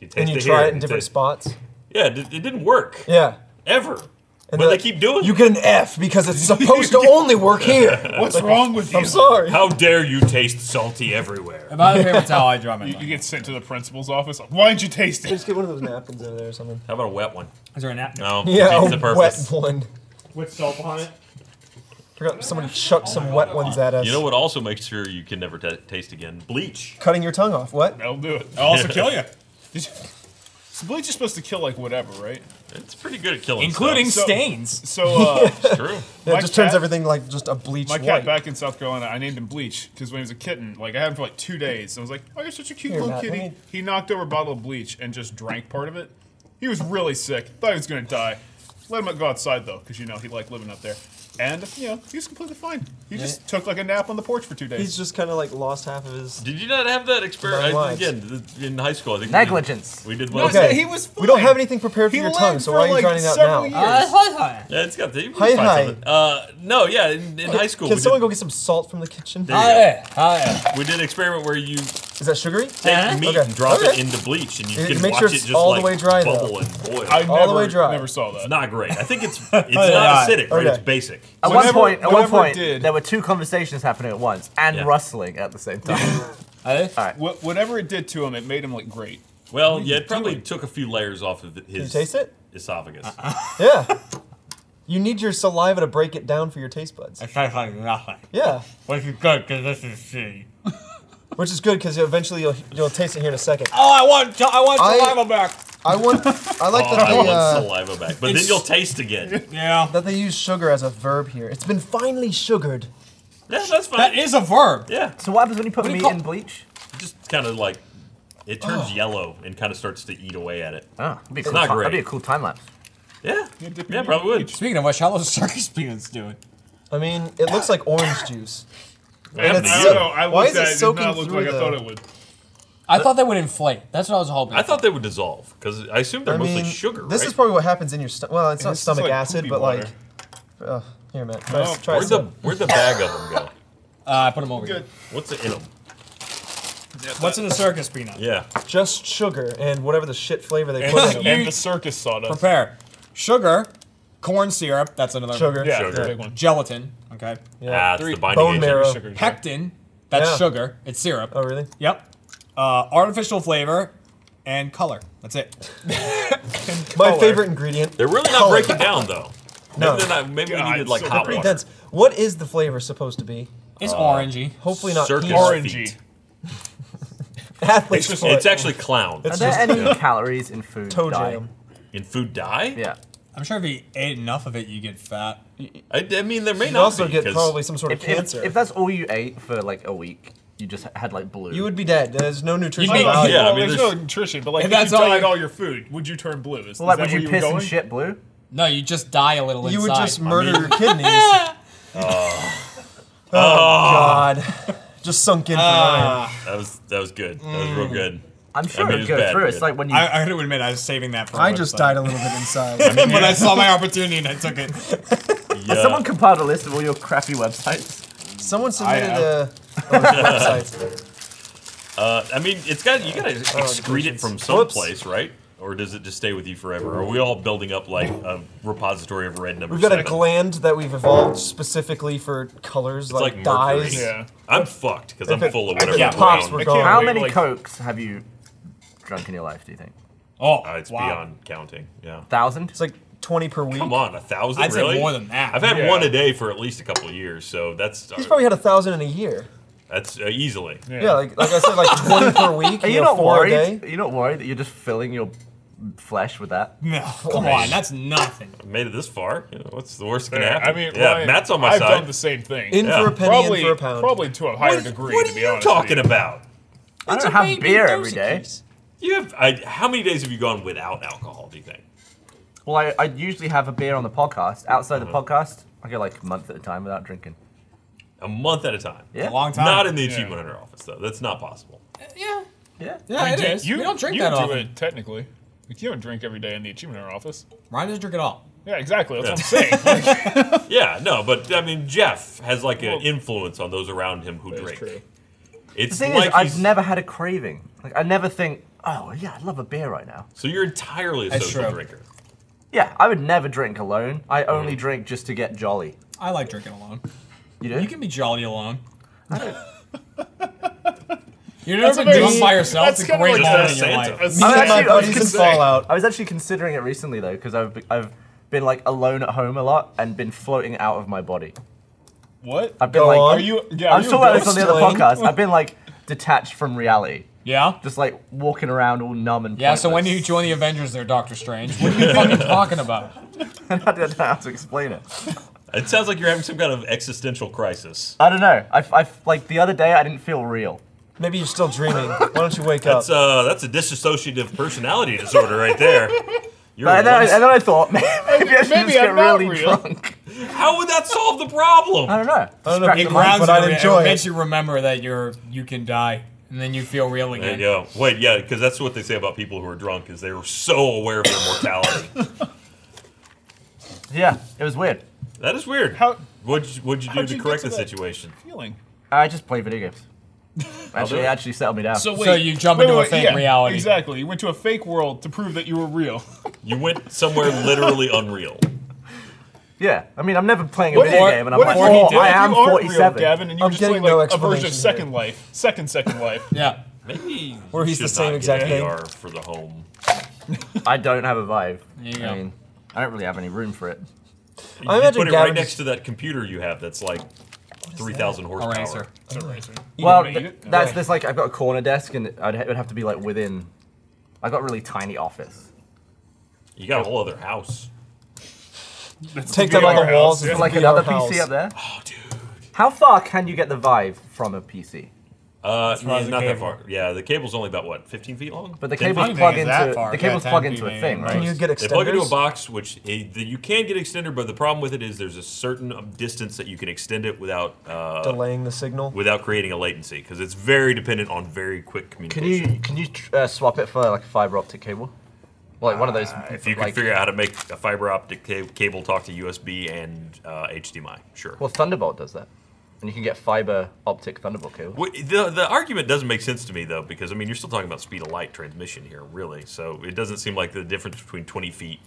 [SPEAKER 1] You taste
[SPEAKER 4] And you
[SPEAKER 1] it
[SPEAKER 4] try
[SPEAKER 1] here,
[SPEAKER 4] it in different
[SPEAKER 1] ta-
[SPEAKER 4] spots.
[SPEAKER 1] Yeah, it, did- it didn't work
[SPEAKER 4] Yeah.
[SPEAKER 1] ever.
[SPEAKER 4] And
[SPEAKER 1] but
[SPEAKER 4] the-
[SPEAKER 1] they keep doing.
[SPEAKER 4] You
[SPEAKER 1] it.
[SPEAKER 4] get an F
[SPEAKER 1] (laughs)
[SPEAKER 4] because it's supposed to only work here.
[SPEAKER 5] What's wrong with you?
[SPEAKER 4] I'm sorry.
[SPEAKER 1] How dare you taste salty everywhere?
[SPEAKER 6] If I had a paper towel, I dry my
[SPEAKER 5] You, you
[SPEAKER 6] tongue.
[SPEAKER 5] get sent to the principal's office. Why'd you taste
[SPEAKER 3] (laughs)
[SPEAKER 5] it?
[SPEAKER 4] Just get one of those napkins over there or something.
[SPEAKER 1] How about a wet one?
[SPEAKER 6] Is there a napkin?
[SPEAKER 1] No,
[SPEAKER 4] (laughs) Yeah,
[SPEAKER 1] defeats the
[SPEAKER 4] a wet
[SPEAKER 1] purpose.
[SPEAKER 4] one.
[SPEAKER 5] With soap on it.
[SPEAKER 4] Forgot somebody chucked some wet ones at us.
[SPEAKER 1] You know what also makes sure you can never ta taste again? Bleach.
[SPEAKER 4] Cutting your tongue off. What?
[SPEAKER 5] That'll do it.
[SPEAKER 6] I'll
[SPEAKER 5] (laughs)
[SPEAKER 6] also kill you.
[SPEAKER 5] Did you- So bleach is supposed to kill like whatever, right?
[SPEAKER 1] It's pretty good at killing.
[SPEAKER 6] Including
[SPEAKER 5] So-
[SPEAKER 6] stains.
[SPEAKER 5] So
[SPEAKER 3] (laughs)
[SPEAKER 5] uh,
[SPEAKER 1] stuff. true.
[SPEAKER 4] Yeah,
[SPEAKER 5] My
[SPEAKER 4] it just turns
[SPEAKER 5] cat-
[SPEAKER 4] everything like just a bleach
[SPEAKER 5] my
[SPEAKER 4] white.
[SPEAKER 5] cat back in South Carolina, I named him Bleach because when he was a kitten, like I had him for like two days. I was like, "Oh, you're such a cute
[SPEAKER 4] Here,
[SPEAKER 5] little
[SPEAKER 4] Matt,
[SPEAKER 5] kitty."
[SPEAKER 4] let me-
[SPEAKER 5] He knocked over a bottle of bleach and just drank part of it. He was really sick. Thought he was gonna die. Let him go outside though, because you know he liked living up there. And you know, he's completely fine. He just took like a nap on the porch for two days.
[SPEAKER 4] He's just kind of like lost half of his.
[SPEAKER 1] Did you not have that
[SPEAKER 4] Nine
[SPEAKER 1] experience
[SPEAKER 4] lives.
[SPEAKER 1] again th- in high school? I think we did-
[SPEAKER 3] Negligence.
[SPEAKER 1] We did
[SPEAKER 5] No,
[SPEAKER 1] well.
[SPEAKER 5] it's not- he was
[SPEAKER 4] We don't
[SPEAKER 5] fine.
[SPEAKER 4] have anything prepared for your
[SPEAKER 5] lived
[SPEAKER 4] tongue, so
[SPEAKER 5] for,
[SPEAKER 4] why are you
[SPEAKER 5] like,
[SPEAKER 4] grinding out now?
[SPEAKER 5] several
[SPEAKER 6] Ah,
[SPEAKER 5] years.
[SPEAKER 1] Yeah, it's got the. you can
[SPEAKER 4] Hi,
[SPEAKER 1] find
[SPEAKER 4] hi.
[SPEAKER 1] something. Uh, no, yeah, in, in high school
[SPEAKER 4] Can
[SPEAKER 1] we
[SPEAKER 4] someone go
[SPEAKER 1] did,
[SPEAKER 4] get some salt from the kitchen?
[SPEAKER 1] There you
[SPEAKER 6] Hi.
[SPEAKER 1] go. We did an experiment where you
[SPEAKER 4] Is that sugary?
[SPEAKER 1] take
[SPEAKER 6] Uh-huh.
[SPEAKER 1] meat
[SPEAKER 4] Okay.
[SPEAKER 1] and drop it
[SPEAKER 4] Okay.
[SPEAKER 1] into bleach, and you
[SPEAKER 4] It-
[SPEAKER 1] can
[SPEAKER 4] make
[SPEAKER 1] watch
[SPEAKER 4] sure
[SPEAKER 1] it
[SPEAKER 4] it's
[SPEAKER 1] just
[SPEAKER 4] all the
[SPEAKER 1] like
[SPEAKER 4] way dry, though.
[SPEAKER 1] bubble and boil.
[SPEAKER 5] I
[SPEAKER 4] All
[SPEAKER 5] never,
[SPEAKER 4] the way dry.
[SPEAKER 5] never saw that.
[SPEAKER 1] it's not great. I think it's it's not acidic, right? It's
[SPEAKER 4] Okay.
[SPEAKER 1] basic.
[SPEAKER 3] At one
[SPEAKER 5] Whenever-
[SPEAKER 3] point, at one
[SPEAKER 5] whenever it
[SPEAKER 3] point,
[SPEAKER 5] did-
[SPEAKER 3] there were two conversations happening at once and
[SPEAKER 1] Yeah.
[SPEAKER 3] rustling at the same time.
[SPEAKER 6] Hi. Hi.
[SPEAKER 5] Wh- whatever it did to him, it made him like great.
[SPEAKER 1] Well, yeah, it probably took a few layers off of his
[SPEAKER 4] you taste it?
[SPEAKER 1] esophagus.
[SPEAKER 4] Yeah. you need your saliva to break it down for your taste buds.
[SPEAKER 6] It tastes like nothing.
[SPEAKER 4] Yeah.
[SPEAKER 6] Which is good, because this is shitty.
[SPEAKER 4] Which is good because eventually you'll you'll taste it here in a second.
[SPEAKER 6] Oh, I want, I want
[SPEAKER 4] I-
[SPEAKER 6] saliva back.
[SPEAKER 4] I want. I like
[SPEAKER 1] Oh,
[SPEAKER 4] that
[SPEAKER 1] I
[SPEAKER 4] they (laughs)
[SPEAKER 1] want
[SPEAKER 4] uh,
[SPEAKER 1] saliva back, but then you'll taste again.
[SPEAKER 6] Yeah.
[SPEAKER 4] that they use sugar as a verb here. It's been finely sugared.
[SPEAKER 1] Yeah, that's fine.
[SPEAKER 6] That is a verb.
[SPEAKER 1] yeah,
[SPEAKER 3] so what happens when you put
[SPEAKER 6] do you
[SPEAKER 3] meat
[SPEAKER 6] call-
[SPEAKER 3] in bleach?
[SPEAKER 1] just kind of like it turns
[SPEAKER 4] Oh.
[SPEAKER 1] yellow and kind of starts to eat away at it.
[SPEAKER 3] Oh, that'd be a cool,
[SPEAKER 1] not
[SPEAKER 3] ti-
[SPEAKER 1] great.
[SPEAKER 3] that'd be a cool time lapse.
[SPEAKER 1] Yeah,
[SPEAKER 5] dip
[SPEAKER 1] yeah,
[SPEAKER 5] it
[SPEAKER 1] probably would.
[SPEAKER 6] Speaking of which, how those (laughs) circus peanuts doing?
[SPEAKER 4] I mean, it looks like orange juice.
[SPEAKER 5] I
[SPEAKER 1] And
[SPEAKER 4] it's
[SPEAKER 5] don't
[SPEAKER 4] so-
[SPEAKER 5] know. I
[SPEAKER 4] why
[SPEAKER 5] looked
[SPEAKER 4] is it
[SPEAKER 5] at it. It did
[SPEAKER 4] soaking
[SPEAKER 5] not look
[SPEAKER 4] through
[SPEAKER 5] like I
[SPEAKER 4] the-
[SPEAKER 5] thought it would.
[SPEAKER 6] I thought they would inflate. That's what I was hoping.
[SPEAKER 1] I thought they would dissolve because I assume they're
[SPEAKER 4] I
[SPEAKER 1] mostly
[SPEAKER 4] mean,
[SPEAKER 1] sugar.
[SPEAKER 4] this
[SPEAKER 1] right?
[SPEAKER 4] is probably what happens in your stomach. Well, it's
[SPEAKER 5] Yeah,
[SPEAKER 4] not
[SPEAKER 5] this is
[SPEAKER 4] stomach
[SPEAKER 5] like
[SPEAKER 4] acid,
[SPEAKER 5] poopy
[SPEAKER 4] but
[SPEAKER 5] water.
[SPEAKER 4] like. Ugh, here, Matt. Try,
[SPEAKER 5] No,
[SPEAKER 4] try
[SPEAKER 1] Where'd the
[SPEAKER 4] (laughs) some.
[SPEAKER 1] where'd the bag of them go?
[SPEAKER 6] Uh, I put them over
[SPEAKER 5] Good.
[SPEAKER 6] here.
[SPEAKER 1] What's it in them?
[SPEAKER 6] What's in a circus peanut?
[SPEAKER 1] Yeah,
[SPEAKER 4] Just sugar and whatever the shit flavor they put in
[SPEAKER 5] (laughs) And,
[SPEAKER 4] it.
[SPEAKER 5] and the circus sawdust.
[SPEAKER 6] Prepare. Sugar, corn syrup. That's another
[SPEAKER 4] Sugar.
[SPEAKER 5] Yeah,
[SPEAKER 1] Sugar.
[SPEAKER 5] the big one.
[SPEAKER 6] Gelatin. Okay.
[SPEAKER 1] ah,
[SPEAKER 4] Yeah.
[SPEAKER 1] it's
[SPEAKER 5] Three-
[SPEAKER 1] the binding
[SPEAKER 4] Bone
[SPEAKER 1] agent.
[SPEAKER 4] marrow.
[SPEAKER 5] Sugars, yeah.
[SPEAKER 6] Pectin. That's
[SPEAKER 4] Yeah.
[SPEAKER 6] sugar. It's syrup.
[SPEAKER 4] Oh, really?
[SPEAKER 6] Yep. Uh, artificial flavor and color. That's it.
[SPEAKER 4] My
[SPEAKER 5] Color.
[SPEAKER 4] favorite ingredient.
[SPEAKER 1] They're really not breaking down though.
[SPEAKER 4] No.
[SPEAKER 1] Maybe, they're not, maybe we
[SPEAKER 5] God,
[SPEAKER 1] needed like
[SPEAKER 5] so
[SPEAKER 1] hot
[SPEAKER 5] pretty
[SPEAKER 1] water.
[SPEAKER 4] Pretty dense. What is the flavor supposed to be?
[SPEAKER 6] It's orangey.
[SPEAKER 4] Hopefully not
[SPEAKER 1] Circus
[SPEAKER 4] peach.
[SPEAKER 5] Orangey.
[SPEAKER 1] feet.
[SPEAKER 4] Athlete's
[SPEAKER 5] It's just-
[SPEAKER 4] foot.
[SPEAKER 1] It's actually clown
[SPEAKER 4] It's
[SPEAKER 3] Are there
[SPEAKER 4] just
[SPEAKER 3] any calories in food?
[SPEAKER 4] toe
[SPEAKER 3] dye?
[SPEAKER 4] jam.
[SPEAKER 1] in food dye.
[SPEAKER 3] Yeah.
[SPEAKER 6] I'm sure if you ate enough of it, you get fat.
[SPEAKER 1] I, I mean there may
[SPEAKER 4] You'd
[SPEAKER 1] not
[SPEAKER 4] also
[SPEAKER 1] be,
[SPEAKER 4] get
[SPEAKER 1] 'cause-
[SPEAKER 4] probably some sort of
[SPEAKER 3] If, if,
[SPEAKER 4] cancer.
[SPEAKER 3] if that's all you ate for like a week, you just had like blue.
[SPEAKER 4] you would be dead. There's no nutrition
[SPEAKER 6] be-
[SPEAKER 4] value.
[SPEAKER 1] yeah. I
[SPEAKER 5] well,
[SPEAKER 1] mean,
[SPEAKER 5] there's no
[SPEAKER 1] there's-
[SPEAKER 5] nutrition, but like
[SPEAKER 6] If
[SPEAKER 5] if,
[SPEAKER 6] that's
[SPEAKER 5] you
[SPEAKER 6] all
[SPEAKER 5] died
[SPEAKER 6] you-
[SPEAKER 5] all your food, would you turn blue? Is, is
[SPEAKER 3] Well, like,
[SPEAKER 5] that
[SPEAKER 3] would
[SPEAKER 5] where
[SPEAKER 3] you
[SPEAKER 5] were
[SPEAKER 3] piss
[SPEAKER 5] going?
[SPEAKER 3] and shit blue?
[SPEAKER 6] No, you just die a little
[SPEAKER 4] You
[SPEAKER 6] inside.
[SPEAKER 4] would just murder your kidneys. (laughs) oh, God. Just sunk in for Ryan.
[SPEAKER 6] Ah.
[SPEAKER 1] That was that was good. That was real good.
[SPEAKER 3] I'm sure
[SPEAKER 1] mean,
[SPEAKER 3] it'd
[SPEAKER 1] it's
[SPEAKER 3] go
[SPEAKER 1] bad,
[SPEAKER 3] through. It's
[SPEAKER 1] but-
[SPEAKER 3] like when you.
[SPEAKER 6] I, I had to admit, I was saving that for.
[SPEAKER 4] I
[SPEAKER 6] a
[SPEAKER 4] just
[SPEAKER 6] website.
[SPEAKER 4] died a little bit
[SPEAKER 6] (laughs)
[SPEAKER 4] (laughs) inside.
[SPEAKER 6] but I saw my opportunity and I took (laughs) it.
[SPEAKER 1] Yeah.
[SPEAKER 3] Has someone compiled a list of all your crappy websites?
[SPEAKER 4] Someone submitted
[SPEAKER 5] I-
[SPEAKER 4] a oh, website.
[SPEAKER 1] Uh, I mean, it's got you gotta
[SPEAKER 5] Oh,
[SPEAKER 1] excrete it from
[SPEAKER 4] Whoops.
[SPEAKER 1] someplace, right? Or does it just stay with you forever? Are we all building up like a repository of red number?
[SPEAKER 4] (laughs) We've got a
[SPEAKER 1] seven?
[SPEAKER 4] gland that we've evolved specifically for colors,
[SPEAKER 1] It's like,
[SPEAKER 4] like,
[SPEAKER 1] mercury.
[SPEAKER 4] dyes.
[SPEAKER 5] Yeah.
[SPEAKER 1] I'm fucked because I'm
[SPEAKER 4] If it-
[SPEAKER 1] full of
[SPEAKER 4] if it
[SPEAKER 1] whatever.
[SPEAKER 4] pops,
[SPEAKER 1] brown.
[SPEAKER 4] we're
[SPEAKER 5] I
[SPEAKER 4] gone.
[SPEAKER 5] can't
[SPEAKER 3] How
[SPEAKER 5] wait,
[SPEAKER 3] many
[SPEAKER 5] like-
[SPEAKER 3] cokes have you drunk in your life? Do you think?
[SPEAKER 6] Oh,
[SPEAKER 1] Uh, it's
[SPEAKER 6] wow.
[SPEAKER 1] beyond counting. Yeah.
[SPEAKER 3] Thousand.
[SPEAKER 4] It's like 20 per week.
[SPEAKER 1] Come on, a thousand.
[SPEAKER 6] I'd say
[SPEAKER 1] really?
[SPEAKER 6] more than that.
[SPEAKER 1] I've had
[SPEAKER 5] Yeah.
[SPEAKER 1] one a day for at least a couple of years, so that's
[SPEAKER 4] He's probably had a thousand in a year.
[SPEAKER 1] that's uh, easily.
[SPEAKER 4] Yeah, like, like I said, like 20 (laughs) per week.
[SPEAKER 3] Are
[SPEAKER 4] you
[SPEAKER 3] you
[SPEAKER 4] know,
[SPEAKER 3] not
[SPEAKER 4] four a
[SPEAKER 3] worried?
[SPEAKER 4] day. (laughs)
[SPEAKER 3] Are you not worried that you're just filling your flesh with that?
[SPEAKER 6] No, come on, that's nothing.
[SPEAKER 1] I've made it this far. You know, what's the worst that can
[SPEAKER 5] Yeah,
[SPEAKER 1] happen?
[SPEAKER 5] I mean,
[SPEAKER 1] yeah,
[SPEAKER 5] Ryan,
[SPEAKER 1] Matt's on my
[SPEAKER 5] I've
[SPEAKER 1] side.
[SPEAKER 5] done the same thing.
[SPEAKER 4] In
[SPEAKER 1] Yeah.
[SPEAKER 4] for a penny,
[SPEAKER 5] probably,
[SPEAKER 4] in for a pound.
[SPEAKER 5] probably to a higher
[SPEAKER 1] what,
[SPEAKER 5] degree.
[SPEAKER 1] what
[SPEAKER 5] to
[SPEAKER 1] are
[SPEAKER 5] be
[SPEAKER 1] you
[SPEAKER 5] honest with
[SPEAKER 1] talking
[SPEAKER 5] you.
[SPEAKER 1] about?
[SPEAKER 3] I don't have beer every day.
[SPEAKER 1] You have I, how many days have you gone without alcohol? Do you think?
[SPEAKER 3] Well, I, I usually have a beer on the podcast. Outside
[SPEAKER 1] Uh-huh.
[SPEAKER 3] the podcast, I go like a month at a time without drinking.
[SPEAKER 1] A month at a time.
[SPEAKER 3] Yeah.
[SPEAKER 6] A long time.
[SPEAKER 1] Not in the achievement hunter office though. That's not possible.
[SPEAKER 6] Yeah,
[SPEAKER 3] Yeah.
[SPEAKER 6] yeah, it
[SPEAKER 5] You-
[SPEAKER 6] is.
[SPEAKER 5] You
[SPEAKER 6] we don't drink
[SPEAKER 5] you
[SPEAKER 6] that
[SPEAKER 5] do
[SPEAKER 6] often.
[SPEAKER 5] It, technically, like you don't drink every day in the achievement Hunter office.
[SPEAKER 6] Ryan doesn't drink at all.
[SPEAKER 5] Yeah, exactly. That's what
[SPEAKER 1] (laughs)
[SPEAKER 5] I'm saying.
[SPEAKER 1] Yeah, no, but I mean, Jeff has like an
[SPEAKER 5] Well,
[SPEAKER 1] influence on those around him who
[SPEAKER 5] That's
[SPEAKER 1] drink.
[SPEAKER 5] true.
[SPEAKER 1] It's
[SPEAKER 3] The thing
[SPEAKER 1] like
[SPEAKER 3] is, I've
[SPEAKER 1] he's-
[SPEAKER 3] never had a craving. Like I never think, oh yeah, I'd love a beer right now.
[SPEAKER 1] so you're entirely a
[SPEAKER 6] That's
[SPEAKER 1] social
[SPEAKER 6] true.
[SPEAKER 1] drinker.
[SPEAKER 3] Yeah, I would never drink alone. I only drink just to get jolly.
[SPEAKER 6] I like drinking alone.
[SPEAKER 3] You do?
[SPEAKER 6] You can be
[SPEAKER 4] (laughs)
[SPEAKER 6] jolly alone.
[SPEAKER 3] I don't-
[SPEAKER 6] You've never been
[SPEAKER 5] a very-
[SPEAKER 6] drunk by yourself. It's
[SPEAKER 5] that's
[SPEAKER 6] a
[SPEAKER 5] kinda
[SPEAKER 6] great
[SPEAKER 5] like
[SPEAKER 6] moment
[SPEAKER 1] a
[SPEAKER 6] in your
[SPEAKER 1] Santa.
[SPEAKER 6] life.
[SPEAKER 4] Me
[SPEAKER 5] That's-
[SPEAKER 4] and my
[SPEAKER 3] actually- I was
[SPEAKER 4] buddies in
[SPEAKER 3] considering-
[SPEAKER 4] (laughs) Fallout.
[SPEAKER 3] I was actually considering it recently though, because I've I've been like alone at home a lot and been floating out of my body.
[SPEAKER 5] What?
[SPEAKER 3] I've been
[SPEAKER 4] Go
[SPEAKER 3] like,
[SPEAKER 4] on.
[SPEAKER 5] Are you? Yeah.
[SPEAKER 3] I
[SPEAKER 5] Are
[SPEAKER 3] was
[SPEAKER 5] you
[SPEAKER 3] talking about this on
[SPEAKER 5] ghost?
[SPEAKER 3] the other
[SPEAKER 4] ghosting?
[SPEAKER 3] podcast. I've been like detached from reality,
[SPEAKER 6] Yeah.
[SPEAKER 3] just like walking around all numb and
[SPEAKER 6] Yeah. So when
[SPEAKER 3] pointless.
[SPEAKER 6] you join the Avengers, there, Doctor Strange. What are you fucking talking about?
[SPEAKER 3] (laughs) I don't know how to explain it.
[SPEAKER 1] It sounds like you're having some kind of existential crisis.
[SPEAKER 3] I don't know. I, I like the other day I didn't feel real.
[SPEAKER 4] Maybe you're still dreaming. Why don't you wake up?
[SPEAKER 1] That's uh, that's a disassociative personality disorder right there. You're
[SPEAKER 3] But, and, then I,
[SPEAKER 1] one-
[SPEAKER 3] and then I thought (laughs) maybe I should just
[SPEAKER 5] Maybe
[SPEAKER 3] get
[SPEAKER 5] I'm not
[SPEAKER 3] really
[SPEAKER 5] real.
[SPEAKER 3] drunk.
[SPEAKER 1] How would that solve the
[SPEAKER 3] I
[SPEAKER 1] problem?
[SPEAKER 3] don't know.
[SPEAKER 4] don't know.
[SPEAKER 3] Distract
[SPEAKER 6] It
[SPEAKER 3] the mind.
[SPEAKER 6] grounds
[SPEAKER 4] but
[SPEAKER 6] you.
[SPEAKER 4] I'd
[SPEAKER 6] It
[SPEAKER 4] enjoy
[SPEAKER 6] makes
[SPEAKER 4] it.
[SPEAKER 6] you remember that you're you can die, and then you feel real
[SPEAKER 1] There you
[SPEAKER 6] again.
[SPEAKER 1] go. Wait, yeah, because that's what they say about people who are drunk is they're so aware of their mortality.
[SPEAKER 3] Yeah, it was weird.
[SPEAKER 1] that is weird.
[SPEAKER 5] How-
[SPEAKER 1] what'd you, what'd you do
[SPEAKER 5] how'd
[SPEAKER 1] to
[SPEAKER 5] you get
[SPEAKER 1] correct
[SPEAKER 5] to
[SPEAKER 1] the
[SPEAKER 5] that?
[SPEAKER 1] situation?
[SPEAKER 5] Feeling.
[SPEAKER 3] Uh, I just played video games.
[SPEAKER 1] do
[SPEAKER 3] Actually,
[SPEAKER 1] it.
[SPEAKER 3] it actually settled me down.
[SPEAKER 6] So you jump into a fake reality.
[SPEAKER 5] Exactly. You went to a fake world to prove that you were real.
[SPEAKER 1] You went somewhere literally unreal.
[SPEAKER 3] yeah, I mean, I'm never playing a
[SPEAKER 5] What
[SPEAKER 3] video
[SPEAKER 6] if-
[SPEAKER 3] game, and I'm
[SPEAKER 5] what
[SPEAKER 3] like,
[SPEAKER 5] if you
[SPEAKER 3] oh,
[SPEAKER 5] did-
[SPEAKER 3] I
[SPEAKER 5] if
[SPEAKER 3] am
[SPEAKER 5] you aren't real,
[SPEAKER 3] 47.
[SPEAKER 5] Gavin, and you
[SPEAKER 4] I'm
[SPEAKER 5] just
[SPEAKER 4] getting
[SPEAKER 5] played,
[SPEAKER 4] no
[SPEAKER 5] like, a version
[SPEAKER 4] explanation
[SPEAKER 5] of
[SPEAKER 4] here.
[SPEAKER 5] Second Life, second
[SPEAKER 6] (laughs)
[SPEAKER 5] Second Life.
[SPEAKER 6] Yeah.
[SPEAKER 1] Maybe
[SPEAKER 4] Or he's
[SPEAKER 1] you
[SPEAKER 4] the
[SPEAKER 1] should
[SPEAKER 4] same
[SPEAKER 1] not
[SPEAKER 4] exact
[SPEAKER 1] get
[SPEAKER 4] thing.
[SPEAKER 1] AR for the home.
[SPEAKER 3] I don't have a vibe.
[SPEAKER 6] There you
[SPEAKER 3] I
[SPEAKER 6] go.
[SPEAKER 3] mean, I don't really have any room for it.
[SPEAKER 1] You
[SPEAKER 4] I
[SPEAKER 1] I
[SPEAKER 4] imagine
[SPEAKER 1] put it right
[SPEAKER 4] Gavin
[SPEAKER 1] next
[SPEAKER 4] just-
[SPEAKER 1] to that computer you have that's like 3,000 horsepower.
[SPEAKER 6] Eraser.
[SPEAKER 5] It's a racer.
[SPEAKER 3] well,
[SPEAKER 5] wanna
[SPEAKER 3] th-
[SPEAKER 5] eat it?
[SPEAKER 3] that's there's like I've got a corner desk, and I'd, it would have to be like within. I got a really tiny office.
[SPEAKER 1] You got a whole other house.
[SPEAKER 4] Take down all the walls.
[SPEAKER 5] Yeah.
[SPEAKER 4] and
[SPEAKER 3] It's like
[SPEAKER 4] be
[SPEAKER 3] another
[SPEAKER 4] our
[SPEAKER 3] PC
[SPEAKER 4] house.
[SPEAKER 3] up there.
[SPEAKER 1] Oh, dude.
[SPEAKER 3] How far can you get the vibe from a PC?
[SPEAKER 1] Uh,
[SPEAKER 6] far as
[SPEAKER 1] not
[SPEAKER 6] the
[SPEAKER 1] that
[SPEAKER 6] cable.
[SPEAKER 1] far. Yeah, the cable's only about what, 15 feet long?
[SPEAKER 3] But the
[SPEAKER 1] 10
[SPEAKER 3] cables
[SPEAKER 1] feet?
[SPEAKER 6] feet?
[SPEAKER 3] plug
[SPEAKER 6] Is
[SPEAKER 3] into
[SPEAKER 6] that far?
[SPEAKER 3] the cables
[SPEAKER 6] Yeah,
[SPEAKER 3] plug
[SPEAKER 6] 10
[SPEAKER 3] into a
[SPEAKER 6] feet
[SPEAKER 3] thing,
[SPEAKER 6] maybe,
[SPEAKER 3] right?
[SPEAKER 4] Can you get
[SPEAKER 1] They plug into a
[SPEAKER 4] extenders?
[SPEAKER 1] box, which eh, the- you can get extender, but the problem with it is there's a certain um, distance that you can extend it without uh,
[SPEAKER 4] Delaying the signal.
[SPEAKER 1] without creating a latency because it's very dependent on very quick
[SPEAKER 3] Can
[SPEAKER 1] communication.
[SPEAKER 3] you can you tr- uh, swap it for like a fiber optic cable, like one of those?
[SPEAKER 1] If you can
[SPEAKER 3] like,
[SPEAKER 1] figure out how to make a fiber optic ca- cable talk to USB and uh, HDMI, sure.
[SPEAKER 3] well, Thunderbolt does that, and you can get fiber optic Thunderbolt cable.
[SPEAKER 1] Wh- the the argument doesn't make sense to me though because I mean you're still talking about speed of light transmission here, really. So it doesn't seem like the difference between 20 feet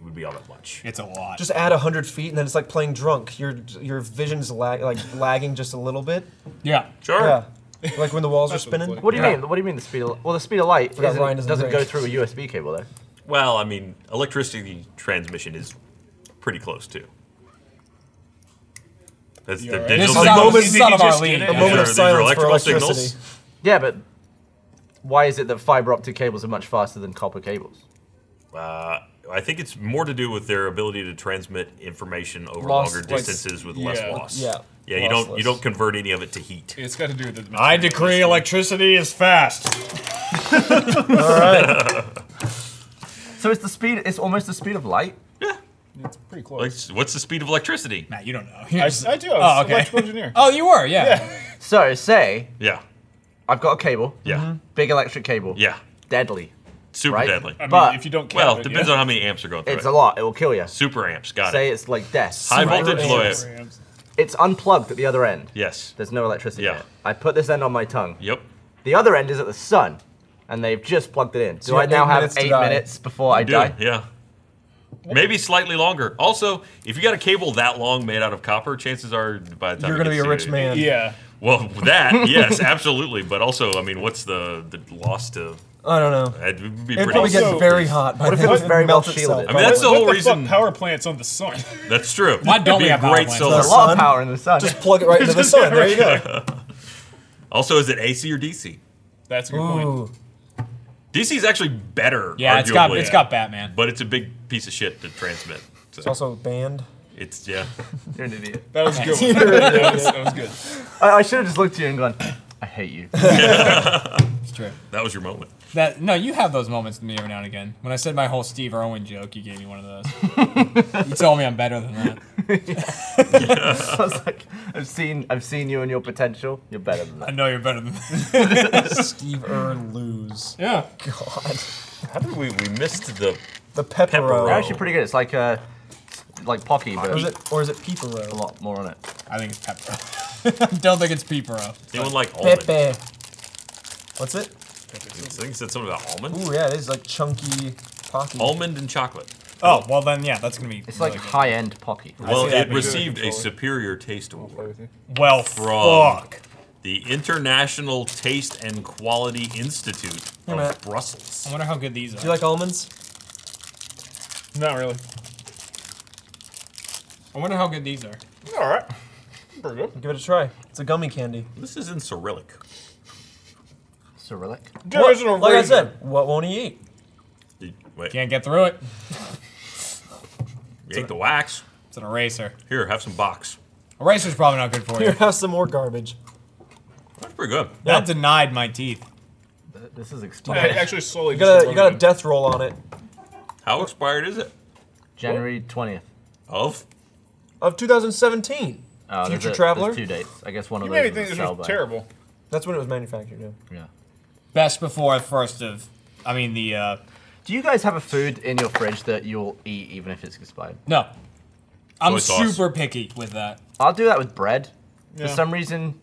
[SPEAKER 1] would be all that much.
[SPEAKER 6] It's a lot.
[SPEAKER 4] Just add hundred feet, and then it's like playing drunk. Your your vision's lag, like lagging just a little bit.
[SPEAKER 6] yeah.
[SPEAKER 1] Sure.
[SPEAKER 4] Yeah, like when the walls are
[SPEAKER 5] That's what it's
[SPEAKER 4] spinning.
[SPEAKER 5] like.
[SPEAKER 3] What do you
[SPEAKER 6] Yeah.
[SPEAKER 3] mean? What do you mean the speed? Of, well, the speed of light
[SPEAKER 4] Forgot
[SPEAKER 3] isn't-
[SPEAKER 4] Ryan
[SPEAKER 3] doesn't,
[SPEAKER 4] doesn't
[SPEAKER 3] go
[SPEAKER 4] drink.
[SPEAKER 3] through a USB cable though.
[SPEAKER 1] Well, I mean electricity transmission is pretty close too. That's the
[SPEAKER 5] right.
[SPEAKER 1] digital
[SPEAKER 6] This is
[SPEAKER 4] like
[SPEAKER 6] out of,
[SPEAKER 4] moments-
[SPEAKER 6] this is out of our
[SPEAKER 5] just
[SPEAKER 6] league.
[SPEAKER 5] get
[SPEAKER 4] A
[SPEAKER 5] it.
[SPEAKER 1] These
[SPEAKER 4] moment
[SPEAKER 1] are-
[SPEAKER 4] of
[SPEAKER 1] these are
[SPEAKER 4] silence for
[SPEAKER 1] electrical signals.
[SPEAKER 4] electricity.
[SPEAKER 3] Yeah, but why is it that fiber optic cables are much faster than copper cables?
[SPEAKER 1] Uh, I think it's more to do with their ability to transmit information over
[SPEAKER 4] Loss-
[SPEAKER 1] longer
[SPEAKER 4] like-
[SPEAKER 1] distances with less
[SPEAKER 5] yeah.
[SPEAKER 1] loss.
[SPEAKER 4] Yeah,
[SPEAKER 1] Yeah, you don't you
[SPEAKER 4] lossless.
[SPEAKER 1] don't convert any of it to heat.
[SPEAKER 5] It's got to do with the.
[SPEAKER 6] I decree electricity is fast.
[SPEAKER 4] All right,
[SPEAKER 3] So it's the speed. It's almost the speed of light.
[SPEAKER 5] It's pretty close.
[SPEAKER 1] Like, what's the speed of electricity?
[SPEAKER 6] Matt, you don't know.
[SPEAKER 5] I, I do. I was
[SPEAKER 6] Oh, okay.
[SPEAKER 5] electrical engineer.
[SPEAKER 6] (laughs) Oh, you were, yeah.
[SPEAKER 3] So say
[SPEAKER 1] Yeah.
[SPEAKER 3] I've got a cable,
[SPEAKER 1] Yeah.
[SPEAKER 3] big electric cable,
[SPEAKER 1] Yeah.
[SPEAKER 3] deadly.
[SPEAKER 1] Super
[SPEAKER 3] Mm-hmm. Right?
[SPEAKER 1] deadly.
[SPEAKER 5] I mean,
[SPEAKER 3] But-
[SPEAKER 5] if you don't count
[SPEAKER 1] Well,
[SPEAKER 5] it,
[SPEAKER 1] depends
[SPEAKER 5] yeah.
[SPEAKER 1] on how many amps are going through
[SPEAKER 3] It's
[SPEAKER 1] it.
[SPEAKER 3] a lot. It will kill you.
[SPEAKER 1] Super amps, got
[SPEAKER 3] Say
[SPEAKER 1] it.
[SPEAKER 3] it's like death.
[SPEAKER 1] High voltage, low amp.
[SPEAKER 5] Amps.
[SPEAKER 3] It's unplugged at the other end.
[SPEAKER 1] Yes.
[SPEAKER 3] There's no electricity. in
[SPEAKER 1] Yeah.
[SPEAKER 3] it. I put this end on my tongue.
[SPEAKER 1] Yep.
[SPEAKER 3] The other end is at the sun, and they've just plugged it in. Do
[SPEAKER 4] you
[SPEAKER 3] I
[SPEAKER 4] have
[SPEAKER 3] now
[SPEAKER 4] eight
[SPEAKER 3] have
[SPEAKER 4] minutes to
[SPEAKER 3] eight
[SPEAKER 4] die.
[SPEAKER 3] minutes before I
[SPEAKER 1] Do,
[SPEAKER 3] die?
[SPEAKER 1] yeah. Maybe slightly longer. Also, if you got a cable that long made out of copper, chances are by the time
[SPEAKER 4] you're
[SPEAKER 1] it
[SPEAKER 4] gonna be
[SPEAKER 1] gets
[SPEAKER 4] a
[SPEAKER 1] to-
[SPEAKER 4] rich man.
[SPEAKER 5] Yeah.
[SPEAKER 1] Well, that yes, absolutely. But also, I mean, what's the the loss to?
[SPEAKER 4] I don't know.
[SPEAKER 1] It would be
[SPEAKER 4] It
[SPEAKER 1] pretty.
[SPEAKER 4] probably
[SPEAKER 5] Also-
[SPEAKER 4] gets very hot. By
[SPEAKER 3] What if it
[SPEAKER 4] then.
[SPEAKER 3] was very well
[SPEAKER 4] melts itself.
[SPEAKER 3] shielded?
[SPEAKER 1] I
[SPEAKER 5] (laughs)
[SPEAKER 1] mean, that's the
[SPEAKER 5] What
[SPEAKER 1] whole
[SPEAKER 5] the
[SPEAKER 1] reason.
[SPEAKER 5] Fuck power plants on the sun. (laughs)
[SPEAKER 1] That's true.
[SPEAKER 6] Why don't
[SPEAKER 1] It'd be
[SPEAKER 6] we
[SPEAKER 1] a
[SPEAKER 6] have power
[SPEAKER 1] great
[SPEAKER 6] plants?
[SPEAKER 1] solar.
[SPEAKER 3] There's a lot
[SPEAKER 4] sun.
[SPEAKER 3] of power in the sun.
[SPEAKER 4] Just plug it right into the sun. There you go.
[SPEAKER 1] Also, is it AC or DC?
[SPEAKER 5] That's a good point.
[SPEAKER 4] (laughs) Ooh,
[SPEAKER 1] DC is actually better.
[SPEAKER 6] Yeah, it's got
[SPEAKER 1] arguably,
[SPEAKER 6] it's got Batman.
[SPEAKER 1] But it's a big piece of shit to transmit. So
[SPEAKER 4] it's also banned.
[SPEAKER 1] it's yeah.
[SPEAKER 3] (laughs) You're an idiot.
[SPEAKER 5] That was a good. One. that, was, that was good.
[SPEAKER 3] I, I should have just looked at you and gone, I hate you. (laughs)
[SPEAKER 6] It's true.
[SPEAKER 1] That was your moment.
[SPEAKER 6] That no, you have those moments with me every now and again. When I said my whole Steve Irwin joke, you gave me one of those. (laughs) you told me I'm better than that.
[SPEAKER 3] I was like, I've seen, I've seen you and your potential. You're better than
[SPEAKER 6] I
[SPEAKER 3] that.
[SPEAKER 6] know you're better than that.
[SPEAKER 4] Steve Earn lose. (laughs)
[SPEAKER 6] (laughs) Yeah.
[SPEAKER 4] God,
[SPEAKER 1] How did we we missed the
[SPEAKER 4] the pepperoni.
[SPEAKER 3] They're
[SPEAKER 1] Pepperoni.
[SPEAKER 3] actually pretty good. It's like a, like Pocky, but
[SPEAKER 4] Or is
[SPEAKER 3] a
[SPEAKER 4] it, or is it Pepero?
[SPEAKER 3] lot more on it.
[SPEAKER 6] I think it's Pepper. (laughs) I don't think it's Pepper.
[SPEAKER 1] anyone like almond?
[SPEAKER 4] Pepe. What's it?
[SPEAKER 1] I think it said something about almond.
[SPEAKER 4] Ooh, yeah, it is like chunky, pocky.
[SPEAKER 1] Almond and chocolate.
[SPEAKER 6] Oh, well then yeah, that's gonna be
[SPEAKER 3] It's like
[SPEAKER 6] really
[SPEAKER 3] high end Pocky.
[SPEAKER 1] Well,
[SPEAKER 5] that
[SPEAKER 1] it
[SPEAKER 5] being
[SPEAKER 1] received a
[SPEAKER 5] controller.
[SPEAKER 1] superior taste award.
[SPEAKER 6] good. well
[SPEAKER 1] From-
[SPEAKER 6] fuck.
[SPEAKER 1] The International Taste and Quality Institute
[SPEAKER 4] Hey,
[SPEAKER 1] of
[SPEAKER 4] Matt.
[SPEAKER 1] Brussels.
[SPEAKER 6] I wonder how good these are.
[SPEAKER 4] Do you like almonds?
[SPEAKER 5] Not really.
[SPEAKER 6] I wonder how good these are.
[SPEAKER 5] All right. Pretty good.
[SPEAKER 4] Give it a try. It's a gummy candy.
[SPEAKER 1] This is in Cyrillic.
[SPEAKER 3] Cyrillic.
[SPEAKER 5] The original
[SPEAKER 4] like I
[SPEAKER 5] version.
[SPEAKER 4] said, what won't he eat?
[SPEAKER 1] Did- Wait, you
[SPEAKER 6] Can't get through it.
[SPEAKER 1] ate the wax.
[SPEAKER 6] It's an eraser.
[SPEAKER 1] Here, have some box.
[SPEAKER 6] Eraser's probably not good
[SPEAKER 4] (laughs)
[SPEAKER 6] for
[SPEAKER 4] Here,
[SPEAKER 6] you.
[SPEAKER 4] have some more garbage.
[SPEAKER 1] That's pretty good.
[SPEAKER 6] That denied my teeth.
[SPEAKER 3] This is
[SPEAKER 5] Yeah, it
[SPEAKER 3] exploding.
[SPEAKER 5] actually slowly.
[SPEAKER 4] You got a, you got a death roll on it.
[SPEAKER 1] How expired is it?
[SPEAKER 3] January 20th.
[SPEAKER 1] Of?
[SPEAKER 4] of 2017.
[SPEAKER 3] Oh, there's
[SPEAKER 4] Future
[SPEAKER 3] a- there's
[SPEAKER 4] Traveler.
[SPEAKER 3] two dates. I guess one
[SPEAKER 5] You
[SPEAKER 3] of
[SPEAKER 5] made me
[SPEAKER 3] those
[SPEAKER 5] think
[SPEAKER 3] is
[SPEAKER 5] this
[SPEAKER 3] a
[SPEAKER 5] was
[SPEAKER 3] sellback.
[SPEAKER 5] terrible.
[SPEAKER 4] That's when it was manufactured. Yeah.
[SPEAKER 3] Yeah.
[SPEAKER 6] Best before first of, I mean the uh,
[SPEAKER 3] Do you guys have a food in your fridge that you'll eat even if it's expired?
[SPEAKER 6] no. I'm
[SPEAKER 1] Soy sauce.
[SPEAKER 6] super picky with that.
[SPEAKER 3] I'll do that with bread. For
[SPEAKER 5] Yeah.
[SPEAKER 3] some reason,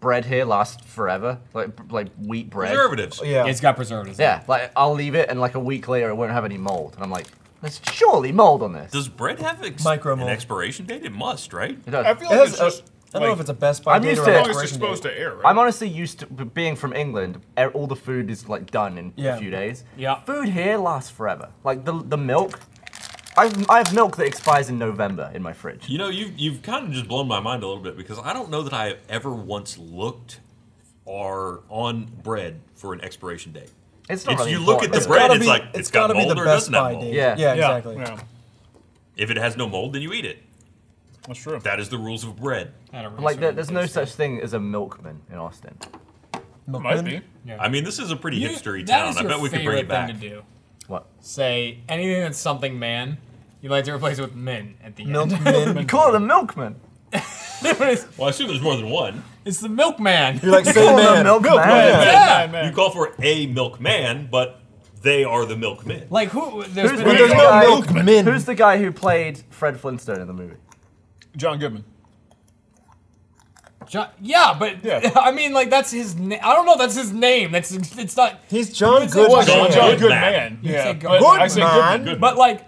[SPEAKER 3] bread here lasts forever. Like like wheat bread.
[SPEAKER 1] Preservatives.
[SPEAKER 4] Oh, Yeah.
[SPEAKER 6] It's got preservatives. in it.
[SPEAKER 3] Yeah, like I'll leave it, and like a week later, it won't have any mold. And I'm like, there's surely mold on this.
[SPEAKER 1] Does bread have ex-
[SPEAKER 4] Micro
[SPEAKER 1] an
[SPEAKER 4] mold.
[SPEAKER 1] expiration date? It must, right?
[SPEAKER 3] It does.
[SPEAKER 5] I feel
[SPEAKER 4] It
[SPEAKER 5] like
[SPEAKER 4] has
[SPEAKER 5] it's
[SPEAKER 4] a-
[SPEAKER 5] just.
[SPEAKER 4] I don't know
[SPEAKER 5] like,
[SPEAKER 4] if it's a best by
[SPEAKER 3] I'm
[SPEAKER 4] date
[SPEAKER 3] used
[SPEAKER 4] or
[SPEAKER 3] to
[SPEAKER 4] an
[SPEAKER 3] it.
[SPEAKER 5] as long as it's
[SPEAKER 4] expiration date.
[SPEAKER 5] supposed to air, right?
[SPEAKER 3] I'm honestly used to b- being from England. e- All the food is like done in
[SPEAKER 4] Yeah.
[SPEAKER 3] a few days.
[SPEAKER 6] Yeah.
[SPEAKER 3] Food here lasts forever. Like the the milk. I've, I have milk that expires in November in my fridge.
[SPEAKER 1] You know, you've, you've kind of just blown my mind a little bit because I don't know that I have ever once looked or on bread for an expiration date.
[SPEAKER 3] It's not
[SPEAKER 1] It's-
[SPEAKER 3] really
[SPEAKER 1] you look at
[SPEAKER 3] important,
[SPEAKER 1] the
[SPEAKER 3] is it?
[SPEAKER 1] bread,
[SPEAKER 4] gotta
[SPEAKER 1] it's
[SPEAKER 4] be-
[SPEAKER 1] like, it's got
[SPEAKER 4] gotta be
[SPEAKER 1] mold
[SPEAKER 4] the
[SPEAKER 1] or
[SPEAKER 4] best
[SPEAKER 1] doesn't have
[SPEAKER 4] by
[SPEAKER 1] mold.
[SPEAKER 4] date.
[SPEAKER 3] Yeah.
[SPEAKER 4] Yeah.
[SPEAKER 5] yeah,
[SPEAKER 4] Exactly.
[SPEAKER 5] Yeah,
[SPEAKER 1] If it has no mold, then you eat it.
[SPEAKER 5] that's true.
[SPEAKER 1] That is the rules of bread.
[SPEAKER 6] Had a really
[SPEAKER 3] Like there,
[SPEAKER 6] certain
[SPEAKER 3] there's no
[SPEAKER 6] taste.
[SPEAKER 3] such thing as a milkman in Austin.
[SPEAKER 5] Might be.
[SPEAKER 1] I mean, this is a pretty
[SPEAKER 6] You-
[SPEAKER 1] hipstery
[SPEAKER 6] that
[SPEAKER 1] town.
[SPEAKER 6] is
[SPEAKER 1] I
[SPEAKER 6] your
[SPEAKER 1] bet we could bring it
[SPEAKER 6] favorite
[SPEAKER 1] back.
[SPEAKER 6] Thing to do.
[SPEAKER 3] What?
[SPEAKER 6] Say anything that's something man, you like to replace it with min at the
[SPEAKER 4] Milk
[SPEAKER 6] end. (laughs)
[SPEAKER 4] Min.
[SPEAKER 3] You (laughs) call it a milkman?
[SPEAKER 1] Well, I assume there's more than one.
[SPEAKER 6] it's the milkman.
[SPEAKER 4] You're like same
[SPEAKER 3] Call it a
[SPEAKER 4] man.
[SPEAKER 3] milkman?
[SPEAKER 4] man.
[SPEAKER 6] yeah.
[SPEAKER 5] Man,
[SPEAKER 1] You call for a milkman, but they are the milkmen.
[SPEAKER 6] Like who? There's
[SPEAKER 3] Who's
[SPEAKER 6] been
[SPEAKER 3] the
[SPEAKER 4] There's
[SPEAKER 6] a-
[SPEAKER 3] guy-
[SPEAKER 4] no milkmen.
[SPEAKER 3] Who's the guy who played Fred Flintstone in the movie?
[SPEAKER 5] John Goodman.
[SPEAKER 6] Jo- yeah, but
[SPEAKER 5] Yeah.
[SPEAKER 6] (laughs) I mean, like that's his. Na- I don't know. That's his name. That's it's not.
[SPEAKER 4] He's John
[SPEAKER 6] Who's the one-
[SPEAKER 1] John
[SPEAKER 4] Goodman.
[SPEAKER 5] John
[SPEAKER 1] Goodman.
[SPEAKER 5] Goodman.
[SPEAKER 6] You
[SPEAKER 5] Yeah.
[SPEAKER 6] said
[SPEAKER 5] but
[SPEAKER 6] Goodman.
[SPEAKER 5] I said
[SPEAKER 4] Goodman.
[SPEAKER 5] Goodman.
[SPEAKER 1] Good.
[SPEAKER 6] But like,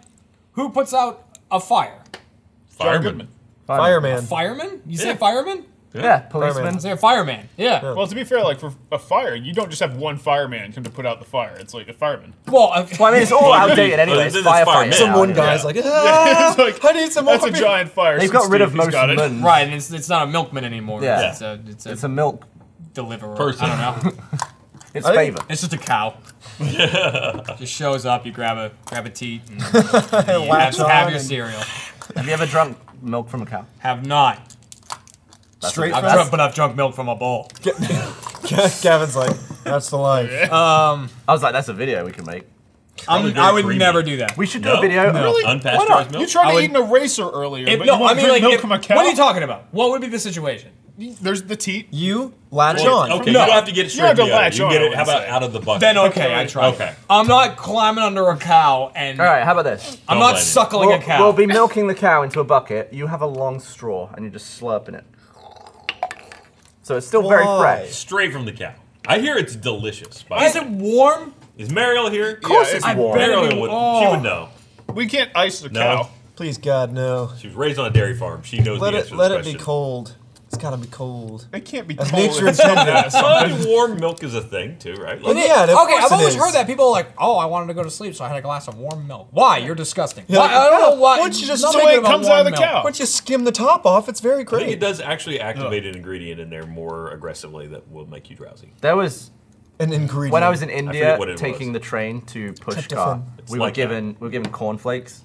[SPEAKER 6] who puts out a fire?
[SPEAKER 5] John
[SPEAKER 1] Fireman.
[SPEAKER 5] Goodman.
[SPEAKER 4] Fireman.
[SPEAKER 6] Fireman? You say
[SPEAKER 1] Yeah.
[SPEAKER 6] fireman?
[SPEAKER 3] Yeah, policeman.
[SPEAKER 4] Fireman.
[SPEAKER 6] Say a fireman. Yeah.
[SPEAKER 5] Well, to be fair, like for a fire, you don't just have one fireman come to put out the fire. It's like a fireman.
[SPEAKER 6] Well, I-
[SPEAKER 3] Well, I mean, it's all
[SPEAKER 1] Well,
[SPEAKER 3] outdated
[SPEAKER 1] then
[SPEAKER 3] anyway.
[SPEAKER 1] it's
[SPEAKER 3] It's firefirefighter.
[SPEAKER 1] firemen.
[SPEAKER 4] Some one
[SPEAKER 1] Yeah.
[SPEAKER 4] guy's like, ah,
[SPEAKER 5] (laughs) It's like,
[SPEAKER 4] I need some
[SPEAKER 5] That's
[SPEAKER 4] more.
[SPEAKER 5] a giant fire.
[SPEAKER 3] They've
[SPEAKER 5] since
[SPEAKER 3] got rid of
[SPEAKER 5] Steve has
[SPEAKER 3] most
[SPEAKER 5] got it.
[SPEAKER 3] men.
[SPEAKER 6] right, and it's, it's not a milkman anymore.
[SPEAKER 3] Yeah.
[SPEAKER 6] It's a, it's a
[SPEAKER 3] It's a milk.
[SPEAKER 6] deliverer.
[SPEAKER 1] Person.
[SPEAKER 6] I (laughs) don't know.
[SPEAKER 3] It's
[SPEAKER 4] I think-
[SPEAKER 3] favor.
[SPEAKER 6] It's just a cow. just shows up. You grab a grab a teat
[SPEAKER 4] (laughs)
[SPEAKER 6] and you have,
[SPEAKER 4] Latch
[SPEAKER 6] have
[SPEAKER 4] on
[SPEAKER 6] your
[SPEAKER 4] and-
[SPEAKER 6] cereal.
[SPEAKER 3] Have you ever drunk milk from a cow?
[SPEAKER 6] Have not.
[SPEAKER 4] Straight
[SPEAKER 6] I've
[SPEAKER 4] from-
[SPEAKER 6] drunk, but I've drunk milk from a bowl.
[SPEAKER 4] Gavin's like, that's the life.
[SPEAKER 3] I was like, that's a video we can make.
[SPEAKER 1] Probably
[SPEAKER 6] I'm,
[SPEAKER 1] very
[SPEAKER 6] I would
[SPEAKER 1] creamy.
[SPEAKER 6] never do that.
[SPEAKER 3] We should do
[SPEAKER 1] No?
[SPEAKER 3] a video.
[SPEAKER 1] No.
[SPEAKER 3] Really?
[SPEAKER 1] Unpasteurized
[SPEAKER 3] Why not?
[SPEAKER 1] milk?
[SPEAKER 5] You tried
[SPEAKER 6] I
[SPEAKER 5] to
[SPEAKER 6] would-
[SPEAKER 5] eat an eraser earlier,
[SPEAKER 6] If-
[SPEAKER 5] but
[SPEAKER 6] no,
[SPEAKER 5] you want
[SPEAKER 6] I mean,
[SPEAKER 5] to drink
[SPEAKER 6] like,
[SPEAKER 5] milk
[SPEAKER 6] if-
[SPEAKER 5] from a cow.
[SPEAKER 6] what are you talking about? What would be the situation?
[SPEAKER 5] There's the teat.
[SPEAKER 4] You latch
[SPEAKER 1] Well,
[SPEAKER 4] on.
[SPEAKER 1] Okay,
[SPEAKER 6] No.
[SPEAKER 1] you don't have to get it
[SPEAKER 5] You have
[SPEAKER 1] straight
[SPEAKER 5] to
[SPEAKER 1] to the other.
[SPEAKER 5] latch
[SPEAKER 1] You can get
[SPEAKER 5] on,
[SPEAKER 1] it, how
[SPEAKER 5] I would
[SPEAKER 1] about
[SPEAKER 5] say.
[SPEAKER 1] out of the bucket?
[SPEAKER 6] Then okay, I try.
[SPEAKER 1] Okay.
[SPEAKER 6] I'm not climbing under a cow and
[SPEAKER 3] All right. How about this?
[SPEAKER 6] I'm
[SPEAKER 1] Don't
[SPEAKER 6] not
[SPEAKER 1] blame you.
[SPEAKER 6] suckling
[SPEAKER 3] We'll,
[SPEAKER 6] a cow.
[SPEAKER 3] we'll be milking the cow into a bucket. You have a long straw and you're just slurping it. So it's still very
[SPEAKER 4] Why?
[SPEAKER 3] fresh.
[SPEAKER 1] Straight from the cow. I hear it's delicious. By
[SPEAKER 6] Is
[SPEAKER 1] the way.
[SPEAKER 6] it warm?
[SPEAKER 1] Is Mariel here?
[SPEAKER 5] Yeah, it's-
[SPEAKER 6] I
[SPEAKER 3] warm.
[SPEAKER 6] better
[SPEAKER 1] Mariel
[SPEAKER 6] be-
[SPEAKER 1] would. She
[SPEAKER 6] oh.
[SPEAKER 1] would know.
[SPEAKER 5] we can't ice the
[SPEAKER 1] No.
[SPEAKER 5] cow.
[SPEAKER 4] Please, God, no.
[SPEAKER 1] She was raised on a dairy farm. She knows
[SPEAKER 4] Let
[SPEAKER 1] the
[SPEAKER 4] it
[SPEAKER 1] answer
[SPEAKER 4] let
[SPEAKER 1] to
[SPEAKER 4] it
[SPEAKER 1] this
[SPEAKER 4] be
[SPEAKER 1] question. (laughs)
[SPEAKER 4] cold. It's gotta be cold.
[SPEAKER 5] It can't be
[SPEAKER 4] As
[SPEAKER 5] cold.
[SPEAKER 4] nature
[SPEAKER 5] (laughs) if it's
[SPEAKER 4] intended.
[SPEAKER 5] not that.
[SPEAKER 1] Well, warm milk is a thing too, right? Like,
[SPEAKER 4] Yeah, of
[SPEAKER 6] okay,
[SPEAKER 4] course
[SPEAKER 6] I've
[SPEAKER 4] it
[SPEAKER 6] always
[SPEAKER 4] is.
[SPEAKER 6] heard that people are like, oh, I wanted to go to sleep, so I had a glass of warm milk. Why? You're disgusting.
[SPEAKER 4] Yeah.
[SPEAKER 6] Why? I don't know
[SPEAKER 4] Yeah,
[SPEAKER 6] why.
[SPEAKER 4] why don't you just-
[SPEAKER 6] nothing
[SPEAKER 5] so it
[SPEAKER 6] good about
[SPEAKER 5] comes out
[SPEAKER 6] warm
[SPEAKER 5] of the
[SPEAKER 6] milk.
[SPEAKER 5] cow.
[SPEAKER 4] Once you skim the top off, it's very
[SPEAKER 1] I think it
[SPEAKER 4] great.
[SPEAKER 1] does actually activate an ingredient in there more aggressively that will make you drowsy.
[SPEAKER 3] There was
[SPEAKER 4] An ingredient.
[SPEAKER 3] when I was in India
[SPEAKER 1] what it
[SPEAKER 3] taking
[SPEAKER 1] was.
[SPEAKER 3] the train to Pushkar.
[SPEAKER 4] different.
[SPEAKER 1] It's
[SPEAKER 3] We were
[SPEAKER 1] like that.
[SPEAKER 3] given we were given cornflakes,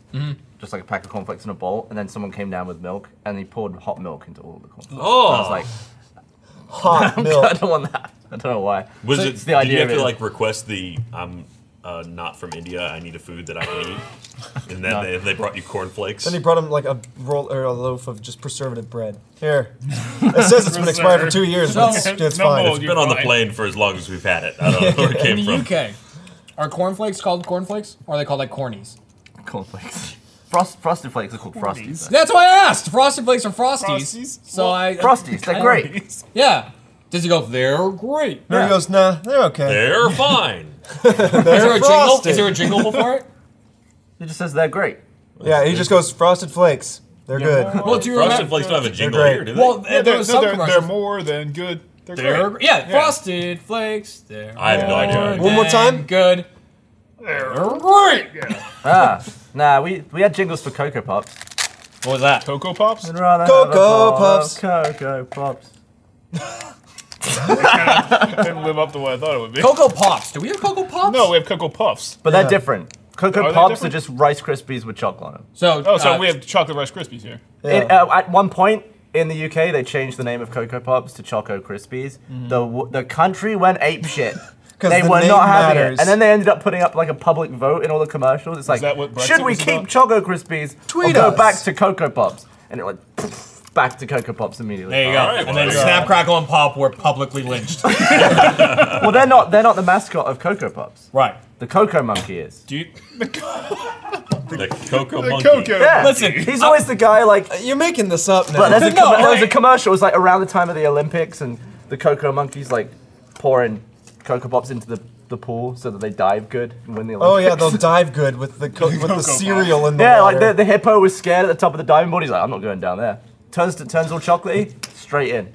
[SPEAKER 3] just like a pack of cornflakes in a bowl, and then someone came down with milk and he poured hot milk into all the cornflakes.
[SPEAKER 1] Oh,
[SPEAKER 3] I was like, (laughs)
[SPEAKER 4] hot
[SPEAKER 3] I
[SPEAKER 4] milk.
[SPEAKER 3] don't want that. I don't know why.
[SPEAKER 1] was
[SPEAKER 3] So
[SPEAKER 1] it?
[SPEAKER 3] it's
[SPEAKER 1] did you
[SPEAKER 3] of
[SPEAKER 1] have
[SPEAKER 3] it.
[SPEAKER 1] to like request the I'm uh, not from India. I need a food that I can eat, and then they, they brought you cornflakes.
[SPEAKER 4] Then he brought him like a roll or a loaf of just preservative bread. Here. It says it's been expired for two years, but it's, it's
[SPEAKER 5] No
[SPEAKER 4] fine.
[SPEAKER 5] mold.
[SPEAKER 1] It's been on the
[SPEAKER 5] You're
[SPEAKER 1] plane for as long as we've had it. I don't know where it
[SPEAKER 6] In
[SPEAKER 1] came
[SPEAKER 6] the
[SPEAKER 1] from.
[SPEAKER 6] UK, are cornflakes called cornflakes? Or are they called like cornies?
[SPEAKER 3] cornflakes. Frost, frosted flakes are called frosties. though.
[SPEAKER 6] That's why I asked. Frosted flakes are frosties.
[SPEAKER 5] Frosties?
[SPEAKER 6] So
[SPEAKER 5] Well-
[SPEAKER 6] I. uh,
[SPEAKER 3] Frosties, they're great.
[SPEAKER 5] It's
[SPEAKER 6] Yeah. Does he go? They're great.
[SPEAKER 4] There he goes, nah, they're okay.
[SPEAKER 1] They're fine.
[SPEAKER 6] Is there a jingle?
[SPEAKER 4] frosted.
[SPEAKER 6] Is there a jingle before
[SPEAKER 5] (laughs)
[SPEAKER 6] it?
[SPEAKER 3] It just says they're great.
[SPEAKER 4] Yeah, he just goes frosted flakes. They're good.
[SPEAKER 6] Well, do you
[SPEAKER 1] Frosted
[SPEAKER 6] remember?
[SPEAKER 1] flakes don't have a jingle
[SPEAKER 4] great.
[SPEAKER 1] here, do they?
[SPEAKER 6] Well, there, there
[SPEAKER 5] They're,
[SPEAKER 6] was some
[SPEAKER 5] they're, they're
[SPEAKER 6] commercials.
[SPEAKER 5] more than good. They're,
[SPEAKER 6] They're
[SPEAKER 5] great.
[SPEAKER 6] gr- yeah, frosted flakes. They're
[SPEAKER 1] I have no idea.
[SPEAKER 6] more
[SPEAKER 4] One more
[SPEAKER 6] than
[SPEAKER 4] time?
[SPEAKER 6] Good.
[SPEAKER 5] They're
[SPEAKER 6] They're great.
[SPEAKER 3] Ah, nah, we, we had jingles for Cocoa Pops.
[SPEAKER 6] What was that?
[SPEAKER 5] Cocoa Pops?
[SPEAKER 3] I'd rather have a
[SPEAKER 4] Cocoa
[SPEAKER 3] bowl of
[SPEAKER 4] Puffs.
[SPEAKER 3] Cocoa Pops.
[SPEAKER 5] didn't live up to what I thought it would be.
[SPEAKER 6] Cocoa Pops. Do we have Cocoa Pops?
[SPEAKER 5] No, we have Cocoa Puffs.
[SPEAKER 3] But
[SPEAKER 4] Yeah.
[SPEAKER 3] they're different. Cocoa
[SPEAKER 5] Are they
[SPEAKER 3] Pops
[SPEAKER 5] different?
[SPEAKER 3] are just Rice Krispies with chocolate on them.
[SPEAKER 6] So,
[SPEAKER 5] Oh, so
[SPEAKER 6] uh,
[SPEAKER 5] we have chocolate Rice Krispies here.
[SPEAKER 4] Yeah.
[SPEAKER 3] It, uh, at one point in the UK, they changed the name of Cocoa Pops to Choco Krispies. The The, the country went apeshit.
[SPEAKER 4] because
[SPEAKER 3] They
[SPEAKER 4] the
[SPEAKER 3] were
[SPEAKER 4] name
[SPEAKER 3] not having it,
[SPEAKER 4] matters.
[SPEAKER 3] and then they ended up putting up like a public vote in all the commercials. It's like,
[SPEAKER 5] that what Brexit
[SPEAKER 3] should we
[SPEAKER 5] was
[SPEAKER 3] keep
[SPEAKER 5] about?
[SPEAKER 3] Choco Krispies
[SPEAKER 4] Tweet
[SPEAKER 3] or go
[SPEAKER 4] us."
[SPEAKER 3] back to Cocoa Pops? And it went (laughs) pff, back to Cocoa Pops immediately.
[SPEAKER 6] There you go.
[SPEAKER 1] All right,
[SPEAKER 6] and
[SPEAKER 1] well,
[SPEAKER 6] then
[SPEAKER 1] there you
[SPEAKER 6] Snap, Crackle, and Pop were publicly lynched.
[SPEAKER 3] Well, they're not. They're not the mascot of Cocoa Pops.
[SPEAKER 6] right.
[SPEAKER 3] The Cocoa Monkey is.
[SPEAKER 6] Do you,
[SPEAKER 1] The Coco
[SPEAKER 5] The
[SPEAKER 1] Monkey.
[SPEAKER 5] Coco.
[SPEAKER 3] Yeah.
[SPEAKER 6] Listen,
[SPEAKER 3] he's always the guy like.
[SPEAKER 4] You're making this up now.
[SPEAKER 3] But there's a
[SPEAKER 6] No,
[SPEAKER 3] com- there was a
[SPEAKER 6] right.
[SPEAKER 3] commercial. It was like around the time of the Olympics, and the Cocoa Monkeys like pouring Cocoa Pops into the, the pool so that they dive good and win the
[SPEAKER 4] (laughs) oh
[SPEAKER 3] Olympics.
[SPEAKER 4] yeah, they'll dive good with the co- with the cereal in
[SPEAKER 3] (laughs)
[SPEAKER 4] the
[SPEAKER 3] yeah, like
[SPEAKER 4] water.
[SPEAKER 3] the, the hippo was scared at the top of the diving board. He's like, I'm not going down there. Turns to turns all chocolatey, straight in.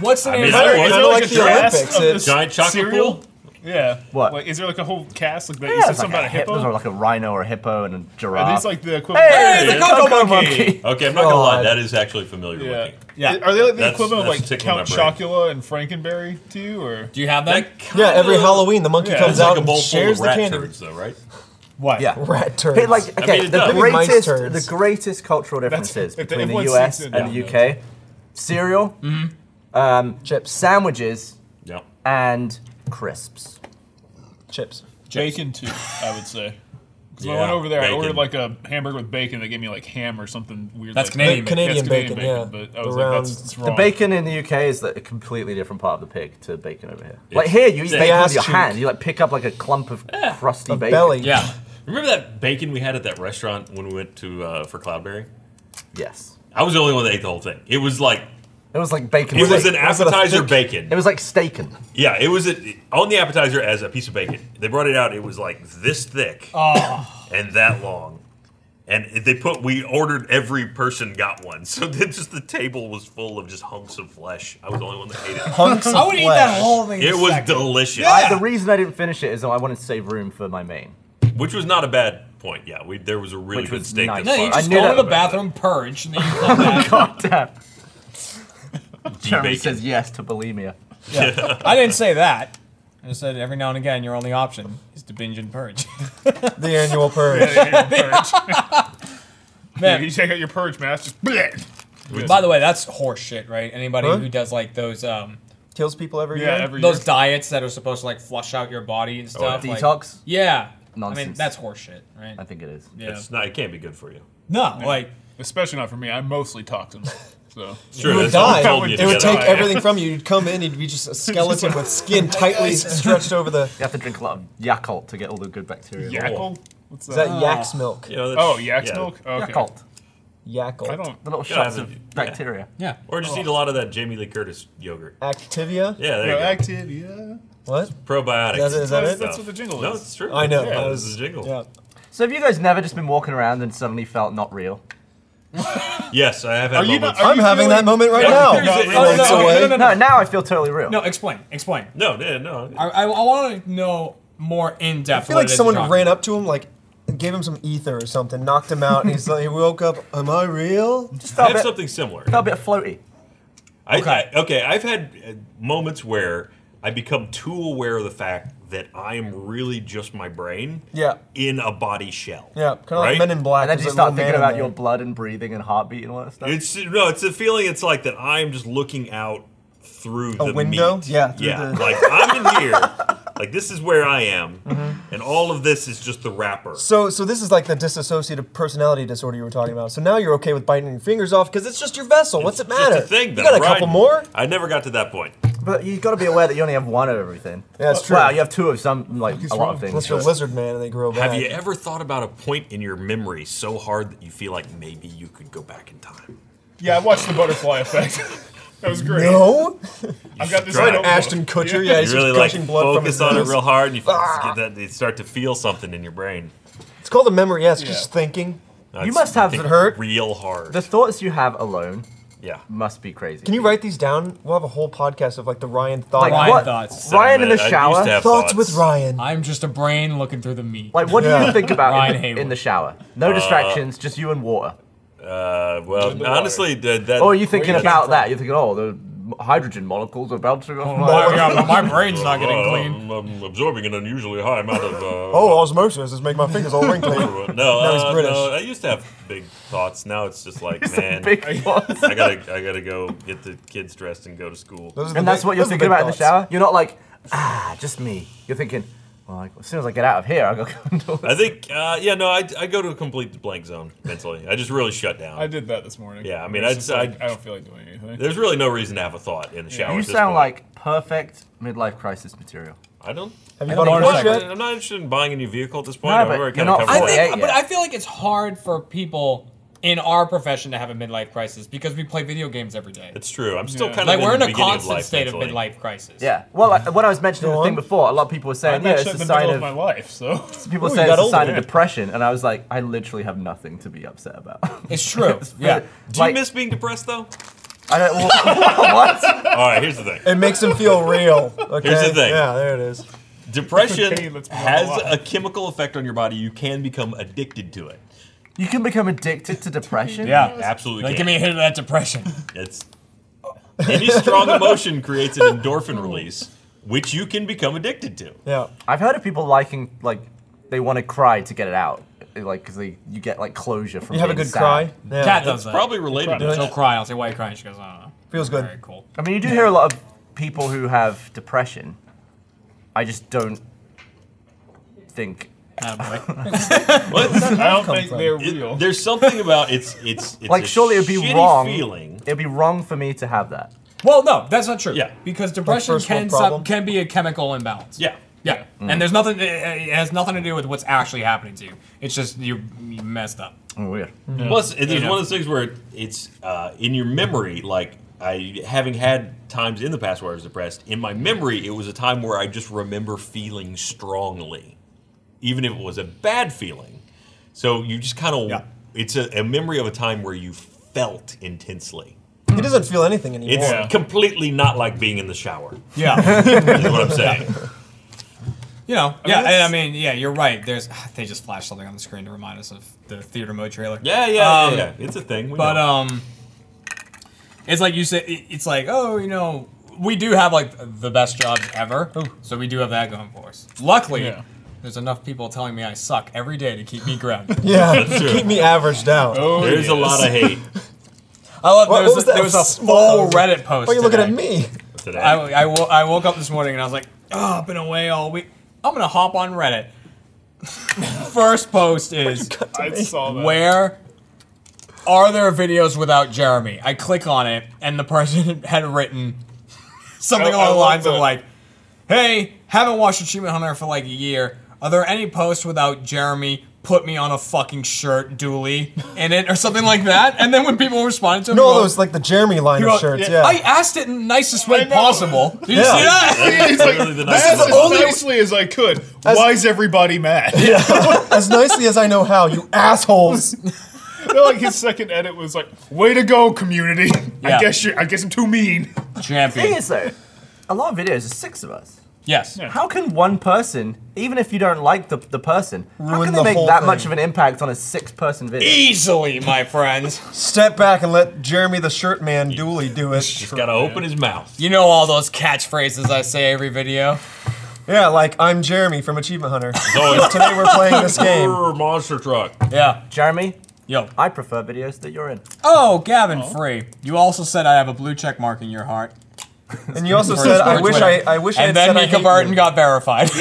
[SPEAKER 6] what's the name
[SPEAKER 1] mean,
[SPEAKER 6] of
[SPEAKER 1] I
[SPEAKER 6] it?
[SPEAKER 1] don't-
[SPEAKER 5] Is
[SPEAKER 1] I
[SPEAKER 5] there
[SPEAKER 1] don't
[SPEAKER 5] like
[SPEAKER 4] like the
[SPEAKER 5] a draft
[SPEAKER 4] Olympics,
[SPEAKER 5] of
[SPEAKER 4] it's-
[SPEAKER 5] this
[SPEAKER 1] Giant chocolate
[SPEAKER 5] cereal?
[SPEAKER 1] pool?
[SPEAKER 5] Yeah.
[SPEAKER 3] What?
[SPEAKER 5] Like, is there like a whole cast like that?
[SPEAKER 3] Yeah,
[SPEAKER 5] you said
[SPEAKER 3] it's like
[SPEAKER 5] something about a hippo?
[SPEAKER 3] Those are like a rhino or a hippo and a giraffe.
[SPEAKER 5] Are these like the equivalent?
[SPEAKER 3] hey,
[SPEAKER 6] Hey,
[SPEAKER 3] the
[SPEAKER 6] the
[SPEAKER 3] Cocoa,
[SPEAKER 6] Cocoa
[SPEAKER 3] Monkey.
[SPEAKER 6] Monkey.
[SPEAKER 1] Okay, I'm not gonna lie,
[SPEAKER 4] God.
[SPEAKER 1] that is actually familiar
[SPEAKER 5] Yeah.
[SPEAKER 1] looking.
[SPEAKER 6] Yeah.
[SPEAKER 5] Are they like the
[SPEAKER 1] That's-
[SPEAKER 5] equivalent
[SPEAKER 1] that's
[SPEAKER 5] of like
[SPEAKER 1] tickling my
[SPEAKER 5] Count
[SPEAKER 1] brain.
[SPEAKER 5] Chocula and Frankenberry to you, or
[SPEAKER 6] Do you have that?
[SPEAKER 1] That
[SPEAKER 4] yeah, every
[SPEAKER 1] kinda-
[SPEAKER 4] Halloween the monkey
[SPEAKER 5] Yeah,
[SPEAKER 4] comes
[SPEAKER 1] It's
[SPEAKER 4] out
[SPEAKER 1] like a bowl
[SPEAKER 4] and
[SPEAKER 1] full
[SPEAKER 4] shares
[SPEAKER 1] of
[SPEAKER 4] the
[SPEAKER 1] rat
[SPEAKER 4] candy.
[SPEAKER 1] turds, though, right?
[SPEAKER 6] What?
[SPEAKER 3] Yeah.
[SPEAKER 4] Rat turds.
[SPEAKER 3] Hey, like okay,
[SPEAKER 1] mean, it
[SPEAKER 3] the
[SPEAKER 1] does.
[SPEAKER 4] Maybe mice
[SPEAKER 3] greatest
[SPEAKER 4] turds.
[SPEAKER 3] the greatest cultural differences
[SPEAKER 5] if the-
[SPEAKER 3] between
[SPEAKER 5] if
[SPEAKER 3] the
[SPEAKER 5] one
[SPEAKER 3] US
[SPEAKER 5] sees
[SPEAKER 3] and
[SPEAKER 5] it,
[SPEAKER 3] the UK: cereal, um,
[SPEAKER 4] Chips.
[SPEAKER 3] sandwiches,
[SPEAKER 1] Yeah.
[SPEAKER 3] and crisps.
[SPEAKER 4] chips.
[SPEAKER 5] bacon too? I would say. Because when I
[SPEAKER 1] Yeah,
[SPEAKER 5] went over there,
[SPEAKER 1] bacon.
[SPEAKER 5] I ordered like a hamburger with bacon. They gave me like ham or something weird.
[SPEAKER 6] That's Canadian
[SPEAKER 5] like that.
[SPEAKER 4] bacon.
[SPEAKER 5] Yeah, it's
[SPEAKER 4] Canadian bacon,
[SPEAKER 5] But
[SPEAKER 4] yeah.
[SPEAKER 5] I was
[SPEAKER 4] The
[SPEAKER 5] like,
[SPEAKER 4] round-
[SPEAKER 5] that's, that's
[SPEAKER 3] The
[SPEAKER 5] wrong. (laughs)
[SPEAKER 3] bacon in the UK is like a completely different part of the pig to bacon over here. like
[SPEAKER 1] It's-
[SPEAKER 3] here, you eat
[SPEAKER 1] Yeah.
[SPEAKER 3] bacon with your
[SPEAKER 4] Ass cheek.
[SPEAKER 3] hand. You like pick up like a clump of crusty
[SPEAKER 4] A
[SPEAKER 3] bacon.
[SPEAKER 4] belly.
[SPEAKER 6] Yeah.
[SPEAKER 1] Remember that bacon we had at that restaurant when we went to uh, for Cloudberry?
[SPEAKER 3] Yes,
[SPEAKER 1] I was the only one that ate the whole thing. It was like
[SPEAKER 3] it was like bacon.
[SPEAKER 1] it was
[SPEAKER 3] steak.
[SPEAKER 1] an appetizer bacon.
[SPEAKER 3] It was like steakin.
[SPEAKER 1] Yeah, it was a, on the appetizer as a piece of bacon. They brought it out. It was like this thick and that long, and it- they put. We ordered every person got one, (laughs) so then just the table was full of just hunks of flesh. I was the only one that ate it.
[SPEAKER 4] Hunks
[SPEAKER 6] I
[SPEAKER 4] of
[SPEAKER 6] would eat
[SPEAKER 4] flesh.
[SPEAKER 6] that whole thing.
[SPEAKER 1] It was delicious,
[SPEAKER 3] I, the reason I didn't finish it is that I wanted to save room for my main.
[SPEAKER 1] which was not a bad point. Yeah, we there was a really
[SPEAKER 3] Which
[SPEAKER 1] good
[SPEAKER 3] was
[SPEAKER 1] steak.
[SPEAKER 3] nice.
[SPEAKER 6] No,
[SPEAKER 1] That
[SPEAKER 6] you
[SPEAKER 3] I
[SPEAKER 6] just
[SPEAKER 3] knew
[SPEAKER 6] go
[SPEAKER 3] that
[SPEAKER 6] to the
[SPEAKER 3] about
[SPEAKER 6] bathroom, purge, and then
[SPEAKER 1] (laughs)
[SPEAKER 6] you come
[SPEAKER 3] (laughs)
[SPEAKER 6] back.
[SPEAKER 3] God damn. Jeremy
[SPEAKER 1] bacon.
[SPEAKER 3] says yes to bulimia.
[SPEAKER 6] I didn't say that. I just said every now and again, your only option is to binge and purge.
[SPEAKER 4] The annual purge.
[SPEAKER 5] Yeah,
[SPEAKER 6] Man,
[SPEAKER 5] you take out your purge mask. Just bleh.
[SPEAKER 6] by the way, that's horse shit, right? Anybody
[SPEAKER 4] Huh?
[SPEAKER 6] who does like those um
[SPEAKER 4] Kills people every
[SPEAKER 5] Yeah,
[SPEAKER 4] year.
[SPEAKER 5] every
[SPEAKER 6] those
[SPEAKER 5] year.
[SPEAKER 6] diets that are supposed to like flush out your body and stuff. like-
[SPEAKER 3] Detox?
[SPEAKER 6] yeah. I mean,
[SPEAKER 3] Nonsense.
[SPEAKER 6] that's horse shit, right?
[SPEAKER 3] I think it is.
[SPEAKER 6] Yeah.
[SPEAKER 1] It's not. It can't be good for you.
[SPEAKER 6] No, like
[SPEAKER 5] Especially not for me. I'm mostly toxins. So
[SPEAKER 1] It's true.
[SPEAKER 4] You would
[SPEAKER 1] that's all
[SPEAKER 4] die.
[SPEAKER 1] we told you
[SPEAKER 4] It
[SPEAKER 1] to
[SPEAKER 4] would
[SPEAKER 1] get
[SPEAKER 4] take
[SPEAKER 1] out.
[SPEAKER 4] everything from you. You'd come in, you'd be just a skeleton with (laughs) skin tightly stretched over the.
[SPEAKER 3] You have to drink a lot of Yakult to get all the good bacteria.
[SPEAKER 5] Yackle? What's
[SPEAKER 4] Is
[SPEAKER 5] that?
[SPEAKER 4] that yak's milk?
[SPEAKER 1] You know, that's-
[SPEAKER 5] oh, yak's
[SPEAKER 1] yeah.
[SPEAKER 5] milk. Okay.
[SPEAKER 3] Yakult.
[SPEAKER 4] Yakult.
[SPEAKER 5] I don't.
[SPEAKER 3] The little
[SPEAKER 1] Yeah,
[SPEAKER 3] shots
[SPEAKER 1] but- yeah.
[SPEAKER 3] of bacteria.
[SPEAKER 6] yeah.
[SPEAKER 1] Or just eat a lot of that Jamie Lee Curtis yogurt.
[SPEAKER 4] Activia?
[SPEAKER 1] Yeah, there you
[SPEAKER 5] No,
[SPEAKER 1] go.
[SPEAKER 5] active. Yeah.
[SPEAKER 4] What?
[SPEAKER 1] Probiotics.
[SPEAKER 4] Is that- is that
[SPEAKER 1] and
[SPEAKER 4] it?
[SPEAKER 1] stuff.
[SPEAKER 5] That's what the jingle
[SPEAKER 1] No,
[SPEAKER 5] is.
[SPEAKER 1] it's true.
[SPEAKER 4] I know.
[SPEAKER 1] Yeah,
[SPEAKER 4] I
[SPEAKER 1] this
[SPEAKER 4] was-
[SPEAKER 1] is the jingle.
[SPEAKER 4] Yeah.
[SPEAKER 3] So have you guys never just been walking around and suddenly felt not real?
[SPEAKER 1] Yes, I have had
[SPEAKER 5] Are you
[SPEAKER 1] moments.
[SPEAKER 5] not- are
[SPEAKER 4] I'm
[SPEAKER 5] you
[SPEAKER 4] having that
[SPEAKER 5] feeling-
[SPEAKER 4] moment right
[SPEAKER 1] Yeah,
[SPEAKER 4] now.
[SPEAKER 1] there's a-
[SPEAKER 4] Floats
[SPEAKER 1] oh, no,
[SPEAKER 4] away.
[SPEAKER 6] no, no,
[SPEAKER 3] No, now I feel totally real.
[SPEAKER 6] No, explain, explain.
[SPEAKER 1] no, no, no.
[SPEAKER 6] I, I, want to know more in depth.
[SPEAKER 4] I feel like someone ran up to him, like, gave him some ether or something, knocked him out, and he's like, he woke up, am I real?
[SPEAKER 3] Just
[SPEAKER 1] I
[SPEAKER 3] felt a
[SPEAKER 1] have
[SPEAKER 3] bit,
[SPEAKER 1] something similar.
[SPEAKER 3] felt a bit floaty.
[SPEAKER 1] I,
[SPEAKER 6] Okay.
[SPEAKER 1] okay. I, okay, I've had uh, moments where I become too aware of the fact that I am really just my brain
[SPEAKER 4] Yeah.
[SPEAKER 1] in a body shell.
[SPEAKER 4] Yeah, kind of
[SPEAKER 1] Right?
[SPEAKER 4] like Men in Black.
[SPEAKER 3] And then
[SPEAKER 4] there's
[SPEAKER 3] you
[SPEAKER 4] a
[SPEAKER 3] start
[SPEAKER 4] little man
[SPEAKER 3] thinking
[SPEAKER 4] in
[SPEAKER 3] about
[SPEAKER 4] there.
[SPEAKER 3] your blood and breathing and heartbeat and all that stuff.
[SPEAKER 1] It's no, it's a feeling. It's like that I'm just looking out through the
[SPEAKER 4] window?
[SPEAKER 1] meat.
[SPEAKER 4] Yeah, through
[SPEAKER 1] yeah.
[SPEAKER 4] the-
[SPEAKER 1] Like I'm in here. Like this is where I am,
[SPEAKER 4] Mm-hmm.
[SPEAKER 1] and all of this is just the wrapper.
[SPEAKER 4] So, so this is like the dissociative personality disorder you were talking about. So now you're okay with biting your fingers off because it's just your vessel. What's it
[SPEAKER 1] It's just
[SPEAKER 4] matter?
[SPEAKER 1] a thing,
[SPEAKER 4] you
[SPEAKER 1] though,
[SPEAKER 4] got a
[SPEAKER 1] right?
[SPEAKER 4] couple more.
[SPEAKER 1] I never got to that point.
[SPEAKER 3] But you've got to be aware that you only have one of everything.
[SPEAKER 4] Yeah, it's true.
[SPEAKER 3] Wow, you have two of some, like, a lot of things.
[SPEAKER 4] Unless you're a lizard man and they grow back.
[SPEAKER 1] Have you ever thought about a point in your memory so hard that you feel like maybe you could go back in time?
[SPEAKER 5] Yeah, I watched the butterfly effect. (laughs) that was great.
[SPEAKER 4] No,
[SPEAKER 5] I've got this
[SPEAKER 1] Try it.
[SPEAKER 5] notebook.
[SPEAKER 4] Ashton Kutcher. Yeah, he's
[SPEAKER 1] you really
[SPEAKER 4] just
[SPEAKER 1] like
[SPEAKER 4] gushing blood from
[SPEAKER 1] focus
[SPEAKER 4] his
[SPEAKER 1] on
[SPEAKER 4] nose.
[SPEAKER 1] it real hard, and you
[SPEAKER 4] Ah.
[SPEAKER 1] get that you start to feel something in your brain.
[SPEAKER 4] It's called a memory. Yes, just
[SPEAKER 5] Yeah.
[SPEAKER 4] thinking.
[SPEAKER 1] That's-
[SPEAKER 3] You
[SPEAKER 1] (laughs)
[SPEAKER 3] must have-
[SPEAKER 1] think
[SPEAKER 4] Does it hurt?
[SPEAKER 1] real hard.
[SPEAKER 3] The thoughts you have alone
[SPEAKER 1] yeah,
[SPEAKER 3] must be crazy.
[SPEAKER 4] Can you write these down? We'll have a whole podcast of like the Ryan thought.
[SPEAKER 3] like,
[SPEAKER 6] Ryan
[SPEAKER 3] what?
[SPEAKER 6] thoughts.
[SPEAKER 3] Ryan in the
[SPEAKER 1] I- I used
[SPEAKER 3] shower?
[SPEAKER 1] to have
[SPEAKER 4] thoughts,
[SPEAKER 1] thoughts.
[SPEAKER 4] with Ryan.
[SPEAKER 6] I'm just a brain looking through the meat.
[SPEAKER 3] Like, what do you
[SPEAKER 4] Yeah.
[SPEAKER 1] (laughs)
[SPEAKER 3] think about
[SPEAKER 6] Ryan
[SPEAKER 3] in the, in
[SPEAKER 6] Hayward.
[SPEAKER 3] the shower? No distractions, just you and water.
[SPEAKER 1] Uh, well,
[SPEAKER 5] the
[SPEAKER 1] honestly, that, that
[SPEAKER 4] Oh,
[SPEAKER 3] Or are you thinking
[SPEAKER 1] Yes.
[SPEAKER 3] about that? You're thinking, oh, the m- hydrogen molecules are bouncing
[SPEAKER 1] Oh,
[SPEAKER 3] off my.
[SPEAKER 6] my, yeah, my brain's not getting
[SPEAKER 1] Uh,
[SPEAKER 6] clean.
[SPEAKER 1] I'm, I'm absorbing an unusually high amount of. Uh,
[SPEAKER 4] (laughs) Oh, osmosis is make my fingers all
[SPEAKER 1] (laughs)
[SPEAKER 4] wrinkly.
[SPEAKER 1] no,
[SPEAKER 4] (laughs)
[SPEAKER 1] no,
[SPEAKER 4] he's
[SPEAKER 1] uh,
[SPEAKER 4] British.
[SPEAKER 1] no, I used to have big thoughts. Now it's just like, man,
[SPEAKER 3] (laughs) Big thoughts.
[SPEAKER 1] I gotta, I gotta go get the kids dressed and go to school.
[SPEAKER 4] Those are the
[SPEAKER 3] And that's
[SPEAKER 4] big-
[SPEAKER 3] what you're
[SPEAKER 4] those are
[SPEAKER 3] thinking
[SPEAKER 4] big
[SPEAKER 3] about in the
[SPEAKER 4] thoughts.
[SPEAKER 3] shower? You're not like, ah, just me. You're thinking, well, like, as soon as I get out of here, I'll go go
[SPEAKER 1] I think, uh, yeah, no, I, I go to a complete blank zone mentally. I just really shut down.
[SPEAKER 5] I did that this morning.
[SPEAKER 1] Yeah, I mean,
[SPEAKER 5] It's
[SPEAKER 1] I'd-
[SPEAKER 5] just like,
[SPEAKER 1] I'd-
[SPEAKER 5] I don't feel like doing anything.
[SPEAKER 1] There's really no reason to have a thought in the shower.
[SPEAKER 3] You
[SPEAKER 1] at this
[SPEAKER 3] sound
[SPEAKER 1] point.
[SPEAKER 3] like perfect midlife crisis material.
[SPEAKER 1] I don't.
[SPEAKER 4] Have you
[SPEAKER 6] I
[SPEAKER 4] bought
[SPEAKER 6] don't
[SPEAKER 4] a Porsche
[SPEAKER 6] know.
[SPEAKER 4] yet?
[SPEAKER 1] I'm not interested in buying a new vehicle at this point.
[SPEAKER 3] No,
[SPEAKER 1] I've
[SPEAKER 3] but
[SPEAKER 1] already
[SPEAKER 3] you're
[SPEAKER 1] kinda
[SPEAKER 3] not
[SPEAKER 1] covered
[SPEAKER 6] I
[SPEAKER 1] all
[SPEAKER 3] fully-
[SPEAKER 1] that.
[SPEAKER 6] think, but I feel like it's hard for people in our profession to have a midlife crisis because we play video games every day.
[SPEAKER 1] It's true. I'm still
[SPEAKER 5] Yeah.
[SPEAKER 1] kind
[SPEAKER 6] Like
[SPEAKER 1] of
[SPEAKER 6] we're in
[SPEAKER 1] the
[SPEAKER 6] a
[SPEAKER 1] beginning
[SPEAKER 6] constant
[SPEAKER 1] life,
[SPEAKER 6] state of
[SPEAKER 1] mentally.
[SPEAKER 6] midlife crisis.
[SPEAKER 3] Yeah. Well, like, what I was mentioning
[SPEAKER 4] Go
[SPEAKER 3] the thing
[SPEAKER 4] on.
[SPEAKER 3] before, a lot of people were saying,
[SPEAKER 5] I'm
[SPEAKER 3] yeah,
[SPEAKER 5] actually
[SPEAKER 3] it's
[SPEAKER 5] in
[SPEAKER 3] a
[SPEAKER 5] the
[SPEAKER 3] sign
[SPEAKER 5] middle of
[SPEAKER 3] of
[SPEAKER 5] my life, Oh, so (laughs)
[SPEAKER 3] people
[SPEAKER 4] Ooh, you
[SPEAKER 3] say it's
[SPEAKER 4] got
[SPEAKER 3] a sign
[SPEAKER 4] older.
[SPEAKER 3] of depression, and I was like, I literally have nothing to be upset about. (laughs)
[SPEAKER 6] It's true. yeah.
[SPEAKER 1] Do
[SPEAKER 3] like,
[SPEAKER 1] you miss being depressed
[SPEAKER 3] (laughs)
[SPEAKER 1] though?
[SPEAKER 3] I don't. Well, what?
[SPEAKER 1] All right, here's the thing.
[SPEAKER 4] It makes him feel real.
[SPEAKER 1] (laughs)
[SPEAKER 4] Okay?
[SPEAKER 1] Here's the thing.
[SPEAKER 4] Yeah, there it is.
[SPEAKER 1] Depression
[SPEAKER 5] Okay, let's move on
[SPEAKER 1] has
[SPEAKER 5] to why.
[SPEAKER 1] a chemical effect on your body. You can become addicted to it.
[SPEAKER 3] You can become addicted to depression.
[SPEAKER 1] Absolutely.
[SPEAKER 6] Like,
[SPEAKER 1] can.
[SPEAKER 6] give me a hit of
[SPEAKER 4] (laughs)
[SPEAKER 6] that depression.
[SPEAKER 1] It's any strong emotion creates an endorphin release, which you can become addicted to.
[SPEAKER 4] Yeah.
[SPEAKER 3] I've heard of people liking like they want to cry to get it out, like because they you get like closure from.
[SPEAKER 4] You have a
[SPEAKER 3] being
[SPEAKER 4] good
[SPEAKER 3] sad.
[SPEAKER 4] cry. Yeah.
[SPEAKER 6] Cat
[SPEAKER 1] That's
[SPEAKER 6] does that.
[SPEAKER 1] probably related. to
[SPEAKER 5] Right.
[SPEAKER 6] She'll cry. I'll say, why are you crying? She goes, I don't know.
[SPEAKER 4] Feels good.
[SPEAKER 6] Very cool.
[SPEAKER 3] I mean, you do hear a lot of people who have depression. I just don't think.
[SPEAKER 6] Um, Attaboy.
[SPEAKER 1] But
[SPEAKER 5] I don't think
[SPEAKER 4] from?
[SPEAKER 5] they're
[SPEAKER 1] it-
[SPEAKER 5] real.
[SPEAKER 1] there's something about it's it's, it's
[SPEAKER 3] Like,
[SPEAKER 1] a
[SPEAKER 3] surely it'd be
[SPEAKER 1] shitty
[SPEAKER 3] wrong.
[SPEAKER 1] feeling.
[SPEAKER 3] It'd be wrong for me to have that.
[SPEAKER 6] (laughs) well, no, that's not true.
[SPEAKER 1] Yeah.
[SPEAKER 6] Because depression
[SPEAKER 4] first world
[SPEAKER 6] can
[SPEAKER 4] problem.
[SPEAKER 6] sub, can be a chemical imbalance.
[SPEAKER 1] Yeah.
[SPEAKER 6] Yeah. And there's nothing. It, it has nothing to do with what's actually happening to you. It's just you, you messed up.
[SPEAKER 3] Oh, weird.
[SPEAKER 1] Plus,
[SPEAKER 6] (laughs)
[SPEAKER 1] it- there's
[SPEAKER 6] Yeah.
[SPEAKER 1] one of those things where it, it's uh, in your memory. Like I, having had times in the past where I was depressed, in my memory, it was a time where I just remember feeling strongly, even if it was a bad feeling. So you just kind of,
[SPEAKER 6] Yeah.
[SPEAKER 1] it's a, a memory of a time where you felt intensely.
[SPEAKER 4] He doesn't feel anything anymore.
[SPEAKER 1] It's
[SPEAKER 5] Yeah.
[SPEAKER 1] completely not like being in the
[SPEAKER 6] (laughs)
[SPEAKER 1] shower.
[SPEAKER 6] Yeah.
[SPEAKER 1] Is what I'm saying.
[SPEAKER 6] You know,
[SPEAKER 5] mean,
[SPEAKER 6] yeah, and I
[SPEAKER 5] that's-
[SPEAKER 6] mean, yeah, you're right. There's (sighs) they just flashed something on the screen to remind us of the theater mode trailer.
[SPEAKER 1] Yeah, yeah, yeah,
[SPEAKER 6] Um,
[SPEAKER 1] yeah. It's a thing. We
[SPEAKER 6] But
[SPEAKER 1] know.
[SPEAKER 6] um, it's like you said. it- It's like oh, you know, we do have like the best jobs ever, so we do have that going for us. Luckily,
[SPEAKER 5] Yeah.
[SPEAKER 6] there's enough people telling me I suck every day to keep
[SPEAKER 4] (laughs)
[SPEAKER 6] me grounded.
[SPEAKER 4] yeah.
[SPEAKER 1] That's true.
[SPEAKER 4] Keep me averaged down.
[SPEAKER 5] Oh,
[SPEAKER 1] there's a
[SPEAKER 5] yes.
[SPEAKER 6] (laughs)
[SPEAKER 1] lot of hate
[SPEAKER 6] I love
[SPEAKER 4] What-
[SPEAKER 6] there was,
[SPEAKER 4] what was
[SPEAKER 6] a,
[SPEAKER 4] that
[SPEAKER 6] there was a
[SPEAKER 4] small-
[SPEAKER 6] full Reddit post.
[SPEAKER 4] Why are you looking
[SPEAKER 6] today.
[SPEAKER 4] at me?
[SPEAKER 1] today.
[SPEAKER 6] I, I, wo- I woke up this morning and I was like, oh, I've been away all week. I'm gonna hop on Reddit. (laughs) First
[SPEAKER 4] (laughs)
[SPEAKER 6] post is.
[SPEAKER 5] I saw that.
[SPEAKER 6] Where are there videos without Jeremy? I click on it, and the person (laughs) had written something
[SPEAKER 5] I- I
[SPEAKER 6] along the
[SPEAKER 5] love
[SPEAKER 6] lines of
[SPEAKER 5] that.
[SPEAKER 6] like, "Hey, haven't watched Achievement Hunter for like a year. Are there any posts without Jeremy?" Put me on a fucking shirt, Dooley, in it, or something like that. And then when people responded to him,
[SPEAKER 4] No,
[SPEAKER 6] they go,
[SPEAKER 4] those like the Jeremy line
[SPEAKER 6] they go,
[SPEAKER 4] of shirts. Yeah.
[SPEAKER 6] I asked it in the nicest way
[SPEAKER 5] I know.
[SPEAKER 6] possible. Did you
[SPEAKER 4] Yeah.
[SPEAKER 6] see that?
[SPEAKER 5] He's like,
[SPEAKER 1] Literally the
[SPEAKER 5] this
[SPEAKER 1] nicest
[SPEAKER 5] is as
[SPEAKER 1] of all.
[SPEAKER 5] nicely as I could. Why is everybody mad?
[SPEAKER 4] (laughs) as nicely as I know how, you assholes.
[SPEAKER 5] (laughs) They're like his second edit was like, "Way to go, community!
[SPEAKER 6] Yeah.
[SPEAKER 5] I guess you, I guess I'm too mean."
[SPEAKER 3] Thing
[SPEAKER 6] Champion.
[SPEAKER 3] is though, a lot of videos is six of us.
[SPEAKER 6] Yes.
[SPEAKER 3] How can one person, even if you don't like the, the person, how
[SPEAKER 4] Ruin
[SPEAKER 3] can they
[SPEAKER 4] the
[SPEAKER 3] make
[SPEAKER 4] whole
[SPEAKER 3] that
[SPEAKER 4] thing.
[SPEAKER 3] much of an impact on a six person video?
[SPEAKER 1] E-
[SPEAKER 6] Easily, my friends.
[SPEAKER 4] Step back and let Jeremy the shirt man Dooley do it.
[SPEAKER 1] He's got to open his mouth.
[SPEAKER 6] You know all those catchphrases I say every video.
[SPEAKER 4] Yeah, like I'm Jeremy from Achievement Hunter.
[SPEAKER 1] always-
[SPEAKER 6] (laughs)
[SPEAKER 4] Today we're playing this
[SPEAKER 1] (laughs)
[SPEAKER 4] game.
[SPEAKER 1] Brrr, Monster truck.
[SPEAKER 6] Yeah.
[SPEAKER 3] Jeremy,
[SPEAKER 6] Yo.
[SPEAKER 3] I prefer videos that you're in.
[SPEAKER 6] Oh, Gavin Free. You also said I have a blue check mark in your heart.
[SPEAKER 4] And you also
[SPEAKER 6] Or
[SPEAKER 4] said I
[SPEAKER 6] Twitter.
[SPEAKER 4] wish I I wish I had
[SPEAKER 6] And then
[SPEAKER 4] said I
[SPEAKER 6] Mika
[SPEAKER 4] hate
[SPEAKER 6] Barton
[SPEAKER 4] you.
[SPEAKER 6] got verified. (laughs)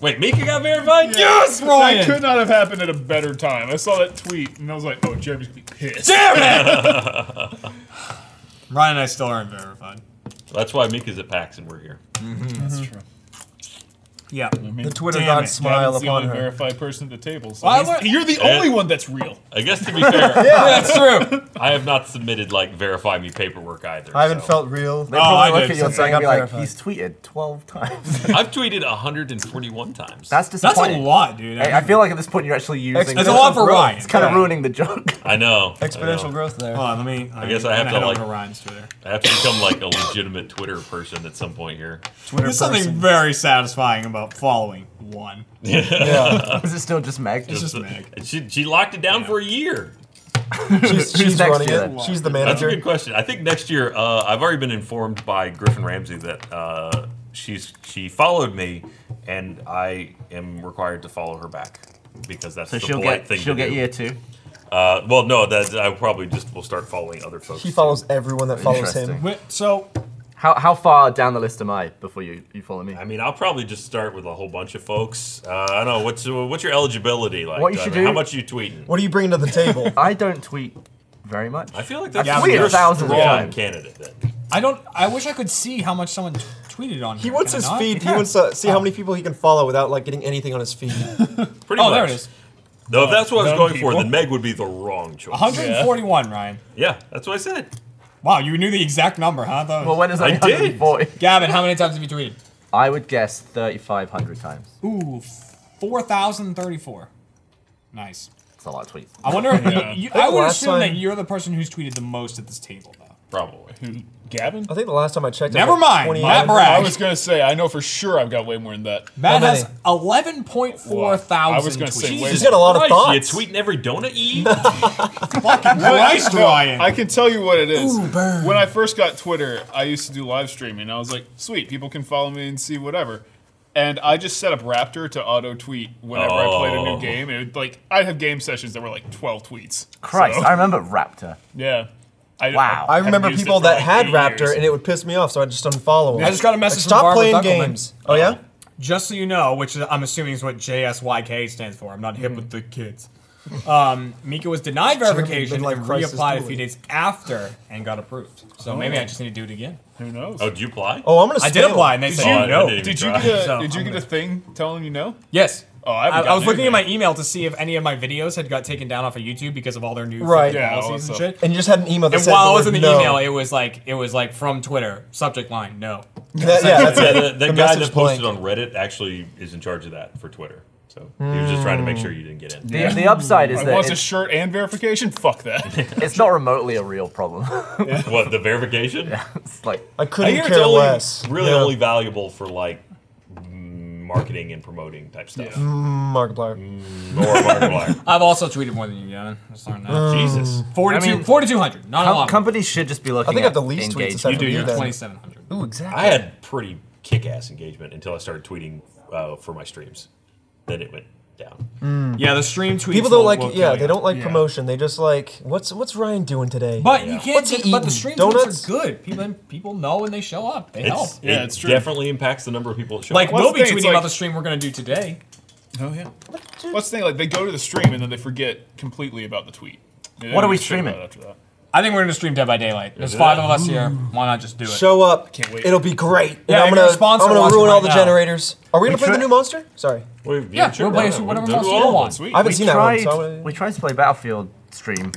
[SPEAKER 1] Wait, Mika got verified?
[SPEAKER 6] yes,
[SPEAKER 5] That could
[SPEAKER 6] Ryan!
[SPEAKER 5] not have happened at a better time. I saw that tweet and I was like, "Oh, Jeremy's gonna be pissed."
[SPEAKER 6] Damn
[SPEAKER 4] (laughs)
[SPEAKER 6] it! Ryan and I still aren't verified.
[SPEAKER 1] That's why Mika's at PAX and we're here.
[SPEAKER 5] That's true.
[SPEAKER 6] Yeah.
[SPEAKER 4] The Twitter
[SPEAKER 5] Damn
[SPEAKER 4] god
[SPEAKER 5] it,
[SPEAKER 4] smile
[SPEAKER 5] Gavin's the
[SPEAKER 4] upon
[SPEAKER 5] only
[SPEAKER 4] her.
[SPEAKER 5] verified person at the table. So
[SPEAKER 6] Why
[SPEAKER 5] he's-
[SPEAKER 6] would-
[SPEAKER 5] you're the
[SPEAKER 1] Yeah.
[SPEAKER 5] only one that's real.
[SPEAKER 1] I guess to
[SPEAKER 4] (laughs)
[SPEAKER 1] be fair,
[SPEAKER 6] That's true.
[SPEAKER 1] I have not submitted like verify me paperwork either.
[SPEAKER 4] I haven't
[SPEAKER 1] so.
[SPEAKER 4] felt real.
[SPEAKER 3] They probably
[SPEAKER 6] I
[SPEAKER 3] look
[SPEAKER 6] did.
[SPEAKER 3] at you and saying,
[SPEAKER 4] Something Oh, I
[SPEAKER 3] be like,
[SPEAKER 4] verified.
[SPEAKER 3] he's tweeted
[SPEAKER 1] (laughs)
[SPEAKER 3] 12 times.
[SPEAKER 1] I've tweeted 141 times.
[SPEAKER 3] That's
[SPEAKER 6] That's a
[SPEAKER 3] disappointing.
[SPEAKER 6] lot, dude.
[SPEAKER 3] I, I feel like at this point you're actually using.
[SPEAKER 6] That's a lot for
[SPEAKER 4] Exponential growth.
[SPEAKER 6] Ryan.
[SPEAKER 3] It's kind of ruining the joke.
[SPEAKER 1] I know. I know.
[SPEAKER 4] Exponential growth there.
[SPEAKER 6] Hold on, let me. I,
[SPEAKER 1] guess I have to, like-
[SPEAKER 6] over Ryan's Twitter.
[SPEAKER 1] I have to become like a legitimate Twitter person at some point here.
[SPEAKER 4] Twitter
[SPEAKER 6] There's something
[SPEAKER 4] person.
[SPEAKER 6] very satisfying about following one.
[SPEAKER 4] Yeah.
[SPEAKER 3] (laughs) Is it still just Meg?
[SPEAKER 6] It's just Meg.
[SPEAKER 1] She, she locked it down for a year.
[SPEAKER 3] Who's
[SPEAKER 4] She's, she's
[SPEAKER 3] next
[SPEAKER 4] running
[SPEAKER 3] year
[SPEAKER 4] it.
[SPEAKER 3] then?
[SPEAKER 4] She's the
[SPEAKER 1] That's a
[SPEAKER 4] manager.
[SPEAKER 1] good question. I think next year, uh, I've already been informed by Griffin Ramsey that uh, she's she followed me, and I am required to follow her back because that's
[SPEAKER 3] So
[SPEAKER 1] the
[SPEAKER 3] she'll
[SPEAKER 1] polite
[SPEAKER 3] get
[SPEAKER 1] thing
[SPEAKER 3] she'll
[SPEAKER 1] to
[SPEAKER 3] get
[SPEAKER 1] do.
[SPEAKER 3] year two.
[SPEAKER 1] Uh, well, no, that I probably just will start following other folks.
[SPEAKER 4] He follows everyone that follows
[SPEAKER 3] Interesting.
[SPEAKER 4] him.
[SPEAKER 6] Wait, So,
[SPEAKER 3] How, how far down the list am I before you, you follow me?
[SPEAKER 1] I mean, I'll probably just start with a whole bunch of folks. Uh, I don't know what's what's your eligibility like.
[SPEAKER 3] What you
[SPEAKER 1] I
[SPEAKER 3] should
[SPEAKER 1] mean, How
[SPEAKER 3] do-
[SPEAKER 1] much you tweeting?
[SPEAKER 4] What are you bringing to the table?
[SPEAKER 3] I don't tweet very much.
[SPEAKER 1] I feel like that's
[SPEAKER 3] Yeah,
[SPEAKER 1] a
[SPEAKER 3] we
[SPEAKER 1] you're
[SPEAKER 3] have thousands of
[SPEAKER 1] strong
[SPEAKER 3] times.
[SPEAKER 1] candidate. Then.
[SPEAKER 6] I don't. I wish I could see how much someone t- tweeted on.
[SPEAKER 4] he wants his feed. He wants to see how many people he can follow without like getting anything on his feed.
[SPEAKER 1] Pretty
[SPEAKER 6] Oh,
[SPEAKER 1] much.
[SPEAKER 6] there it is.
[SPEAKER 1] No, if that's what I was
[SPEAKER 5] Known
[SPEAKER 1] going for,
[SPEAKER 5] people.
[SPEAKER 1] then Meg would be the wrong choice.
[SPEAKER 6] 141, Ryan.
[SPEAKER 1] Yeah, that's what I said.
[SPEAKER 6] Wow, you knew the exact number, huh? That was-
[SPEAKER 3] well, when is
[SPEAKER 1] I
[SPEAKER 3] that?
[SPEAKER 1] did.
[SPEAKER 3] 140?
[SPEAKER 6] Gavin, how many times have you tweeted?
[SPEAKER 3] I would guess 3,500 times.
[SPEAKER 6] Ooh, 4,034. Nice.
[SPEAKER 3] That's a lot of tweets.
[SPEAKER 6] I (laughs) wonder if you, I would
[SPEAKER 4] Last
[SPEAKER 6] assume that
[SPEAKER 4] time-
[SPEAKER 6] you're the person who's tweeted the most at this table, though.
[SPEAKER 1] Probably.
[SPEAKER 5] Who, Gavin?
[SPEAKER 4] I think the last time I checked. it
[SPEAKER 6] Never
[SPEAKER 4] was, like,
[SPEAKER 6] mind,
[SPEAKER 4] 28.
[SPEAKER 6] Matt Bragg.
[SPEAKER 5] I was gonna say I know for sure I've got way more than that.
[SPEAKER 6] Matt
[SPEAKER 4] How
[SPEAKER 6] has
[SPEAKER 4] many?
[SPEAKER 6] 11.4
[SPEAKER 5] Wow.
[SPEAKER 6] thousand.
[SPEAKER 5] I was gonna say
[SPEAKER 6] tweets.
[SPEAKER 5] way
[SPEAKER 4] He's got a lot of
[SPEAKER 1] Christ,
[SPEAKER 4] thoughts.
[SPEAKER 1] you tweeting every donut you eat?
[SPEAKER 4] (laughs)
[SPEAKER 6] fucking Christ,
[SPEAKER 5] No,
[SPEAKER 6] Ryan.
[SPEAKER 5] (laughs) I can tell you what it is. When I first got Twitter, I used to do live streaming. I was like, sweet, people can follow me and see whatever. And I just set up Raptor to auto tweet whenever I played a
[SPEAKER 1] Oh.
[SPEAKER 5] new game. It would, like I'd have game sessions that were like 12 tweets.
[SPEAKER 3] Christ,
[SPEAKER 5] So,
[SPEAKER 3] I remember Raptor.
[SPEAKER 5] yeah. I,
[SPEAKER 3] Wow.
[SPEAKER 4] I
[SPEAKER 5] haven't
[SPEAKER 4] remember
[SPEAKER 5] used it
[SPEAKER 4] people
[SPEAKER 5] for,
[SPEAKER 4] that
[SPEAKER 5] like,
[SPEAKER 4] had
[SPEAKER 5] eight
[SPEAKER 4] Raptor
[SPEAKER 5] years.
[SPEAKER 4] and it would piss me off, so I just unfollow him.
[SPEAKER 6] I just got a
[SPEAKER 4] Like,
[SPEAKER 6] message from
[SPEAKER 4] stop
[SPEAKER 6] Barbara
[SPEAKER 4] playing
[SPEAKER 6] Duckelman.
[SPEAKER 4] games. Oh yeah.
[SPEAKER 6] Just so you know, which I'm assuming is what JSYK stands for. I'm not hip with the kids. Um, Mika was denied verification
[SPEAKER 4] midlife
[SPEAKER 6] and
[SPEAKER 4] crisis
[SPEAKER 6] reapplied a
[SPEAKER 4] dueling.
[SPEAKER 6] few days after and got approved. So maybe I just need to do it again.
[SPEAKER 5] Who knows?
[SPEAKER 1] oh, do you apply?
[SPEAKER 4] Oh, I'm gonna.
[SPEAKER 6] I did
[SPEAKER 4] spam.
[SPEAKER 6] apply and they said
[SPEAKER 1] you-
[SPEAKER 6] no.
[SPEAKER 1] didn't
[SPEAKER 5] Did you
[SPEAKER 1] even
[SPEAKER 5] get
[SPEAKER 1] try.
[SPEAKER 5] a
[SPEAKER 6] So,
[SPEAKER 5] Did you
[SPEAKER 6] I'm
[SPEAKER 5] get a thing telling you no?
[SPEAKER 6] Yes.
[SPEAKER 5] Oh, I
[SPEAKER 6] I,
[SPEAKER 5] haven't
[SPEAKER 6] I was
[SPEAKER 5] gotten
[SPEAKER 6] looking at my
[SPEAKER 5] anything.
[SPEAKER 6] email to see if any of my videos had got taken down off of YouTube because of all their new
[SPEAKER 4] Right.
[SPEAKER 6] fucking
[SPEAKER 5] Yeah,
[SPEAKER 6] policies and
[SPEAKER 5] also.
[SPEAKER 6] shit.
[SPEAKER 4] And you just had an email that
[SPEAKER 6] And
[SPEAKER 4] said
[SPEAKER 6] while I
[SPEAKER 4] the
[SPEAKER 6] was in
[SPEAKER 4] word
[SPEAKER 6] the
[SPEAKER 4] no.
[SPEAKER 6] email, it was like it was like from Twitter, subject line, no.
[SPEAKER 4] That- yeah, that's
[SPEAKER 1] yeah,
[SPEAKER 4] (laughs) it.
[SPEAKER 1] that,
[SPEAKER 4] The
[SPEAKER 1] that guy
[SPEAKER 4] message
[SPEAKER 1] that posted
[SPEAKER 4] blank.
[SPEAKER 1] on Reddit actually is in charge of that for Twitter. So he was just trying to
[SPEAKER 4] Hmm.
[SPEAKER 1] make sure you didn't get in.
[SPEAKER 3] The, the upside is
[SPEAKER 5] I
[SPEAKER 3] that
[SPEAKER 5] want a
[SPEAKER 3] it's,
[SPEAKER 5] shirt and verification.
[SPEAKER 3] (laughs)
[SPEAKER 5] Fuck that.
[SPEAKER 3] it's not remotely a real problem. (laughs)
[SPEAKER 1] What the verification?
[SPEAKER 3] it's like,
[SPEAKER 4] I
[SPEAKER 1] I
[SPEAKER 4] couldn't
[SPEAKER 1] hear it's
[SPEAKER 4] care
[SPEAKER 1] only
[SPEAKER 4] less.
[SPEAKER 1] really
[SPEAKER 4] yeah.
[SPEAKER 1] only valuable for like mm, marketing and promoting type stuff.
[SPEAKER 4] Markiplier.
[SPEAKER 1] Or Markiplier.
[SPEAKER 6] I've also tweeted more than you, Gavin. Just learned that.
[SPEAKER 4] Uh, Mm.
[SPEAKER 1] Jesus.
[SPEAKER 6] 42
[SPEAKER 3] I mean-
[SPEAKER 6] 4,200. Not a
[SPEAKER 3] com-
[SPEAKER 6] lot.
[SPEAKER 3] companies should just be looking
[SPEAKER 4] I think I
[SPEAKER 3] at
[SPEAKER 4] have the least
[SPEAKER 3] engagement.
[SPEAKER 4] tweets aside from you.
[SPEAKER 6] You're
[SPEAKER 4] Then.
[SPEAKER 6] 2,700.
[SPEAKER 4] Ooh, exactly.
[SPEAKER 1] I had pretty kick-ass engagement until I started tweeting uh, for my streams. Then it went down.
[SPEAKER 6] Oh, Yeah, the stream tweets.
[SPEAKER 4] People don't
[SPEAKER 6] will-
[SPEAKER 4] like.
[SPEAKER 6] will
[SPEAKER 4] Yeah,
[SPEAKER 6] kill
[SPEAKER 4] they
[SPEAKER 6] you.
[SPEAKER 4] don't like
[SPEAKER 5] Yeah.
[SPEAKER 4] promotion. They just like, what's what's Ryan doing today?
[SPEAKER 6] But
[SPEAKER 1] Yeah.
[SPEAKER 6] you can't.
[SPEAKER 4] What's he
[SPEAKER 6] get- but the
[SPEAKER 4] eating?
[SPEAKER 6] stream
[SPEAKER 4] Donuts?
[SPEAKER 6] tweets are good. People people know when they show up. They help.
[SPEAKER 1] It's,
[SPEAKER 5] Yeah,
[SPEAKER 1] it
[SPEAKER 5] it's true.
[SPEAKER 1] definitely impacts the number of people that show
[SPEAKER 6] Like
[SPEAKER 1] up.
[SPEAKER 5] What's
[SPEAKER 6] we'll
[SPEAKER 5] the
[SPEAKER 6] be
[SPEAKER 5] thing,
[SPEAKER 6] tweeting
[SPEAKER 5] it's
[SPEAKER 6] about
[SPEAKER 5] like-
[SPEAKER 6] the stream we're gonna do today.
[SPEAKER 5] oh yeah. What's the thing? Like they go to the stream and then they forget completely about the tweet. They
[SPEAKER 3] What are
[SPEAKER 5] don't
[SPEAKER 3] we
[SPEAKER 5] give a shit about
[SPEAKER 3] streaming?
[SPEAKER 5] it After that.
[SPEAKER 6] I think we're gonna stream Dead by Daylight. There's
[SPEAKER 1] Yeah.
[SPEAKER 6] five of us here. Why not just do it?
[SPEAKER 4] Show up.
[SPEAKER 5] Can't wait.
[SPEAKER 4] It'll be great. And
[SPEAKER 6] Yeah,
[SPEAKER 4] I'm
[SPEAKER 6] if
[SPEAKER 4] gonna,
[SPEAKER 6] you're a sponsor,
[SPEAKER 4] I'm gonna
[SPEAKER 6] watch it
[SPEAKER 4] ruin all
[SPEAKER 6] right
[SPEAKER 4] the
[SPEAKER 6] now.
[SPEAKER 4] generators. Are we gonna
[SPEAKER 3] We
[SPEAKER 4] play the
[SPEAKER 3] try-
[SPEAKER 4] new monster? Sorry,
[SPEAKER 1] We've-
[SPEAKER 6] Yeah, we'll play
[SPEAKER 1] done it.
[SPEAKER 6] whatever
[SPEAKER 1] We've done
[SPEAKER 6] else you
[SPEAKER 1] all of
[SPEAKER 6] want.
[SPEAKER 1] it.
[SPEAKER 5] Sweet.
[SPEAKER 4] I haven't
[SPEAKER 3] We
[SPEAKER 4] seen that one.
[SPEAKER 3] tried,
[SPEAKER 4] So I wanna-
[SPEAKER 3] we tried to play Battlefield stream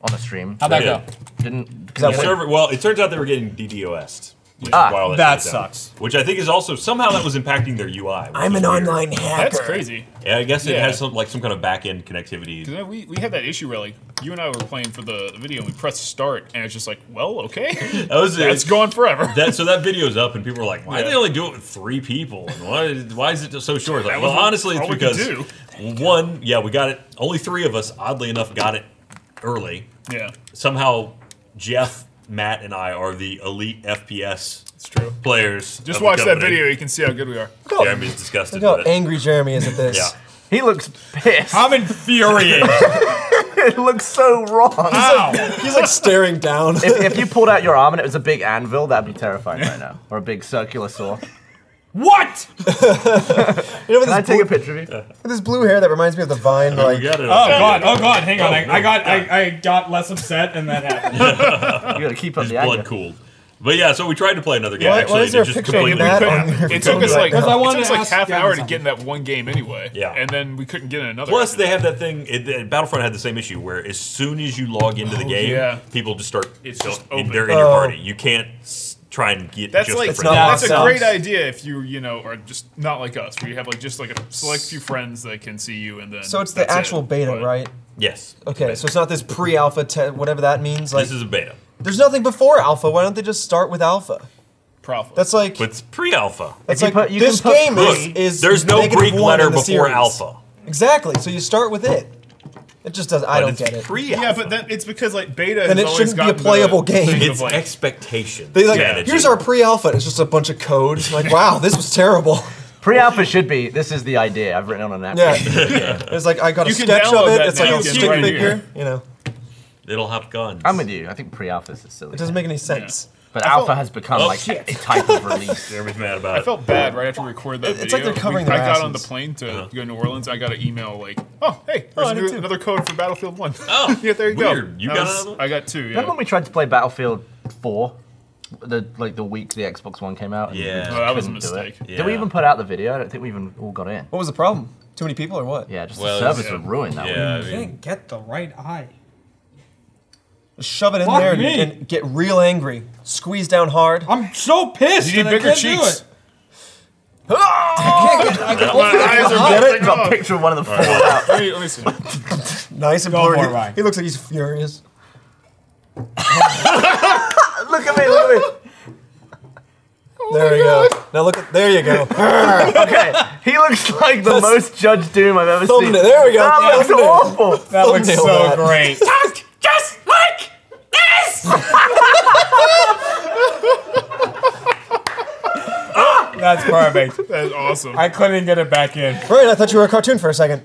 [SPEAKER 3] on a stream.
[SPEAKER 6] How'd that
[SPEAKER 1] Yeah.
[SPEAKER 6] go?
[SPEAKER 3] Didn't.
[SPEAKER 4] that
[SPEAKER 1] The
[SPEAKER 4] what-
[SPEAKER 1] server- well, it turns out they were getting DDoS. Which
[SPEAKER 3] Ah,
[SPEAKER 1] is why all that,
[SPEAKER 6] that
[SPEAKER 1] shut down.
[SPEAKER 6] sucks.
[SPEAKER 1] Which I think is also somehow that was impacting their UI. which
[SPEAKER 4] I'm
[SPEAKER 1] is
[SPEAKER 4] an
[SPEAKER 1] weird.
[SPEAKER 4] online hacker.
[SPEAKER 5] That's crazy.
[SPEAKER 1] Yeah, I guess it
[SPEAKER 5] Yeah.
[SPEAKER 1] has some like some kind of back end connectivity.
[SPEAKER 5] Because we, we had that issue really. You and I were playing for the video and we pressed start and it's just like, well, okay. (laughs)
[SPEAKER 1] That was
[SPEAKER 5] It's gone forever.
[SPEAKER 1] That so that video's up and people are like, why did
[SPEAKER 5] Yeah.
[SPEAKER 1] they only do it with three people? And why why is it just so short? It's Like,
[SPEAKER 5] That
[SPEAKER 1] well,
[SPEAKER 5] was what-
[SPEAKER 1] honestly, it's
[SPEAKER 5] all we
[SPEAKER 1] because
[SPEAKER 5] could
[SPEAKER 1] one, yeah, we got it. Only three of us, oddly enough, got it early.
[SPEAKER 5] yeah,
[SPEAKER 1] Somehow, Jeff, Matt, and I are the elite FPS
[SPEAKER 5] it's true.
[SPEAKER 1] players. of
[SPEAKER 5] Just
[SPEAKER 1] the
[SPEAKER 5] watch that
[SPEAKER 1] company.
[SPEAKER 5] video. You can see how good we are.
[SPEAKER 4] Look how-
[SPEAKER 1] Jeremy's disgusted
[SPEAKER 4] Look
[SPEAKER 1] (laughs)
[SPEAKER 4] how
[SPEAKER 1] with it.
[SPEAKER 4] angry Jeremy is at this.
[SPEAKER 1] Yeah.
[SPEAKER 3] He looks pissed.
[SPEAKER 6] I'm
[SPEAKER 3] (laughs)
[SPEAKER 6] infuriated.
[SPEAKER 3] it looks so wrong.
[SPEAKER 6] Ow.
[SPEAKER 4] He's like staring (laughs) down.
[SPEAKER 3] if, if you pulled out your arm and it was a big anvil, that'd be terrifying right now. Or a big circular saw. Can
[SPEAKER 6] What?
[SPEAKER 4] You know, with
[SPEAKER 3] I
[SPEAKER 4] this,
[SPEAKER 3] take a picture of you?
[SPEAKER 4] with this blue hair that reminds me of the vine.
[SPEAKER 1] We
[SPEAKER 4] Like,
[SPEAKER 1] got it.
[SPEAKER 6] Oh god, oh god, hang on. I, I got I, I got less upset and that happened.
[SPEAKER 3] You gotta keep up
[SPEAKER 1] His
[SPEAKER 3] the
[SPEAKER 1] blood
[SPEAKER 3] anger.
[SPEAKER 1] cooled. But yeah, so we tried to play another game
[SPEAKER 4] Why- why
[SPEAKER 1] actually,
[SPEAKER 4] is there
[SPEAKER 1] and it
[SPEAKER 4] a
[SPEAKER 1] just
[SPEAKER 4] picture of
[SPEAKER 1] completely
[SPEAKER 4] that
[SPEAKER 1] failed.
[SPEAKER 4] on your
[SPEAKER 5] It took us like,
[SPEAKER 4] Because I
[SPEAKER 5] it
[SPEAKER 6] wanted
[SPEAKER 5] took us
[SPEAKER 6] to
[SPEAKER 5] like
[SPEAKER 6] ask
[SPEAKER 5] half an
[SPEAKER 6] Gavin
[SPEAKER 5] hour to
[SPEAKER 6] something.
[SPEAKER 5] get in that one game anyway.
[SPEAKER 1] Yeah.
[SPEAKER 5] And then we couldn't get in another.
[SPEAKER 1] Plus, they have that thing. It, uh, Battlefront had the same issue where as soon as you log into the game,
[SPEAKER 5] Oh, yeah.
[SPEAKER 1] people just start.
[SPEAKER 5] It's
[SPEAKER 1] so-
[SPEAKER 5] just
[SPEAKER 1] and
[SPEAKER 5] open.
[SPEAKER 1] They're in your
[SPEAKER 4] Oh.
[SPEAKER 1] party. You can't s- try and get
[SPEAKER 5] That's
[SPEAKER 1] just
[SPEAKER 5] like
[SPEAKER 1] the
[SPEAKER 4] It's
[SPEAKER 1] friends.
[SPEAKER 4] not-
[SPEAKER 5] that's a
[SPEAKER 4] Sounds-
[SPEAKER 5] great idea if you you know are just not like us where you have like just like a select few friends that can see you and then
[SPEAKER 4] so it's the
[SPEAKER 5] that's it.
[SPEAKER 4] actual beta,
[SPEAKER 5] But-
[SPEAKER 4] right?
[SPEAKER 1] Yes.
[SPEAKER 4] Okay, so it's not this pre-alpha, te- whatever that means. Like,
[SPEAKER 1] this is a beta,
[SPEAKER 4] there's nothing before alpha. Why don't they just start with alpha?
[SPEAKER 5] Profit.
[SPEAKER 4] That's like,
[SPEAKER 1] but it's pre-alpha.
[SPEAKER 4] that's
[SPEAKER 3] you
[SPEAKER 4] like
[SPEAKER 3] put- you
[SPEAKER 4] this
[SPEAKER 3] can put
[SPEAKER 4] game is,
[SPEAKER 1] Look,
[SPEAKER 4] is
[SPEAKER 1] there's no
[SPEAKER 4] negative
[SPEAKER 1] Greek
[SPEAKER 4] one in
[SPEAKER 1] letter
[SPEAKER 4] the
[SPEAKER 1] before
[SPEAKER 4] series.
[SPEAKER 1] alpha.
[SPEAKER 4] Exactly. So you start with it. It just does. I
[SPEAKER 1] but
[SPEAKER 4] don't
[SPEAKER 1] it's
[SPEAKER 4] get it.
[SPEAKER 1] Pre-alpha.
[SPEAKER 5] yeah, but that, it's because like beta.
[SPEAKER 4] Then
[SPEAKER 5] has
[SPEAKER 4] it
[SPEAKER 5] always
[SPEAKER 4] shouldn't be a
[SPEAKER 5] gotten the
[SPEAKER 4] playable
[SPEAKER 5] thing
[SPEAKER 4] game.
[SPEAKER 5] of,
[SPEAKER 1] it's
[SPEAKER 5] like,
[SPEAKER 1] expectations.
[SPEAKER 4] they like,
[SPEAKER 1] strategy.
[SPEAKER 4] here's our pre-alpha. It's just a bunch of code. Like, wow, this was terrible. (laughs)
[SPEAKER 3] Pre-alpha should be, this is the idea. I've written it on a napkin.
[SPEAKER 4] Yeah. It's like I got a
[SPEAKER 5] You can
[SPEAKER 4] sketch of
[SPEAKER 5] download
[SPEAKER 4] it.
[SPEAKER 5] that
[SPEAKER 4] It's like
[SPEAKER 5] now,
[SPEAKER 4] a
[SPEAKER 5] it's
[SPEAKER 4] stick
[SPEAKER 5] right
[SPEAKER 4] figure.
[SPEAKER 5] here.
[SPEAKER 4] You know,
[SPEAKER 1] It'll have guns.
[SPEAKER 3] I'm with you. I think pre-alpha is silly.
[SPEAKER 4] it doesn't make any sense.
[SPEAKER 3] But
[SPEAKER 5] I
[SPEAKER 3] Alpha
[SPEAKER 5] felt-
[SPEAKER 3] has become
[SPEAKER 1] Oh,
[SPEAKER 3] like a type
[SPEAKER 1] (laughs)
[SPEAKER 3] of release.
[SPEAKER 1] Jeremy's mad about
[SPEAKER 5] I
[SPEAKER 1] it.
[SPEAKER 5] felt bad right after we recorded that
[SPEAKER 4] It's like
[SPEAKER 5] video.
[SPEAKER 4] they're covering
[SPEAKER 5] we, I
[SPEAKER 4] their
[SPEAKER 5] got on the
[SPEAKER 4] asses.
[SPEAKER 5] plane to go to New Orleans. I got an email like, "Oh, hey, there's
[SPEAKER 4] I
[SPEAKER 5] a
[SPEAKER 4] did
[SPEAKER 5] new-
[SPEAKER 4] too.
[SPEAKER 5] another code for Battlefield One."
[SPEAKER 1] Oh,
[SPEAKER 5] (laughs) yeah, there you
[SPEAKER 1] weird.
[SPEAKER 5] go.
[SPEAKER 1] You
[SPEAKER 5] That
[SPEAKER 1] got
[SPEAKER 5] was-
[SPEAKER 1] another one?
[SPEAKER 5] I got two. Yeah.
[SPEAKER 3] Remember when we tried to play Battlefield 4? The like the week the Xbox One came out. and we
[SPEAKER 1] Yeah.
[SPEAKER 3] just
[SPEAKER 1] Oh,
[SPEAKER 5] that was a
[SPEAKER 3] couldn't do it.
[SPEAKER 5] mistake.
[SPEAKER 3] Did we
[SPEAKER 1] Yeah.
[SPEAKER 3] even put out the video? I don't think we even all got in.
[SPEAKER 4] What was the problem? Too many people or what?
[SPEAKER 3] Yeah, just
[SPEAKER 1] Well,
[SPEAKER 3] the servers
[SPEAKER 5] yeah.
[SPEAKER 3] were ruined that
[SPEAKER 1] yeah, I
[SPEAKER 3] week.
[SPEAKER 1] mean,
[SPEAKER 7] Didn't get the right eye.
[SPEAKER 4] Just shove it in
[SPEAKER 7] Fuck
[SPEAKER 4] there and,
[SPEAKER 7] me.
[SPEAKER 4] and get real angry. Squeeze down hard.
[SPEAKER 7] I'm so pissed.
[SPEAKER 5] You need
[SPEAKER 7] that
[SPEAKER 5] bigger
[SPEAKER 7] I can't
[SPEAKER 5] (laughs) cheeks. Ah!
[SPEAKER 7] Do it.
[SPEAKER 5] eyes are
[SPEAKER 4] Get it?
[SPEAKER 5] melting
[SPEAKER 3] Got
[SPEAKER 5] off.
[SPEAKER 3] a picture of one of the four.
[SPEAKER 5] Let me, let me see.
[SPEAKER 4] Nice and
[SPEAKER 7] Go
[SPEAKER 4] blurry.
[SPEAKER 7] for it, Ryan.
[SPEAKER 4] He looks like he's furious.
[SPEAKER 3] look at me, look at me.
[SPEAKER 4] there you go. Now look at. There you (laughs) go.
[SPEAKER 3] Okay, he looks (laughs) like the most Judge Doom I've ever seen.
[SPEAKER 4] Thumbnail. There we go.
[SPEAKER 3] That
[SPEAKER 4] Yeah,
[SPEAKER 3] looks
[SPEAKER 4] thumbnail.
[SPEAKER 3] awful.
[SPEAKER 4] (laughs)
[SPEAKER 6] That looks
[SPEAKER 4] Thumbnail
[SPEAKER 6] so
[SPEAKER 4] Oh, that.
[SPEAKER 6] great.
[SPEAKER 1] just like this.
[SPEAKER 6] That's perfect.
[SPEAKER 5] That is awesome.
[SPEAKER 6] I couldn't get it back in.
[SPEAKER 4] Right. I thought you were a cartoon for a second.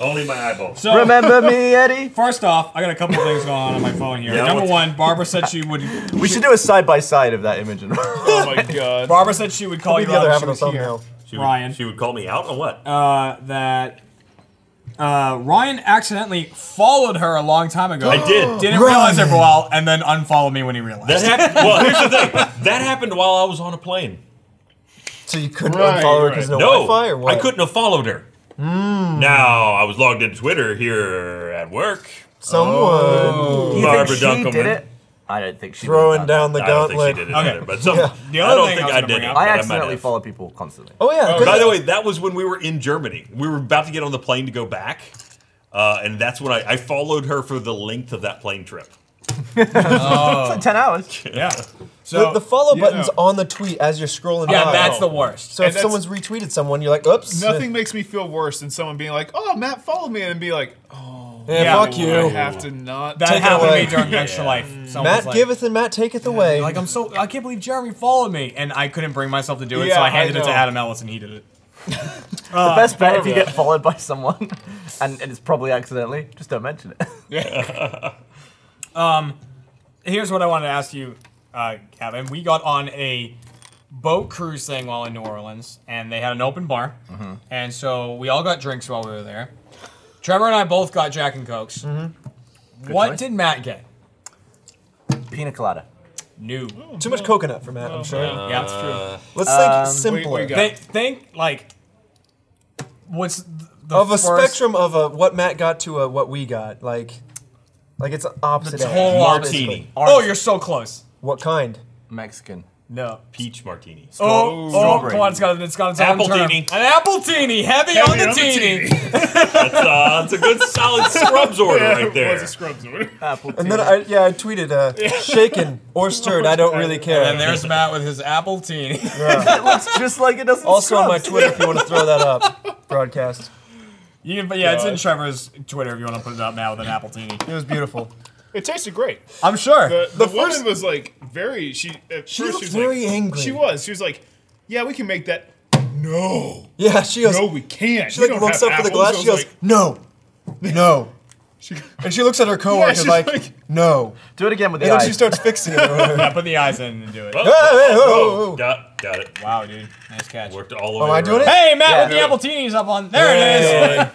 [SPEAKER 1] Only my eyeballs.
[SPEAKER 6] So
[SPEAKER 3] Remember me, Eddie?
[SPEAKER 6] first off, I got a couple things going on on my phone here.
[SPEAKER 1] Yeah,
[SPEAKER 6] Number
[SPEAKER 1] what's-
[SPEAKER 6] one, Barbara said she would.
[SPEAKER 3] We should do a side by side of that image. and- (laughs)
[SPEAKER 5] oh my god.
[SPEAKER 6] Barbara said she would call
[SPEAKER 4] Leave
[SPEAKER 6] you
[SPEAKER 4] the other
[SPEAKER 6] out.
[SPEAKER 4] half
[SPEAKER 6] She
[SPEAKER 4] of the
[SPEAKER 6] was here.
[SPEAKER 4] thumbnail.
[SPEAKER 1] She would,
[SPEAKER 6] Ryan.
[SPEAKER 1] She would call me out on what?
[SPEAKER 6] Uh, that. Uh, Ryan accidentally followed her a long time ago.
[SPEAKER 1] I did.
[SPEAKER 6] Didn't realize it for a while, and then unfollowed me when he realized.
[SPEAKER 1] that happened. Well, here's the thing. That happened while I was on a plane.
[SPEAKER 4] So you couldn't
[SPEAKER 5] Right,
[SPEAKER 4] unfollow her because no,
[SPEAKER 5] right.
[SPEAKER 1] No,
[SPEAKER 4] Wi-Fi or what?
[SPEAKER 1] I couldn't have followed her. Now I was logged into Twitter here at work.
[SPEAKER 4] Someone
[SPEAKER 3] You
[SPEAKER 1] Barbara
[SPEAKER 3] think she
[SPEAKER 1] Dunkelman.
[SPEAKER 3] did it? I don't think she
[SPEAKER 4] throwing
[SPEAKER 3] would have done
[SPEAKER 4] down the
[SPEAKER 1] I don't think she
[SPEAKER 4] gauntlet.
[SPEAKER 1] did it
[SPEAKER 6] Okay.
[SPEAKER 1] either, but some,
[SPEAKER 4] Yeah.
[SPEAKER 6] The
[SPEAKER 1] I
[SPEAKER 6] other
[SPEAKER 1] don't
[SPEAKER 6] thing
[SPEAKER 1] think
[SPEAKER 6] I was
[SPEAKER 1] I,
[SPEAKER 6] gonna
[SPEAKER 1] did
[SPEAKER 6] bring
[SPEAKER 1] it.
[SPEAKER 6] up-
[SPEAKER 1] but
[SPEAKER 3] that. I
[SPEAKER 1] might
[SPEAKER 3] accidentally
[SPEAKER 1] have.
[SPEAKER 3] follow people constantly.
[SPEAKER 4] Oh yeah. good.
[SPEAKER 1] By the way, that was when we were in Germany. We were about to get on the plane to go back, uh, and that's when I, I followed her for the length of that plane trip.
[SPEAKER 3] It's like 10 hours.
[SPEAKER 6] Yeah.
[SPEAKER 4] the,
[SPEAKER 6] So
[SPEAKER 4] the follow
[SPEAKER 5] yeah.
[SPEAKER 4] button's on the tweet as you're scrolling
[SPEAKER 6] yeah,
[SPEAKER 4] by.
[SPEAKER 6] that's the worst.
[SPEAKER 4] Oh, So
[SPEAKER 5] And
[SPEAKER 4] if
[SPEAKER 5] that's-
[SPEAKER 4] someone's retweeted someone, you're like, oops.
[SPEAKER 5] Nothing makes me feel worse than someone being like, "Oh, Matt followed me," and be like, "Oh,
[SPEAKER 4] Yeah,
[SPEAKER 6] Yeah.
[SPEAKER 4] eh, fuck
[SPEAKER 5] "I
[SPEAKER 4] you.
[SPEAKER 5] have to not."
[SPEAKER 6] that
[SPEAKER 4] Take it
[SPEAKER 6] happened to
[SPEAKER 4] away. Mm.
[SPEAKER 6] me during Extra Life. Someone was
[SPEAKER 4] Matt
[SPEAKER 6] like,
[SPEAKER 4] giveth and Matt taketh away.
[SPEAKER 6] Like I'm so I can't believe Jeremy followed me, and I couldn't bring myself to do it, so
[SPEAKER 5] Yeah,
[SPEAKER 6] I handed
[SPEAKER 5] I
[SPEAKER 6] it to
[SPEAKER 5] know.
[SPEAKER 6] Adam Ellis, and he did it.
[SPEAKER 4] Ah,
[SPEAKER 3] the best bet if you get followed by someone, (laughs) and, and it's probably accidentally, just don't mention it. (laughs)
[SPEAKER 6] Here's what I wanted to ask you, uh, Kevin. We got on a boat cruise thing while in New Orleans, and they had an open bar,
[SPEAKER 4] Mm-hmm.
[SPEAKER 6] and so we all got drinks while we were there. Trevor and I both got Jack and Cokes.
[SPEAKER 4] Mm-hmm.
[SPEAKER 6] What
[SPEAKER 3] choice.
[SPEAKER 6] did Matt get?
[SPEAKER 3] Pina colada.
[SPEAKER 6] New.
[SPEAKER 4] Too much coconut for Matt, I'm sure.
[SPEAKER 6] yeah, that's true.
[SPEAKER 4] Let's
[SPEAKER 3] Um,
[SPEAKER 4] think
[SPEAKER 5] we-
[SPEAKER 4] simpler.
[SPEAKER 5] we got-
[SPEAKER 6] Think, think like what's th- the
[SPEAKER 4] of a
[SPEAKER 6] first,
[SPEAKER 4] spectrum of a what Matt got to a what we got. Like, like it's opposite. end,
[SPEAKER 6] total
[SPEAKER 4] basically.
[SPEAKER 1] Martini.
[SPEAKER 6] Oh, you're so close.
[SPEAKER 4] What kind?
[SPEAKER 3] Mexican.
[SPEAKER 6] No.
[SPEAKER 1] Peach martini.
[SPEAKER 6] Oh, oh,
[SPEAKER 3] Strawberry.
[SPEAKER 6] come on, it's got, it's got its own term.
[SPEAKER 1] Appletini.
[SPEAKER 6] An appletini, heavy, on the teeny.
[SPEAKER 1] That's, uh, that's a good solid scrubs order (laughs)
[SPEAKER 5] (laughs)
[SPEAKER 1] right
[SPEAKER 5] It
[SPEAKER 1] there.
[SPEAKER 5] was a scrubs order.
[SPEAKER 3] Apple
[SPEAKER 4] And then I yeah I tweeted uh, shaken or stirred. I don't really
[SPEAKER 6] And
[SPEAKER 4] care.
[SPEAKER 6] there's Matt with his appletini.
[SPEAKER 3] (laughs) it looks just like it doesn't
[SPEAKER 4] Also on my Twitter if you want to throw that up. Broadcast.
[SPEAKER 6] (laughs) You can, but yeah, it's in
[SPEAKER 5] God.
[SPEAKER 6] Trevor''s Twitter if you want to put it up now with an appletini.
[SPEAKER 4] It was beautiful.
[SPEAKER 5] It tasted great.
[SPEAKER 6] I'm sure.
[SPEAKER 5] The, the,
[SPEAKER 4] The
[SPEAKER 5] woman
[SPEAKER 4] first-
[SPEAKER 5] was like very. She at
[SPEAKER 4] She
[SPEAKER 5] first
[SPEAKER 4] looked
[SPEAKER 5] was
[SPEAKER 4] very
[SPEAKER 5] like,
[SPEAKER 4] angry.
[SPEAKER 5] She was. She was like, "Yeah, we can make that." No,
[SPEAKER 4] Yeah, she goes.
[SPEAKER 5] no, we can't.
[SPEAKER 4] She like looks up for the glass. She goes, no,
[SPEAKER 5] (laughs)
[SPEAKER 4] no. and she looks at her coworker
[SPEAKER 5] she's
[SPEAKER 4] like,
[SPEAKER 5] like-
[SPEAKER 4] no.
[SPEAKER 3] Do it again with the
[SPEAKER 4] And then she
[SPEAKER 3] eyes.
[SPEAKER 4] starts fixing it.
[SPEAKER 5] (laughs)
[SPEAKER 6] yeah, put the eyes in and do it.
[SPEAKER 1] Oh,
[SPEAKER 4] oh, oh.
[SPEAKER 1] Got, got it.
[SPEAKER 6] Wow, dude, nice catch.
[SPEAKER 1] Worked all the way.
[SPEAKER 4] Am I doing
[SPEAKER 1] around.
[SPEAKER 4] it?
[SPEAKER 6] Hey, Matt
[SPEAKER 4] Yeah.
[SPEAKER 6] with the appletini's up on. There it is.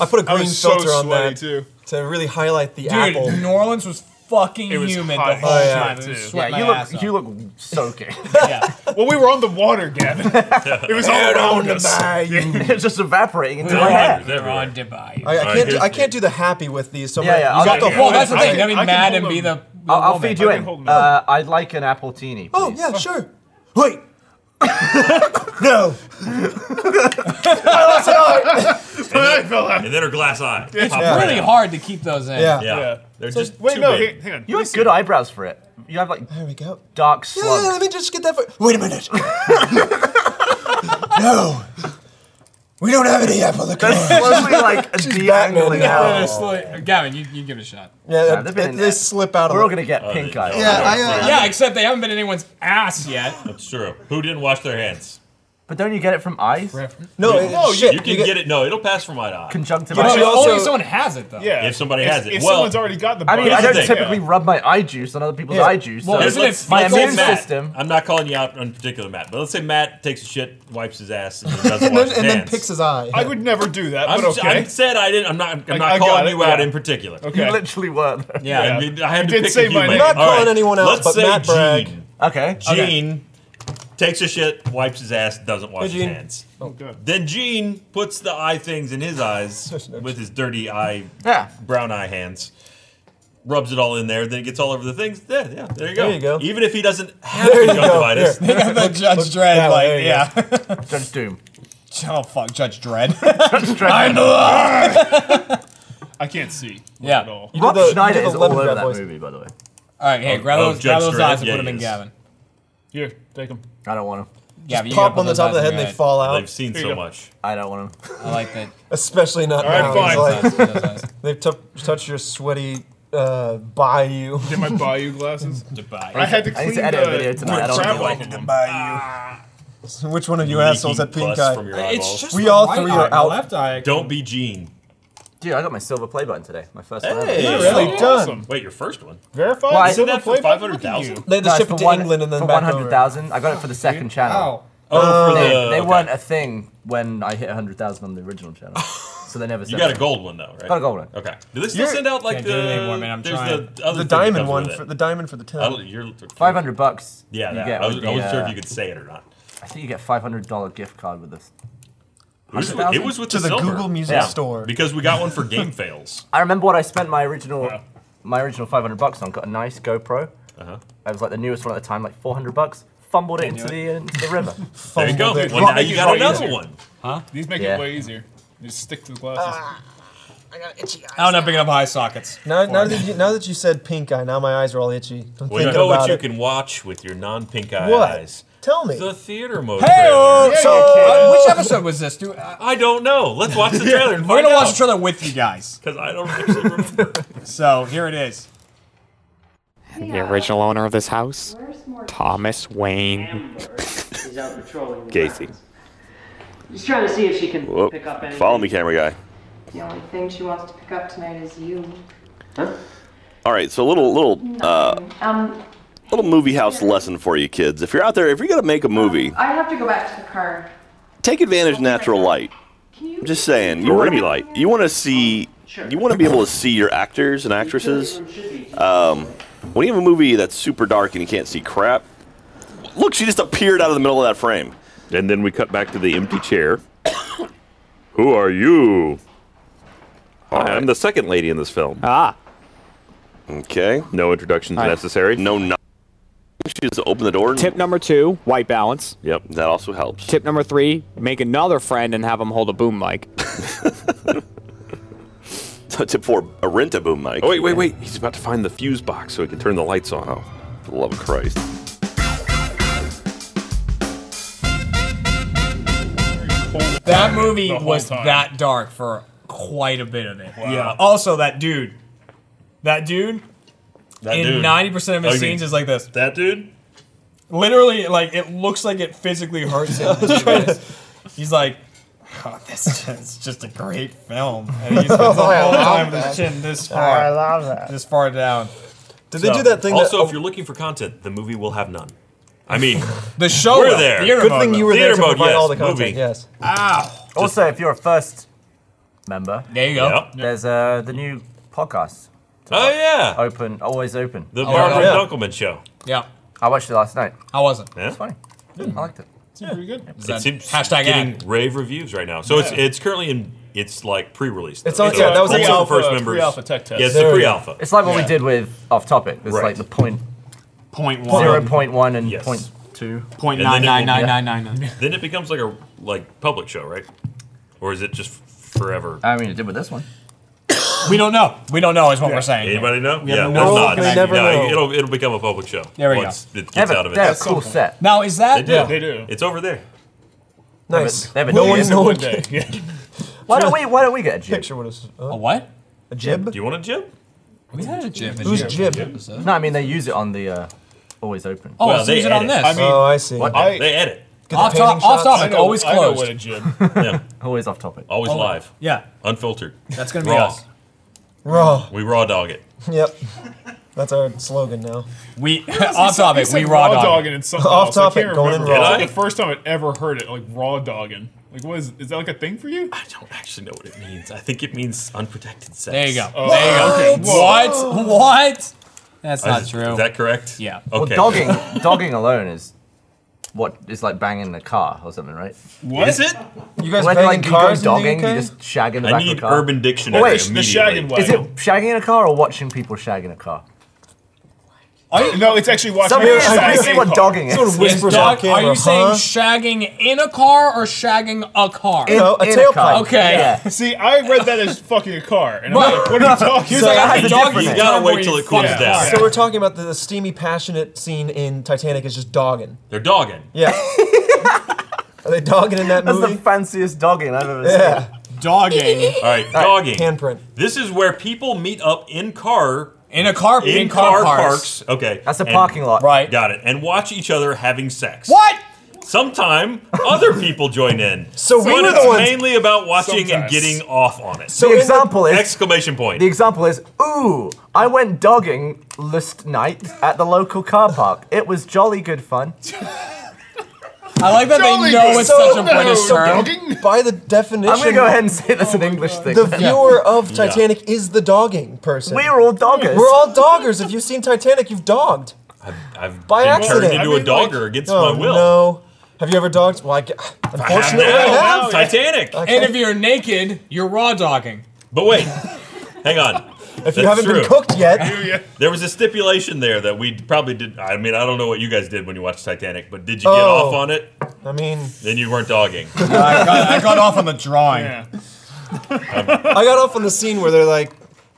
[SPEAKER 4] I put a
[SPEAKER 5] I
[SPEAKER 4] green
[SPEAKER 5] was so
[SPEAKER 4] filter on
[SPEAKER 5] sweaty
[SPEAKER 4] that
[SPEAKER 5] too.
[SPEAKER 4] to really highlight the
[SPEAKER 6] Dude,
[SPEAKER 4] apple.
[SPEAKER 6] New Orleans was fucking
[SPEAKER 5] It was
[SPEAKER 6] humid
[SPEAKER 5] hot
[SPEAKER 6] the whole
[SPEAKER 5] as
[SPEAKER 6] time.
[SPEAKER 5] shit,
[SPEAKER 6] It was
[SPEAKER 5] too.
[SPEAKER 6] sweating
[SPEAKER 3] yeah, you
[SPEAKER 6] my ass
[SPEAKER 3] look, you
[SPEAKER 6] off.
[SPEAKER 3] look soaking. (laughs)
[SPEAKER 6] Yeah.
[SPEAKER 5] Well, we were on the
[SPEAKER 4] (laughs)
[SPEAKER 5] water, Gavin. it was all around us.
[SPEAKER 3] it's just evaporating into
[SPEAKER 1] There
[SPEAKER 3] my
[SPEAKER 1] are
[SPEAKER 3] hair.
[SPEAKER 1] others everywhere.
[SPEAKER 6] On Dubai.
[SPEAKER 4] I, I
[SPEAKER 1] right,
[SPEAKER 4] can't. do,
[SPEAKER 1] here's
[SPEAKER 4] I
[SPEAKER 1] the-
[SPEAKER 4] can't do the happy with these. So
[SPEAKER 3] Yeah,
[SPEAKER 4] my,
[SPEAKER 3] yeah,
[SPEAKER 4] you
[SPEAKER 3] I'll get
[SPEAKER 4] got the
[SPEAKER 3] you.
[SPEAKER 4] whole.
[SPEAKER 6] Well, that's the
[SPEAKER 5] I
[SPEAKER 6] thing.
[SPEAKER 5] can-
[SPEAKER 6] I mean,
[SPEAKER 5] I can
[SPEAKER 6] mad
[SPEAKER 5] hold
[SPEAKER 6] and be
[SPEAKER 5] him.
[SPEAKER 6] the.
[SPEAKER 3] I'll, I'll feed you
[SPEAKER 5] I can
[SPEAKER 3] in.
[SPEAKER 5] hold 'em up.
[SPEAKER 3] Uh, I'd like an apple-tini, please.
[SPEAKER 4] Oh yeah, sure. (laughs) Wait. no.
[SPEAKER 5] (laughs) I fell out.
[SPEAKER 1] And then her glass eye.
[SPEAKER 6] It's
[SPEAKER 1] popped right
[SPEAKER 6] really
[SPEAKER 1] out.
[SPEAKER 6] hard to keep those in.
[SPEAKER 4] Yeah.
[SPEAKER 1] Yeah.
[SPEAKER 5] Yeah.
[SPEAKER 1] They're
[SPEAKER 4] So-
[SPEAKER 1] just
[SPEAKER 5] Wait,
[SPEAKER 1] too
[SPEAKER 5] no,
[SPEAKER 1] big.
[SPEAKER 5] hang, hang on.
[SPEAKER 3] You have good eyebrows for it. You have like
[SPEAKER 4] There we go.
[SPEAKER 3] dark
[SPEAKER 4] Yeah, yeah, let (laughs)
[SPEAKER 3] slug.
[SPEAKER 4] me just get that. For, wait a minute. (laughs) no. We don't have any apple liquor.
[SPEAKER 3] That's slowly like de-angling
[SPEAKER 4] Batman now.
[SPEAKER 3] out.
[SPEAKER 6] (laughs) Uh, slowly- Gavin, you, you give it a shot.
[SPEAKER 4] Yeah,
[SPEAKER 3] they've
[SPEAKER 4] that,
[SPEAKER 3] been
[SPEAKER 4] it,
[SPEAKER 3] in
[SPEAKER 4] they
[SPEAKER 3] that.
[SPEAKER 4] slip out of.
[SPEAKER 3] We're all gonna
[SPEAKER 1] Oh,
[SPEAKER 3] get pink eye.
[SPEAKER 4] yeah, I, uh, (laughs)
[SPEAKER 6] Yeah, except they haven't been in anyone's ass yet.
[SPEAKER 1] That's true. Who didn't wash their hands?
[SPEAKER 3] But don't you get it from eyes?
[SPEAKER 4] No, it-
[SPEAKER 1] No,
[SPEAKER 4] shit.
[SPEAKER 1] you can get, it. No, it'll pass from eye to eye.
[SPEAKER 3] Conjunctivitis.
[SPEAKER 4] But you
[SPEAKER 6] Only
[SPEAKER 4] also-
[SPEAKER 6] if someone has it though.
[SPEAKER 5] Yeah.
[SPEAKER 1] If somebody has it.
[SPEAKER 5] If
[SPEAKER 1] Well-
[SPEAKER 5] someone's already got the
[SPEAKER 3] I mean,
[SPEAKER 5] bug,
[SPEAKER 1] Here's
[SPEAKER 3] I
[SPEAKER 1] the
[SPEAKER 3] don't
[SPEAKER 1] thing.
[SPEAKER 3] typically rub my eye juice on other people's
[SPEAKER 4] Yeah.
[SPEAKER 3] eye juice.
[SPEAKER 6] Well,
[SPEAKER 3] so
[SPEAKER 6] isn't
[SPEAKER 1] Let's-
[SPEAKER 6] it
[SPEAKER 3] my
[SPEAKER 6] Michael's
[SPEAKER 3] immune
[SPEAKER 1] Matt.
[SPEAKER 3] system?
[SPEAKER 1] I'm not calling you out on particular Matt, but let's say Matt takes a shit, wipes his ass, and then doesn't
[SPEAKER 4] and
[SPEAKER 1] wash
[SPEAKER 4] then,
[SPEAKER 1] his
[SPEAKER 4] and then
[SPEAKER 1] hands.
[SPEAKER 4] picks his eye.
[SPEAKER 5] I would never do that,
[SPEAKER 1] I'm,
[SPEAKER 5] but okay.
[SPEAKER 1] I said I didn't. I'm not. I'm
[SPEAKER 5] I-
[SPEAKER 1] not
[SPEAKER 5] I got
[SPEAKER 1] calling
[SPEAKER 5] it,
[SPEAKER 1] you out
[SPEAKER 5] yeah.
[SPEAKER 1] in particular.
[SPEAKER 3] (laughs) You
[SPEAKER 5] okay.
[SPEAKER 3] literally were. though.
[SPEAKER 1] Yeah,
[SPEAKER 5] Yeah.
[SPEAKER 1] I, mean, I had to
[SPEAKER 5] You did
[SPEAKER 1] pick
[SPEAKER 5] say
[SPEAKER 1] a
[SPEAKER 5] my
[SPEAKER 1] human.
[SPEAKER 5] name.
[SPEAKER 4] Not
[SPEAKER 1] All
[SPEAKER 4] calling anyone else,
[SPEAKER 1] Let's
[SPEAKER 4] but
[SPEAKER 1] say
[SPEAKER 4] Matt Bragg.
[SPEAKER 1] Gene.
[SPEAKER 3] Okay.
[SPEAKER 1] Gene takes a shit, wipes his ass, doesn't wash
[SPEAKER 4] Hey, Gene.
[SPEAKER 1] his hands.
[SPEAKER 5] Oh, Good.
[SPEAKER 1] Then Gene puts the eye things in his eyes with his dirty eye,
[SPEAKER 3] Yeah.
[SPEAKER 1] brown eye hands. Rubs it all in there, then it gets all over the things. Yeah, yeah, there you go.
[SPEAKER 4] There you go.
[SPEAKER 1] Even if he doesn't have
[SPEAKER 4] There you go,
[SPEAKER 1] conjunctivitis,
[SPEAKER 4] there.
[SPEAKER 6] (laughs) They got the Judge Dredd,
[SPEAKER 4] that way, there
[SPEAKER 6] like,
[SPEAKER 4] you (laughs)
[SPEAKER 6] yeah.
[SPEAKER 3] Judge Doom.
[SPEAKER 6] oh, fuck, Judge (laughs) Dredd.
[SPEAKER 3] Judge Doom.
[SPEAKER 5] I can't see
[SPEAKER 6] Yeah.
[SPEAKER 5] at all.
[SPEAKER 4] did
[SPEAKER 3] Rob
[SPEAKER 4] the- you
[SPEAKER 3] Schneider
[SPEAKER 4] did the
[SPEAKER 3] is all
[SPEAKER 4] Leningrad
[SPEAKER 3] over that
[SPEAKER 4] voice.
[SPEAKER 3] movie, by the way.
[SPEAKER 6] Alright, hey, grab
[SPEAKER 1] oh,
[SPEAKER 6] those, grab
[SPEAKER 1] Judge
[SPEAKER 6] those eyes
[SPEAKER 1] Dredd?
[SPEAKER 6] and
[SPEAKER 1] Yeah,
[SPEAKER 6] put them in
[SPEAKER 1] he is.
[SPEAKER 6] Gavin.
[SPEAKER 5] Here, take them.
[SPEAKER 3] I don't want him.
[SPEAKER 6] Yeah, but you gotta
[SPEAKER 4] Pop
[SPEAKER 6] put
[SPEAKER 4] on the
[SPEAKER 6] those
[SPEAKER 4] top of
[SPEAKER 6] eyes
[SPEAKER 4] the
[SPEAKER 6] in
[SPEAKER 4] head
[SPEAKER 6] your
[SPEAKER 4] and they
[SPEAKER 6] eye.
[SPEAKER 4] fall out.
[SPEAKER 1] they've seen
[SPEAKER 5] There you
[SPEAKER 1] so
[SPEAKER 5] go.
[SPEAKER 1] much.
[SPEAKER 3] I don't want him. (laughs)
[SPEAKER 6] I like that.
[SPEAKER 4] Especially not
[SPEAKER 5] right,
[SPEAKER 4] now.
[SPEAKER 5] fine.
[SPEAKER 4] It's like,
[SPEAKER 6] Those eyes, those eyes.
[SPEAKER 4] they've tou touched your sweaty uh, bayou.
[SPEAKER 5] Did my bayou
[SPEAKER 3] (laughs)
[SPEAKER 5] glasses?
[SPEAKER 6] Goodbye.
[SPEAKER 5] I had to
[SPEAKER 3] I
[SPEAKER 5] clean
[SPEAKER 3] need to edit a
[SPEAKER 5] the-
[SPEAKER 3] video tonight. I don't
[SPEAKER 5] the
[SPEAKER 3] feel
[SPEAKER 5] crap
[SPEAKER 3] like
[SPEAKER 5] off of
[SPEAKER 3] it.
[SPEAKER 5] them.
[SPEAKER 4] Ah. Which one of you assholes
[SPEAKER 1] Leaking
[SPEAKER 4] had pink
[SPEAKER 1] pus
[SPEAKER 4] eye?
[SPEAKER 1] From your
[SPEAKER 6] It's
[SPEAKER 1] eyeballs.
[SPEAKER 6] just
[SPEAKER 4] We
[SPEAKER 6] the
[SPEAKER 4] all
[SPEAKER 6] right
[SPEAKER 4] three
[SPEAKER 6] eye
[SPEAKER 4] are
[SPEAKER 6] and the
[SPEAKER 4] out.
[SPEAKER 6] Left eye.
[SPEAKER 1] Don't be Gene.
[SPEAKER 3] Dude, I got my silver play button today. My first one.
[SPEAKER 1] Hey.
[SPEAKER 4] You're really
[SPEAKER 5] Oh,
[SPEAKER 4] done.
[SPEAKER 5] awesome.
[SPEAKER 1] Wait, your first one.
[SPEAKER 5] Verified
[SPEAKER 3] Why-
[SPEAKER 5] silver
[SPEAKER 1] Isn't that for
[SPEAKER 5] plate.
[SPEAKER 1] 500,000?
[SPEAKER 5] Look at you.
[SPEAKER 4] They had to
[SPEAKER 3] No, it's
[SPEAKER 4] ship
[SPEAKER 3] for
[SPEAKER 4] it to
[SPEAKER 3] one-
[SPEAKER 4] England and then
[SPEAKER 3] for
[SPEAKER 4] back
[SPEAKER 3] one
[SPEAKER 4] over.
[SPEAKER 3] hundred thousand. I got it for the second channel.
[SPEAKER 7] Ow.
[SPEAKER 1] Oh, for
[SPEAKER 3] They,
[SPEAKER 1] the, okay.
[SPEAKER 3] they weren't a thing when I hit hundred thousand on the original channel, so they never.
[SPEAKER 1] You
[SPEAKER 3] Said
[SPEAKER 1] got a
[SPEAKER 3] it.
[SPEAKER 1] gold one though, right?
[SPEAKER 3] Got a gold one.
[SPEAKER 1] Okay. Do they still
[SPEAKER 4] You're-
[SPEAKER 1] send out like
[SPEAKER 6] Can't
[SPEAKER 1] the?
[SPEAKER 6] do it anymore, man, I'm
[SPEAKER 1] there's
[SPEAKER 6] trying.
[SPEAKER 1] the other
[SPEAKER 4] The
[SPEAKER 1] thing that
[SPEAKER 4] diamond
[SPEAKER 1] comes
[SPEAKER 4] one
[SPEAKER 1] with
[SPEAKER 4] for
[SPEAKER 1] it.
[SPEAKER 4] the diamond for the
[SPEAKER 1] I
[SPEAKER 4] ten.
[SPEAKER 1] don't- you're-
[SPEAKER 3] Five hundred bucks.
[SPEAKER 1] Yeah,
[SPEAKER 3] you
[SPEAKER 1] that,
[SPEAKER 3] get
[SPEAKER 1] I, was,
[SPEAKER 3] with
[SPEAKER 1] I
[SPEAKER 3] the,
[SPEAKER 1] wasn't sure if
[SPEAKER 3] uh,
[SPEAKER 1] you could say it or not.
[SPEAKER 3] I think you get five hundred dollar gift card with this.
[SPEAKER 1] It was,
[SPEAKER 3] $100,000?
[SPEAKER 1] it was with
[SPEAKER 4] To the
[SPEAKER 1] silver.
[SPEAKER 4] Google Music
[SPEAKER 3] Yeah.
[SPEAKER 4] Store.
[SPEAKER 1] because we got one for game
[SPEAKER 4] (laughs)
[SPEAKER 1] fails.
[SPEAKER 3] I remember what I spent my original my original 500 bucks on. Got a nice GoPro.
[SPEAKER 1] Uh-huh.
[SPEAKER 3] It was like the newest one at the time, like 400 bucks. Fumbled it into the, into the river.
[SPEAKER 1] There you go.
[SPEAKER 4] Fumbled
[SPEAKER 1] Well,
[SPEAKER 4] it.
[SPEAKER 1] now you
[SPEAKER 5] it
[SPEAKER 1] got
[SPEAKER 5] right
[SPEAKER 1] another
[SPEAKER 5] easier.
[SPEAKER 1] one.
[SPEAKER 5] These make
[SPEAKER 3] Yeah.
[SPEAKER 5] it way easier. You just stick to the glasses.
[SPEAKER 4] Ah.
[SPEAKER 6] I'm not picking up eye sockets.
[SPEAKER 4] Now, now, that you, now that you said pink eye, now my eyes are all itchy. I'm
[SPEAKER 1] Well, you
[SPEAKER 4] thinking
[SPEAKER 1] know
[SPEAKER 4] about
[SPEAKER 1] what you
[SPEAKER 4] it.
[SPEAKER 1] can watch with your non-pink eye
[SPEAKER 4] What?
[SPEAKER 1] eyes.
[SPEAKER 4] Tell me.
[SPEAKER 1] The theater mode
[SPEAKER 6] Hey,
[SPEAKER 1] trailer.
[SPEAKER 6] so uh, which episode was this, dude? Uh,
[SPEAKER 1] I don't know. Let's watch the trailer and
[SPEAKER 6] We're
[SPEAKER 1] find
[SPEAKER 6] gonna watch the
[SPEAKER 1] out.
[SPEAKER 6] trailer with you guys.
[SPEAKER 1] Because I don't actually remember.
[SPEAKER 6] So here it is.
[SPEAKER 8] The original owner of this house, Thomas Wayne
[SPEAKER 9] He's out patrolling. the
[SPEAKER 10] Casey.
[SPEAKER 9] grounds. She's trying to see if she can
[SPEAKER 10] Whoa.
[SPEAKER 9] pick up anything.
[SPEAKER 10] Oh, Follow me, camera guy.
[SPEAKER 11] The only thing she wants to pick up tonight is you.
[SPEAKER 10] All right, so a little little uh,
[SPEAKER 11] Um,
[SPEAKER 10] little movie house lesson for you kids. If you're out there, if you're gonna make a movie,
[SPEAKER 11] I have to go back to the car.
[SPEAKER 10] take advantage of natural light.
[SPEAKER 11] Can you?
[SPEAKER 10] I'm just saying, you want to light. You want to see, you want to be able to see your actors and actresses. Um, when you have a movie that's super dark and you can't see crap, look, she just appeared out of the middle of that frame.
[SPEAKER 8] And then we cut back to the empty chair. (coughs) Who are you? I'm the second lady in this film.
[SPEAKER 10] Ah. Okay.
[SPEAKER 8] No introductions necessary.
[SPEAKER 10] No. No. She just opened the door. and-
[SPEAKER 12] Tip number two, white balance.
[SPEAKER 8] Yep.
[SPEAKER 10] That also helps. (laughs)
[SPEAKER 12] Tip number three, make another friend and have them hold a boom mic.
[SPEAKER 10] Tip four, a rent a boom mic.
[SPEAKER 8] Oh wait, wait, wait. He's about to find the fuse box so he can turn the lights on.
[SPEAKER 10] Oh, for the love of Christ.
[SPEAKER 6] That movie
[SPEAKER 5] The whole
[SPEAKER 6] was
[SPEAKER 5] time.
[SPEAKER 6] that dark for quite a bit of it.
[SPEAKER 1] Yeah.
[SPEAKER 6] Also, that dude, that dude,
[SPEAKER 1] That
[SPEAKER 6] in
[SPEAKER 1] dude.
[SPEAKER 6] ninety percent of his
[SPEAKER 1] Oh, you mean-
[SPEAKER 6] scenes is like this.
[SPEAKER 1] (laughs) That dude?
[SPEAKER 6] Literally, like it looks like it physically hurts
[SPEAKER 4] uh,
[SPEAKER 6] him. to do this. He's like, oh, this is just a great film, and he spends the whole time with his chin this
[SPEAKER 3] Oh,
[SPEAKER 6] far,
[SPEAKER 4] love that.
[SPEAKER 6] this far down.
[SPEAKER 4] Did they do that thing?
[SPEAKER 1] Also,
[SPEAKER 4] that,
[SPEAKER 1] if you're looking for content, the movie will have none. I
[SPEAKER 4] (laughs)
[SPEAKER 1] mean, (laughs)
[SPEAKER 6] The show,
[SPEAKER 1] We're
[SPEAKER 6] though,
[SPEAKER 1] there.
[SPEAKER 6] theater
[SPEAKER 4] good
[SPEAKER 6] mode,
[SPEAKER 4] thing
[SPEAKER 6] though.
[SPEAKER 4] you were
[SPEAKER 1] Theater
[SPEAKER 4] there to
[SPEAKER 1] mode,
[SPEAKER 4] provide all the
[SPEAKER 1] yes.
[SPEAKER 4] content.
[SPEAKER 1] Movie.
[SPEAKER 4] Yes.
[SPEAKER 6] Ow!
[SPEAKER 3] also, if you're a first member,
[SPEAKER 6] There you go.
[SPEAKER 1] yeah.
[SPEAKER 3] there's uh, the new podcast,
[SPEAKER 1] Oh, yeah.
[SPEAKER 3] Open, Always Open.
[SPEAKER 1] The Barbara
[SPEAKER 4] Oh, yeah.
[SPEAKER 1] Dunkelman show.
[SPEAKER 6] Yeah.
[SPEAKER 3] I watched it last night.
[SPEAKER 6] I wasn't.
[SPEAKER 1] Yeah.
[SPEAKER 3] It's funny.
[SPEAKER 1] Hmm.
[SPEAKER 3] I liked it.
[SPEAKER 5] Pretty good.
[SPEAKER 6] (laughs) Is
[SPEAKER 1] It
[SPEAKER 6] that
[SPEAKER 1] seems
[SPEAKER 6] hashtag
[SPEAKER 1] getting
[SPEAKER 6] ad.
[SPEAKER 1] rave reviews right now. So it's it's currently in it's like pre-release.
[SPEAKER 4] It's
[SPEAKER 1] though.
[SPEAKER 4] on-
[SPEAKER 1] So
[SPEAKER 4] yeah, that was
[SPEAKER 1] only
[SPEAKER 4] the
[SPEAKER 1] for
[SPEAKER 5] alpha-
[SPEAKER 1] first members.
[SPEAKER 5] pre-alpha tech test.
[SPEAKER 1] Yeah, it's
[SPEAKER 4] There
[SPEAKER 1] the
[SPEAKER 4] we go.
[SPEAKER 1] pre-alpha.
[SPEAKER 3] It's like what we
[SPEAKER 5] Yeah.
[SPEAKER 3] did with Off Topic. It's
[SPEAKER 1] Right.
[SPEAKER 3] like the point
[SPEAKER 6] Point one.
[SPEAKER 3] zero point one and
[SPEAKER 1] Yes.
[SPEAKER 3] point two.
[SPEAKER 6] Point
[SPEAKER 1] And then
[SPEAKER 6] nine
[SPEAKER 1] it
[SPEAKER 6] nine
[SPEAKER 1] will-
[SPEAKER 6] nine nine nine nine.
[SPEAKER 1] Then it becomes like a like public show, right? Or is it just forever?
[SPEAKER 3] I mean, it did with this one.
[SPEAKER 6] We don't know. We don't know is what we're saying.
[SPEAKER 1] Anybody know?
[SPEAKER 6] have
[SPEAKER 1] yeah,
[SPEAKER 6] no
[SPEAKER 1] that's
[SPEAKER 6] world
[SPEAKER 1] not.
[SPEAKER 4] may never
[SPEAKER 1] no,
[SPEAKER 4] know.
[SPEAKER 1] it'll it'll become a public show.
[SPEAKER 6] There we go.
[SPEAKER 1] once It
[SPEAKER 3] They
[SPEAKER 1] gets
[SPEAKER 3] have a,
[SPEAKER 1] out of it.
[SPEAKER 3] they have a
[SPEAKER 1] That's-
[SPEAKER 3] cool set.
[SPEAKER 6] Now is
[SPEAKER 1] They
[SPEAKER 6] that
[SPEAKER 1] do.
[SPEAKER 5] They do.
[SPEAKER 1] It's over there.
[SPEAKER 4] Nice.
[SPEAKER 3] They have a
[SPEAKER 4] No
[SPEAKER 3] jib.
[SPEAKER 4] one
[SPEAKER 5] One
[SPEAKER 4] knows
[SPEAKER 5] day. Yeah.
[SPEAKER 3] Why don't we? Why don't we get a jib?
[SPEAKER 4] picture what it's uh,
[SPEAKER 6] a what?
[SPEAKER 4] a jib.
[SPEAKER 1] Do you want a jib?
[SPEAKER 6] We had a gym.
[SPEAKER 4] Who's jib?
[SPEAKER 3] No, I mean they use it on the uh, Always Open.
[SPEAKER 6] Oh,
[SPEAKER 1] Well,
[SPEAKER 6] let's
[SPEAKER 1] they
[SPEAKER 6] use it on
[SPEAKER 1] edit.
[SPEAKER 6] this.
[SPEAKER 5] I mean,
[SPEAKER 4] Oh, I see.
[SPEAKER 3] What?
[SPEAKER 5] I
[SPEAKER 1] They edit.
[SPEAKER 4] Get
[SPEAKER 6] Off
[SPEAKER 4] the painting
[SPEAKER 6] top-
[SPEAKER 4] shots.
[SPEAKER 6] off topic, I know- always I know closed. what a (laughs) gym.
[SPEAKER 1] yeah.
[SPEAKER 3] Always off topic.
[SPEAKER 1] Always
[SPEAKER 6] Always.
[SPEAKER 1] live.
[SPEAKER 6] Yeah.
[SPEAKER 1] Unfiltered.
[SPEAKER 6] That's gonna be
[SPEAKER 1] raw.
[SPEAKER 6] us.
[SPEAKER 4] Raw.
[SPEAKER 1] We raw dog it.
[SPEAKER 4] Yep. That's our slogan now.
[SPEAKER 6] We
[SPEAKER 5] He said- he said dogging and something
[SPEAKER 4] Off
[SPEAKER 5] else. I
[SPEAKER 4] topic,
[SPEAKER 5] can't
[SPEAKER 4] going in
[SPEAKER 5] remember.
[SPEAKER 4] raw.
[SPEAKER 5] It's like the first time I ever heard it, like raw dogging. Like, what is is that like a thing for you? I
[SPEAKER 1] don't actually know what it means. I think it means unprotected sex.
[SPEAKER 6] There you go.
[SPEAKER 5] Uh,
[SPEAKER 6] There you go.
[SPEAKER 5] Oh.
[SPEAKER 6] What? What? That's
[SPEAKER 1] Is
[SPEAKER 6] not
[SPEAKER 1] it-
[SPEAKER 6] true.
[SPEAKER 1] Is that correct?
[SPEAKER 6] Yeah.
[SPEAKER 3] Well, dogging, dogging alone is what is like banging the car or something, right?
[SPEAKER 1] What? Is it?
[SPEAKER 4] You guys
[SPEAKER 3] When,
[SPEAKER 4] banging
[SPEAKER 3] like,
[SPEAKER 4] cars in
[SPEAKER 3] you
[SPEAKER 4] the
[SPEAKER 3] go dogging,
[SPEAKER 4] UK?
[SPEAKER 3] you just shag in the
[SPEAKER 1] I
[SPEAKER 3] back of
[SPEAKER 1] need
[SPEAKER 3] a car.
[SPEAKER 1] Urban Dictionary
[SPEAKER 3] Oh, wait,
[SPEAKER 1] The immediately. shagging
[SPEAKER 3] Is
[SPEAKER 1] wagon.
[SPEAKER 3] it shagging in a car or watching people shag in a car?
[SPEAKER 5] no, it's actually watching.
[SPEAKER 3] Some people- I see what dogging is. Sort of
[SPEAKER 6] Is
[SPEAKER 3] whispers
[SPEAKER 6] dog-
[SPEAKER 3] on camera,
[SPEAKER 6] are you
[SPEAKER 3] huh?
[SPEAKER 6] saying shagging in a car or shagging a car?
[SPEAKER 5] You know, a In- in a tailpipe. car.
[SPEAKER 6] Okay.
[SPEAKER 5] Yeah. See, I read that as fucking a car, and I'm
[SPEAKER 6] Right. (laughs)
[SPEAKER 5] like, what are you talking?
[SPEAKER 6] Here's like, I think dog-
[SPEAKER 1] You gotta wait till it cools
[SPEAKER 4] Yeah.
[SPEAKER 1] down.
[SPEAKER 4] So we're talking about the steamy, passionate scene in Titanic is just dogging.
[SPEAKER 1] They're dogging.
[SPEAKER 3] (laughs)
[SPEAKER 4] Yeah. Are they dogging in that
[SPEAKER 3] That's
[SPEAKER 4] movie?
[SPEAKER 3] the fanciest dogging I've ever
[SPEAKER 4] Yeah.
[SPEAKER 3] seen.
[SPEAKER 5] (laughs)
[SPEAKER 6] Dogging.
[SPEAKER 1] All right,
[SPEAKER 4] All right,
[SPEAKER 1] dogging.
[SPEAKER 4] handprint.
[SPEAKER 1] This is where people meet up in car.
[SPEAKER 6] In a car- in car parks.
[SPEAKER 1] Okay.
[SPEAKER 3] That's a
[SPEAKER 1] and-
[SPEAKER 3] parking lot.
[SPEAKER 6] Right.
[SPEAKER 1] Got it. And watch each other having sex.
[SPEAKER 6] What?
[SPEAKER 1] Sometime other people join in.
[SPEAKER 4] (laughs) So we
[SPEAKER 1] but
[SPEAKER 4] were
[SPEAKER 1] it's
[SPEAKER 4] the ones-
[SPEAKER 1] mainly about watching and
[SPEAKER 4] Sometimes.
[SPEAKER 1] getting off on it.
[SPEAKER 3] So The in the- example is-
[SPEAKER 1] exclamation point.
[SPEAKER 3] The example is, ooh, I went dogging last night at the local car park. It was jolly good fun.
[SPEAKER 6] I like that they know it's such a British term.
[SPEAKER 4] By the definition,
[SPEAKER 3] I'm gonna go ahead and say that's an English thing. (laughs)
[SPEAKER 4] Oh the viewer of Titanic is the dogging person.
[SPEAKER 3] We are all doggers.
[SPEAKER 4] We're all doggers. If you've seen Titanic, you've dogged
[SPEAKER 1] I've
[SPEAKER 4] by
[SPEAKER 1] been
[SPEAKER 4] accident.
[SPEAKER 1] turned into a dogger against
[SPEAKER 4] oh,
[SPEAKER 1] my will.
[SPEAKER 4] No. Have you ever dogged? Well, I g- unfortunately, I have.
[SPEAKER 1] Titanic.
[SPEAKER 6] And if you're naked, you're raw dogging.
[SPEAKER 1] But wait, (laughs) hang on.
[SPEAKER 4] If you
[SPEAKER 1] That's
[SPEAKER 4] haven't
[SPEAKER 1] true.
[SPEAKER 4] been cooked yet,
[SPEAKER 1] There was a stipulation there that we probably did. I mean, I don't know what you guys did when you watched Titanic, but did you get
[SPEAKER 4] Oh.
[SPEAKER 1] off on it?
[SPEAKER 4] I mean,
[SPEAKER 1] Then you weren't dogging.
[SPEAKER 6] I, got, I got off on the drawing.
[SPEAKER 4] I got off on the scene where they're like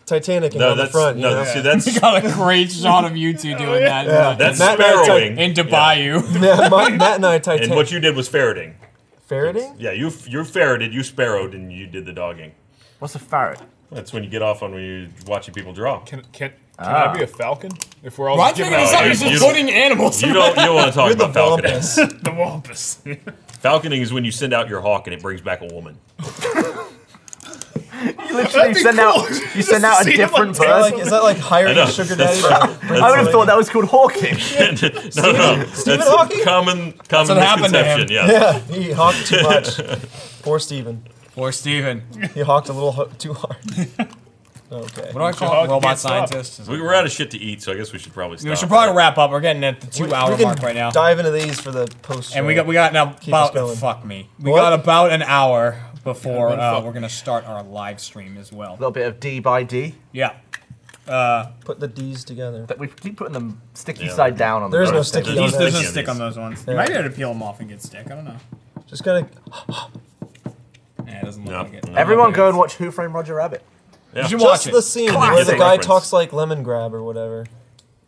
[SPEAKER 4] Titanic and
[SPEAKER 1] No,
[SPEAKER 4] on the
[SPEAKER 1] that's-
[SPEAKER 4] front.
[SPEAKER 1] no,
[SPEAKER 4] you know?
[SPEAKER 1] see, that's-
[SPEAKER 6] We got a great shot of you two doing that.
[SPEAKER 4] Yeah.
[SPEAKER 1] That's
[SPEAKER 4] (laughs) Matt-
[SPEAKER 1] sparrowing.
[SPEAKER 6] In Dubai.
[SPEAKER 4] Yeah, (laughs) Matt, Matt and I Titanic.
[SPEAKER 1] And what you did was ferreting.
[SPEAKER 4] ferreting?
[SPEAKER 1] Yeah, you f- you ferreted, you sparrowed, and you did the dogging.
[SPEAKER 3] What's a
[SPEAKER 4] (laughs)
[SPEAKER 3] ferret?
[SPEAKER 1] That's when you get off on when you're watching people draw. Can
[SPEAKER 5] can, Can
[SPEAKER 1] Ah.
[SPEAKER 5] I be a falcon? If we're all
[SPEAKER 6] Rod's
[SPEAKER 5] giving
[SPEAKER 6] making
[SPEAKER 5] out
[SPEAKER 6] this up.
[SPEAKER 5] ideas.
[SPEAKER 6] He's just putting animals.
[SPEAKER 1] You don't you don't want
[SPEAKER 6] (laughs)
[SPEAKER 1] to talk
[SPEAKER 5] You're the
[SPEAKER 1] about falconing.
[SPEAKER 5] the wampus.
[SPEAKER 1] (laughs) Falconing is when you send out your hawk and it brings back a woman. (laughs)
[SPEAKER 3] You literally send out, you send
[SPEAKER 4] (laughs)
[SPEAKER 3] out a different bird.
[SPEAKER 4] Like, is that like hiring a sugar daddy? (laughs)
[SPEAKER 3] I would have thought that was called hawking. (laughs)
[SPEAKER 1] no, no, no.
[SPEAKER 4] Stephen
[SPEAKER 1] That's
[SPEAKER 4] Hawking?
[SPEAKER 1] common
[SPEAKER 4] That's
[SPEAKER 1] common
[SPEAKER 4] what happened
[SPEAKER 6] to him.
[SPEAKER 1] misconception. Yeah.
[SPEAKER 4] Yeah, (laughs) he hawked too much. Poor Steven.
[SPEAKER 6] Or Steven.
[SPEAKER 4] He hawked a little ho- too hard. Okay.
[SPEAKER 6] What do I call it? Robot scientist?
[SPEAKER 1] We were out of shit to eat, so I guess we should probably stop.
[SPEAKER 6] We should probably wrap up. We're getting at the two
[SPEAKER 4] We-
[SPEAKER 6] hour
[SPEAKER 4] we can
[SPEAKER 6] mark right now.
[SPEAKER 4] Dive into these for the post.
[SPEAKER 6] And we got we got now
[SPEAKER 4] Keep us
[SPEAKER 6] about
[SPEAKER 4] going.
[SPEAKER 6] fuck me. We
[SPEAKER 4] What?
[SPEAKER 6] got about an hour before
[SPEAKER 4] Yeah,
[SPEAKER 6] uh,
[SPEAKER 4] fuck.
[SPEAKER 6] we're gonna start our live stream as well.
[SPEAKER 3] A little bit of D by D.
[SPEAKER 6] Yeah. Uh,
[SPEAKER 4] put the D's together.
[SPEAKER 3] That we keep putting them sticky
[SPEAKER 4] Yeah.
[SPEAKER 3] side down on
[SPEAKER 4] There's
[SPEAKER 3] the
[SPEAKER 4] no
[SPEAKER 3] roast.
[SPEAKER 4] sticky
[SPEAKER 6] There's
[SPEAKER 4] on
[SPEAKER 6] there's
[SPEAKER 4] those.
[SPEAKER 6] no stick on those ones.
[SPEAKER 4] Yeah.
[SPEAKER 6] You might be able to peel them off and get stick. I don't know.
[SPEAKER 4] Just gotta.
[SPEAKER 6] Yeah, it doesn't look like it.
[SPEAKER 3] Everyone go and watch Who Framed Roger Rabbit.
[SPEAKER 1] Yeah.
[SPEAKER 6] should watch
[SPEAKER 4] Just
[SPEAKER 6] it.
[SPEAKER 4] the scene where
[SPEAKER 1] Classic.
[SPEAKER 4] the guy
[SPEAKER 1] Reference.
[SPEAKER 4] talks like lemon grab or whatever.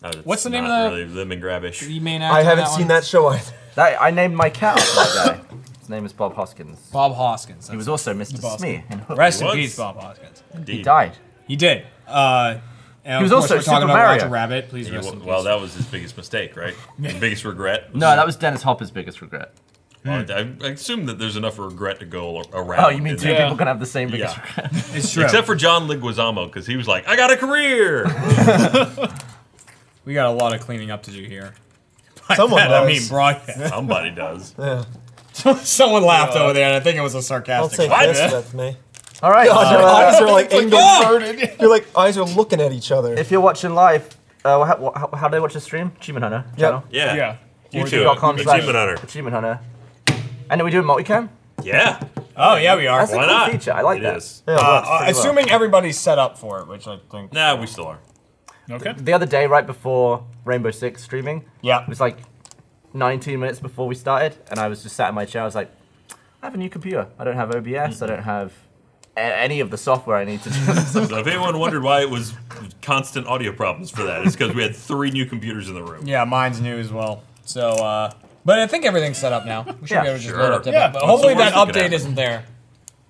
[SPEAKER 1] No, it's
[SPEAKER 6] What's the name
[SPEAKER 1] not
[SPEAKER 6] of the-
[SPEAKER 1] really lemon grabish?
[SPEAKER 6] The main actor
[SPEAKER 4] I
[SPEAKER 6] in
[SPEAKER 4] haven't
[SPEAKER 6] that
[SPEAKER 4] seen
[SPEAKER 6] one?
[SPEAKER 4] that show either.
[SPEAKER 3] That, I named my cat after that
[SPEAKER 4] (laughs)
[SPEAKER 3] guy. His name is Bob Hoskins.
[SPEAKER 6] Bob Hoskins.
[SPEAKER 3] He was also Mr.
[SPEAKER 6] Bob
[SPEAKER 3] Smee. in Hook.
[SPEAKER 6] Rest
[SPEAKER 3] He
[SPEAKER 6] in
[SPEAKER 3] was.
[SPEAKER 4] (laughs)
[SPEAKER 6] peace, Bob Hoskins.
[SPEAKER 3] He died.
[SPEAKER 6] He did. Uh, and
[SPEAKER 3] He was
[SPEAKER 6] of course
[SPEAKER 3] also
[SPEAKER 6] we're talking
[SPEAKER 3] Super
[SPEAKER 6] about
[SPEAKER 3] Mario.
[SPEAKER 6] Roger Rabbit. Please
[SPEAKER 1] He
[SPEAKER 6] rest
[SPEAKER 1] wa-
[SPEAKER 6] in peace.
[SPEAKER 1] well, that was his biggest mistake,
[SPEAKER 6] (laughs)
[SPEAKER 1] right? His biggest regret.
[SPEAKER 3] No, that was Dennis Hopper's biggest regret.
[SPEAKER 1] Well, I, I assume that there's enough regret to go ar- around.
[SPEAKER 3] Oh, you mean
[SPEAKER 1] in
[SPEAKER 3] two
[SPEAKER 1] that.
[SPEAKER 3] people can have the same biggest
[SPEAKER 6] (laughs)
[SPEAKER 1] Yeah.
[SPEAKER 3] regret?
[SPEAKER 6] It's
[SPEAKER 1] (laughs)
[SPEAKER 6] true.
[SPEAKER 1] Except for John Leguizamo, because he was like, I got a career.
[SPEAKER 6] (laughs) we got a lot of cleaning up to do here. (laughs) By
[SPEAKER 4] Someone
[SPEAKER 6] that, (laughs) I
[SPEAKER 4] does.
[SPEAKER 6] mean broadcast.
[SPEAKER 1] Somebody does.
[SPEAKER 4] Yeah.
[SPEAKER 6] (laughs) Someone laughed
[SPEAKER 4] Yeah.
[SPEAKER 6] over there, and I think it was a
[SPEAKER 4] I'll
[SPEAKER 6] sarcastic.
[SPEAKER 4] take
[SPEAKER 6] laugh.
[SPEAKER 4] this
[SPEAKER 6] (laughs)
[SPEAKER 4] with me.
[SPEAKER 3] All right.
[SPEAKER 4] God, your
[SPEAKER 3] so, uh,
[SPEAKER 4] eyes are like
[SPEAKER 6] It's like,
[SPEAKER 4] angled.
[SPEAKER 6] oh! (laughs)
[SPEAKER 4] You're like eyes are looking at each other.
[SPEAKER 3] if you're watching live, uh, how, how, how do they watch the stream? Achievement Hunter channel.
[SPEAKER 1] Yeah.
[SPEAKER 5] Yeah.
[SPEAKER 3] YouTube.com slash
[SPEAKER 1] Achievement Hunter.
[SPEAKER 3] Achievement Hunter. And are we doing multicam?
[SPEAKER 1] Yeah.
[SPEAKER 6] Oh yeah, we are.
[SPEAKER 3] That's a
[SPEAKER 1] Why
[SPEAKER 3] cool
[SPEAKER 1] not?
[SPEAKER 3] feature. I like
[SPEAKER 1] It
[SPEAKER 3] that.
[SPEAKER 1] is.
[SPEAKER 3] Yeah, it
[SPEAKER 6] Uh,
[SPEAKER 3] works
[SPEAKER 6] uh,
[SPEAKER 3] pretty well.
[SPEAKER 6] assuming everybody's set up for it, which I think.
[SPEAKER 1] Nah, we still are.
[SPEAKER 5] Okay.
[SPEAKER 3] the other day, right before Rainbow Six streaming,
[SPEAKER 6] Yeah.
[SPEAKER 3] it was like 19 minutes before we started, and I was just sat in my chair. I was like, I have a new computer. I don't have OBS. I don't have a- any of the software I need to do this.
[SPEAKER 1] So if anyone wondered why it was constant audio problems for that, it's because we had three new computers in the room.
[SPEAKER 6] Yeah, mine's new as well. So, uh, but I think everything's set up now. We should
[SPEAKER 3] Yeah.
[SPEAKER 6] be able to just
[SPEAKER 1] Sure.
[SPEAKER 6] load up to
[SPEAKER 1] Yeah.
[SPEAKER 6] But
[SPEAKER 1] What's the
[SPEAKER 6] hopefully
[SPEAKER 1] worst
[SPEAKER 6] that
[SPEAKER 1] that could
[SPEAKER 6] update
[SPEAKER 1] happen?
[SPEAKER 6] isn't there.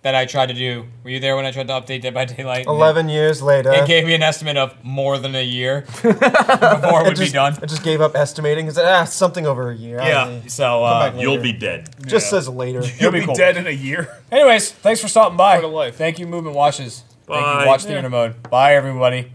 [SPEAKER 6] that I tried to do. Were you there when I tried to update Dead by Daylight?
[SPEAKER 4] Eleven years later,
[SPEAKER 6] It gave me an estimate of more than a year before it would
[SPEAKER 4] just, (laughs)
[SPEAKER 6] be done.
[SPEAKER 4] I just gave up estimating. It's ah, something over a year.
[SPEAKER 6] Yeah, so, uh, You'll be
[SPEAKER 1] dead.
[SPEAKER 4] Just
[SPEAKER 6] Yeah.
[SPEAKER 4] says later.
[SPEAKER 6] You'll be cool.
[SPEAKER 5] dead in a year.
[SPEAKER 6] Anyways, thanks for stopping by. Thank you, Movement Watches. Thank
[SPEAKER 5] Bye.
[SPEAKER 6] you, Watch the
[SPEAKER 5] Yeah.
[SPEAKER 6] Intermode. Bye, everybody.